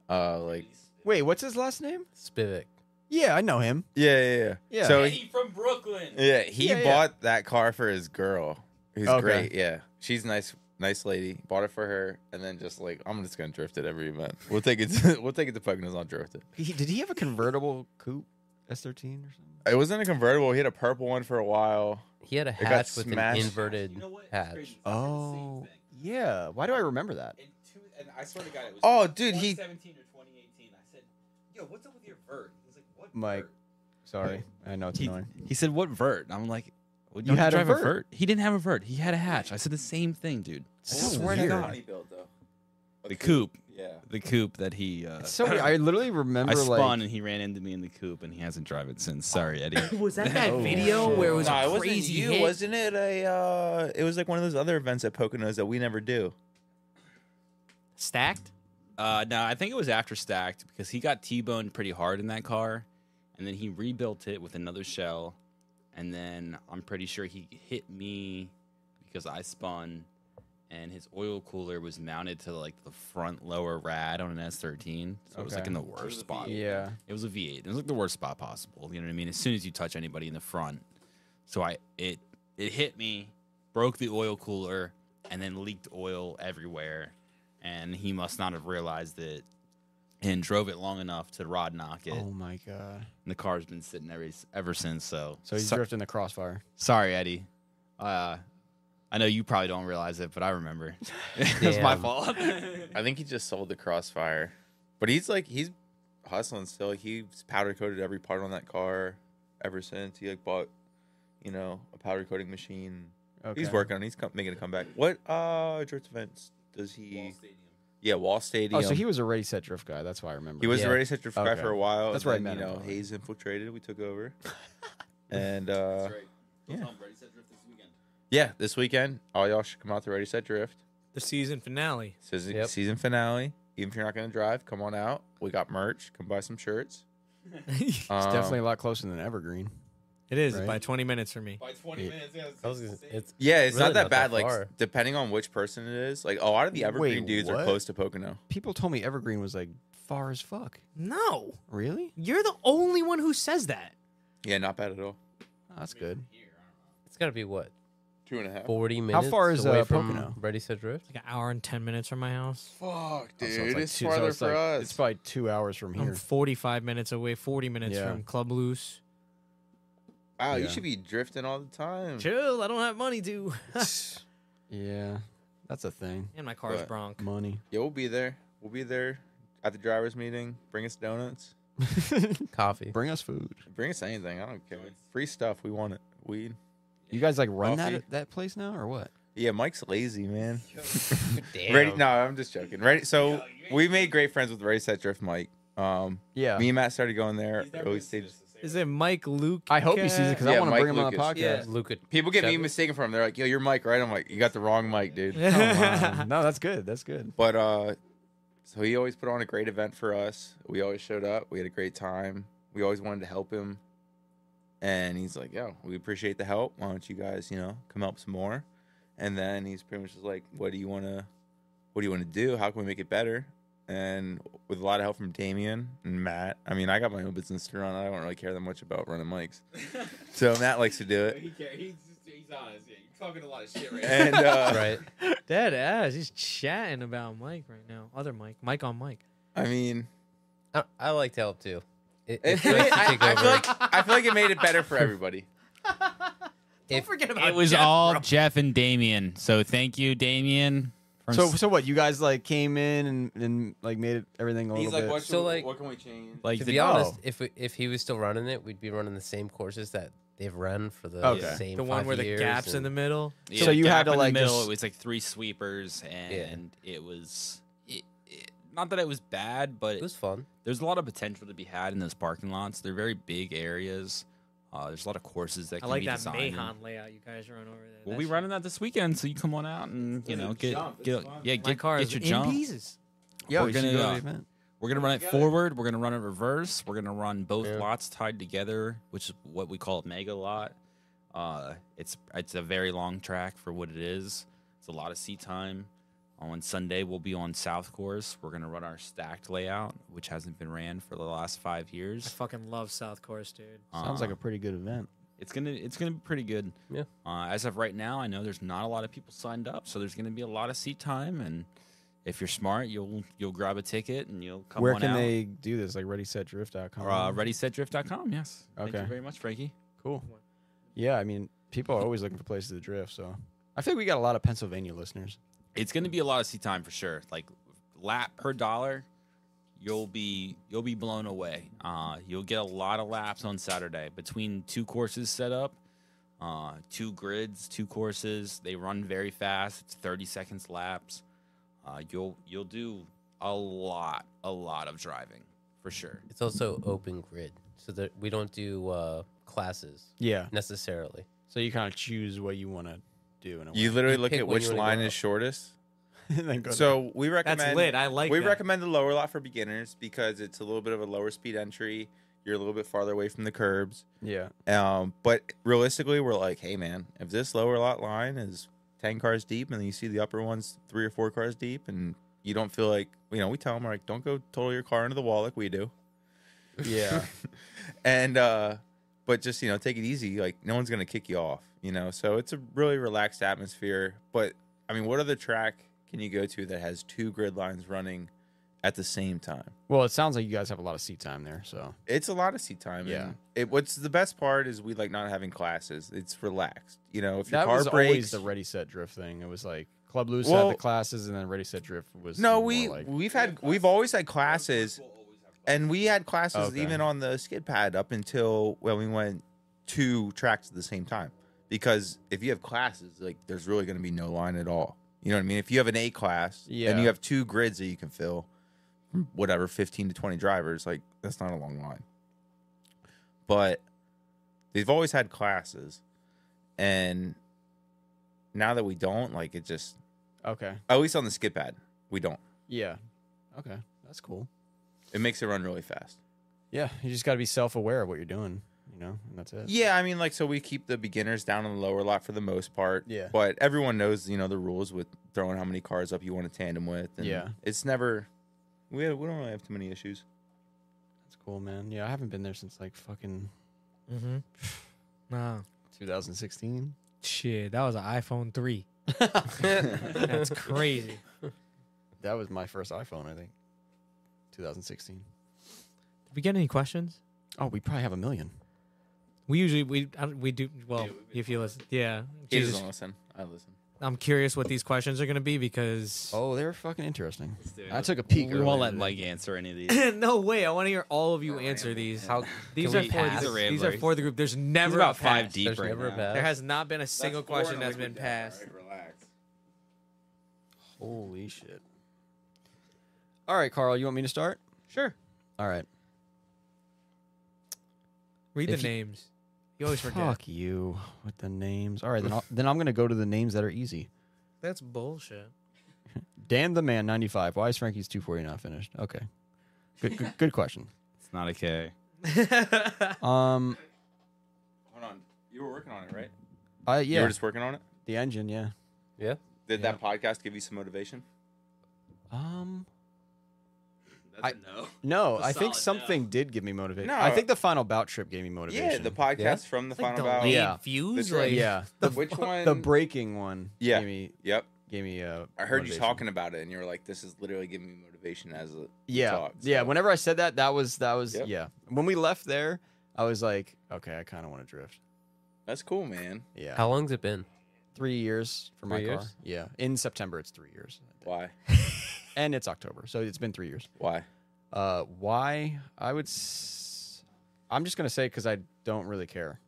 Speaker 4: Uh, like
Speaker 1: Wait, what's his last name?
Speaker 5: Spivak.
Speaker 1: Yeah, I know him.
Speaker 4: yeah, yeah, yeah.
Speaker 1: Yeah.
Speaker 4: So
Speaker 8: Eddie from Brooklyn.
Speaker 4: yeah, he
Speaker 1: Yeah, yeah.
Speaker 4: bought that car for his girl. He's
Speaker 1: Okay.
Speaker 4: great. Yeah, she's nice, nice lady. Bought it for her, and then just like I'm just gonna drift it every event. We'll take it. *laughs* To, we'll take it to Poconos. I'll drift it.
Speaker 1: He, did he have a convertible coupe S13 or something?
Speaker 4: It wasn't a convertible. He had a purple one for a while.
Speaker 5: He had a
Speaker 4: got
Speaker 5: hatch with an
Speaker 4: smashed.
Speaker 5: inverted
Speaker 8: You know what? It's
Speaker 5: hatch.
Speaker 8: crazy. It's not the same
Speaker 1: Oh,
Speaker 8: thing.
Speaker 1: yeah. Why do I remember that?
Speaker 8: And, two, and I swear to God, it was.
Speaker 4: Oh, dude, he-
Speaker 8: 2017 or 2018. I said, "Yo, what's up with your vert?" He's like, "What?"
Speaker 1: Mike.
Speaker 8: vert?" *laughs*
Speaker 1: Sorry, I know it's
Speaker 3: He,
Speaker 1: annoying.
Speaker 3: he said, "What vert?" I'm like, well,
Speaker 1: You
Speaker 3: don't
Speaker 1: had a
Speaker 3: drive
Speaker 1: vert.
Speaker 3: He didn't have a vert. He had a hatch. I said the same thing, dude.
Speaker 1: so
Speaker 3: It's
Speaker 1: weird.
Speaker 3: weird.
Speaker 1: Weird.
Speaker 8: Funny build though.
Speaker 3: The coupe,
Speaker 8: Yeah.
Speaker 3: the coupe that he. Uh,
Speaker 1: It's so weird. I literally remember
Speaker 3: I spun
Speaker 1: like
Speaker 3: and he ran into me in the coupe and he hasn't driven it since. Sorry, Eddie.
Speaker 2: Was that that
Speaker 1: Oh,
Speaker 2: video
Speaker 1: shit.
Speaker 2: where it was
Speaker 4: Nah,
Speaker 2: a
Speaker 4: wasn't
Speaker 2: crazy
Speaker 4: you,
Speaker 2: hit?
Speaker 4: wasn't it? A uh, it was like one of those other events at Poconos that we never do.
Speaker 2: stacked?
Speaker 3: Uh, no, I think it was after stacked because he got T-boned pretty hard in that car, and then he rebuilt it with another shell, and then I'm pretty sure he hit me because I spun, and his oil cooler was mounted to like the front lower rad on an S13, so it was like
Speaker 1: Okay.
Speaker 3: in the worst spot.
Speaker 1: yeah.
Speaker 3: It was a V8. It was like the worst spot possible. You know what I mean? As soon as you touch anybody in the front, so I it it hit me, broke the oil cooler, and then leaked oil everywhere. And he must not have realized it, and drove it long enough to rod knock it.
Speaker 1: Oh my god.
Speaker 3: And the car's been sitting every ever since. So,
Speaker 1: So he's
Speaker 3: So-
Speaker 1: drifting the crossfire.
Speaker 3: sorry, Eddie. Uh, I know you probably don't realize it, but I remember. *laughs* it's my
Speaker 9: *laughs*
Speaker 5: Damn.
Speaker 3: fault.
Speaker 4: I think he just sold the Crossfire, but he's like he's hustling still. He's powder coated every part on that car ever since. He like bought, you know, a powder coating machine.
Speaker 1: Okay.
Speaker 4: He's working on. it. He's com- making a comeback. What uh drift events does he?
Speaker 8: Wall Stadium.
Speaker 4: Yeah, Wall Stadium.
Speaker 1: Oh, so he was a ready set drift guy. That's why I remember.
Speaker 4: He was
Speaker 5: Yeah.
Speaker 4: the radio center guy
Speaker 1: Okay.
Speaker 4: for a while.
Speaker 1: That's
Speaker 4: and
Speaker 1: where I
Speaker 4: then,
Speaker 1: met
Speaker 4: You
Speaker 1: him,
Speaker 4: know,
Speaker 1: probably.
Speaker 4: Hayes infiltrated. We
Speaker 1: *laughs*
Speaker 4: took over, and uh
Speaker 8: That's right.
Speaker 4: yeah.
Speaker 8: Yeah. Tom Brady said drift this weekend.
Speaker 4: yeah, this weekend all y'all should come out to Ready Set Drift.
Speaker 2: The season finale.
Speaker 4: Season,
Speaker 5: Yep.
Speaker 4: season finale. Even if you're not gonna drive, come on out. We got merch. Come buy some shirts.
Speaker 2: it
Speaker 1: *laughs* It's
Speaker 4: Um,
Speaker 1: definitely a lot closer than Evergreen.
Speaker 2: is
Speaker 1: Right.
Speaker 2: by 20 minutes for me.
Speaker 8: By 20
Speaker 1: Yeah.
Speaker 8: minutes, yeah, it's,
Speaker 5: I was gonna-
Speaker 8: insane.
Speaker 5: it's
Speaker 4: Yeah, it's
Speaker 5: Really
Speaker 4: not that
Speaker 5: not that
Speaker 4: bad. like
Speaker 5: far.
Speaker 4: s- depending on which person it is, like a lot of the Evergreen
Speaker 1: Wait,
Speaker 4: dudes
Speaker 1: what?
Speaker 4: are close to Pocono.
Speaker 1: People told me Evergreen was like far as fuck.
Speaker 2: No,
Speaker 1: Really?
Speaker 2: you're the only one who says that.
Speaker 4: Yeah, not bad at all.
Speaker 1: Oh, that's good.
Speaker 5: it's gotta be what
Speaker 4: Two and a half.
Speaker 5: forty minutes.
Speaker 1: far is,
Speaker 5: away
Speaker 1: uh,
Speaker 5: from
Speaker 1: Pocono?
Speaker 5: Ready Set Drift?
Speaker 2: Like an hour and 10 minutes from my house.
Speaker 4: Fuck,
Speaker 1: Oh, so like two- so it's like- It's probably two hours from
Speaker 2: I'm
Speaker 1: here.
Speaker 2: 45 minutes away, 40 minutes
Speaker 1: Yeah.
Speaker 2: from Club Loose.
Speaker 4: wow,
Speaker 1: Yeah.
Speaker 4: you should be drifting all the time.
Speaker 2: Chill, I don't have money to.
Speaker 1: yeah, that's a thing.
Speaker 2: and my car's
Speaker 4: But-
Speaker 2: bronc.
Speaker 1: Money.
Speaker 4: Yeah, we'll be there. We'll be there at the drivers' meeting. Bring us donuts.
Speaker 5: Coffee.
Speaker 1: Bring us food.
Speaker 4: Bring us anything. I don't care. Free stuff. We want it. Weed.
Speaker 1: You guys like run
Speaker 4: Coffee.
Speaker 1: that that place now or what?
Speaker 4: Yeah, Mike's lazy, man. *laughs* Ready? No, I'm just joking. Ready? So we made great friends with Ready Set Drift Mike. Um,
Speaker 1: Yeah.
Speaker 4: me and Matt started going there.
Speaker 8: He's never
Speaker 4: Always
Speaker 8: been
Speaker 4: stayed-
Speaker 8: to this
Speaker 2: Is it Mike Luke?
Speaker 1: I hope he sees it because I
Speaker 4: Yeah,
Speaker 1: want to
Speaker 4: Mike
Speaker 1: bring him on
Speaker 4: Lucas.
Speaker 1: the podcast.
Speaker 2: Yeah.
Speaker 5: Luca.
Speaker 4: People get me
Speaker 5: Chevy?
Speaker 4: mistaken for him. They're like, "Yo, you're Mike, right?" I'm like, "You got the wrong Mike,
Speaker 2: *laughs*
Speaker 4: dude."
Speaker 1: Oh, *laughs* wow. No, that's good. That's good.
Speaker 4: But uh so he always put on a great event for us. We always showed up. We had a great time. We always wanted to help him. And he's like, "Yo, we appreciate the help. Why don't you guys, you know, come help some more?" And then he's pretty much just like, "What do you want to what do you want to do? How can we make it better?" And with a lot of help from Damien and Matt. I mean, I got my own business to run. I don't really care that much about
Speaker 8: *laughs*
Speaker 4: running mics. So Matt likes to do
Speaker 8: But
Speaker 4: it.
Speaker 8: he can't, he's, he's honest. Yeah, you're talking a lot of shit right now.
Speaker 4: And uh,
Speaker 5: Right.
Speaker 2: Dead ass. He's chatting about Mike right now. Other Mike. Mike on Mike.
Speaker 4: I mean,
Speaker 5: I, I like to help too.
Speaker 4: It-
Speaker 5: It, it's nice to
Speaker 4: I,
Speaker 5: take
Speaker 4: I
Speaker 5: over.
Speaker 4: feel like, I feel like it made it better for everybody.
Speaker 5: if
Speaker 2: forget about
Speaker 9: It
Speaker 3: *laughs*
Speaker 9: was
Speaker 2: Jeff,
Speaker 9: all
Speaker 2: bro.
Speaker 9: Jeff and Damien. So thank you, Damien. from
Speaker 1: So
Speaker 9: s-
Speaker 1: so what? You guys like came in and, and like made it everything a
Speaker 4: He's
Speaker 1: little
Speaker 4: like,
Speaker 1: bit.
Speaker 4: what, should
Speaker 5: So,
Speaker 4: we-
Speaker 5: like-
Speaker 4: what can we change?
Speaker 9: like
Speaker 5: to
Speaker 9: the-
Speaker 5: be honest,
Speaker 1: Oh.
Speaker 5: if we, if he was still running it, we'd be running the same courses that they've run for the
Speaker 1: Okay.
Speaker 5: same
Speaker 2: The one
Speaker 5: five
Speaker 2: where the
Speaker 5: years
Speaker 2: gaps in
Speaker 5: and-
Speaker 2: the middle.
Speaker 1: So you had
Speaker 3: gap
Speaker 1: to,
Speaker 3: in the
Speaker 1: like,
Speaker 3: middle,
Speaker 1: just-
Speaker 3: it was like three sweepers, and it was it, it, not that it was bad, but
Speaker 5: It was fun.
Speaker 3: there's a lot of potential to be had in those parking lots. They're very big areas. Uh, there's a lot of courses that
Speaker 2: I
Speaker 3: can
Speaker 2: like
Speaker 3: be
Speaker 2: that
Speaker 3: designed. and-
Speaker 2: Mahon layout you guys run over there.
Speaker 3: We'll
Speaker 2: That
Speaker 3: be
Speaker 2: shit-
Speaker 3: running that this weekend, so you come on out and you
Speaker 4: Dude,
Speaker 3: know get
Speaker 4: jump, it's
Speaker 3: get
Speaker 4: fun.
Speaker 3: yeah
Speaker 2: My
Speaker 3: get,
Speaker 2: car
Speaker 3: get
Speaker 2: is
Speaker 3: your
Speaker 2: in
Speaker 3: jump.
Speaker 2: pieces.
Speaker 1: yeah,
Speaker 3: we're
Speaker 1: we should
Speaker 3: gonna,
Speaker 1: go to the
Speaker 3: uh,
Speaker 1: event.
Speaker 3: We're gonna run it
Speaker 4: Together.
Speaker 3: forward. We're gonna run it reverse. We're gonna run both
Speaker 5: Yeah.
Speaker 3: lots tied together, which is what we call a mega lot. Uh, it's it's a very long track for what it is. It's a lot of seat time. Uh, On Sunday, we'll be on South Course. We're gonna run our stacked layout, which hasn't been ran for the last five
Speaker 2: I
Speaker 3: years.
Speaker 2: fucking love South Course, dude.
Speaker 1: Sounds like
Speaker 3: Uh,
Speaker 1: a pretty good event.
Speaker 3: it's gonna it's gonna be pretty good.
Speaker 5: Yeah.
Speaker 3: Uh, as of right now, I know there's not a lot of people signed up, so there's gonna be a lot of seat time. And if you're smart, you'll you'll grab a ticket and you'll come
Speaker 1: Where
Speaker 3: on
Speaker 1: can
Speaker 3: out.
Speaker 1: they do this? Like ReadySetDrift.com.
Speaker 3: Or, uh, ReadySetDrift.com. Yes. Thank
Speaker 1: Okay.
Speaker 3: you very much, Frankie.
Speaker 1: Cool. Yeah, I mean, people are always looking for places to drift. So I feel like we got a lot of Pennsylvania listeners.
Speaker 3: It's going to be a lot of seat time for sure. Like lap per dollar, you'll be you'll be blown away. Uh, you'll get a lot of laps on Saturday between two courses set up, uh, two grids, two courses. They run very fast. It's thirty seconds laps. Uh, you'll you'll do a lot a lot of driving for sure.
Speaker 5: It's also open grid, so that we don't do uh, classes
Speaker 1: Yeah.
Speaker 5: necessarily.
Speaker 1: So you kind of choose what you want to do in a way.
Speaker 4: You literally look
Speaker 5: pick
Speaker 4: at
Speaker 5: when
Speaker 4: which
Speaker 5: you wanna
Speaker 4: line
Speaker 5: go
Speaker 4: is
Speaker 5: up.
Speaker 4: shortest.
Speaker 1: *laughs* and then go to-
Speaker 4: So we recommend
Speaker 2: That's lit. I like
Speaker 4: we
Speaker 2: that.
Speaker 4: recommend the lower lot for beginners because it's a little bit of a lower speed entry. You're a little bit farther away from the curbs.
Speaker 1: yeah.
Speaker 4: Um, but realistically, we're like, hey man, if this lower lot line is ten cars deep, and you see the upper ones three or four cars deep, and you don't feel like you know, we tell them like, don't go total your car into the wall like we do.
Speaker 1: Yeah.
Speaker 4: and uh but just you know take it easy like no one's gonna kick you off you know so it's a really relaxed atmosphere but i mean what other track can you go to that has two grid lines running at the same time
Speaker 1: well, it sounds like you guys have a lot of seat time there. So
Speaker 4: it's a lot of seat time and
Speaker 1: Yeah.
Speaker 4: it what's the best part is we like not having classes it's relaxed you know if your
Speaker 1: that
Speaker 4: car
Speaker 1: was
Speaker 4: breaks
Speaker 1: always the Ready Set Drift thing. It was like Club Loose had
Speaker 4: Well-
Speaker 1: the classes, and then Ready Set Drift was
Speaker 4: no
Speaker 1: more
Speaker 4: we
Speaker 1: like,
Speaker 4: we've had we've always had classes and we had classes
Speaker 1: Okay.
Speaker 4: even on the skid pad up until when we went two tracks at the same time because if you have classes like there's really going to be no line at all you know what i mean if you have an a class and
Speaker 1: Yeah.
Speaker 4: you have two grids that you can fill whatever 15 to 20 drivers like that's not a long line but they've always had classes and now that we don't like it just
Speaker 1: okay,
Speaker 4: at least on the skid pad we don't
Speaker 1: yeah, okay, that's cool.
Speaker 4: it makes it run really fast
Speaker 1: Yeah, you just got to be self aware of what you're doing, you know, and that's it.
Speaker 4: Yeah, I mean, like, so we keep the beginners down on the lower lot for the most part.
Speaker 1: Yeah.
Speaker 4: But everyone knows, you know, the rules with throwing how many cars up you want to tandem with. And
Speaker 1: Yeah.
Speaker 4: It's never, we, have, we don't really have too many issues.
Speaker 1: That's cool, man. Yeah, I haven't been there since like fucking
Speaker 3: *laughs*
Speaker 2: Mm-hmm. Wow.
Speaker 1: 2016.
Speaker 2: Shit, that was an iPhone
Speaker 3: *laughs*
Speaker 2: 3. That's crazy.
Speaker 1: That was my first iPhone, I think. 2016.
Speaker 2: Did we get any questions?
Speaker 1: Oh, we probably have a million.
Speaker 2: We usually we I don't- we do well if you listen. Yeah,
Speaker 4: He
Speaker 2: Jesus.
Speaker 4: doesn't listen. I listen.
Speaker 2: I'm curious what these questions are gonna be because
Speaker 1: Oh, they're fucking interesting.
Speaker 3: do it.
Speaker 1: I took a peek.
Speaker 3: We won't
Speaker 1: earlier
Speaker 3: let
Speaker 1: today.
Speaker 3: Mike answer any of
Speaker 2: *laughs*
Speaker 3: these.
Speaker 2: no way. I want to hear all of you answer these.
Speaker 5: How
Speaker 2: these
Speaker 5: can
Speaker 2: are
Speaker 5: we
Speaker 2: for
Speaker 5: pass?
Speaker 2: the,
Speaker 3: He's a
Speaker 2: these are
Speaker 3: rambler.
Speaker 2: for the group. There's never
Speaker 3: He's
Speaker 2: a
Speaker 3: about
Speaker 2: pass.
Speaker 3: five deep
Speaker 5: there's
Speaker 3: right
Speaker 5: never a
Speaker 3: now.
Speaker 5: pass.
Speaker 2: There has not been a single question that's been passed.
Speaker 4: relax.
Speaker 1: Holy shit. All right, Carl, you want me to start?
Speaker 2: Sure.
Speaker 1: All right.
Speaker 2: Read
Speaker 1: If
Speaker 2: the
Speaker 1: you-
Speaker 2: names. You always forget.
Speaker 1: Fuck you with the names. All right, then, I'll, then I'm going to go to the names that are easy.
Speaker 2: That's bullshit.
Speaker 1: Dan the Man, 95. Why is Frankie's 240 not finished? Okay. Good, good, good question.
Speaker 3: It's not okay.
Speaker 1: Um,
Speaker 4: Hold on. You were working on it, right?
Speaker 1: I,
Speaker 4: You
Speaker 1: yeah,
Speaker 4: were just working on it?
Speaker 1: the engine, yeah.
Speaker 5: Yeah,
Speaker 4: Did that podcast give you some motivation?
Speaker 1: Um,
Speaker 3: That's
Speaker 1: I-
Speaker 3: no.
Speaker 1: no,
Speaker 3: That's
Speaker 1: I
Speaker 3: a
Speaker 1: think
Speaker 3: solid no.
Speaker 1: something did give me motivation.
Speaker 4: No.
Speaker 1: I think the final bout trip gave me motivation.
Speaker 4: Yeah, the podcast
Speaker 5: Yeah?
Speaker 4: from the
Speaker 2: Like
Speaker 4: final bout.
Speaker 2: delayed
Speaker 1: Yeah.
Speaker 2: views.
Speaker 4: The
Speaker 2: Like,
Speaker 1: yeah, the,
Speaker 4: Which one?
Speaker 1: the breaking one.
Speaker 4: Yeah.
Speaker 1: gave me
Speaker 4: Yep.
Speaker 1: gave me uh,
Speaker 4: I heard
Speaker 1: motivation.
Speaker 4: you talking about it, and you were like, "This is literally giving me motivation." As a
Speaker 1: Yeah,
Speaker 4: talk,
Speaker 1: yeah.
Speaker 4: so-
Speaker 1: Whenever I said that, that was that was
Speaker 4: Yep.
Speaker 1: yeah. When we left there, I was like, okay, I kind of want to drift.
Speaker 4: That's cool, man.
Speaker 1: Yeah.
Speaker 5: How long's it been?
Speaker 1: Three years for my
Speaker 5: Three
Speaker 1: car.
Speaker 5: years?
Speaker 1: Yeah. In September, it's three years.
Speaker 4: Why?
Speaker 1: And it's October. So it's been three years.
Speaker 4: Why?
Speaker 1: Uh, why? I would. S- I'm just gonna say because I don't really care.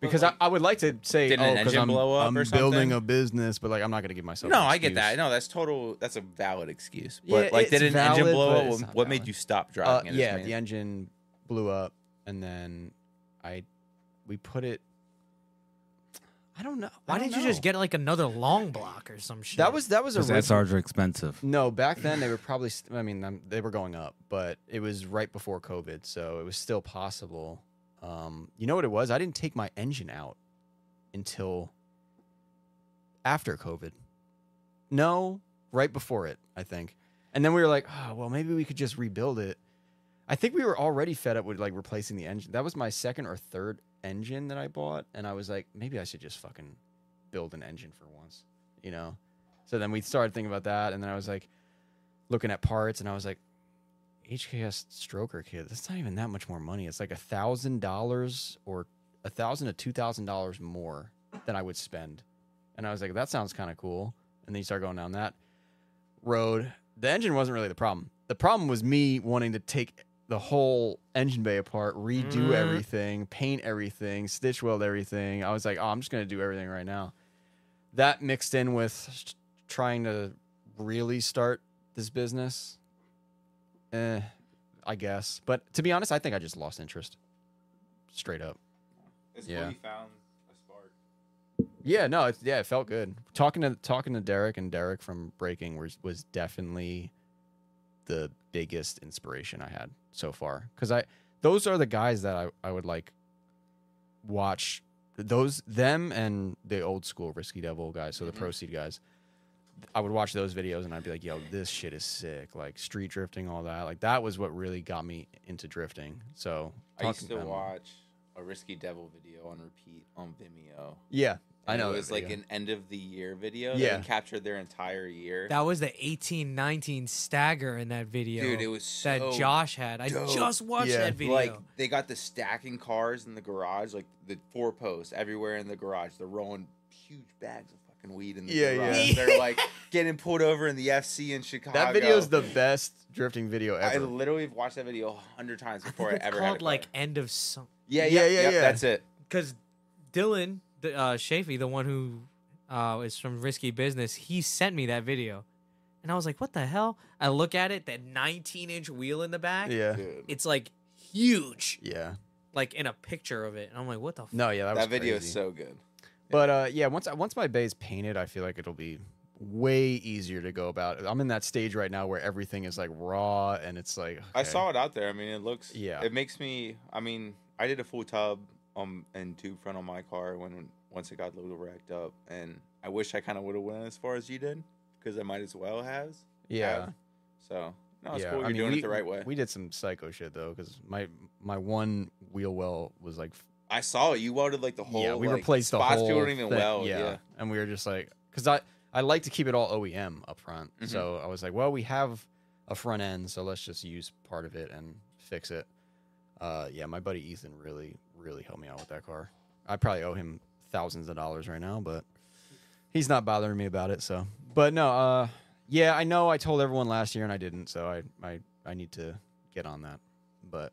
Speaker 1: Because I, I would like to say,
Speaker 4: Didn't
Speaker 1: oh,
Speaker 4: an
Speaker 1: 'cause
Speaker 4: engine
Speaker 1: I'm,
Speaker 4: blow up
Speaker 1: I'm
Speaker 4: or
Speaker 1: building
Speaker 4: something?
Speaker 1: a business, but like I'm not gonna give myself.
Speaker 4: No,
Speaker 1: an
Speaker 4: I get
Speaker 1: excuse.
Speaker 4: that. No, that's total. That's a valid excuse.
Speaker 1: Yeah,
Speaker 4: But like, did
Speaker 1: it's
Speaker 4: an engine
Speaker 1: valid,
Speaker 4: blow
Speaker 1: but
Speaker 4: up?
Speaker 1: it's
Speaker 4: What,
Speaker 1: not
Speaker 4: what made
Speaker 1: valid.
Speaker 4: you stop
Speaker 1: Uh,
Speaker 4: driving? it is
Speaker 1: yeah,
Speaker 4: my-
Speaker 1: the engine blew up, and then I we put it. I don't know.
Speaker 2: Why
Speaker 1: I don't
Speaker 2: didn't you just
Speaker 1: know.
Speaker 2: get like another long block or some shit?
Speaker 1: That was that was a
Speaker 3: Because SRs are expensive.
Speaker 1: No, back then they were probably. St- I mean, um, they were going up, but it was right before COVID, so it was still possible. Um, you know what it was? I didn't take my engine out until after COVID. No, right before it, I think. And then we were like, oh, well, maybe we could just rebuild it. I think we were already fed up with like replacing the engine. That was my second or third engine that I bought, and I was like, maybe I should just fucking build an engine for once, you know. So then we started thinking about that, and then I was like looking at parts, and I was like, HKS stroker kit. That's not even that much more money. It's like a thousand dollars or a thousand to two thousand dollars more than I would spend. And I was like, that sounds kind of cool. And then you start going down that road. The engine wasn't really the problem. The problem was me wanting to take the whole engine bay apart, redo
Speaker 2: Mm.
Speaker 1: everything, paint everything, stitch weld everything. I was like, oh, I'm just gonna do everything right now. That mixed in with s- trying to really start this business. Eh, I guess. But to be honest, I think I just lost interest. Straight up.
Speaker 8: It's
Speaker 1: Yeah.
Speaker 8: yeah. you found a spark.
Speaker 1: Yeah, no, it's yeah, it felt good. Talking to talking to Derek and Derek from Breaking was was definitely the biggest inspiration I had so far cuz I those are the guys that I I would like watch those them and the old school Risky Devil guys,
Speaker 4: Mm-hmm.
Speaker 1: so the Proceed guys. I would watch those videos and I'd be like, "Yo, this shit is sick!" Like street drifting, all that. Like that was what really got me into drifting. So
Speaker 4: I used
Speaker 1: talking
Speaker 4: to
Speaker 1: them-
Speaker 4: watch a Risky Devil video on repeat on Vimeo.
Speaker 1: Yeah, I
Speaker 4: And
Speaker 1: know
Speaker 4: it
Speaker 1: that
Speaker 4: was like
Speaker 1: video.
Speaker 4: an end of the year video.
Speaker 1: Yeah.
Speaker 4: Yeah, that captured their entire year.
Speaker 2: that was the eighteen nineteen stagger in that video.
Speaker 4: Dude, it was so
Speaker 2: that Josh had. I
Speaker 4: dope.
Speaker 2: just watched
Speaker 1: Yeah.
Speaker 2: that video.
Speaker 4: Like they got the stacking cars in the garage, like the four posts everywhere in the garage. They're rolling huge bags of fucking weed in the
Speaker 1: Yeah,
Speaker 4: garage.
Speaker 1: yeah. *laughs*
Speaker 4: They're like getting pulled over in the FC in Chicago.
Speaker 1: That video is the best drifting video
Speaker 4: I
Speaker 1: ever.
Speaker 4: literally have watched that video a hundred times
Speaker 2: I
Speaker 4: before I,
Speaker 2: think it's
Speaker 4: ever had a
Speaker 2: called
Speaker 4: car.
Speaker 2: like end of song
Speaker 4: yeah,
Speaker 1: Yeah,
Speaker 4: yeah,
Speaker 1: yeah,
Speaker 4: yeah,
Speaker 1: yeah.
Speaker 4: That's it.
Speaker 2: because Dylan the, uh, Shafi, the one who uh, is from Risky Business, he sent me that video, and I was like, "What the hell?" I look at it, that 19 inch wheel in the back,
Speaker 1: yeah.
Speaker 4: Dude.
Speaker 2: it's like huge,
Speaker 1: Yeah.
Speaker 2: like in a picture of it, and I'm like, "What the?" F-?
Speaker 1: No, yeah, that,
Speaker 4: That,
Speaker 1: was
Speaker 4: video
Speaker 1: crazy.
Speaker 4: is so good.
Speaker 1: But uh, yeah, once I- once my bay's painted, I feel like it'll be way easier to go about. it. I'm in that stage right now where everything is like raw and it's like
Speaker 4: I saw it out there. I mean, it looks.
Speaker 1: Yeah.
Speaker 4: It makes me. I mean, I did a full tub um and tube front on my car when once it got a little racked up, and I wish I kind of would have went as far as you did because I might as well has.
Speaker 1: Yeah.
Speaker 4: have. So no, it's
Speaker 1: yeah.
Speaker 4: cool.
Speaker 1: I
Speaker 4: You're
Speaker 1: mean,
Speaker 4: doing
Speaker 1: we,
Speaker 4: it the right way.
Speaker 1: We did some psycho shit though, because my my one wheel well was like
Speaker 4: I saw it. You welded like the whole.
Speaker 1: yeah, we
Speaker 4: like,
Speaker 1: replaced the
Speaker 4: spots
Speaker 1: whole
Speaker 4: you wouldn't even
Speaker 1: thing,
Speaker 4: weld. Yeah.
Speaker 1: and we were just like, because I I like to keep it all OEM up front,
Speaker 4: Mhm.
Speaker 1: so I was like, well, we have a front end, so let's just use part of it and fix it. Uh, yeah, my buddy Ethan really really helped me out with that car. I probably owe him thousands of dollars right now, but he's not bothering me about it. So, but no, uh, yeah, I know I told everyone last year and I didn't, so I I I need to get on that, but.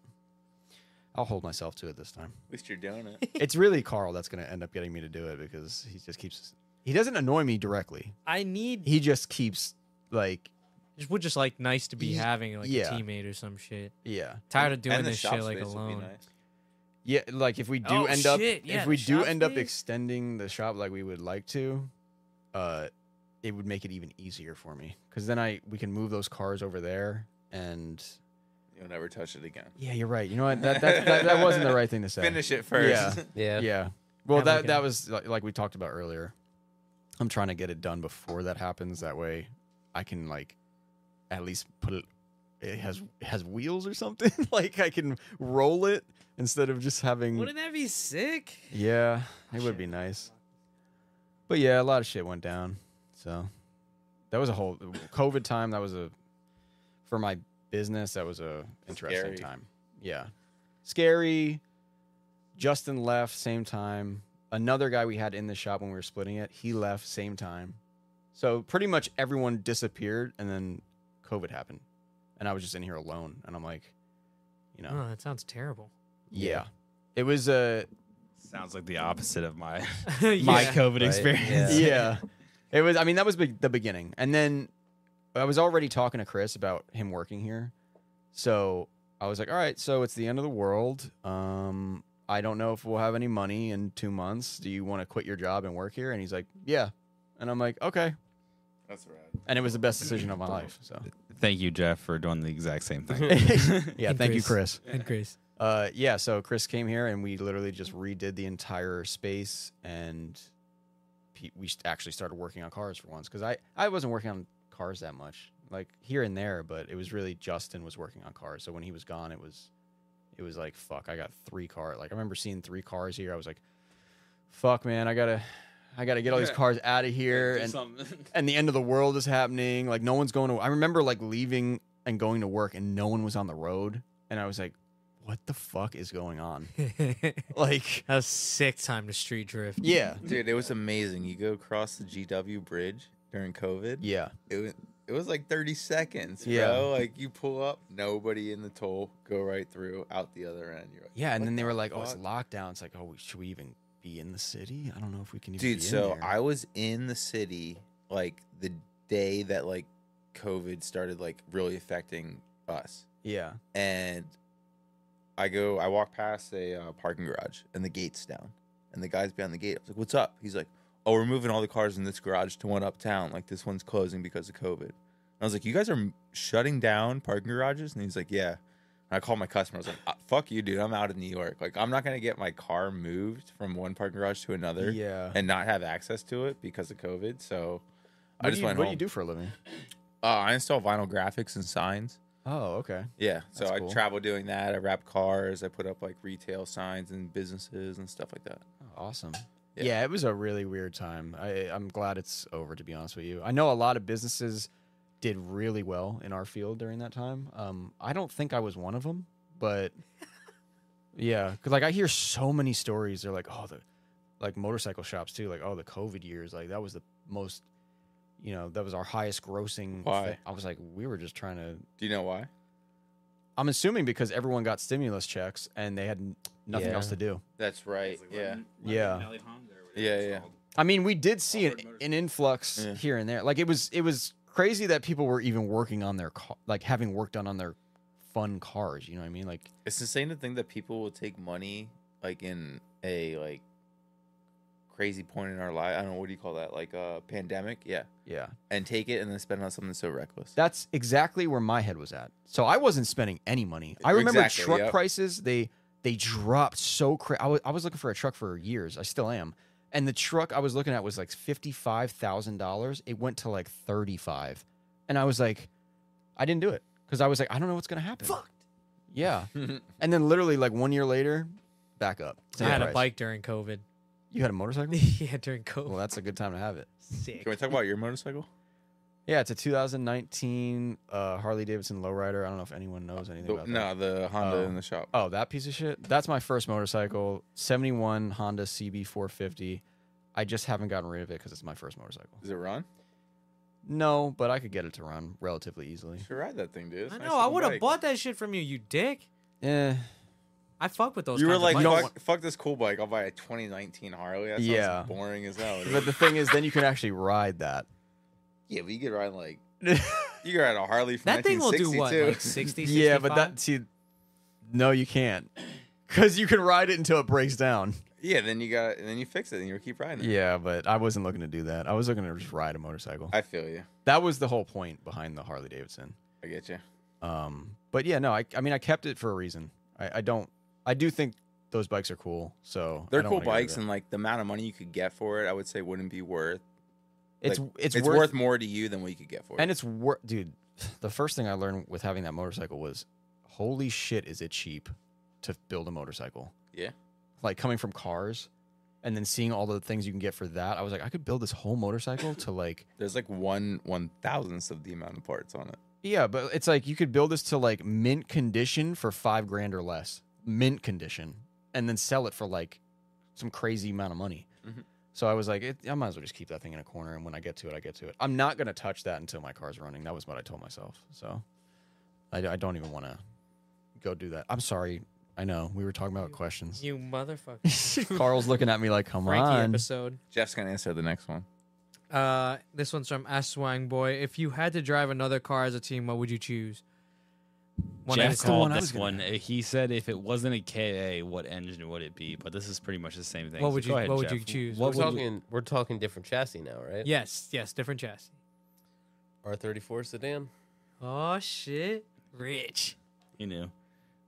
Speaker 1: I'll hold myself to it this time
Speaker 4: At least you're doing it.
Speaker 1: it's really Carl that's going to end up getting me to do it because he just keeps. He doesn't annoy me directly.
Speaker 2: I need.
Speaker 1: He just keeps like,
Speaker 2: It would just like nice to be
Speaker 1: Ye-
Speaker 2: having like
Speaker 1: yeah.
Speaker 2: a teammate or some shit.
Speaker 1: yeah,
Speaker 2: Tired of *laughs* doing
Speaker 4: and the
Speaker 2: this
Speaker 4: shop
Speaker 2: shit like
Speaker 4: space would be
Speaker 2: alone.
Speaker 4: nice.
Speaker 1: yeah. Like if we do
Speaker 2: Oh,
Speaker 1: end
Speaker 2: shit,
Speaker 1: up,
Speaker 2: yeah,
Speaker 1: if we
Speaker 2: the
Speaker 1: do
Speaker 2: shop
Speaker 1: end up
Speaker 2: space.
Speaker 1: extending the shop like we would like to, uh, it would make it even easier for me because then I we can move those cars over there and
Speaker 4: You'll never touch it again.
Speaker 1: yeah, you're right. You know what? That that that, that wasn't the right thing to
Speaker 2: *laughs*
Speaker 1: say.
Speaker 4: Finish it first.
Speaker 5: Yeah.
Speaker 1: Yeah. Well,
Speaker 2: Have
Speaker 1: that
Speaker 2: like
Speaker 1: that
Speaker 2: a-
Speaker 1: was like, like we talked about earlier. I'm trying to get it done before that happens. That way, I can like at least put it. It has it has wheels or something. *laughs* like I can roll it instead of just having.
Speaker 2: Wouldn't that be sick?
Speaker 1: yeah, it would be nice. But yeah, a lot of shit went down. So that was a whole COVID time. That was a for my business. That was a interesting
Speaker 4: Scary.
Speaker 1: time. Yeah, scary. Justin left same time. Another guy we had in the shop when we were splitting it, he left same time. So pretty much everyone disappeared, and then COVID happened, and I was just in here alone. And I'm like, you know,
Speaker 2: Oh, that sounds terrible. *laughs*
Speaker 1: yeah. it was a
Speaker 3: Sounds like the opposite of
Speaker 2: *laughs*
Speaker 3: my my
Speaker 2: yeah.
Speaker 9: COVID
Speaker 5: right?
Speaker 9: experience.
Speaker 5: Yeah.
Speaker 1: yeah. *laughs* It was. I mean, that was be- the beginning, and then I was already talking to Chris about him working here. So I was like, "All right, so it's the end of the world. Um, I don't know if we'll have any money in two months. Do you want to quit your job and work here?" And he's like, "Yeah." And I'm like, "Okay."
Speaker 4: That's rad.
Speaker 1: And it was the best decision of my life. So
Speaker 3: *laughs* Thank you, Jeff, for doing the exact same *laughs* thing.
Speaker 1: yeah, thank you, Chris.
Speaker 2: And Grace. *laughs*
Speaker 1: Uh, yeah. So Chris came here, and we literally just redid the entire space, and pe- we st- actually started working on cars for once because I I wasn't working on cars that much, like here and there, but it was really Justin was working on cars. So when he was gone, it was it was like fuck. I got three cars. Like I remember seeing three cars here. I was like, fuck, man. I gotta I gotta get all these
Speaker 3: Yeah.
Speaker 1: cars out of here and
Speaker 3: *laughs* something.
Speaker 1: and the end of the world is happening. Like no one's going to. I remember like leaving and going to work, and no one was on the road, and I was like, "What the fuck is going *laughs* on?" Like,
Speaker 2: That was sick time to street drift.
Speaker 1: yeah,
Speaker 4: *laughs* Dude, it was amazing. You go across the GW bridge during COVID.
Speaker 1: yeah,
Speaker 4: It was, it was like 30 seconds, bro.
Speaker 1: Yeah.
Speaker 4: Like you pull up, nobody in the toll, go right through, out the other end. You're like,
Speaker 1: yeah. And
Speaker 4: "What
Speaker 1: then they
Speaker 4: the
Speaker 1: were like, "Oh, it's
Speaker 4: fuck?"
Speaker 1: lockdown." It's like, "Oh, we- should we even be in the city? I don't know if we can even."
Speaker 4: dude.
Speaker 1: be
Speaker 4: So
Speaker 1: in there.
Speaker 4: I was in the city like the day that like COVID started like really affecting us.
Speaker 1: yeah,
Speaker 4: and I go, I walk past a uh, parking garage, and the gate's down, and the guy's behind the gate. I was like, "What's up?" He's like, "Oh, we're moving all the cars in this garage to one uptown. Like this one's closing because of COVID." And I was like, "You guys are m- shutting down parking garages?" And he's like, "Yeah." And I called my customer. I was like, "Ah, "Fuck you, dude! I'm out of New York. Like I'm not gonna get my car moved from one parking garage to another
Speaker 1: yeah.
Speaker 4: and not have access to it because of COVID." So I
Speaker 1: What do
Speaker 4: just
Speaker 1: you-
Speaker 4: went
Speaker 1: What do
Speaker 4: home.
Speaker 1: you do for a living?
Speaker 4: Uh, I install vinyl graphics and signs.
Speaker 1: Oh, okay.
Speaker 4: Yeah, so
Speaker 1: That's
Speaker 4: I
Speaker 1: cool.
Speaker 4: travel doing that. I wrap cars. I put up like retail signs and businesses and stuff like that.
Speaker 1: Oh, awesome. Yeah.
Speaker 4: Yeah.
Speaker 1: it was a really weird time. I, I'm glad it's over, to be honest with you. I know a lot of businesses did really well in our field during that time. Um, I don't think I was one of them,
Speaker 4: *laughs*
Speaker 1: but yeah, 'cause, like I hear so many stories. They're like, oh, the like motorcycle shops too. Like, oh, the COVID years, like that was the most, you know, that was our highest grossing.
Speaker 4: Why?
Speaker 1: thi- I was like, we were just trying to.
Speaker 4: Do you know why?
Speaker 1: I'm assuming because everyone got stimulus checks and they had n- nothing
Speaker 5: Yeah.
Speaker 1: else to do.
Speaker 4: That's right. yeah.
Speaker 1: Yeah.
Speaker 4: Yeah, yeah.
Speaker 1: I mean, we did see an,
Speaker 3: Onward motorcycle.
Speaker 1: an influx
Speaker 4: Yeah.
Speaker 1: here and there. Like it was, it was crazy that people were even working on their car, like having work done on their fun cars. You know what I mean? Like,
Speaker 4: It's insane to think that people will take money like in a like crazy point in our life. I don't know what do you call that? Like a uh, pandemic. Yeah,
Speaker 1: yeah,
Speaker 4: and take it and then spend it on something so reckless. *laughs*
Speaker 1: that's exactly where my head was at. So I wasn't spending any money. I remember
Speaker 4: Exactly,
Speaker 1: truck
Speaker 4: yep.
Speaker 1: prices; they they dropped so crazy. I was I was looking for a truck for years. I still am. And the truck I was looking at was like fifty five thousand dollars. It went to like thirty five, and I was like, I didn't do it because I was like, I don't know what's gonna happen. Fucked. Yeah. And then literally like one year later, back up.
Speaker 2: I
Speaker 1: Same
Speaker 2: had a
Speaker 1: price.
Speaker 2: bike during COVID. *laughs*
Speaker 1: You had a motorcycle?
Speaker 2: yeah, during COVID.
Speaker 1: well, that's a good time to have it.
Speaker 2: Sick.
Speaker 4: Can we talk about your motorcycle?
Speaker 1: Yeah, it's a 2019 uh, Harley Davidson lowrider. I don't know if anyone knows anything
Speaker 4: The-
Speaker 1: about that.
Speaker 4: no, the Honda
Speaker 1: Oh.
Speaker 4: in the shop.
Speaker 1: Oh, that piece of shit. That's my first motorcycle, 71 Honda CB450. I just haven't gotten rid of it because it's my first motorcycle.
Speaker 4: Does it run?
Speaker 1: No, but I could get it to run relatively easily.
Speaker 4: You should ride that thing, dude. It's
Speaker 2: I
Speaker 4: a
Speaker 2: know.
Speaker 4: nice
Speaker 2: I
Speaker 4: little
Speaker 2: would have
Speaker 4: bike.
Speaker 2: bought that shit from you, you dick.
Speaker 1: Eh,
Speaker 2: I fuck with those.
Speaker 4: You were
Speaker 2: kinds of
Speaker 4: like,
Speaker 2: bikes.
Speaker 4: fuck, fuck this cool bike. I'll buy a 2019 Harley. That sounds
Speaker 1: Yeah.
Speaker 4: boring as
Speaker 1: *laughs*
Speaker 4: hell. dude.
Speaker 1: but the thing is, then you can actually ride that.
Speaker 4: Yeah, but you could ride like you could ride a Harley from
Speaker 2: that thing will do what?
Speaker 4: 1962.
Speaker 2: Like
Speaker 1: *laughs*
Speaker 2: 60,
Speaker 1: yeah, but
Speaker 2: 65?
Speaker 1: that, see, no, you can't. Because you can ride it until it breaks down.
Speaker 4: *laughs* yeah, then you got and then you fix it and you keep riding it.
Speaker 1: Yeah, but I wasn't looking to do that. I was looking to just ride a motorcycle.
Speaker 4: I feel you.
Speaker 1: that was the whole point behind the Harley Davidson.
Speaker 4: I get you.
Speaker 1: Um, but yeah, no, I, I mean, I kept it for a reason. I, I don't, I do think those bikes are cool. So I
Speaker 4: They're
Speaker 1: don't
Speaker 4: cool
Speaker 1: wanna get rid of
Speaker 4: bikes
Speaker 1: it.
Speaker 4: and like the amount of money you could get for it, I would say wouldn't be worth.
Speaker 1: it's
Speaker 4: like,
Speaker 1: it's,
Speaker 4: It's, worth,
Speaker 1: worth,
Speaker 4: more to you than what you could get for it.
Speaker 1: and it's worth, dude. The first thing I learned with having that motorcycle was, holy shit, is it cheap to build a motorcycle?
Speaker 4: Yeah.
Speaker 1: Like coming from cars, and then seeing all the things you can get for that, I was like, I could build this whole motorcycle to like
Speaker 4: There's like one one thousandth of the amount of parts on it.
Speaker 1: Yeah, but it's like you could build this to like mint condition for five grand or less. Mint condition. and then sell it for like some crazy amount of money.
Speaker 3: Mm-hmm.
Speaker 8: Mhm.
Speaker 1: So I was like, it, I might as well just keep that thing in a corner, and when I get to it, I get to it. I'm not gonna touch that until my car's running. That was what I told myself. So I, I don't even want to go do that. I'm sorry. I know we were talking about
Speaker 3: *laughs*
Speaker 1: questions.
Speaker 2: You motherfucker.
Speaker 1: Carl's looking at me like, come
Speaker 2: Frankie
Speaker 1: on.
Speaker 2: episode.
Speaker 4: Jeff's gonna answer the next one.
Speaker 2: Uh, this one's from Aswang Boy. If you had to drive another car as a team, what would you choose? One
Speaker 3: Jeff
Speaker 2: at a time.
Speaker 3: called
Speaker 1: one I was
Speaker 3: this
Speaker 1: gonna
Speaker 3: one. Uh, He said if it wasn't a KA, what engine would it be? But this is pretty much the same thing.
Speaker 2: What
Speaker 3: So
Speaker 2: would
Speaker 3: go
Speaker 2: you-
Speaker 3: ahead,
Speaker 2: what would
Speaker 3: Jeff.
Speaker 2: you choose?
Speaker 3: What
Speaker 5: we're
Speaker 3: would you-
Speaker 5: talking we're talking different chassis now, right?
Speaker 2: Yes, yes, different chassis.
Speaker 5: R34 sedan.
Speaker 2: Oh shit, rich.
Speaker 3: you know?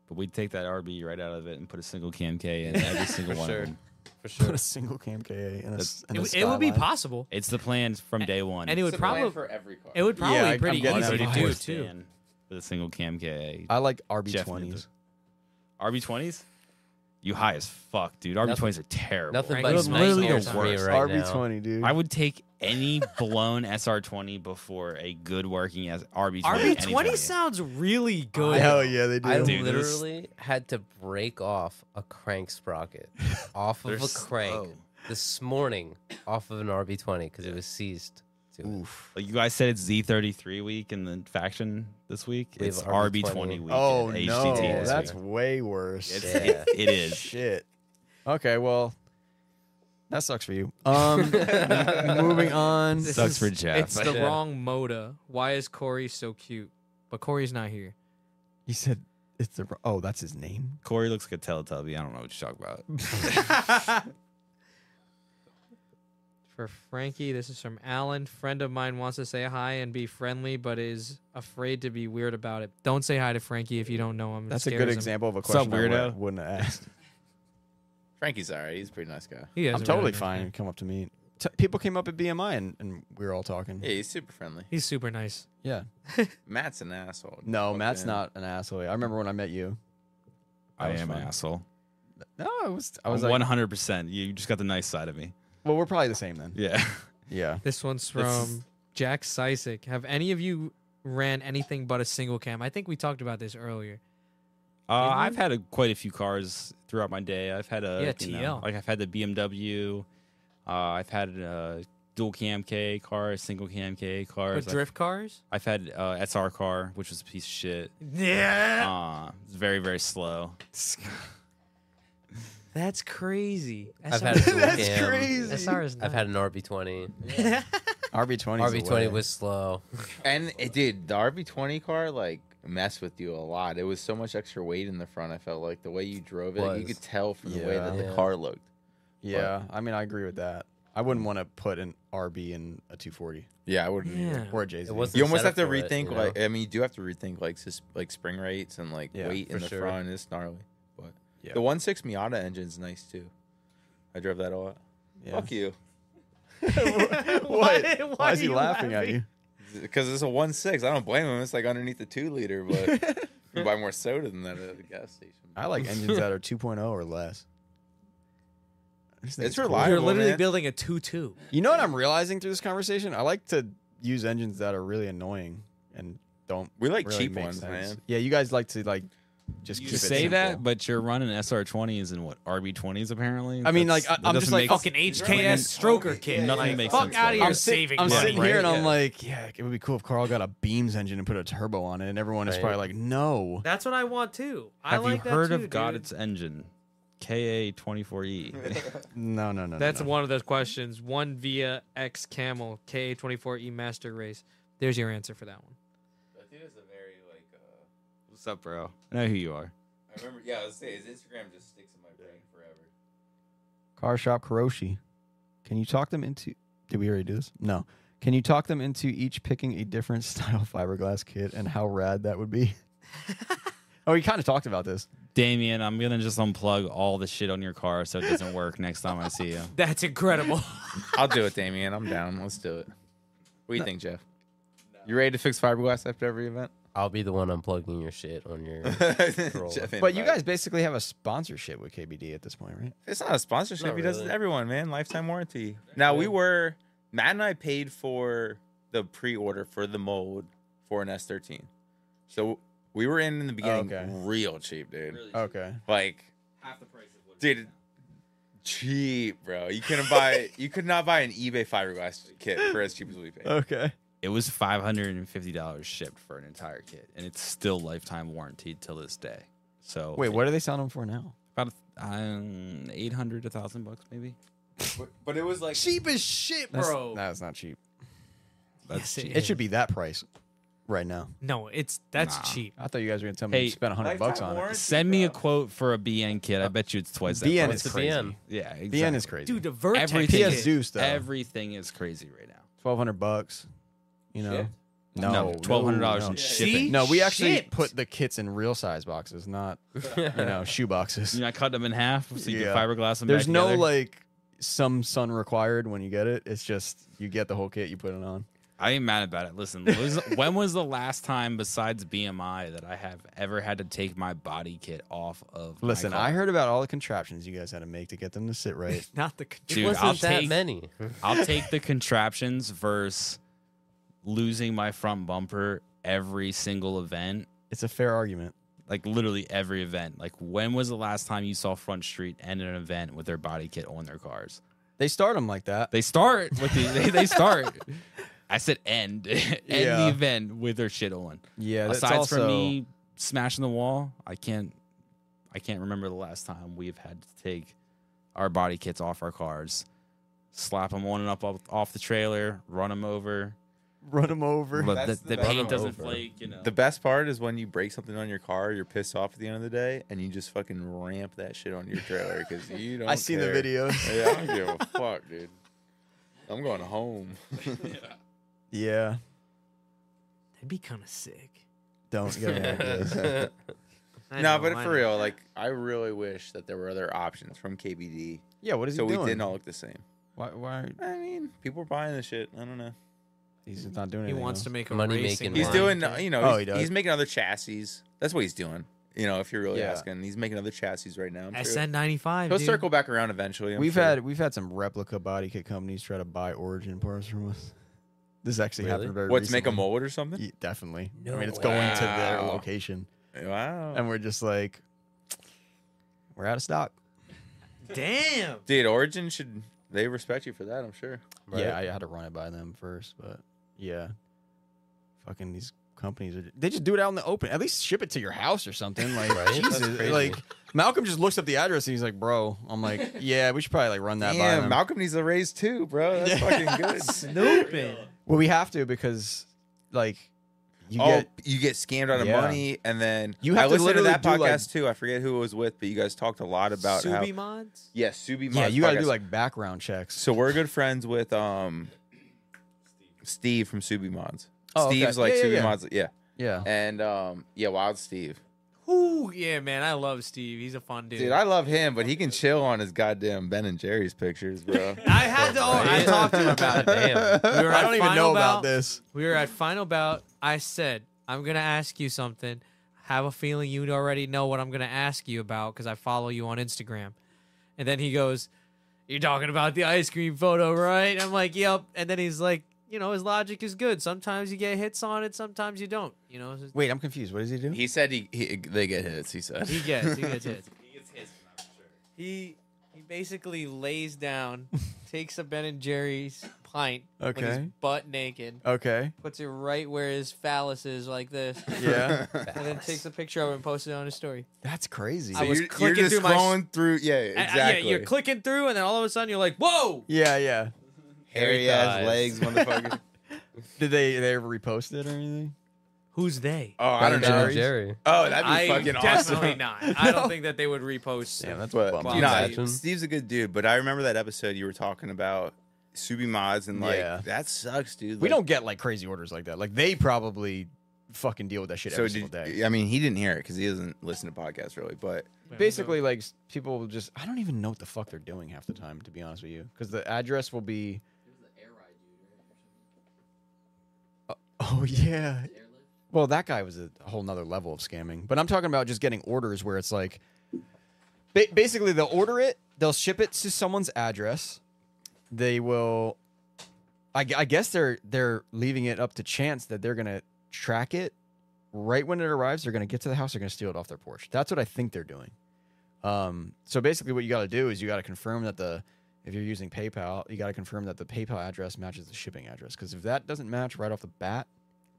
Speaker 3: But we'd take that RB right out of it and put a single cam K
Speaker 2: *laughs*
Speaker 3: in every single one.
Speaker 5: sure.
Speaker 3: Of them.
Speaker 5: For
Speaker 1: Put
Speaker 5: sure.
Speaker 1: a single cam KA in a,
Speaker 3: That's-
Speaker 1: in a
Speaker 2: It, it would be
Speaker 1: Skyline.
Speaker 2: possible,
Speaker 3: It's the plan from day one.
Speaker 2: and it would probably
Speaker 4: for every car.
Speaker 2: it would probably
Speaker 1: Yeah, I-
Speaker 2: be pretty
Speaker 1: I'm getting
Speaker 2: easy
Speaker 1: that
Speaker 2: to
Speaker 1: vibe.
Speaker 2: do too.
Speaker 3: stand with a single cam KA.
Speaker 1: I like
Speaker 3: Jeff
Speaker 1: RB20s.
Speaker 3: RB twenties, you high as fuck, dude. RB twenties are terrible.
Speaker 5: Nothing
Speaker 2: Right,
Speaker 5: but
Speaker 2: it's
Speaker 5: nightmares
Speaker 2: literally the
Speaker 5: for me
Speaker 3: worst.
Speaker 5: right now.
Speaker 1: RB20, dude.
Speaker 3: I would take any blown SR twenty before a good working as RB twenty.
Speaker 2: RB twenty sounds really good.
Speaker 1: Hell yeah, they do.
Speaker 5: I
Speaker 3: Dude, this-
Speaker 5: literally had to break off a
Speaker 3: *laughs*
Speaker 5: crank sprocket off of a crank this morning off of an RB20 because it was seized. To it.
Speaker 3: Like you guys said, it's Z thirty three week in the faction this week.
Speaker 5: We have
Speaker 3: it's RB
Speaker 5: RB20
Speaker 3: twenty week.
Speaker 1: oh
Speaker 3: at
Speaker 1: no,
Speaker 3: HGT this
Speaker 1: that's
Speaker 3: week.
Speaker 1: way worse.
Speaker 3: It's,
Speaker 5: Yeah.
Speaker 3: it, it is.
Speaker 1: Shit. Okay, well, that sucks for
Speaker 3: *laughs*
Speaker 1: you. Um, moving on.
Speaker 2: This
Speaker 3: Sucks
Speaker 2: is-
Speaker 3: for Jeff.
Speaker 2: It's the
Speaker 1: Yeah.
Speaker 2: wrong moda. Why is Corey so cute? But Corey's not here.
Speaker 1: He said it's the oh, that's his name.
Speaker 3: Corey looks like a Teletubby. I don't know what you talk about.
Speaker 2: For Frankie, this is from Alan. Friend of mine wants to say hi and be friendly, but is afraid to be weird about it. Don't say hi to Frankie if you don't know him. It
Speaker 1: That's a
Speaker 2: scares
Speaker 1: good
Speaker 2: him.
Speaker 1: example of a
Speaker 3: Sup,
Speaker 1: question I would-
Speaker 3: weirdo?
Speaker 1: wouldn't have asked.
Speaker 4: Frankie's alright. He's a pretty nice guy.
Speaker 2: He is
Speaker 1: I'm
Speaker 2: a really
Speaker 1: totally
Speaker 2: nice
Speaker 1: fine.
Speaker 2: guy.
Speaker 1: Come up to me. T- people came up at BMI and, and we were all talking.
Speaker 4: Yeah, he's super friendly.
Speaker 2: He's super nice.
Speaker 1: Yeah.
Speaker 4: Matt's an asshole.
Speaker 1: No,
Speaker 4: Fuck
Speaker 1: Matt's
Speaker 4: him.
Speaker 1: not an asshole. I remember when I met you.
Speaker 3: I
Speaker 1: was
Speaker 3: am an
Speaker 1: fun.
Speaker 3: asshole.
Speaker 1: No, Oh, I was. I
Speaker 3: I
Speaker 1: was
Speaker 3: was
Speaker 1: like,
Speaker 3: one hundred percent. You just got the nice side of me.
Speaker 1: well, we're probably the same then.
Speaker 3: Yeah. *laughs*
Speaker 1: Yeah.
Speaker 2: This one's from
Speaker 3: This is-
Speaker 2: Jack Sisek. Have any of you ran anything but a single cam? I think we talked about this earlier.
Speaker 3: Uh,
Speaker 2: Didn't
Speaker 3: I've had a, quite a few cars throughout my day. I've had a
Speaker 2: Yeah,
Speaker 3: you know,
Speaker 2: TL.
Speaker 3: like I've had the BMW. Uh, I've had a dual cam K car, a single cam K car.
Speaker 2: With drift cars?
Speaker 3: I've, had uh, SR car, which was a piece of shit.
Speaker 2: Yeah.
Speaker 3: Uh, it's very very slow.
Speaker 2: That's crazy.
Speaker 5: I've had a
Speaker 2: *laughs*
Speaker 5: dual cam.
Speaker 2: SR is
Speaker 5: I've had an RB20.
Speaker 1: RB20.
Speaker 5: RB20 was slow.
Speaker 4: And it, dude, the RB20 car like messed with you a lot. It was so much extra weight in the front. I felt like the way you drove it, you
Speaker 5: Was.
Speaker 4: could tell from the way that
Speaker 5: Yeah.
Speaker 4: the car looked.
Speaker 1: Yeah, I mean, I agree with that. I wouldn't want to put an RB in a 240
Speaker 4: Yeah, I wouldn't.
Speaker 2: Yeah.
Speaker 4: either.
Speaker 1: or a JZ.
Speaker 5: It wasn't
Speaker 4: You almost
Speaker 5: set
Speaker 4: have
Speaker 5: up
Speaker 4: to
Speaker 5: for it,
Speaker 4: rethink.
Speaker 5: you know?
Speaker 4: like, I mean, you do have to rethink like sus- like spring rates and like
Speaker 1: Yeah,
Speaker 4: weight in
Speaker 5: for
Speaker 4: the
Speaker 5: sure.
Speaker 4: front. It's gnarly, but
Speaker 1: Yeah.
Speaker 4: the one six Miata engine's nice too. I drove that a lot.
Speaker 1: Yeah.
Speaker 4: Fuck you,
Speaker 1: what?
Speaker 2: *laughs* Why-
Speaker 1: *laughs* Why,
Speaker 2: why
Speaker 1: is he
Speaker 2: are you
Speaker 1: laughing, at you?
Speaker 4: because it's a one six. I don't blame him. It's like underneath the two liter, but you buy more soda than that at the gas station.
Speaker 1: I *laughs*
Speaker 6: *laughs*
Speaker 1: like engines that are 2.0 or less. I just think
Speaker 4: It's
Speaker 1: cool.
Speaker 4: reliable.
Speaker 2: You're literally
Speaker 4: man.
Speaker 2: building a 2 2.
Speaker 1: You know what I'm realizing through this conversation? I like to use engines that are really annoying and don't
Speaker 4: We like
Speaker 1: really
Speaker 4: cheap
Speaker 1: make
Speaker 4: ones,
Speaker 1: sense.
Speaker 4: man.
Speaker 1: Yeah, you guys like to like just
Speaker 3: You
Speaker 1: keep
Speaker 3: say
Speaker 1: it
Speaker 3: that,
Speaker 1: simple.
Speaker 3: but you're running SR twenties and what RB twenties apparently.
Speaker 1: I mean,
Speaker 3: That's-
Speaker 1: like, I-
Speaker 3: that
Speaker 1: I'm
Speaker 3: doesn't
Speaker 1: just like,
Speaker 3: make
Speaker 1: fucking
Speaker 2: HKS stroker kid.
Speaker 3: Nothing makes
Speaker 2: fuck
Speaker 3: sense,
Speaker 2: out of
Speaker 3: though.
Speaker 2: here
Speaker 1: I'm, sit-
Speaker 2: saving
Speaker 1: I'm
Speaker 2: money.
Speaker 1: sitting here and I'm
Speaker 3: Yeah.
Speaker 1: like, yeah, it would be cool if Carl got a Beams engine and put a turbo on it, and everyone is
Speaker 5: Right.
Speaker 1: probably like, no.
Speaker 2: That's what I want too. I
Speaker 3: Have
Speaker 2: like
Speaker 3: you
Speaker 2: that
Speaker 3: heard
Speaker 2: too,
Speaker 3: of God
Speaker 2: dude.
Speaker 3: Its Engine? KA twenty
Speaker 1: *laughs*
Speaker 3: four E.
Speaker 1: No, no, no. no,
Speaker 2: That's
Speaker 1: no.
Speaker 2: one of those questions. One via X Camel K24E E Master Race. There's your answer for that one.
Speaker 3: What's up, bro? I know who you are.
Speaker 4: I remember. Yeah, I was say his Instagram just sticks in my brain forever.
Speaker 1: Car Shop Karoshi. Can you talk them into? Did we already do this? No. Can you talk them into each picking a different *laughs* style fiberglass kit and how rad that would
Speaker 3: *laughs*
Speaker 1: be? oh, we kind of talked about this.
Speaker 3: Damien, I'm gonna just unplug all the shit on your car so it doesn't work next time I see you.
Speaker 2: That's *laughs* incredible.
Speaker 4: I'll do it, Damien. I'm down. Let's do it. What do you think, Jeff? You ready to fix fiberglass after every event?
Speaker 5: I'll be the one unplugging your shit
Speaker 3: *laughs*
Speaker 5: on your.
Speaker 4: Jeff ain't
Speaker 1: But you
Speaker 4: about
Speaker 1: guys
Speaker 4: it.
Speaker 1: basically have a sponsorship with KBD at this point, right?
Speaker 4: it's not a sponsorship.
Speaker 5: Not
Speaker 4: he does it
Speaker 5: really.
Speaker 4: to everyone, man. Lifetime warranty. Now we were Matt and I paid for the pre-order for the mold for an S13, so we were in in the beginning
Speaker 1: okay.
Speaker 4: real cheap, dude.
Speaker 1: Okay.
Speaker 4: Like
Speaker 3: Half the price of what
Speaker 4: dude. Cheap, bro. You couldn't buy. you could not buy an eBay fiberglass kit for as cheap as we paid.
Speaker 1: Okay.
Speaker 3: *laughs* It was five hundred and fifty dollars shipped for an entire kit, and it's still lifetime warranted till this day. So
Speaker 1: Wait, what are they selling them for now?
Speaker 3: About um, eight hundred, a thousand bucks maybe.
Speaker 8: But, but it was like
Speaker 2: Cheap as shit,
Speaker 6: That's,
Speaker 2: bro.
Speaker 6: No, it's not cheap.
Speaker 3: That's
Speaker 2: Yes, it
Speaker 3: cheap.
Speaker 2: is.
Speaker 6: It
Speaker 2: Yeah.
Speaker 6: should be that price right now.
Speaker 2: No, it's that's
Speaker 3: Nah.
Speaker 2: cheap.
Speaker 1: I thought you guys were gonna tell me
Speaker 3: Hey,
Speaker 1: you spent hundred bucks on it.
Speaker 8: warranty,
Speaker 3: Send me a
Speaker 8: bro.
Speaker 3: quote for a BN kit. I bet you it's twice that.
Speaker 1: BN
Speaker 3: price.
Speaker 1: is
Speaker 5: What's the
Speaker 1: crazy.
Speaker 5: BN?
Speaker 3: yeah, exactly.
Speaker 1: BN is crazy.
Speaker 2: Dude, the Vertex.
Speaker 3: Everything
Speaker 1: PS
Speaker 3: is-
Speaker 2: kit.
Speaker 1: Zeus though.
Speaker 3: Everything is crazy right now.
Speaker 1: Twelve hundred bucks. You know. No,
Speaker 3: no, twelve hundred dollars
Speaker 1: no.
Speaker 3: in
Speaker 1: no.
Speaker 2: See?
Speaker 3: shipping.
Speaker 1: No, we actually
Speaker 2: Shit.
Speaker 1: put the kits in real size boxes, not you
Speaker 5: *laughs*
Speaker 3: *laughs*
Speaker 1: know shoe boxes.
Speaker 3: You know, I cut them in half so you
Speaker 1: Yeah.
Speaker 3: can fiberglass them.
Speaker 1: There's
Speaker 3: back
Speaker 1: no
Speaker 3: together.
Speaker 1: like some sun required when you get it. It's just you get the whole kit, you put it on.
Speaker 3: I ain't mad about it. Listen,
Speaker 1: *laughs*
Speaker 3: was- when was the last time besides BMI that I have ever had to take my body kit off of? my
Speaker 1: Listen,
Speaker 3: car?
Speaker 1: I heard about all the contraptions you guys had to make to get them to sit right. *laughs*
Speaker 2: Not the.
Speaker 5: it
Speaker 3: Dude,
Speaker 5: wasn't
Speaker 3: I'll
Speaker 5: that
Speaker 3: take- *laughs*
Speaker 5: many.
Speaker 3: I'll take the contraptions versus losing my front bumper every single event.
Speaker 1: it's a fair argument.
Speaker 3: Like literally every event. Like when was the last time you saw Front Street end an event with their body kit on their cars?
Speaker 1: They start them like that.
Speaker 3: They start with the *laughs* they, they start. I said end *laughs* end
Speaker 1: Yeah.
Speaker 3: the event with their shit on.
Speaker 1: Yeah, that's
Speaker 3: Aside
Speaker 1: also,
Speaker 3: from me smashing the wall, I can't I can't remember the last time we've had to take our body kits off our cars, slap them on and up off- off the trailer, run them over.
Speaker 1: run them over.
Speaker 3: But
Speaker 8: That's
Speaker 3: the, the
Speaker 8: the best
Speaker 3: paint doesn't
Speaker 5: one.
Speaker 3: flake. You know.
Speaker 4: The best part is when you break something on your car, you're pissed off at the end of the day, and you just fucking ramp that shit on your trailer because you don't.
Speaker 1: *laughs* I seen the
Speaker 4: care.
Speaker 1: videos.
Speaker 4: Yeah, I don't give
Speaker 1: *laughs*
Speaker 4: a fuck, dude. I'm going home.
Speaker 1: yeah,
Speaker 2: That'd be kind of sick.
Speaker 1: don't get me like
Speaker 5: *laughs*
Speaker 1: this.
Speaker 2: I
Speaker 4: no,
Speaker 2: know,
Speaker 4: but
Speaker 2: I
Speaker 4: for
Speaker 2: know.
Speaker 4: real, like I really wish that there were other options from KBD,
Speaker 1: Yeah, what is
Speaker 4: so
Speaker 1: he
Speaker 4: we
Speaker 1: doing?
Speaker 4: didn't all look the same.
Speaker 1: Why? Why?
Speaker 4: I mean, people are buying this shit. I don't know.
Speaker 1: He's just not doing
Speaker 2: He
Speaker 1: anything.
Speaker 2: wants
Speaker 1: else.
Speaker 2: to make a
Speaker 5: Money
Speaker 2: racing
Speaker 5: making
Speaker 4: He's
Speaker 5: Wine,
Speaker 4: doing,
Speaker 2: line.
Speaker 4: you know,
Speaker 1: Oh,
Speaker 4: he's,
Speaker 1: he does?
Speaker 4: he's making other chassis. That's what he's doing. You know, if you're really
Speaker 1: Yeah.
Speaker 4: asking, he's making other chassis right now. I'm sure.
Speaker 2: SN95.
Speaker 4: He'll
Speaker 2: dude.
Speaker 4: circle back around eventually. I'm
Speaker 1: We've
Speaker 4: sure.
Speaker 1: had we've had some *laughs* replica body kit companies try to buy origin parts from us. *laughs* This actually
Speaker 5: Really?
Speaker 1: happened very
Speaker 4: what's make a
Speaker 1: recently.
Speaker 4: mold or something?
Speaker 1: Ye- definitely. I
Speaker 5: No
Speaker 1: mean, it's going to their
Speaker 4: way.
Speaker 1: location,
Speaker 4: Wow,
Speaker 1: and we're just like, we're out of stock.
Speaker 2: Damn.
Speaker 4: dude, Origin should they respect you for that? I'm sure.
Speaker 1: Yeah, I had to run it by them first, but yeah, fucking these companies are they just do it out in the open. At least ship it to your house or something. Like
Speaker 5: Right? That's
Speaker 1: Jesus,
Speaker 5: crazy.
Speaker 1: like Malcolm just looks up the address and he's like, "Bro," I'm like, "Yeah, we should probably like run that by
Speaker 4: Damn,
Speaker 1: them."
Speaker 4: Malcolm needs a raise too, bro.
Speaker 1: *laughs*
Speaker 4: That's fucking good.
Speaker 2: Snooping.
Speaker 1: well, we have to because like you
Speaker 4: oh,
Speaker 1: get
Speaker 4: you get scammed out of
Speaker 1: Yeah.
Speaker 4: money, and then
Speaker 1: You
Speaker 4: I
Speaker 1: have to
Speaker 4: listened to
Speaker 1: literally
Speaker 4: that
Speaker 1: do,
Speaker 4: podcast
Speaker 1: like-
Speaker 4: too. I forget who it was with, but you guys talked a lot about how.
Speaker 2: Subi mods.
Speaker 4: Yeah, Subi.
Speaker 1: yeah,
Speaker 4: Mod's
Speaker 1: you got to
Speaker 4: podcast.
Speaker 1: do like background checks.
Speaker 4: So we're good friends with um Steve from Subi Mods.
Speaker 1: Oh, okay.
Speaker 4: Steve's like
Speaker 1: Yeah, yeah,
Speaker 4: Subi
Speaker 1: yeah.
Speaker 4: Mods, yeah.
Speaker 1: yeah,
Speaker 4: And um yeah, Wild Steve.
Speaker 2: Ooh, yeah, man. I love Steve. He's a fun dude.
Speaker 4: Dude, I love him, but he can chill on his goddamn Ben and Jerry's
Speaker 1: *laughs*
Speaker 4: pictures, bro.
Speaker 2: I had to. own I talked to him about it.
Speaker 5: Damn.
Speaker 2: We were
Speaker 1: I
Speaker 2: at
Speaker 1: don't even
Speaker 2: Final
Speaker 1: know about
Speaker 2: Bout.
Speaker 1: this.
Speaker 2: We were at Final Bout. I said, I'm going to ask you something. I have a feeling you already know what I'm going to ask you about because I follow you on Instagram. And then he goes, You're talking about the ice cream photo, right? I'm like, Yep. And then he's like, You know, his logic is good. Sometimes you get hits on it, sometimes you don't. You know, it's just-
Speaker 1: Wait, I'm confused. What does he do?
Speaker 4: he said he, he they get hits, he said.
Speaker 2: he gets, he gets hits. He, he basically lays *laughs* down, takes a Ben and Jerry's pint when
Speaker 1: Okay.
Speaker 2: he's butt naked,
Speaker 1: Okay.
Speaker 2: puts it right where his *laughs* phallus is, like this.
Speaker 1: Yeah.
Speaker 2: and then takes a picture of it and posts it on his story.
Speaker 1: That's crazy.
Speaker 2: I was
Speaker 4: you're,
Speaker 2: clicking
Speaker 4: you're just
Speaker 2: through my-
Speaker 4: scrolling through yeah,
Speaker 2: And, uh,
Speaker 4: exactly.
Speaker 2: yeah, you're clicking through, and then all of a sudden you're like, "Whoa!"
Speaker 1: yeah, yeah.
Speaker 4: hairy ass legs, motherfucker.
Speaker 1: Did they they ever repost it or anything?
Speaker 2: Who's they?
Speaker 4: Oh, I don't
Speaker 5: Ben and
Speaker 4: know.
Speaker 5: Jerry.
Speaker 4: Oh, that'd be
Speaker 2: I
Speaker 4: fucking awesome.
Speaker 2: definitely not. *laughs* I don't think that they would repost.
Speaker 1: Damn, that's
Speaker 4: But
Speaker 1: what.
Speaker 4: nah,
Speaker 5: Can you imagine?
Speaker 4: Steve's a good dude, but I remember that episode you were talking about Subi Mods and like
Speaker 1: Yeah.
Speaker 4: that sucks, dude.
Speaker 1: We
Speaker 4: Like,
Speaker 1: don't get like crazy orders like that. Like they probably fucking deal with that shit
Speaker 4: so
Speaker 1: every
Speaker 4: did,
Speaker 1: single day.
Speaker 4: I mean, he didn't hear it because he doesn't listen to podcasts really. But
Speaker 1: Basically, like s- people will just I don't even know what the fuck they're doing half the time, to be honest with you, because the address will be. Oh *laughs* yeah. Well, that guy was a whole nother level of scamming. But I'm talking about just getting orders where it's like, ba- basically they'll order it, they'll ship it to someone's address, they will. I, gu- I guess they're they're leaving it up to chance that they're gonna track it. Right when it arrives, they're gonna get to the house. They're gonna steal it off their porch. That's what I think they're doing. Um, so basically, what you got to do is you got to confirm that the if you're using PayPal, you got to confirm that the PayPal address matches the shipping address. Because if that doesn't match right off the bat,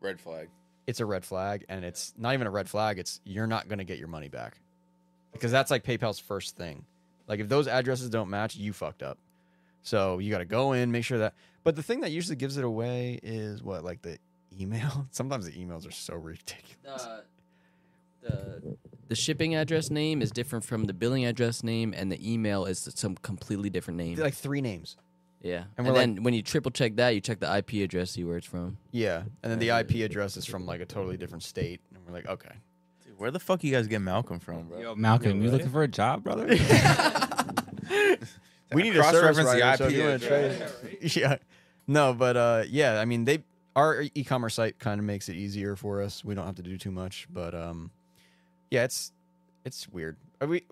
Speaker 4: Red flag.
Speaker 1: it's a red flag, and it's not even a red flag. It's you're not going to get your money back because that's like PayPal's first thing. Like if those addresses don't match, you fucked up. So you got to go in, make sure that. But the thing that usually gives it away is what, like the email. *laughs* Sometimes the emails are so ridiculous.
Speaker 7: the Uh, the the shipping address name is different from the billing address name, and the email is some completely different name.
Speaker 1: Like three names.
Speaker 7: yeah,
Speaker 1: and
Speaker 7: and,
Speaker 1: we're
Speaker 7: then when you triple check that, you check the IP address, see where it's from.
Speaker 1: Yeah, and then the IP address is from like a totally different state, and we're like, okay.
Speaker 4: Dude, where the fuck you guys get Malcolm from, bro?
Speaker 9: Yo, Malcolm, you looking for a job,
Speaker 4: *laughs*
Speaker 9: brother?
Speaker 1: we need to
Speaker 4: cross-reference
Speaker 1: service
Speaker 4: the
Speaker 1: writer, so if
Speaker 4: IP
Speaker 1: you wanna
Speaker 4: address.
Speaker 1: trade- *laughs* yeah. No, but uh, yeah, I mean, they our e-commerce site kind of makes it easier for us. We don't have to do too much, but um, yeah, it's it's weird. Are we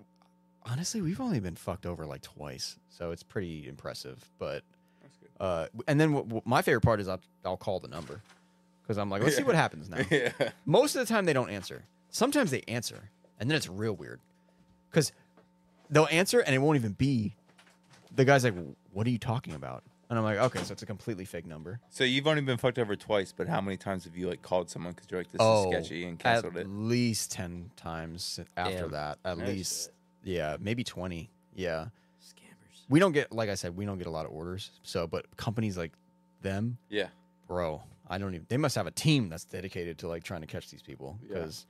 Speaker 1: honestly, we've only been fucked over like twice, so it's pretty impressive. But uh, and then what, what my favorite part is I'll, I'll call the number because I'm like, let's *laughs* see what happens now.
Speaker 4: yeah.
Speaker 1: Most of the time, they don't answer. Sometimes they answer, and then it's real weird because they'll answer and it won't even be. The guy's like, "What are you talking about?" And I'm like, "Okay, so it's a completely fake number."
Speaker 4: So you've only been fucked over twice, but how many times have you like called someone because you're like, this is sketchy and canceled
Speaker 1: at
Speaker 4: it?
Speaker 1: least ten times after
Speaker 7: Damn.
Speaker 1: that. At
Speaker 4: Nice.
Speaker 1: least, yeah, maybe twenty. Yeah,
Speaker 7: Scammers.
Speaker 1: we don't get like I said, we don't get a lot of orders. So, but companies like them,
Speaker 4: Yeah.
Speaker 1: bro, I don't even. They must have a team that's dedicated to like trying to catch these people.
Speaker 4: Yeah.
Speaker 1: Because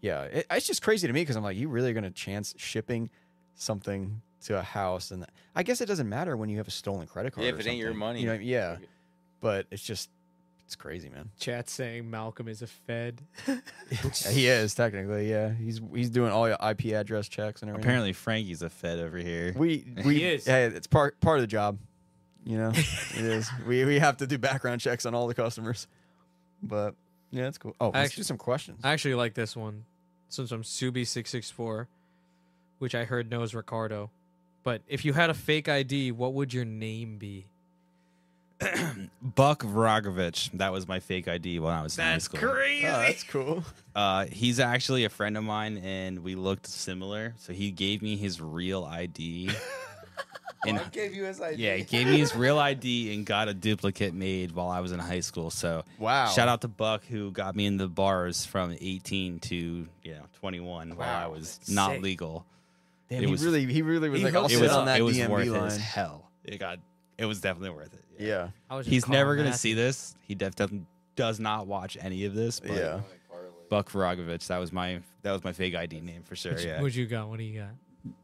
Speaker 1: yeah, it, it's just crazy to me. Because I'm like, you really are gonna chance shipping something to a house, and I guess it doesn't matter when you have a stolen credit card.
Speaker 4: Yeah,
Speaker 1: or
Speaker 4: if it ain't your
Speaker 1: something.
Speaker 4: money.
Speaker 1: you know, yeah. But it's just, it's crazy, man.
Speaker 2: Chat saying Malcolm is a Fed. *laughs*
Speaker 1: Yeah, he is technically, yeah. He's he's doing all your IP address checks and everything.
Speaker 9: Apparently, Frankie's a Fed over here.
Speaker 1: we we
Speaker 2: is.
Speaker 1: hey, it's part part of the job. You know, it is. We we have to do background checks on all the customers. But yeah, it's cool. Oh, let's
Speaker 2: Actu-
Speaker 1: do some questions.
Speaker 2: I actually like this one. Since I'm Subi664, which I heard knows Ricardo. But if you had a fake ID, what would your name be?
Speaker 9: Buck Vragovich. That was my fake ID when I was in high school.
Speaker 1: oh, that's cool.
Speaker 9: Uh, he's actually a friend of mine, and we looked similar. So he gave me his real
Speaker 1: *laughs*
Speaker 9: ID. in,
Speaker 4: gave you his idea.
Speaker 9: yeah, he gave me his real ID and got a duplicate made while I was in high school. So
Speaker 1: Wow.
Speaker 9: shout out to Buck who got me in the bars from 18 to you know 21 while I was not legal.
Speaker 1: Damn,
Speaker 9: it
Speaker 1: he
Speaker 9: was-
Speaker 1: really he really was like, I'll
Speaker 9: it
Speaker 1: sit
Speaker 9: was
Speaker 1: on that
Speaker 9: it was
Speaker 1: DMV
Speaker 9: worth it
Speaker 1: line.
Speaker 9: as hell. It got it was definitely worth it.
Speaker 1: Yeah.
Speaker 2: I was just
Speaker 9: He's
Speaker 2: calling
Speaker 9: never gonna
Speaker 2: Matt.
Speaker 9: see this. He def- def- does not watch any of this. But
Speaker 1: Yeah.
Speaker 9: Buck Vragovich. That was my that was my fake ID name for sure.
Speaker 2: What you-
Speaker 9: Yeah,
Speaker 2: What you got? What do you got?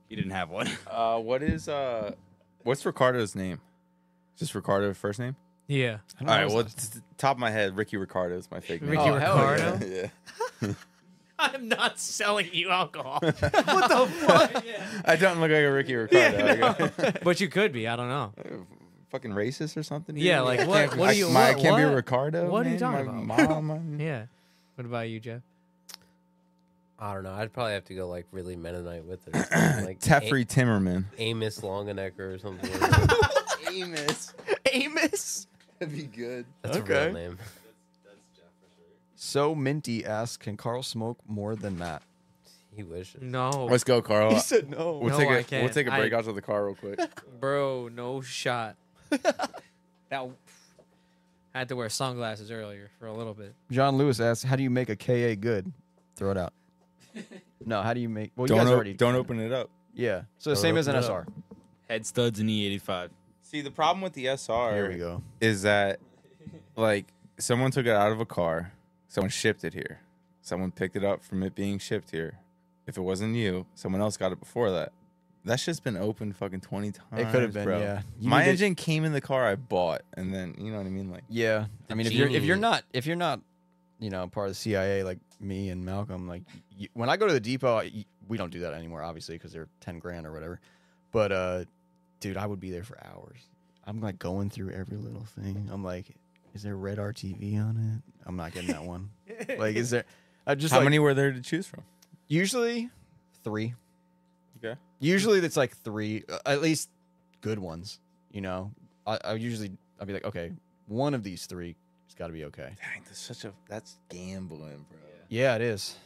Speaker 9: he didn't have one.
Speaker 4: Uh, what is uh, what's Ricardo's name? Just Ricardo first name.
Speaker 2: Yeah.
Speaker 1: I don't
Speaker 4: All
Speaker 1: know what's
Speaker 4: right. Well,
Speaker 1: that-
Speaker 4: t- top of my head, Ricky Ricardo is my fake name.
Speaker 2: Ricky
Speaker 1: hell yeah.
Speaker 2: Ricardo?
Speaker 4: Oh, yeah.
Speaker 2: *laughs*
Speaker 4: *laughs*
Speaker 2: I'm not selling you alcohol.
Speaker 4: I don't look like a *laughs* Ricky Ricardo. Okay.
Speaker 2: but you could be. I don't *laughs* know.
Speaker 4: Fucking racist or something?
Speaker 2: Yeah,
Speaker 4: dude?
Speaker 2: like,
Speaker 4: I
Speaker 2: what-
Speaker 4: can't be-
Speaker 2: what
Speaker 4: I-
Speaker 2: do you-
Speaker 4: My, I
Speaker 2: what-
Speaker 4: can't
Speaker 2: what?
Speaker 4: be Ricardo.
Speaker 2: What are you
Speaker 4: man,
Speaker 2: talking
Speaker 4: my
Speaker 2: about? *laughs*
Speaker 4: Mom, I'm-
Speaker 2: Yeah. What about you, Jeff?
Speaker 5: I don't know. I'd probably have to go like really Mennonite with
Speaker 3: *clears throat*
Speaker 5: it. or something, Like
Speaker 4: Teffrey
Speaker 2: *laughs*
Speaker 4: Timmerman.
Speaker 5: A- Amos Longenecker
Speaker 3: *laughs*
Speaker 5: or something. Like that.
Speaker 4: Amos.
Speaker 1: Amos.
Speaker 4: That'd be good.
Speaker 5: That's a
Speaker 1: Okay.
Speaker 5: real name.
Speaker 1: So Minty asks, can Carl smoke more than Matt?
Speaker 5: He wishes.
Speaker 2: No,
Speaker 4: Let's go, Carl.
Speaker 1: He said no.
Speaker 4: We'll
Speaker 2: No,
Speaker 4: take
Speaker 2: I
Speaker 4: a we'll
Speaker 2: can't.
Speaker 4: take a break
Speaker 2: I-
Speaker 4: out to the car real
Speaker 2: *laughs*
Speaker 4: quick.
Speaker 2: bro, no shot. that I had to wear sunglasses earlier for a little bit.
Speaker 1: John Lewis asks, how do you make a KA good? Throw it
Speaker 4: *laughs*
Speaker 1: out. no, how do you make? Well, you
Speaker 4: don't
Speaker 1: guys
Speaker 4: o-
Speaker 1: already
Speaker 4: don't open it up.
Speaker 1: Yeah. So the same as an
Speaker 5: open it
Speaker 1: SR.
Speaker 9: Head studs E and E85.
Speaker 4: See, the problem with the SR
Speaker 1: Here we go.
Speaker 4: is that like someone took it out of a car, someone shipped it here, someone picked it up from it being shipped here. If it wasn't you, someone else got it before that. That shit's been opened fucking twenty times.
Speaker 1: could've been,
Speaker 4: bro.
Speaker 1: yeah. You
Speaker 4: My
Speaker 1: need to-
Speaker 4: engine came in the car I bought, and then you know what I mean. Like,
Speaker 1: Yeah. I mean, if you're if you're
Speaker 7: genie.
Speaker 1: not if you're not you know part of the CIA like me and Malcolm, like you, when I go to the depot, I y we don't do that anymore, obviously, because they're ten grand or whatever. But uh, dude, I would be there for hours. I'm like going through every little thing. I'm like, is there red RTV on it? I'm not getting that one. like, is there? I just
Speaker 4: how
Speaker 1: like-
Speaker 4: many were there to choose from?
Speaker 1: Usually, three.
Speaker 4: Okay.
Speaker 1: Usually it's like three, uh, at least good ones. You know, I, I usually I'll be like, okay, one of these three has got to be okay.
Speaker 4: Dang, that's such a that's gambling, bro.
Speaker 1: Yeah, it is.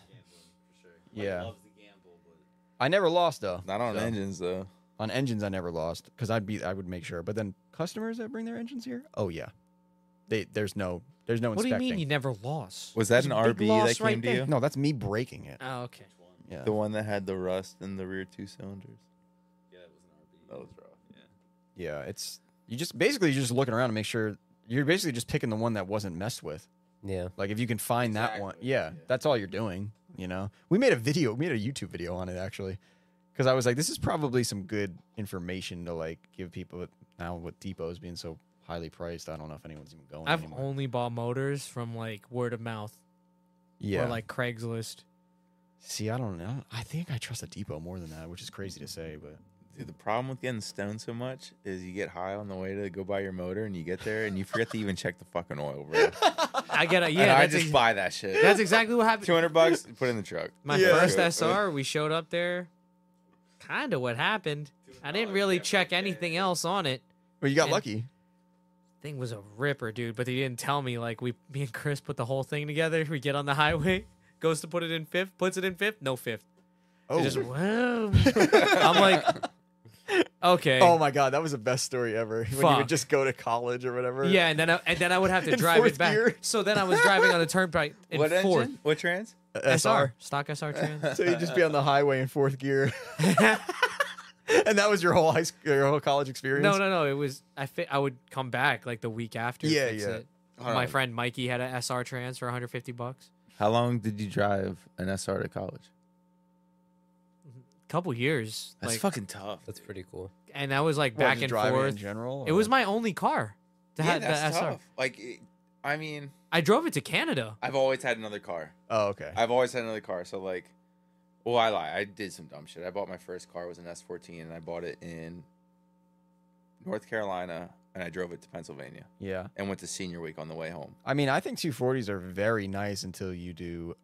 Speaker 1: Yeah. I I never lost though.
Speaker 4: Not on
Speaker 1: So,
Speaker 4: engines though.
Speaker 1: On engines, I never lost because I'd be I would make sure. But then customers that bring their engines here, oh yeah, they there's no there's no
Speaker 2: What do you
Speaker 1: inspecting.
Speaker 2: mean you never lost?
Speaker 4: Was that
Speaker 2: There's
Speaker 4: an
Speaker 2: a big
Speaker 4: RB
Speaker 2: loss
Speaker 4: that came
Speaker 2: right
Speaker 4: to
Speaker 2: there.
Speaker 4: you?
Speaker 1: No, that's me breaking it.
Speaker 2: Oh, okay.
Speaker 1: Yeah.
Speaker 4: The one that had the rust in the rear two cylinders. Yeah, it was an RB. That was rough.
Speaker 1: Yeah, it's you just basically you're just looking around to make sure you're basically just picking the one that wasn't messed with.
Speaker 5: Yeah.
Speaker 1: Like if you can find that one, yeah, that's all you're doing. You know, we made a video, we made a YouTube video on it actually, because I was like, this is probably some good information to like give people. But now with depots being so highly priced, I don't know if anyone's even going.
Speaker 2: I've
Speaker 1: anymore.
Speaker 2: only bought motors from like word of mouth
Speaker 1: yeah.
Speaker 2: or like Craigslist.
Speaker 1: see, I don't know. I think I trust a depot more than that, which is crazy to say, but
Speaker 4: Dude, the problem with getting stoned so much is you get high on the way to go buy your motor, and you get there and you forget to even check the fucking oil, *laughs* bro.
Speaker 2: I get it.
Speaker 4: and
Speaker 2: Yeah,
Speaker 4: I
Speaker 2: that's,
Speaker 4: just
Speaker 2: ex-
Speaker 4: buy that shit.
Speaker 2: that's exactly what happened.
Speaker 4: two hundred bucks. Put it in the truck.
Speaker 2: My
Speaker 4: Yeah.
Speaker 2: first
Speaker 4: Good.
Speaker 2: SR, we showed up there. Kind of what happened. I didn't really check anything else on it.
Speaker 1: well, you got
Speaker 2: And-
Speaker 1: lucky.
Speaker 2: Thing was a ripper, dude. But they didn't tell me. Like we, me and Chris put the whole thing together. We get on the highway, *laughs* goes to put it in fifth, puts it in fifth, no fifth.
Speaker 1: Oh,
Speaker 2: It Just
Speaker 4: Oh.
Speaker 2: whoa. I'm like,
Speaker 4: *laughs*
Speaker 2: okay,
Speaker 1: oh my god, that was the best story ever. When you
Speaker 2: Fuck.
Speaker 1: would just go to college or whatever.
Speaker 2: yeah, and then I, and then I would have
Speaker 1: *laughs*
Speaker 2: to
Speaker 1: In
Speaker 2: drive it
Speaker 1: fourth
Speaker 2: back.
Speaker 1: gear.
Speaker 2: So then I was
Speaker 1: *laughs*
Speaker 2: driving on the turnpike in
Speaker 4: What
Speaker 2: fourth
Speaker 4: engine? What trans?
Speaker 2: SR stock SR trans.
Speaker 1: So you'd just be on the highway in fourth gear. *laughs* and that was your whole high school, your whole college experience.
Speaker 2: No, no, no. It was I. Fi- I would come back like the week after.
Speaker 1: Yeah,
Speaker 2: fix
Speaker 1: yeah.
Speaker 2: It.
Speaker 4: Hold
Speaker 2: My
Speaker 4: on.
Speaker 2: friend Mikey had an SR trans for 150 bucks.
Speaker 4: How long did you drive an SR to college?
Speaker 2: Couple years.
Speaker 4: That's
Speaker 2: like,
Speaker 4: fucking tough.
Speaker 5: That's pretty cool.
Speaker 2: and that was like
Speaker 1: Well,
Speaker 2: back
Speaker 1: just
Speaker 2: and
Speaker 1: driving in
Speaker 2: forth.
Speaker 1: general.
Speaker 2: It was my only car. To
Speaker 4: yeah,
Speaker 2: have
Speaker 4: that's
Speaker 2: the SR.
Speaker 4: tough. Like, it, I mean,
Speaker 2: I drove it to Canada.
Speaker 4: I've always had another car.
Speaker 1: Oh, okay.
Speaker 4: I've always had another car. So like, well, I lie. I did some dumb shit. I bought my first car was an S14, and I bought it in North Carolina, and I drove it to Pennsylvania,
Speaker 1: Yeah.
Speaker 4: and went to senior week on the way home.
Speaker 1: I mean, I think 240s are very nice until you do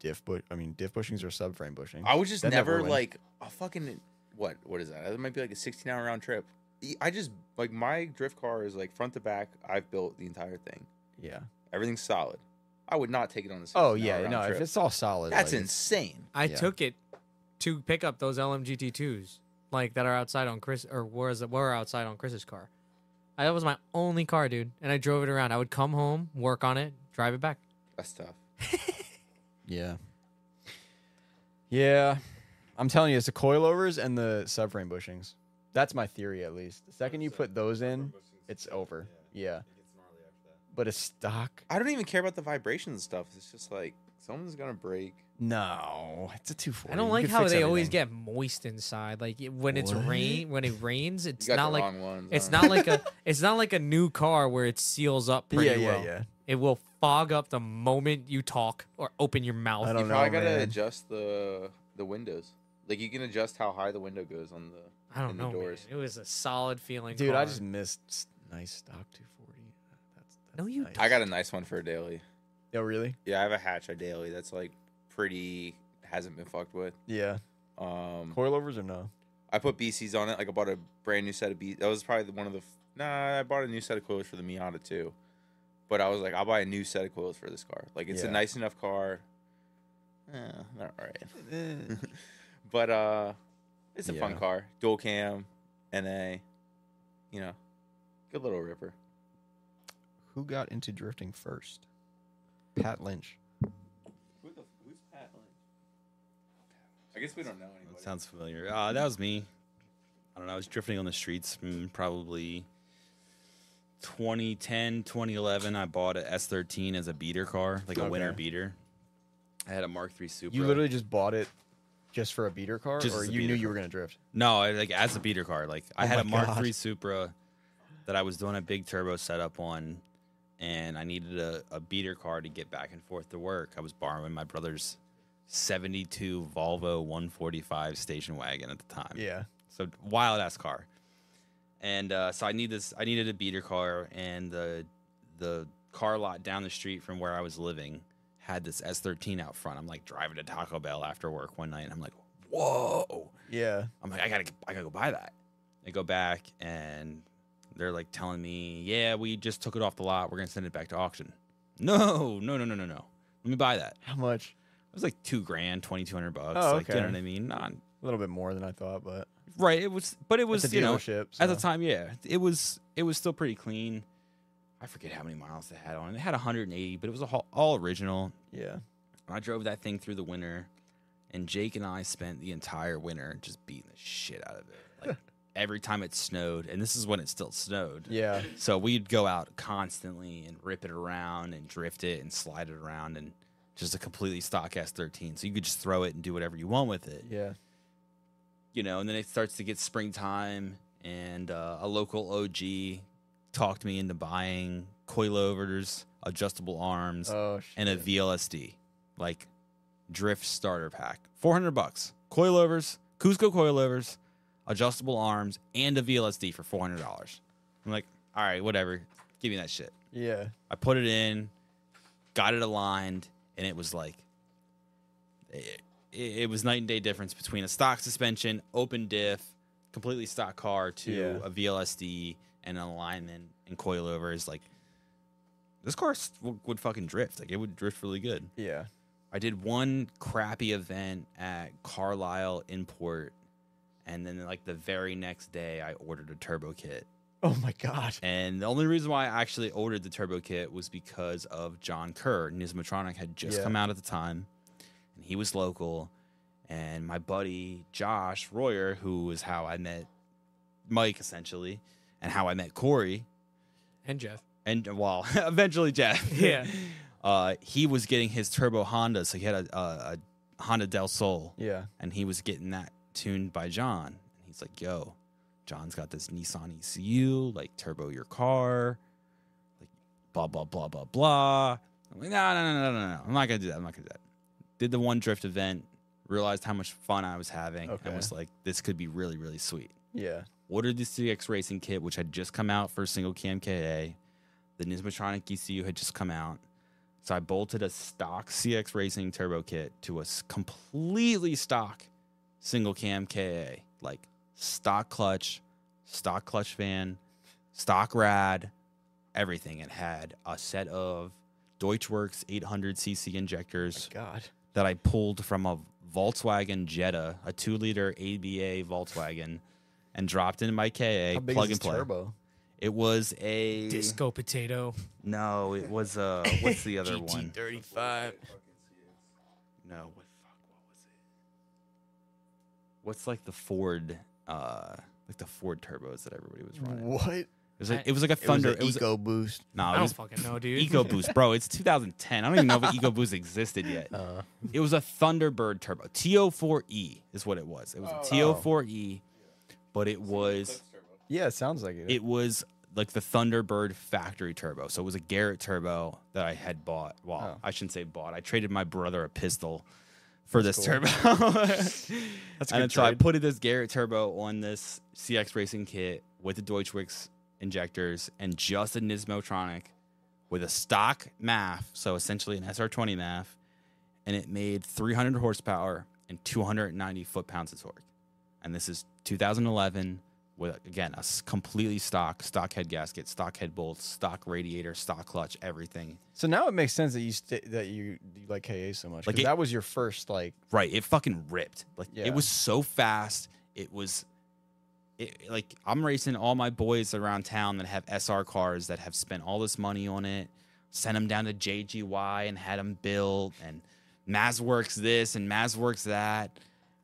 Speaker 1: diff bush. I mean, diff bushings or subframe bushing.
Speaker 4: I was just
Speaker 1: That never
Speaker 4: never
Speaker 1: went.
Speaker 4: like a fucking what? What is that? That might be like a 16 hour round trip. E, I just like my drift car is like front to back. I've built the entire thing.
Speaker 1: yeah.
Speaker 4: Everything's solid. I would not take it on the.
Speaker 1: Oh
Speaker 4: 16 hour
Speaker 1: yeah.
Speaker 4: round
Speaker 1: No,
Speaker 4: trip.
Speaker 1: if it's all solid,
Speaker 4: that's
Speaker 1: like, it's-
Speaker 4: insane.
Speaker 2: I
Speaker 1: Yeah.
Speaker 2: took it to pick up those LMGT2s like that are outside on Chris or was were outside on Chris's car. I, that was my only car, dude, and I drove it around. I would come home, work on it, drive it back.
Speaker 4: That's tough.
Speaker 1: Yeah. Yeah. I'm telling you, it's the coilovers and the subframe bushings. That's my theory, at least. The second you put those in, it's over. Yeah. But a stock
Speaker 4: I don't even care about the vibrations and stuff. It's just like something's gonna break.
Speaker 1: No, it's a two forty.
Speaker 2: I don't like how they always get moist inside. Like it- when it's rain, when it rains,
Speaker 4: You
Speaker 2: it's
Speaker 4: got
Speaker 2: not
Speaker 4: the
Speaker 2: like
Speaker 4: wrong ones.
Speaker 2: it's
Speaker 4: on.
Speaker 2: not like
Speaker 4: *laughs*
Speaker 2: a it's not like a new car where it seals up pretty
Speaker 1: yeah,
Speaker 2: well.
Speaker 1: yeah, yeah.
Speaker 2: It will fog up the moment you talk or open your mouth.
Speaker 1: I
Speaker 4: You
Speaker 1: don't know.
Speaker 4: probably gotta
Speaker 1: man.
Speaker 4: adjust the the windows. Like you can adjust how high the window goes on the.
Speaker 2: I don't
Speaker 4: in the
Speaker 2: know. man.
Speaker 4: doors.
Speaker 2: It was a solid feeling,
Speaker 1: Dude,
Speaker 2: car.
Speaker 1: I just missed s- nice stock two forty. That's, that's
Speaker 2: No, you
Speaker 1: nice.
Speaker 4: I got a nice one for a daily.
Speaker 1: Oh, really?
Speaker 4: Yeah, I have a hatch a daily that's like pretty hasn't been fucked with.
Speaker 1: Yeah.
Speaker 4: Um,
Speaker 1: Coilovers or no?
Speaker 4: I put BCs on it. Like I bought a brand new set of B. That was probably the- one of the. f- Nah, I bought a new set of coils for the Miata too. But I was like, I'll buy a new set of coils for this car. Like it's
Speaker 1: Yeah.
Speaker 4: a nice enough car. Eh, not right. *laughs* but uh, it's a fun
Speaker 1: Yeah.
Speaker 4: car. Dual cam, NA. You know, good little ripper.
Speaker 1: Who got into drifting first? Pat Lynch.
Speaker 4: Who the, who's Pat I guess we don't know anybody.
Speaker 3: That sounds familiar. Uh,
Speaker 9: Ah,
Speaker 3: that was me. I don't know. I was drifting on the streets from probably 2010, 2011. I bought a S13 as a beater car, like a winter
Speaker 1: Okay.
Speaker 3: beater. I had a Mark III Super.
Speaker 1: You literally just bought it just for a beater car,
Speaker 3: Just
Speaker 1: or
Speaker 3: as a
Speaker 1: you
Speaker 3: beater
Speaker 1: knew you
Speaker 3: car.
Speaker 1: were gonna drift.
Speaker 3: No, I, like as a beater car. Like I
Speaker 1: Oh
Speaker 3: had
Speaker 1: my
Speaker 3: a Mark
Speaker 1: God.
Speaker 3: III Supra that I was doing a big turbo setup on, and I needed a, a beater car to get back and forth to work. I was borrowing my brother's 72 Volvo 145 station wagon at the time.
Speaker 1: Yeah.
Speaker 3: So wild ass car. And uh, so I need this. I needed a beater car, and the the car lot down the street from where I was living had this S13 out front. I'm like driving to Taco Bell after work one night, and I'm like, whoa.
Speaker 1: Yeah. *laughs*
Speaker 3: I'm like, I gotta, I gotta go buy that. I go back and they're like telling me, yeah, we just took it off the lot. We're gonna send it back to auction. No, no, no, no, no, no. Let me buy that.
Speaker 1: How much?
Speaker 3: was like two grand, twenty two hundred bucks.
Speaker 6: Oh,
Speaker 3: Like you know
Speaker 6: okay.
Speaker 3: what I mean? Not
Speaker 6: A little bit more than I thought, but
Speaker 3: right. It was, but it was
Speaker 6: it's a
Speaker 3: you know
Speaker 6: dealership.
Speaker 3: at the
Speaker 6: so-
Speaker 3: time, yeah, it was it was still pretty clean. I forget how many miles it had on. it. It had 180, but it was all, all original.
Speaker 6: yeah,
Speaker 3: I drove that thing through the winter, and Jake and I spent the entire winter just beating the shit out of it. Like every time it snowed, and this is when it still snowed.
Speaker 6: yeah.
Speaker 3: So we'd go out constantly and rip it around and drift it and slide it around and just a completely stock ass 13. So you could just throw it and do whatever you want with it. *laughs*
Speaker 6: Yeah.
Speaker 3: You know, and then it starts to get springtime and uh, a local OG talked me into buying coilovers, adjustable arms,
Speaker 6: Oh shit.
Speaker 3: and a VLSD, like drift starter pack. 400 bucks. Coilovers, Cusco coilovers, adjustable arms, and a VLSD for $400. I'm like, all right, whatever. Give me that shit.
Speaker 6: yeah.
Speaker 3: I put it in, got it aligned, and it was like, it, it, it was night and day difference between a stock suspension, open diff, completely stock car to
Speaker 6: Yeah.
Speaker 3: a VLSD and an alignment and coilovers. Like, this car s- w- would fucking drift. Like, it would drift really good.
Speaker 6: Yeah.
Speaker 3: I did one crappy event at Carlisle Import, and then like the very next day, I ordered a turbo kit.
Speaker 6: Oh my god.
Speaker 3: And the only reason why I actually ordered the turbo kit was because of John Kerr. Nismatronic had just
Speaker 6: Yeah.
Speaker 3: come out at the time, and he was local. And my buddy Josh Royer, who is how I met Mike essentially, and how I met Corey,
Speaker 2: And Jeff.
Speaker 3: and well, *laughs* eventually Jeff.
Speaker 2: Yeah.
Speaker 3: *laughs* Uh, he was getting his turbo Honda, so he had a, a, a Honda Del Sol
Speaker 6: Yeah.
Speaker 3: and he was getting that tuned by John. And he's like, "Yo, John's got this Nissan ECU, like turbo your car, like blah blah blah blah blah." I'm like, "No, no, no, no, no, no. I'm not gonna do that. I'm not gonna do that." Did the one drift event, realized how much fun I was having,
Speaker 6: Okay.
Speaker 3: and was like, "This could be really, really sweet."
Speaker 6: Yeah.
Speaker 3: Ordered the CX Racing kit, which had just come out for single cam KA. The Nismatronic ECU had just come out. So I bolted a stock CX Racing turbo kit to a s- completely stock single cam KA, like stock clutch, stock clutch fan, stock rad, everything. It had a set of Deutschworks 800cc injectors
Speaker 6: God.
Speaker 3: that I pulled from a Volkswagen Jetta, a two liter ABA Volkswagen, and dropped into my KA
Speaker 6: How big
Speaker 3: plug
Speaker 6: is
Speaker 3: and
Speaker 6: this
Speaker 3: play.
Speaker 6: turbo?
Speaker 3: It was a
Speaker 2: Disco potato.
Speaker 3: no, it
Speaker 2: *laughs*
Speaker 3: was uh what's the other one?
Speaker 10: Thirty five.
Speaker 3: No, what fuck what was it? What's like the Ford uh like the Ford turbos that everybody was running? It
Speaker 6: What? It
Speaker 3: was like, it was like a Thunder. It was,
Speaker 6: Eco Boost.
Speaker 3: no,
Speaker 2: I
Speaker 3: it
Speaker 2: don't
Speaker 3: was
Speaker 2: fucking know, dude. *laughs*
Speaker 3: EcoBoost, bro. It's 2010. I don't even know if EcoBoost existed *laughs* yet.
Speaker 11: Uh,
Speaker 3: It was a Thunderbird turbo. TO4E E is what it was. It was a TO4E, E, but it was
Speaker 6: Yeah, it sounds like it.
Speaker 3: it was like the Thunderbird factory turbo. So it was a Garrett turbo that I had bought. Well,
Speaker 6: Oh.
Speaker 3: I shouldn't say bought. I traded my brother a pistol for this *laughs* turbo. That's
Speaker 6: a
Speaker 3: and
Speaker 6: good
Speaker 3: so I
Speaker 6: trade.
Speaker 3: put this Garrett turbo on this CX racing kit with the Deutschwix injectors and just a Nismotronic with a stock MAF, so essentially an SR20 MAF, and it made 300 horsepower and 290 foot pounds of torque. And this is 2011 with again a s- completely stock stock head gasket, stock head bolts, stock radiator, stock clutch, everything.
Speaker 6: so now it makes sense that you st- that you, you like KA so much.
Speaker 3: Like
Speaker 6: Like
Speaker 3: it-
Speaker 6: that was your first like.
Speaker 3: Right, it fucking ripped. Like
Speaker 6: Yeah.
Speaker 3: it was so fast. It was it, like I'm racing all my boys around town that have SR cars that have spent all this money on it. Sent them down to JGY and had them built and MazWorks this and MazWorks that.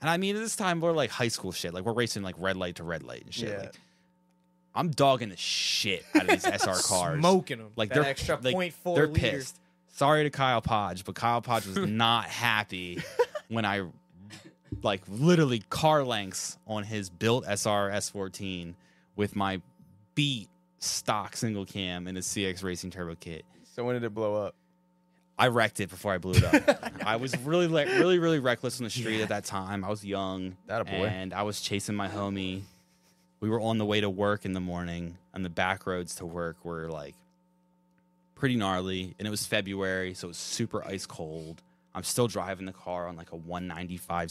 Speaker 3: And I mean, at this time we're like high school shit. Like we're racing like red light to red light and shit.
Speaker 6: Yeah.
Speaker 3: Like I'm dogging the shit out of these
Speaker 6: *laughs*
Speaker 3: SR cars.
Speaker 2: Smoking them.
Speaker 3: Like
Speaker 2: That
Speaker 3: they're
Speaker 2: extra
Speaker 3: like,
Speaker 2: point four
Speaker 3: They're
Speaker 2: liter.
Speaker 3: pissed. Sorry to Kyle Podge, but Kyle
Speaker 2: *laughs*
Speaker 3: Podge was not happy when I like literally car lengths on his built SR S14 with my beat stock single cam and a CX Racing turbo kit.
Speaker 6: So when did it blow up?
Speaker 3: I wrecked it before I blew
Speaker 2: *laughs*
Speaker 3: it up. I was really, like, really, really reckless on the street at that time. I was young,
Speaker 6: That a boy.
Speaker 3: and I was chasing my homie. We were on the way to work in the morning, and the back roads to work were like pretty gnarly. And it was February, so it was super ice cold. I'm still driving the car on like a 195,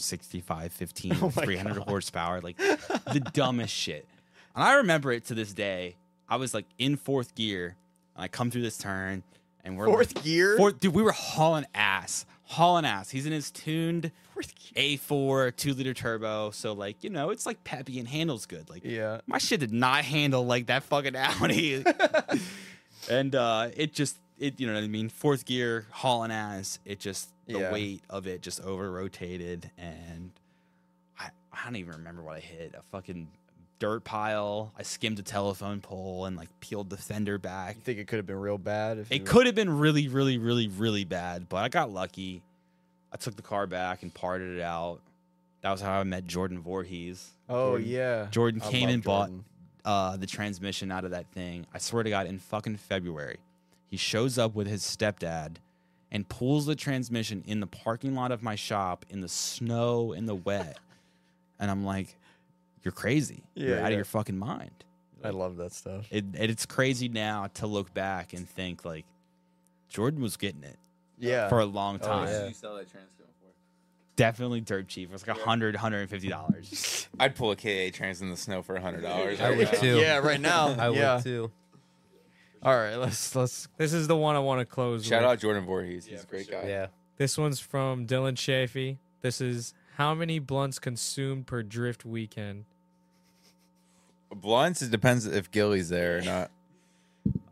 Speaker 6: *laughs*
Speaker 3: 65, 15, 300 horsepower, like the dumbest shit. And I remember it to this day. I was like in fourth gear, and I come through this turn, and we're like,
Speaker 6: Fourth gear.
Speaker 3: Fourth, dude, we were hauling ass, hauling ass. He's in his tuned A4 two liter turbo. So like you know, it's like peppy and handles good. Like
Speaker 1: Yeah.
Speaker 3: my shit did not handle like that fucking *laughs* Audi. and uh it just it you know what I mean, fourth gear hauling ass, it just the
Speaker 1: Yeah.
Speaker 3: weight of it just over rotated and I I don't even remember what I hit. A fucking dirt pile. I skimmed a telephone pole and like peeled the fender back.
Speaker 1: You think it could have been real bad? If you
Speaker 3: It
Speaker 1: were-
Speaker 3: could have been really, really, really, really bad, but I got lucky. I took the car back and parted it out. That was how I met Jordan Voorhees.
Speaker 1: Oh
Speaker 3: Jordan-
Speaker 1: yeah.
Speaker 3: Jordan
Speaker 1: I
Speaker 3: came
Speaker 1: love
Speaker 3: and bought
Speaker 1: Jordan.
Speaker 3: uh, the transmission out of that thing. I swear to God, in fucking February, he shows up with his stepdad and pulls the transmission in the parking lot of my shop in the snow and the wet. *laughs* and I'm like, "You're crazy. You're
Speaker 1: Yeah,
Speaker 3: out
Speaker 1: yeah.
Speaker 3: of your fucking mind."
Speaker 1: I love that stuff.
Speaker 3: It, and it's crazy now to look back and think like Jordan was getting it
Speaker 1: Yeah.
Speaker 3: Uh, for a long time.
Speaker 5: yeah.
Speaker 4: Oh, you sell that transco for?
Speaker 3: Definitely dirt cheap. It was like a hundred, hundred and
Speaker 1: *laughs*
Speaker 3: fifty dollars.
Speaker 4: I'd pull a KA trans in the snow for hundred dollars.
Speaker 5: *laughs* I would
Speaker 1: *laughs*
Speaker 5: too.
Speaker 1: yeah. Right
Speaker 3: *laughs*
Speaker 1: now.
Speaker 5: I
Speaker 1: yeah.
Speaker 5: would too.
Speaker 1: All right. Let's let's.
Speaker 2: This is the one I want to close
Speaker 4: Shout
Speaker 2: with.
Speaker 4: out Jordan Voorhees. He's a great guy.
Speaker 5: Yeah.
Speaker 2: This one's from Dylan Chafee. This is how many blunts consumed per drift weekend?
Speaker 4: Blunts. It depends if Gilly's there or not.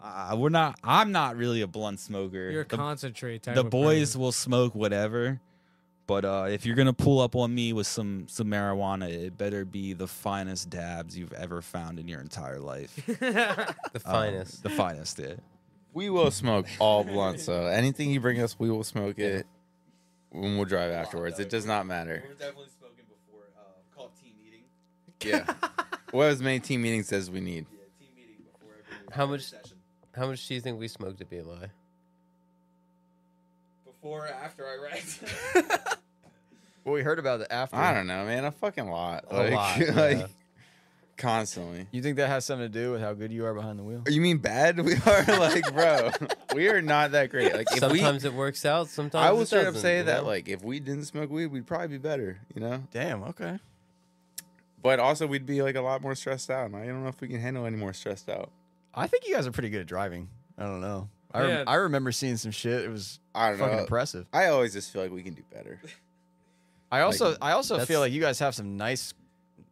Speaker 3: Uh, we're not. I'm not really a blunt smoker.
Speaker 2: You're a
Speaker 3: The-
Speaker 2: concentrate type
Speaker 3: the
Speaker 2: of
Speaker 3: boys
Speaker 2: person.
Speaker 3: will smoke whatever but uh, if you're gonna pull up on me with some some marijuana it better be the finest dabs you've ever found in your entire life
Speaker 2: *laughs*
Speaker 5: The
Speaker 3: Um,
Speaker 5: finest.
Speaker 3: the finest yeah
Speaker 4: We will smoke all blunts. So anything you bring us, we will smoke it. When we'll drive afterwards, it does not
Speaker 5: *laughs*
Speaker 4: matter.
Speaker 3: definitely smoking before uh, called team meeting
Speaker 4: Yeah. What as many team meetings as we need.
Speaker 3: yeah team meeting before every,
Speaker 5: How every much- How much do you think we smoked at BMI?
Speaker 3: before after i wrecked
Speaker 1: Well, we heard about it after.
Speaker 4: I don't know, man. A fucking lot. like, *laughs*
Speaker 5: *laughs* lot,
Speaker 4: like
Speaker 5: yeah.
Speaker 4: constantly.
Speaker 1: You think that has something to do with how good you are behind the wheel?
Speaker 4: You mean bad? *laughs* We are like, bro, *laughs* we are not that great. Like, if
Speaker 5: Sometimes it works out.
Speaker 4: we,
Speaker 5: Sometimes
Speaker 4: I will
Speaker 5: it
Speaker 4: straight up
Speaker 5: doesn't,
Speaker 4: say
Speaker 5: you
Speaker 4: that,
Speaker 5: know?
Speaker 4: like, if we didn't smoke weed, we'd probably be better, you know.
Speaker 1: Damn. Okay.
Speaker 4: But also, we'd be like a lot more stressed out, and I don't know if we can handle any more stressed out.
Speaker 1: I think you guys are pretty good at driving. I don't know. I, rem-
Speaker 2: Yeah.
Speaker 1: I remember seeing some shit. It was
Speaker 4: I don't
Speaker 1: fucking
Speaker 4: know.
Speaker 1: impressive.
Speaker 4: I always just feel like we can do better.
Speaker 1: I also I also
Speaker 5: that's-
Speaker 1: feel like you guys have some nice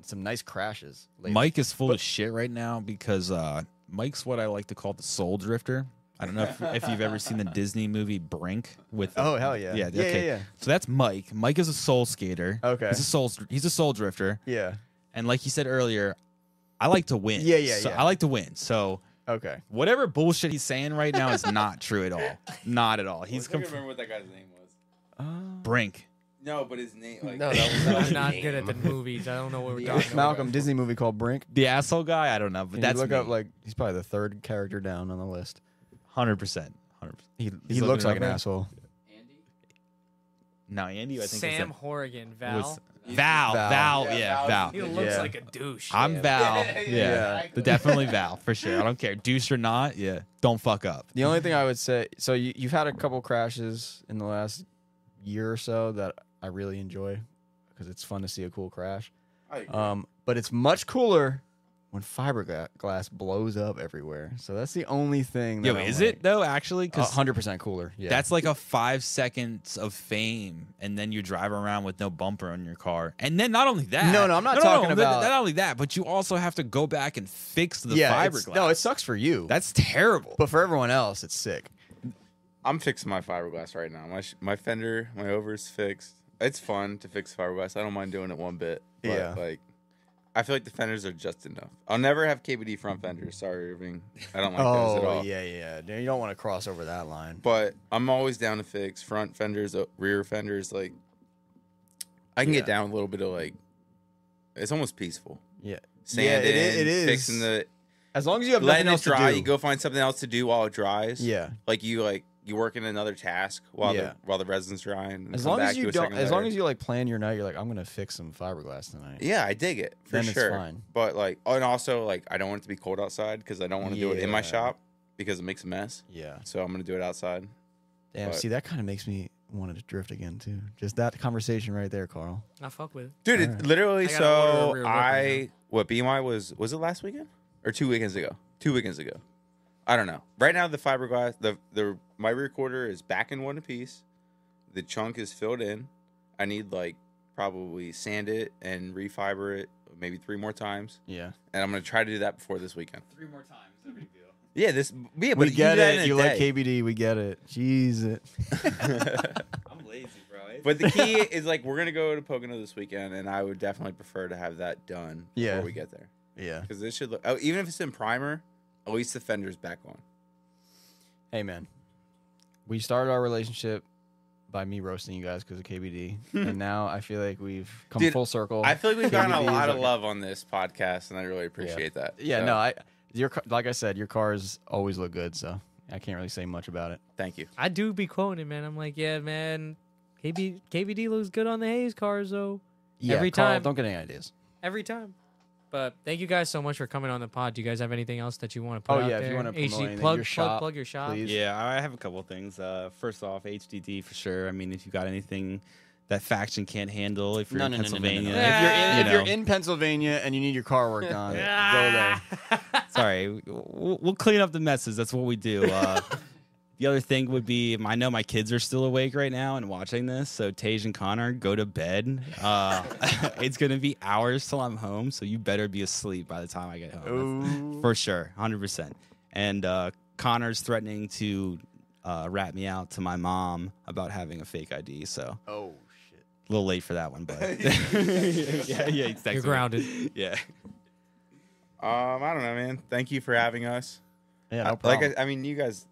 Speaker 1: some nice crashes. Lately.
Speaker 3: mike is full of shit right now because uh, mike's what i like to call the soul drifter I don't know if, if you've
Speaker 1: *laughs*
Speaker 3: ever seen the Disney movie Brink with
Speaker 1: Oh hell yeah.
Speaker 3: yeah,
Speaker 1: Yeah.
Speaker 3: okay.
Speaker 1: Yeah.
Speaker 3: So that's Mike. Mike is a soul skater.
Speaker 1: Okay.
Speaker 3: He's a soul. He's a soul drifter.
Speaker 1: Yeah.
Speaker 3: And like you said earlier, I like to win.
Speaker 1: Yeah, yeah,
Speaker 3: So
Speaker 1: yeah.
Speaker 3: I like to win. So
Speaker 1: yeah. Okay.
Speaker 3: whatever bullshit he's saying right now is
Speaker 1: *laughs*
Speaker 3: not true at all. Not at all. He's com-
Speaker 4: what that guy's name was.
Speaker 1: Uh,
Speaker 3: brink.
Speaker 4: No, but his name. Like,
Speaker 5: *laughs* No, that was not
Speaker 2: I'm not good at the movies. I don't
Speaker 3: *laughs*
Speaker 2: know what we're talking about.
Speaker 1: Malcolm Disney movie called Brink.
Speaker 3: The asshole guy. I don't know, but
Speaker 1: Can you
Speaker 3: that's
Speaker 1: look up
Speaker 3: me.
Speaker 1: like he's probably the third character down on the list.
Speaker 3: hundred percent. Hundred percent.
Speaker 1: He, he
Speaker 3: He's
Speaker 1: looks
Speaker 3: looking it
Speaker 1: like an
Speaker 3: up.
Speaker 1: asshole.
Speaker 3: Now Andy, I think
Speaker 2: Sam
Speaker 3: is
Speaker 2: Horrigan,
Speaker 3: a,
Speaker 2: Val.
Speaker 3: was- Val.
Speaker 1: Val.
Speaker 3: Val.
Speaker 4: Yeah,
Speaker 3: Yeah,
Speaker 4: Val's-
Speaker 3: Val.
Speaker 2: he looks
Speaker 1: Yeah.
Speaker 2: like a douche.
Speaker 3: *laughs* I'm
Speaker 4: *laughs*
Speaker 3: Val. Yeah,
Speaker 1: exactly.
Speaker 3: definitely Val for sure. I don't care, douche or not. Yeah, don't fuck up.
Speaker 1: The only thing I would say, so you, you've had a couple crashes in the last year or so that I really enjoy because it's fun to see a cool crash. Um, but it's much cooler when fiberglass blows up everywhere. So that's the only thing. That
Speaker 3: Yo,
Speaker 1: I'm
Speaker 3: is
Speaker 1: like,
Speaker 3: it though? Actually, because
Speaker 1: hundred percent cooler? Yeah,
Speaker 3: That's like a five seconds of fame, and then you drive around with no bumper on your car. And then not only that,
Speaker 1: No, no, I'm not talking
Speaker 3: th-
Speaker 1: about-
Speaker 3: not, only that, but you also have to go back and fix the
Speaker 1: yeah. it's-
Speaker 3: fiberglass.
Speaker 1: No, it sucks for you,
Speaker 3: that's terrible.
Speaker 1: but for everyone else, it's sick.
Speaker 4: I'm fixing my fiberglass right now. My sh- my fender, my over's fixed. It's fun to fix fiberglass. I don't mind doing it one bit. But
Speaker 1: Yeah.
Speaker 4: Like, I feel like the fenders are just enough. I'll never have KBD front fenders. Sorry, Irving. I don't like those at all.
Speaker 1: Oh, yeah, yeah. You don't want to cross over that line.
Speaker 4: But I'm always down to fix front fenders, uh, rear fenders. Like, I can get
Speaker 1: Yeah.
Speaker 4: down with a little bit of like, it's almost peaceful.
Speaker 1: Yeah.
Speaker 4: Sand
Speaker 1: Yeah, it i-
Speaker 4: in,
Speaker 1: it is.
Speaker 4: fixing the
Speaker 1: As long as you have
Speaker 4: letting
Speaker 1: nothing
Speaker 4: it
Speaker 1: else
Speaker 4: dry.
Speaker 1: to do.
Speaker 4: You go find something else to do while it dries.
Speaker 1: yeah.
Speaker 4: Like you like you work in another task while
Speaker 1: Yeah.
Speaker 4: the while the resin's drying. and
Speaker 1: As
Speaker 4: come
Speaker 1: long
Speaker 4: back
Speaker 1: as
Speaker 4: to
Speaker 1: you
Speaker 4: a
Speaker 1: don't.
Speaker 4: second
Speaker 1: As long
Speaker 4: layer.
Speaker 1: as you like plan your night, you're like, I'm gonna fix some fiberglass tonight.
Speaker 4: Yeah, I dig it for
Speaker 1: Then it's
Speaker 4: sure.
Speaker 1: fine.
Speaker 4: But like, oh, and also like, I don't want it to be cold outside because I don't want to do it in my
Speaker 1: Yeah.
Speaker 4: shop because it makes a mess.
Speaker 1: Yeah.
Speaker 4: So I'm gonna do it outside.
Speaker 1: Damn.
Speaker 4: But-
Speaker 1: See, that kind of makes me want to drift again too. Just that conversation right there, Carl.
Speaker 2: I fuck with it.
Speaker 4: Dude, it,
Speaker 1: Alright.
Speaker 4: literally.
Speaker 2: I gotta order a
Speaker 4: so
Speaker 2: rear whip right
Speaker 4: I what BMI was was it last weekend or two weekends ago? Two weekends ago. I don't know. Right now the fiberglass the the my rear quarter is back in one piece. the chunk is filled in. I need like probably sand it and refiber it maybe three more times,
Speaker 1: Yeah.
Speaker 4: and I'm gonna try to do that before this weekend.
Speaker 8: Three more times. No big deal.
Speaker 4: Yeah, this yeah, but
Speaker 1: we
Speaker 4: you do
Speaker 1: get
Speaker 4: that in
Speaker 1: it.
Speaker 4: a
Speaker 1: You like
Speaker 4: day.
Speaker 1: KBD. We get it. Jesus.
Speaker 8: I'm lazy, bro. It's-
Speaker 1: *laughs*
Speaker 4: But the key is like we're gonna go to Pocono this weekend, and I would definitely prefer to have that done before
Speaker 1: Yeah.
Speaker 4: we get there
Speaker 1: Yeah.
Speaker 4: because this should look. Oh, even if it's in primer, at least the fender's back on.
Speaker 1: Hey, man. We started our relationship by me roasting you guys because of *laughs* KBD. and now I feel like we've come
Speaker 4: Dude,
Speaker 1: full circle.
Speaker 4: I feel like we've gotten a
Speaker 1: KBD Oh. is
Speaker 4: lot of
Speaker 1: like-
Speaker 4: love on this podcast, and I really appreciate that.
Speaker 1: Yeah,
Speaker 4: So,
Speaker 1: no, I your ca- like I said, your cars always look good, so I can't really say much about it.
Speaker 4: thank you.
Speaker 2: I do be quoting it, man. I'm like, yeah, man. KB, KBD looks good on the Hayes cars, though.
Speaker 1: Yeah,
Speaker 2: Every
Speaker 1: Carl,
Speaker 2: time.
Speaker 1: Don't get any ideas.
Speaker 2: Every time. But thank you guys so much for coming on the pod. Do you guys have anything else that you want to put
Speaker 1: Oh,
Speaker 2: out
Speaker 1: yeah, if
Speaker 2: there?
Speaker 1: you wanna promote
Speaker 2: HD,
Speaker 1: anything,
Speaker 2: plug,
Speaker 1: your
Speaker 2: plug,
Speaker 1: shop,
Speaker 2: plug your shop.
Speaker 1: Please.
Speaker 9: Yeah, I have a couple of things. Uh, first off, HDD for sure. I mean, if you got anything that faction can't handle, if you're
Speaker 7: No,
Speaker 9: in
Speaker 7: no, no, no, no, no, no.
Speaker 9: Pennsylvania,
Speaker 1: If you're in,
Speaker 9: you
Speaker 1: if
Speaker 9: know.
Speaker 1: you're in Pennsylvania and you need your car worked on,
Speaker 2: *laughs*
Speaker 1: go there.
Speaker 9: Sorry, we'll, we'll clean up the messes. That's what we do. *laughs* Uh, the other thing would be I know my kids are still awake right now and watching this. So, Tej and Connor, go to bed. Uh, *laughs* it's going to be hours till I'm home. So, you better be asleep by the time I get home. That's- For sure. 100%. And uh, Connor's threatening to uh, rat me out to my mom about having a fake ID. So, oh, shit. A little late for that one, *laughs* but yeah, yeah, exactly.
Speaker 2: You're grounded. *laughs*
Speaker 9: Yeah.
Speaker 4: Um, I don't know, man. Thank you for having us.
Speaker 1: Yeah, no
Speaker 4: like
Speaker 1: problem.
Speaker 4: I, I mean, you guys,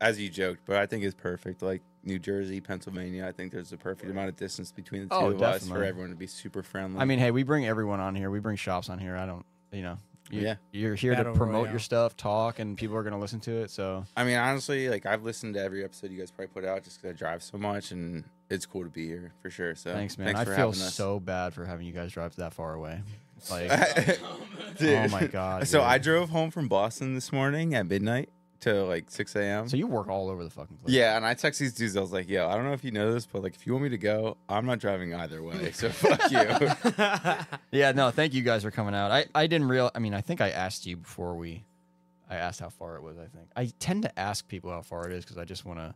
Speaker 4: as you joked, but I think it's perfect. Like New Jersey, Pennsylvania, I think there's the perfect amount of distance between the two
Speaker 1: Oh,
Speaker 4: of us for
Speaker 1: definitely.
Speaker 4: everyone to be super friendly.
Speaker 1: I mean, hey, we bring everyone on here. We bring shops on here. I don't, you know, you,
Speaker 4: Yeah.
Speaker 1: you're here to
Speaker 2: Battle
Speaker 1: promote
Speaker 2: Royale.
Speaker 1: your stuff, talk, and people are gonna listen to it. So
Speaker 4: I mean, honestly, like I've listened to every episode you guys probably put out just because I drive so much, and it's cool to be here for sure. So
Speaker 1: thanks, man. I
Speaker 4: for
Speaker 1: feel
Speaker 4: having us. *laughs*
Speaker 1: so *laughs* bad for having you guys drive that far away. Like,
Speaker 4: Dude.
Speaker 1: Oh my God,
Speaker 4: So
Speaker 1: dude.
Speaker 4: I drove home from Boston this morning at midnight to like 6 a.m.
Speaker 1: so you work all over the fucking place.
Speaker 4: yeah, and I text these dudes. I was like, "Yo, I don't know if you know this, but like, if you want me to go, I'm not driving either way.
Speaker 1: *laughs*
Speaker 4: So fuck *laughs* you."
Speaker 1: Yeah, no, thank you guys for coming out. I, I didn't real I mean, I think I asked you before we I asked how far it was, I think. I tend to ask people how far it is cuz I just want to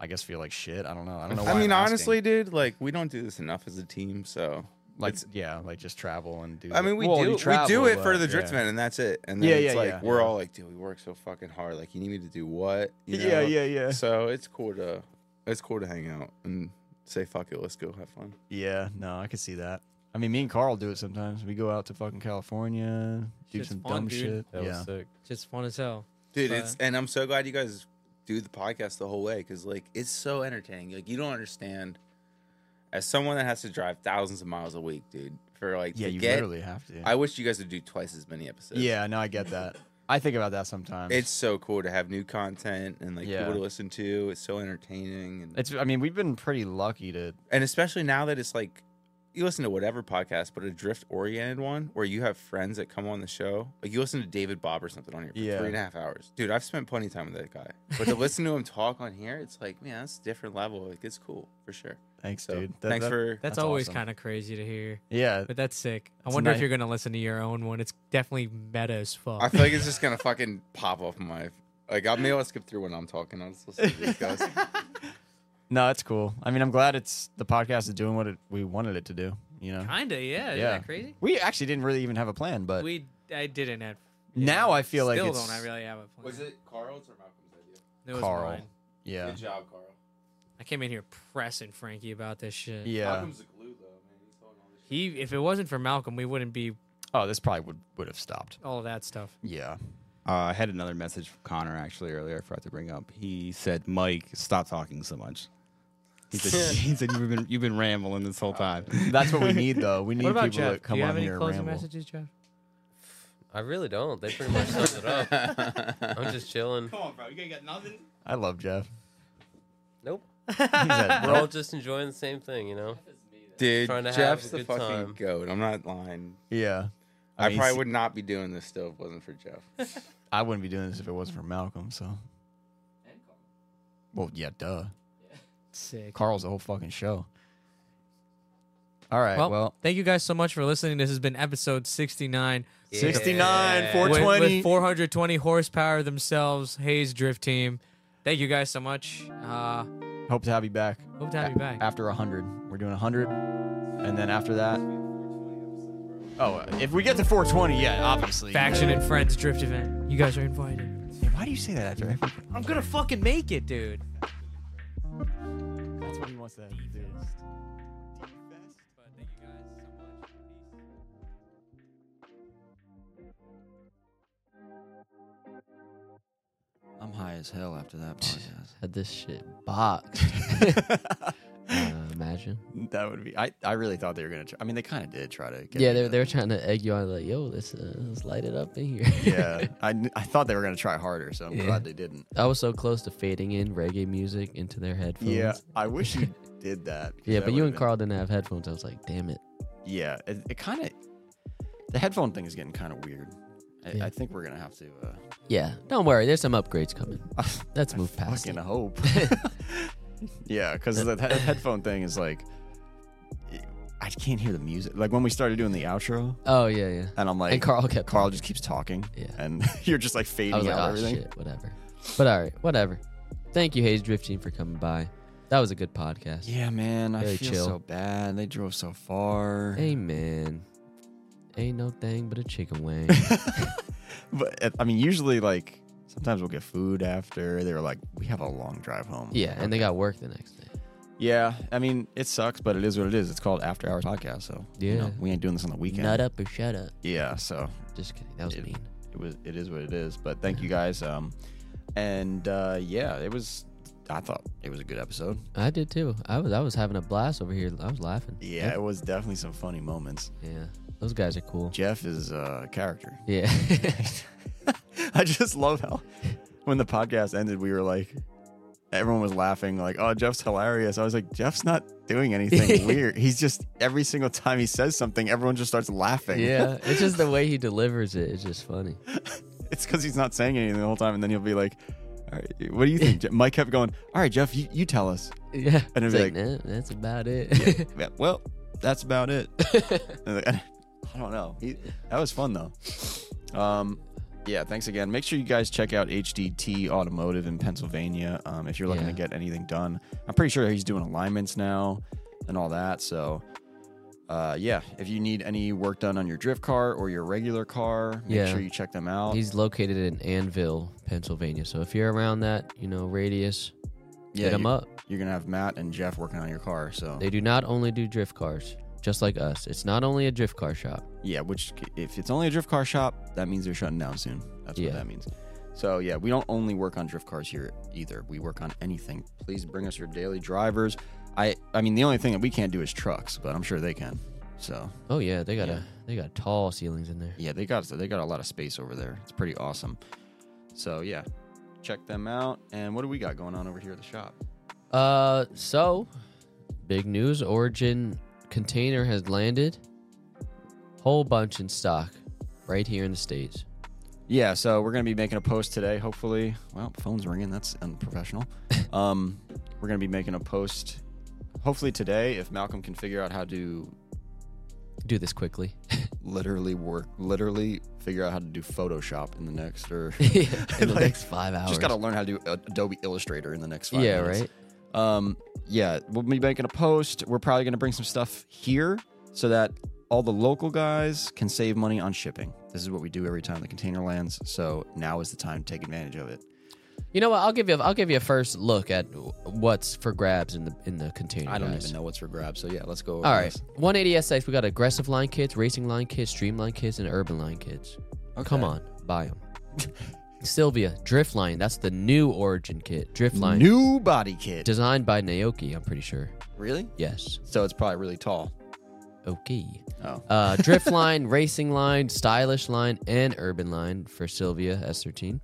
Speaker 1: I guess feel like shit. I don't know. I don't know why
Speaker 4: I mean,
Speaker 1: I'm asking.
Speaker 4: honestly, dude, like we don't do this enough as a team. So
Speaker 1: like
Speaker 4: it's-
Speaker 1: yeah, like just travel and do
Speaker 4: I mean, we
Speaker 1: Well,
Speaker 4: do
Speaker 1: you
Speaker 4: we
Speaker 1: travel,
Speaker 4: do it for
Speaker 1: but-
Speaker 4: the
Speaker 1: yeah.
Speaker 4: Driftman, and that's it. And then
Speaker 1: Yeah,
Speaker 4: it's
Speaker 1: yeah,
Speaker 4: like
Speaker 1: yeah.
Speaker 4: we're all like, dude, we work so fucking hard. Like you need me to do what? You
Speaker 1: *laughs*
Speaker 4: know?
Speaker 1: Yeah, yeah, yeah.
Speaker 4: So it's cool to it's cool to hang out and say fuck it, let's go have fun.
Speaker 1: Yeah, no, I could see that. I mean, me and Carl do it sometimes. We go out to fucking California, do
Speaker 2: Shit's
Speaker 1: some
Speaker 2: fun,
Speaker 1: dumb
Speaker 2: dude.
Speaker 1: shit.
Speaker 5: That
Speaker 1: yeah.
Speaker 5: was sick.
Speaker 2: Just fun as hell.
Speaker 4: dude
Speaker 2: But-
Speaker 4: it's and i'm so glad you guys do the podcast the whole way because like it's so entertaining like you don't understand as someone that has to drive thousands of miles a week dude for like
Speaker 1: Yeah,
Speaker 4: to
Speaker 1: you
Speaker 4: get
Speaker 1: literally have to.
Speaker 4: i wish you guys would do twice as many episodes
Speaker 1: yeah, no, I get that. I think about that sometimes.
Speaker 4: it's so cool to have new content and like
Speaker 1: Yeah.
Speaker 4: people to listen to it's so entertaining and
Speaker 1: it's I mean, we've been pretty lucky to
Speaker 4: and especially now that it's like you listen to whatever podcast but a drift oriented one where you have friends that come on the show like you listen to david bob or something on here for
Speaker 1: Yeah.
Speaker 4: three and a half hours dude i've spent plenty of time with that guy
Speaker 1: *laughs*
Speaker 4: but to listen to him talk on here it's like man that's a different level like it's cool for sure
Speaker 1: Thanks,
Speaker 4: so
Speaker 1: dude. That-
Speaker 4: thanks
Speaker 1: that-
Speaker 4: for
Speaker 2: That's,
Speaker 1: That's
Speaker 2: always
Speaker 1: awesome.
Speaker 2: kind of crazy to hear,
Speaker 1: Yeah,
Speaker 2: but that's sick. I
Speaker 1: It's
Speaker 2: wonder if
Speaker 1: nice.
Speaker 2: you're gonna listen to your own one. It's definitely meta as fuck.
Speaker 4: i feel like it's just gonna fucking pop off my like i
Speaker 1: *laughs*
Speaker 4: maybe i'll skip through when i'm talking i'll just listen to these guys
Speaker 1: No, it's cool. I mean, I'm glad it's the podcast is doing what it, we wanted it to do. You know,
Speaker 2: Kinda, yeah. Isn't
Speaker 1: Yeah.
Speaker 2: that crazy?
Speaker 1: we actually didn't really even have a plan, but
Speaker 2: We I didn't have.
Speaker 1: now I feel like
Speaker 2: still
Speaker 1: it's
Speaker 2: don't. I really have a plan.
Speaker 4: it carl's or malcolm's idea
Speaker 2: It was
Speaker 1: Carl.
Speaker 2: mine.
Speaker 1: yeah,
Speaker 4: job carl
Speaker 2: I came in here pressing Frankie about this shit.
Speaker 1: yeah.
Speaker 4: the glue though man he's holding all this
Speaker 2: He, if it wasn't for Malcolm, we wouldn't be
Speaker 1: Oh, this probably would would have stopped.
Speaker 2: all of that stuff. *laughs*
Speaker 1: Yeah,
Speaker 9: Uh, I had another message from Connor actually earlier. I forgot to bring up. He said, "Mike, stop talking so much." He
Speaker 5: *laughs*
Speaker 9: said, "He said you've been you've been rambling this whole time."
Speaker 4: Uh,
Speaker 1: that's what we need though. We need
Speaker 2: What
Speaker 1: people
Speaker 2: about Jeff?
Speaker 1: that come
Speaker 2: Do you
Speaker 1: on
Speaker 2: have any
Speaker 1: here and
Speaker 2: closing
Speaker 1: ramble.
Speaker 2: messages, Jeff?
Speaker 5: I really don't. They pretty much summed it up. I'm just chilling.
Speaker 8: Come on, bro. You ain't got nothing.
Speaker 1: I love
Speaker 2: *laughs*
Speaker 1: Jeff.
Speaker 5: Nope.
Speaker 1: He's at-
Speaker 5: We're all just enjoying the same thing, you know.
Speaker 4: dude
Speaker 5: Trying to have
Speaker 4: jeff's
Speaker 5: a
Speaker 4: the
Speaker 5: good
Speaker 4: fucking
Speaker 5: time.
Speaker 4: goat i'm not lying
Speaker 1: yeah,
Speaker 4: I,
Speaker 9: mean,
Speaker 4: probably
Speaker 9: s-
Speaker 4: would not be doing this still if it wasn't for Jeff.
Speaker 1: I wouldn't be doing this if it wasn't for Malcolm. So, well, yeah, duh.
Speaker 2: Sick.
Speaker 1: Carl's the whole fucking show. All right, well,
Speaker 2: thank you guys so much for listening. This has been episode 69
Speaker 1: 69,
Speaker 5: Yeah.
Speaker 2: with,
Speaker 1: 420.
Speaker 2: with 420 horsepower themselves, Hayes Drift Team. Thank you guys so much. Uh,
Speaker 1: Hope to have you back
Speaker 2: Hope to have you back.
Speaker 1: after 100. We're doing 100, and then after that. Oh, uh, if we get to 420, yeah, obviously.
Speaker 2: Faction and Friends Drift event. You guys are invited.
Speaker 1: Yeah, Why do you say that after every?
Speaker 2: I'm gonna fucking make it, dude.
Speaker 1: That's what he wants to do.
Speaker 12: I'm high as hell after that podcast.
Speaker 7: Had this shit
Speaker 1: *laughs*
Speaker 7: boxed. uh, imagine.
Speaker 1: That would be. I, I really thought they were gonna. Try, I mean, they kind of did try to. Get
Speaker 7: yeah,
Speaker 1: me
Speaker 7: they,
Speaker 1: to-
Speaker 7: they were trying to egg you on, like, yo, let's, uh, let's light it up in here.
Speaker 1: yeah, I, kn- I thought they were gonna try harder, so I'm
Speaker 7: Yeah.
Speaker 1: glad they didn't.
Speaker 7: *laughs* I was so close to fading in reggae music into their headphones.
Speaker 1: Yeah, I wish
Speaker 7: *laughs*
Speaker 1: you did that. because
Speaker 7: Yeah,
Speaker 1: that
Speaker 7: but you
Speaker 1: would've
Speaker 7: and
Speaker 1: been-
Speaker 7: Carl didn't have headphones. I was like, damn it.
Speaker 1: Yeah, it, it kind of. The headphone thing is getting kind of weird. I,
Speaker 7: Yeah.
Speaker 1: I think we're gonna have to. Uh,
Speaker 7: Yeah, don't worry. There's some
Speaker 1: *laughs*
Speaker 7: upgrades coming. Let's move past
Speaker 1: fucking
Speaker 7: it. *laughs*
Speaker 1: hope. *laughs* yeah, because the he- headphone thing is like, I can't hear the music. Like when we started doing the outro,
Speaker 7: Oh, yeah, yeah.
Speaker 1: and I'm like,
Speaker 7: and Carl kept.
Speaker 1: Carl just keeps talking,
Speaker 7: Yeah.
Speaker 1: and *laughs* you're just like fading
Speaker 7: I was like,
Speaker 1: out
Speaker 7: oh,
Speaker 1: everything.
Speaker 7: shit, whatever. But all right, whatever. Thank you, Hayes Drifting, for coming by. That was a good podcast.
Speaker 1: Yeah, man, I
Speaker 7: Very
Speaker 1: feel
Speaker 7: chill.
Speaker 1: so bad. They drove so far.
Speaker 7: Hey, man. Ain't no thing but a chicken
Speaker 1: *laughs*
Speaker 7: wing.
Speaker 1: But uh, I mean, usually like sometimes we'll get food after. They were like, we have a long drive home.
Speaker 7: yeah, and they got work the next day.
Speaker 1: Yeah, I mean, it sucks, but it is what it is. It's called After Hours Podcast, so you
Speaker 7: Yeah.
Speaker 1: know, we ain't doing this on the weekend.
Speaker 7: Nut up or shut up.
Speaker 1: Yeah, so
Speaker 7: Just kidding. That was
Speaker 1: Yeah.
Speaker 7: mean.
Speaker 1: it was it is what it is. But thank you guys. Um, and uh, yeah, it was. I thought it was a good episode.
Speaker 7: I did too. I was I was having a blast over here. I was laughing.
Speaker 1: Yeah, it was definitely some funny moments.
Speaker 7: Yeah. Those guys are cool.
Speaker 1: Jeff is uh, a character.
Speaker 7: Yeah. *laughs*
Speaker 1: *laughs* I just love how when the podcast ended, we were like, everyone was laughing, like, oh, Jeff's hilarious. I was like, Jeff's not doing anything weird. He's just, every single time he says something, everyone just starts laughing.
Speaker 7: yeah. It's just the way he delivers it. It's just funny.
Speaker 1: *laughs*
Speaker 7: *laughs*
Speaker 1: it's because he's not saying anything the whole time. And then he'll be like, all right, what do you think? Jeff? Mike kept going, all right, Jeff, you, you tell us.
Speaker 7: Yeah.
Speaker 1: And it'd
Speaker 7: it's
Speaker 1: be
Speaker 7: like, nah, that's about it.
Speaker 1: Yeah, well, that's about it.
Speaker 7: *laughs*
Speaker 1: And like, I don't know. He, that was fun though. Um, yeah, thanks again. Make sure you guys check out HDT Automotive in Pennsylvania um, if you're looking
Speaker 7: Yeah.
Speaker 1: to get anything done. I'm pretty sure he's doing alignments now and all that. So, uh, yeah, if you need any work done on your drift car or your regular car, make
Speaker 7: Yeah.
Speaker 1: sure you check them out.
Speaker 7: *laughs* He's located in Anvil, Pennsylvania. So if you're around that, you know, radius, hit him
Speaker 1: you-
Speaker 7: up.
Speaker 1: You're gonna have Matt and Jeff working on your car. So,
Speaker 7: They do not only do drift cars, just like us. It's not only a drift car shop.
Speaker 1: Yeah, which if it's only a drift car shop, that means they're shutting down soon. That's
Speaker 7: Yeah.
Speaker 1: what that means. So yeah, we don't only work on drift cars here either. We work on anything. Please bring us your daily drivers. I I mean the only thing that we can't do is trucks, but I'm sure they can. So
Speaker 7: Oh yeah, they got
Speaker 1: Yeah.
Speaker 7: a they got tall ceilings in there.
Speaker 1: yeah, they got they got a lot of space over there. It's pretty awesome. So yeah, check them out. And what do we got going on over here at the shop?
Speaker 7: Uh, so big news: Origin container has landed. Whole bunch in stock, right here in the states.
Speaker 1: Yeah, so we're gonna be making a post today. Hopefully, well, phone's ringing. That's
Speaker 7: *laughs*
Speaker 1: unprofessional. um, we're gonna be making a post. Hopefully today, if Malcolm can figure out how to
Speaker 7: Do this quickly. *laughs*
Speaker 1: literally work, literally figure out how to do Photoshop in the next,
Speaker 7: *laughs*
Speaker 1: or
Speaker 7: in the
Speaker 1: *laughs* Like,
Speaker 7: next five hours.
Speaker 1: just gotta learn how to do uh, Adobe Illustrator in the next five.
Speaker 7: yeah,
Speaker 1: minutes.
Speaker 7: right.
Speaker 1: Um, yeah, we'll be making a post. We're probably going to bring some stuff here so that all the local guys can save money on shipping. This is what we do every time the container lands. So now is the time to take advantage of it.
Speaker 7: You know what? I'll give you. A, I'll give you a first look at what's for grabs in the in the container.
Speaker 1: I don't
Speaker 7: guys.
Speaker 1: even know what's for grabs. So yeah, let's go. Over
Speaker 7: All right,
Speaker 1: this.
Speaker 7: 180SX. We got aggressive line kits, racing line kits, streamline kits, and urban line kits. Come on, buy
Speaker 1: *laughs*
Speaker 7: them. Sylvia drift line. That's the new origin kit. Drift line
Speaker 1: New body kit.
Speaker 7: designed by Naoki. I'm pretty sure.
Speaker 1: really?
Speaker 7: Yes.
Speaker 1: So it's probably really tall.
Speaker 7: Okay.
Speaker 1: Oh. *laughs*
Speaker 7: Uh, drift line, racing line, stylish line, and urban line for Sylvia S13.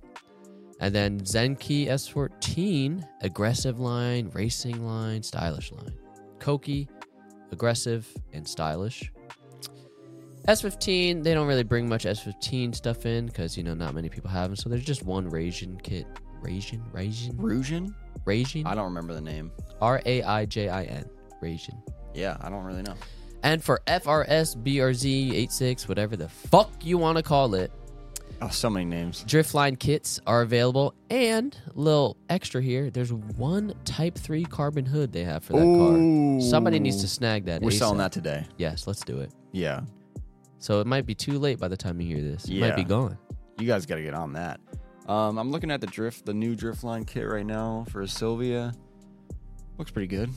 Speaker 7: And then Zenki S14, aggressive line, racing line, stylish line. Koki, aggressive and stylish. S15, they don't really bring much S15 stuff in because, you know, not many people have them. So there's just one Raisin kit. Raisin? Raisin?
Speaker 1: Rusian?
Speaker 7: Raisin?
Speaker 1: I don't remember the name.
Speaker 7: R A I J I N. Raisin.
Speaker 1: Yeah, I don't really know.
Speaker 7: And for FRS, BRZ, 86, whatever the fuck you want to call it,
Speaker 1: Oh, so many names.
Speaker 7: Driftline kits are available, and little extra here. There's one Type Three carbon hood they have for that car. Somebody needs to snag that.
Speaker 1: We're selling
Speaker 7: ASAP.
Speaker 1: that today.
Speaker 7: Yes, let's do it.
Speaker 1: Yeah.
Speaker 7: So it might be too late by the time you hear this. It might be
Speaker 1: Yeah.
Speaker 7: gone.
Speaker 1: You guys got to get on that. Um, I'm looking at the drift, the new Driftline kit right now for a Sylvia. Looks pretty good.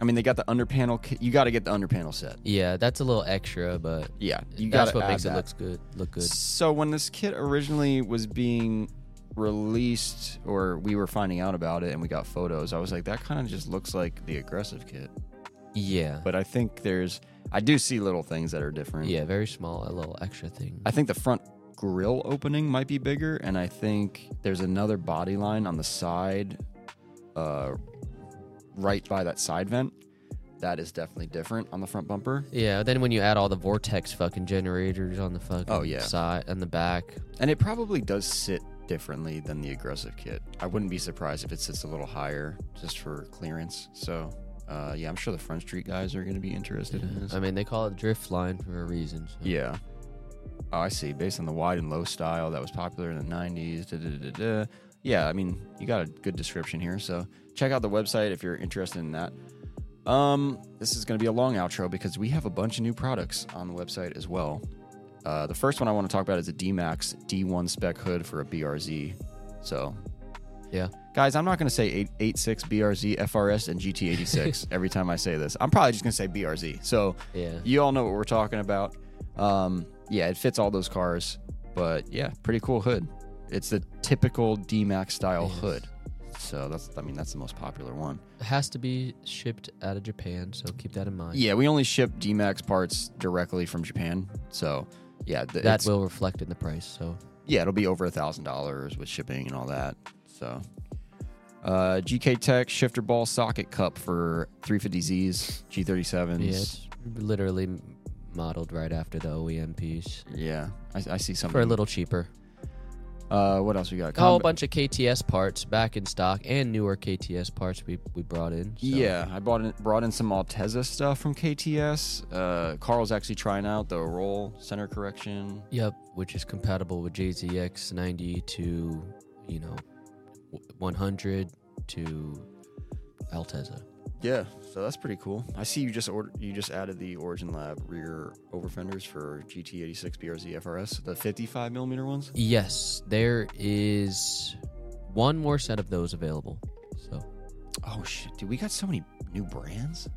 Speaker 1: I mean, they got the underpanel kit. You got to get the underpanel set.
Speaker 7: Yeah, that's a little extra, but
Speaker 1: Yeah, you got
Speaker 7: that's
Speaker 1: to
Speaker 7: what makes
Speaker 1: that.
Speaker 7: it looks good. Look good.
Speaker 1: So when this kit originally was being released, or we were finding out about it, and we got photos, I was like, that kind of just looks like the aggressive kit.
Speaker 7: Yeah,
Speaker 1: But I think there's, I do see little things that are different.
Speaker 7: yeah, very small, a little extra thing.
Speaker 1: I think the front grill opening might be bigger, and I think there's another body line on the side, uh, right by that side vent. That is definitely different on the front bumper.
Speaker 7: Yeah, then when you add all the vortex fucking generators on the fucking
Speaker 1: Oh, yeah.
Speaker 7: side and the back,
Speaker 1: And it probably does sit differently than the aggressive kit. I wouldn't be surprised if it sits a little higher just for clearance. So, uh, yeah, I'm sure the Front Street guys are going to be interested in this.
Speaker 7: I mean, they call it drift line for a reason. so-
Speaker 1: yeah. Oh, I see. Based on the wide and low style that was popular in the 90s. Da, da, da, da, da. Yeah, I mean, you got a good description here. So, check out the website if you're interested in that. Um, this is going to be a long outro because we have a bunch of new products on the website as well. Uh, the first one I want to talk about is a D-Max D1 spec hood for a BRZ. So,
Speaker 7: Yeah.
Speaker 1: guys, I'm not going to say 886 BRZ FRS and GT86 every time I say this. I'm probably just going to say BRZ. So,
Speaker 7: Yeah.
Speaker 1: you all know what we're talking about. Um, yeah, it fits all those cars, but yeah, pretty cool hood. It's the typical D-Max style
Speaker 7: Yes.
Speaker 1: hood. So, that's, I mean, that's the most popular one.
Speaker 7: It has to be shipped out of Japan, so keep that in mind.
Speaker 1: Yeah, we only ship D-Max parts directly from Japan. So, yeah, th-
Speaker 7: That
Speaker 1: it's-
Speaker 7: will reflect in the price, so
Speaker 1: yeah, it'll be over a thousand dollars with shipping and all that. So, uh, GK Tech shifter ball socket cup for 350Zs, G37s.
Speaker 7: yeah, it's literally m- modeled right after the OEM piece
Speaker 1: Yeah, I, I see something.
Speaker 7: for a little cheaper.
Speaker 1: Uh, what else we got?
Speaker 7: A whole
Speaker 1: Combi-
Speaker 7: bunch of KTS parts back in stock and newer KTS parts we, we brought in. so-
Speaker 1: Yeah, I bought in, brought in some Alteza stuff from KTS. Uh, Carl's actually trying out the roll center correction.
Speaker 7: Yep, which is compatible with JZX 90 to, you know, w- 100 to Alteza.
Speaker 1: Yeah, so that's pretty cool. I see you just ordered you just added the Origin Lab rear over fenders for GT86 BRZ FRS, the 55 millimeter ones.
Speaker 7: Yes, there is one more set of those available. So,
Speaker 1: Oh shit, dude, we got so many new brands.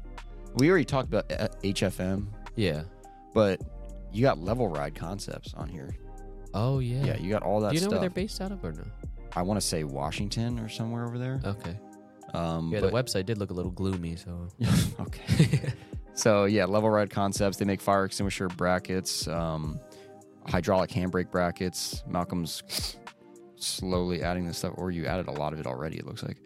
Speaker 1: We already talked about uh, HFM,
Speaker 7: yeah.
Speaker 1: but you got Level Ride Concepts on here.
Speaker 7: Oh, yeah.
Speaker 1: Yeah, you got all that
Speaker 7: Do you know
Speaker 1: stuff.
Speaker 7: where they're based out of or no?
Speaker 1: I want to say Washington or somewhere over there.
Speaker 7: Okay.
Speaker 1: Um,
Speaker 7: Oh. Yeah,
Speaker 1: but-
Speaker 7: the website did look a little gloomy, so.
Speaker 1: okay. *laughs* so yeah, Level Ride Concepts. They make fire extinguisher brackets, um, hydraulic handbrake brackets. Malcolm's slowly adding this stuff, or you added a lot of it already. It looks like.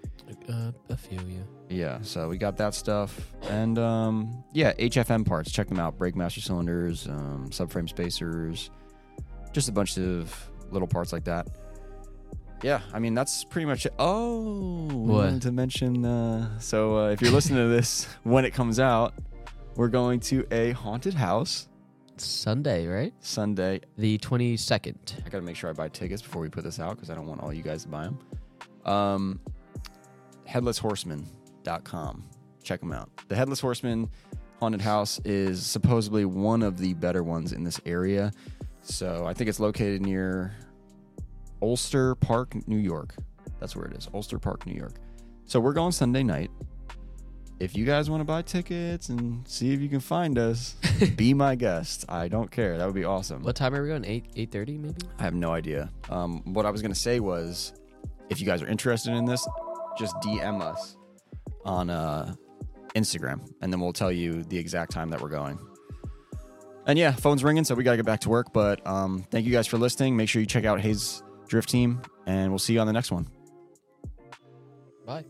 Speaker 7: Uh, a few, yeah.
Speaker 1: Yeah, so we got that stuff, and um, yeah, HFM parts. Check them out: brake master cylinders, um, subframe spacers, just a bunch of little parts like that. Yeah, I mean that's pretty much it. Oh, we
Speaker 7: What?
Speaker 1: wanted to mention. Uh, so uh, if you're listening to this *laughs* when it comes out, we're going to a haunted house
Speaker 7: Sunday, right?
Speaker 1: Sunday.
Speaker 7: The 22nd.
Speaker 1: I gotta make sure I buy tickets before we put this out because I don't want all you guys to buy them. Um, headlesshorseman.com. Check them out. The Headless Horseman Haunted House is supposedly one of the better ones in this area. So I think it's located near Ulster Park, New York. That's where it is, Ulster Park, New York. So we're going Sunday night. If you guys want to buy tickets and see if you can find us, be my guest. I don't care. That would be awesome.
Speaker 7: What time are we going? 8 8:30 maybe?
Speaker 1: I have no idea. Um, what I was gonna say was, if you guys are interested in this, just DM us on uh, Instagram, and then we'll tell you the exact time that we're going. And yeah, phone's ringing, so we gotta get back to work. But um, thank you guys for listening. Make sure you check out Hayes Drift Team, and we'll see you on the next one.
Speaker 7: Bye.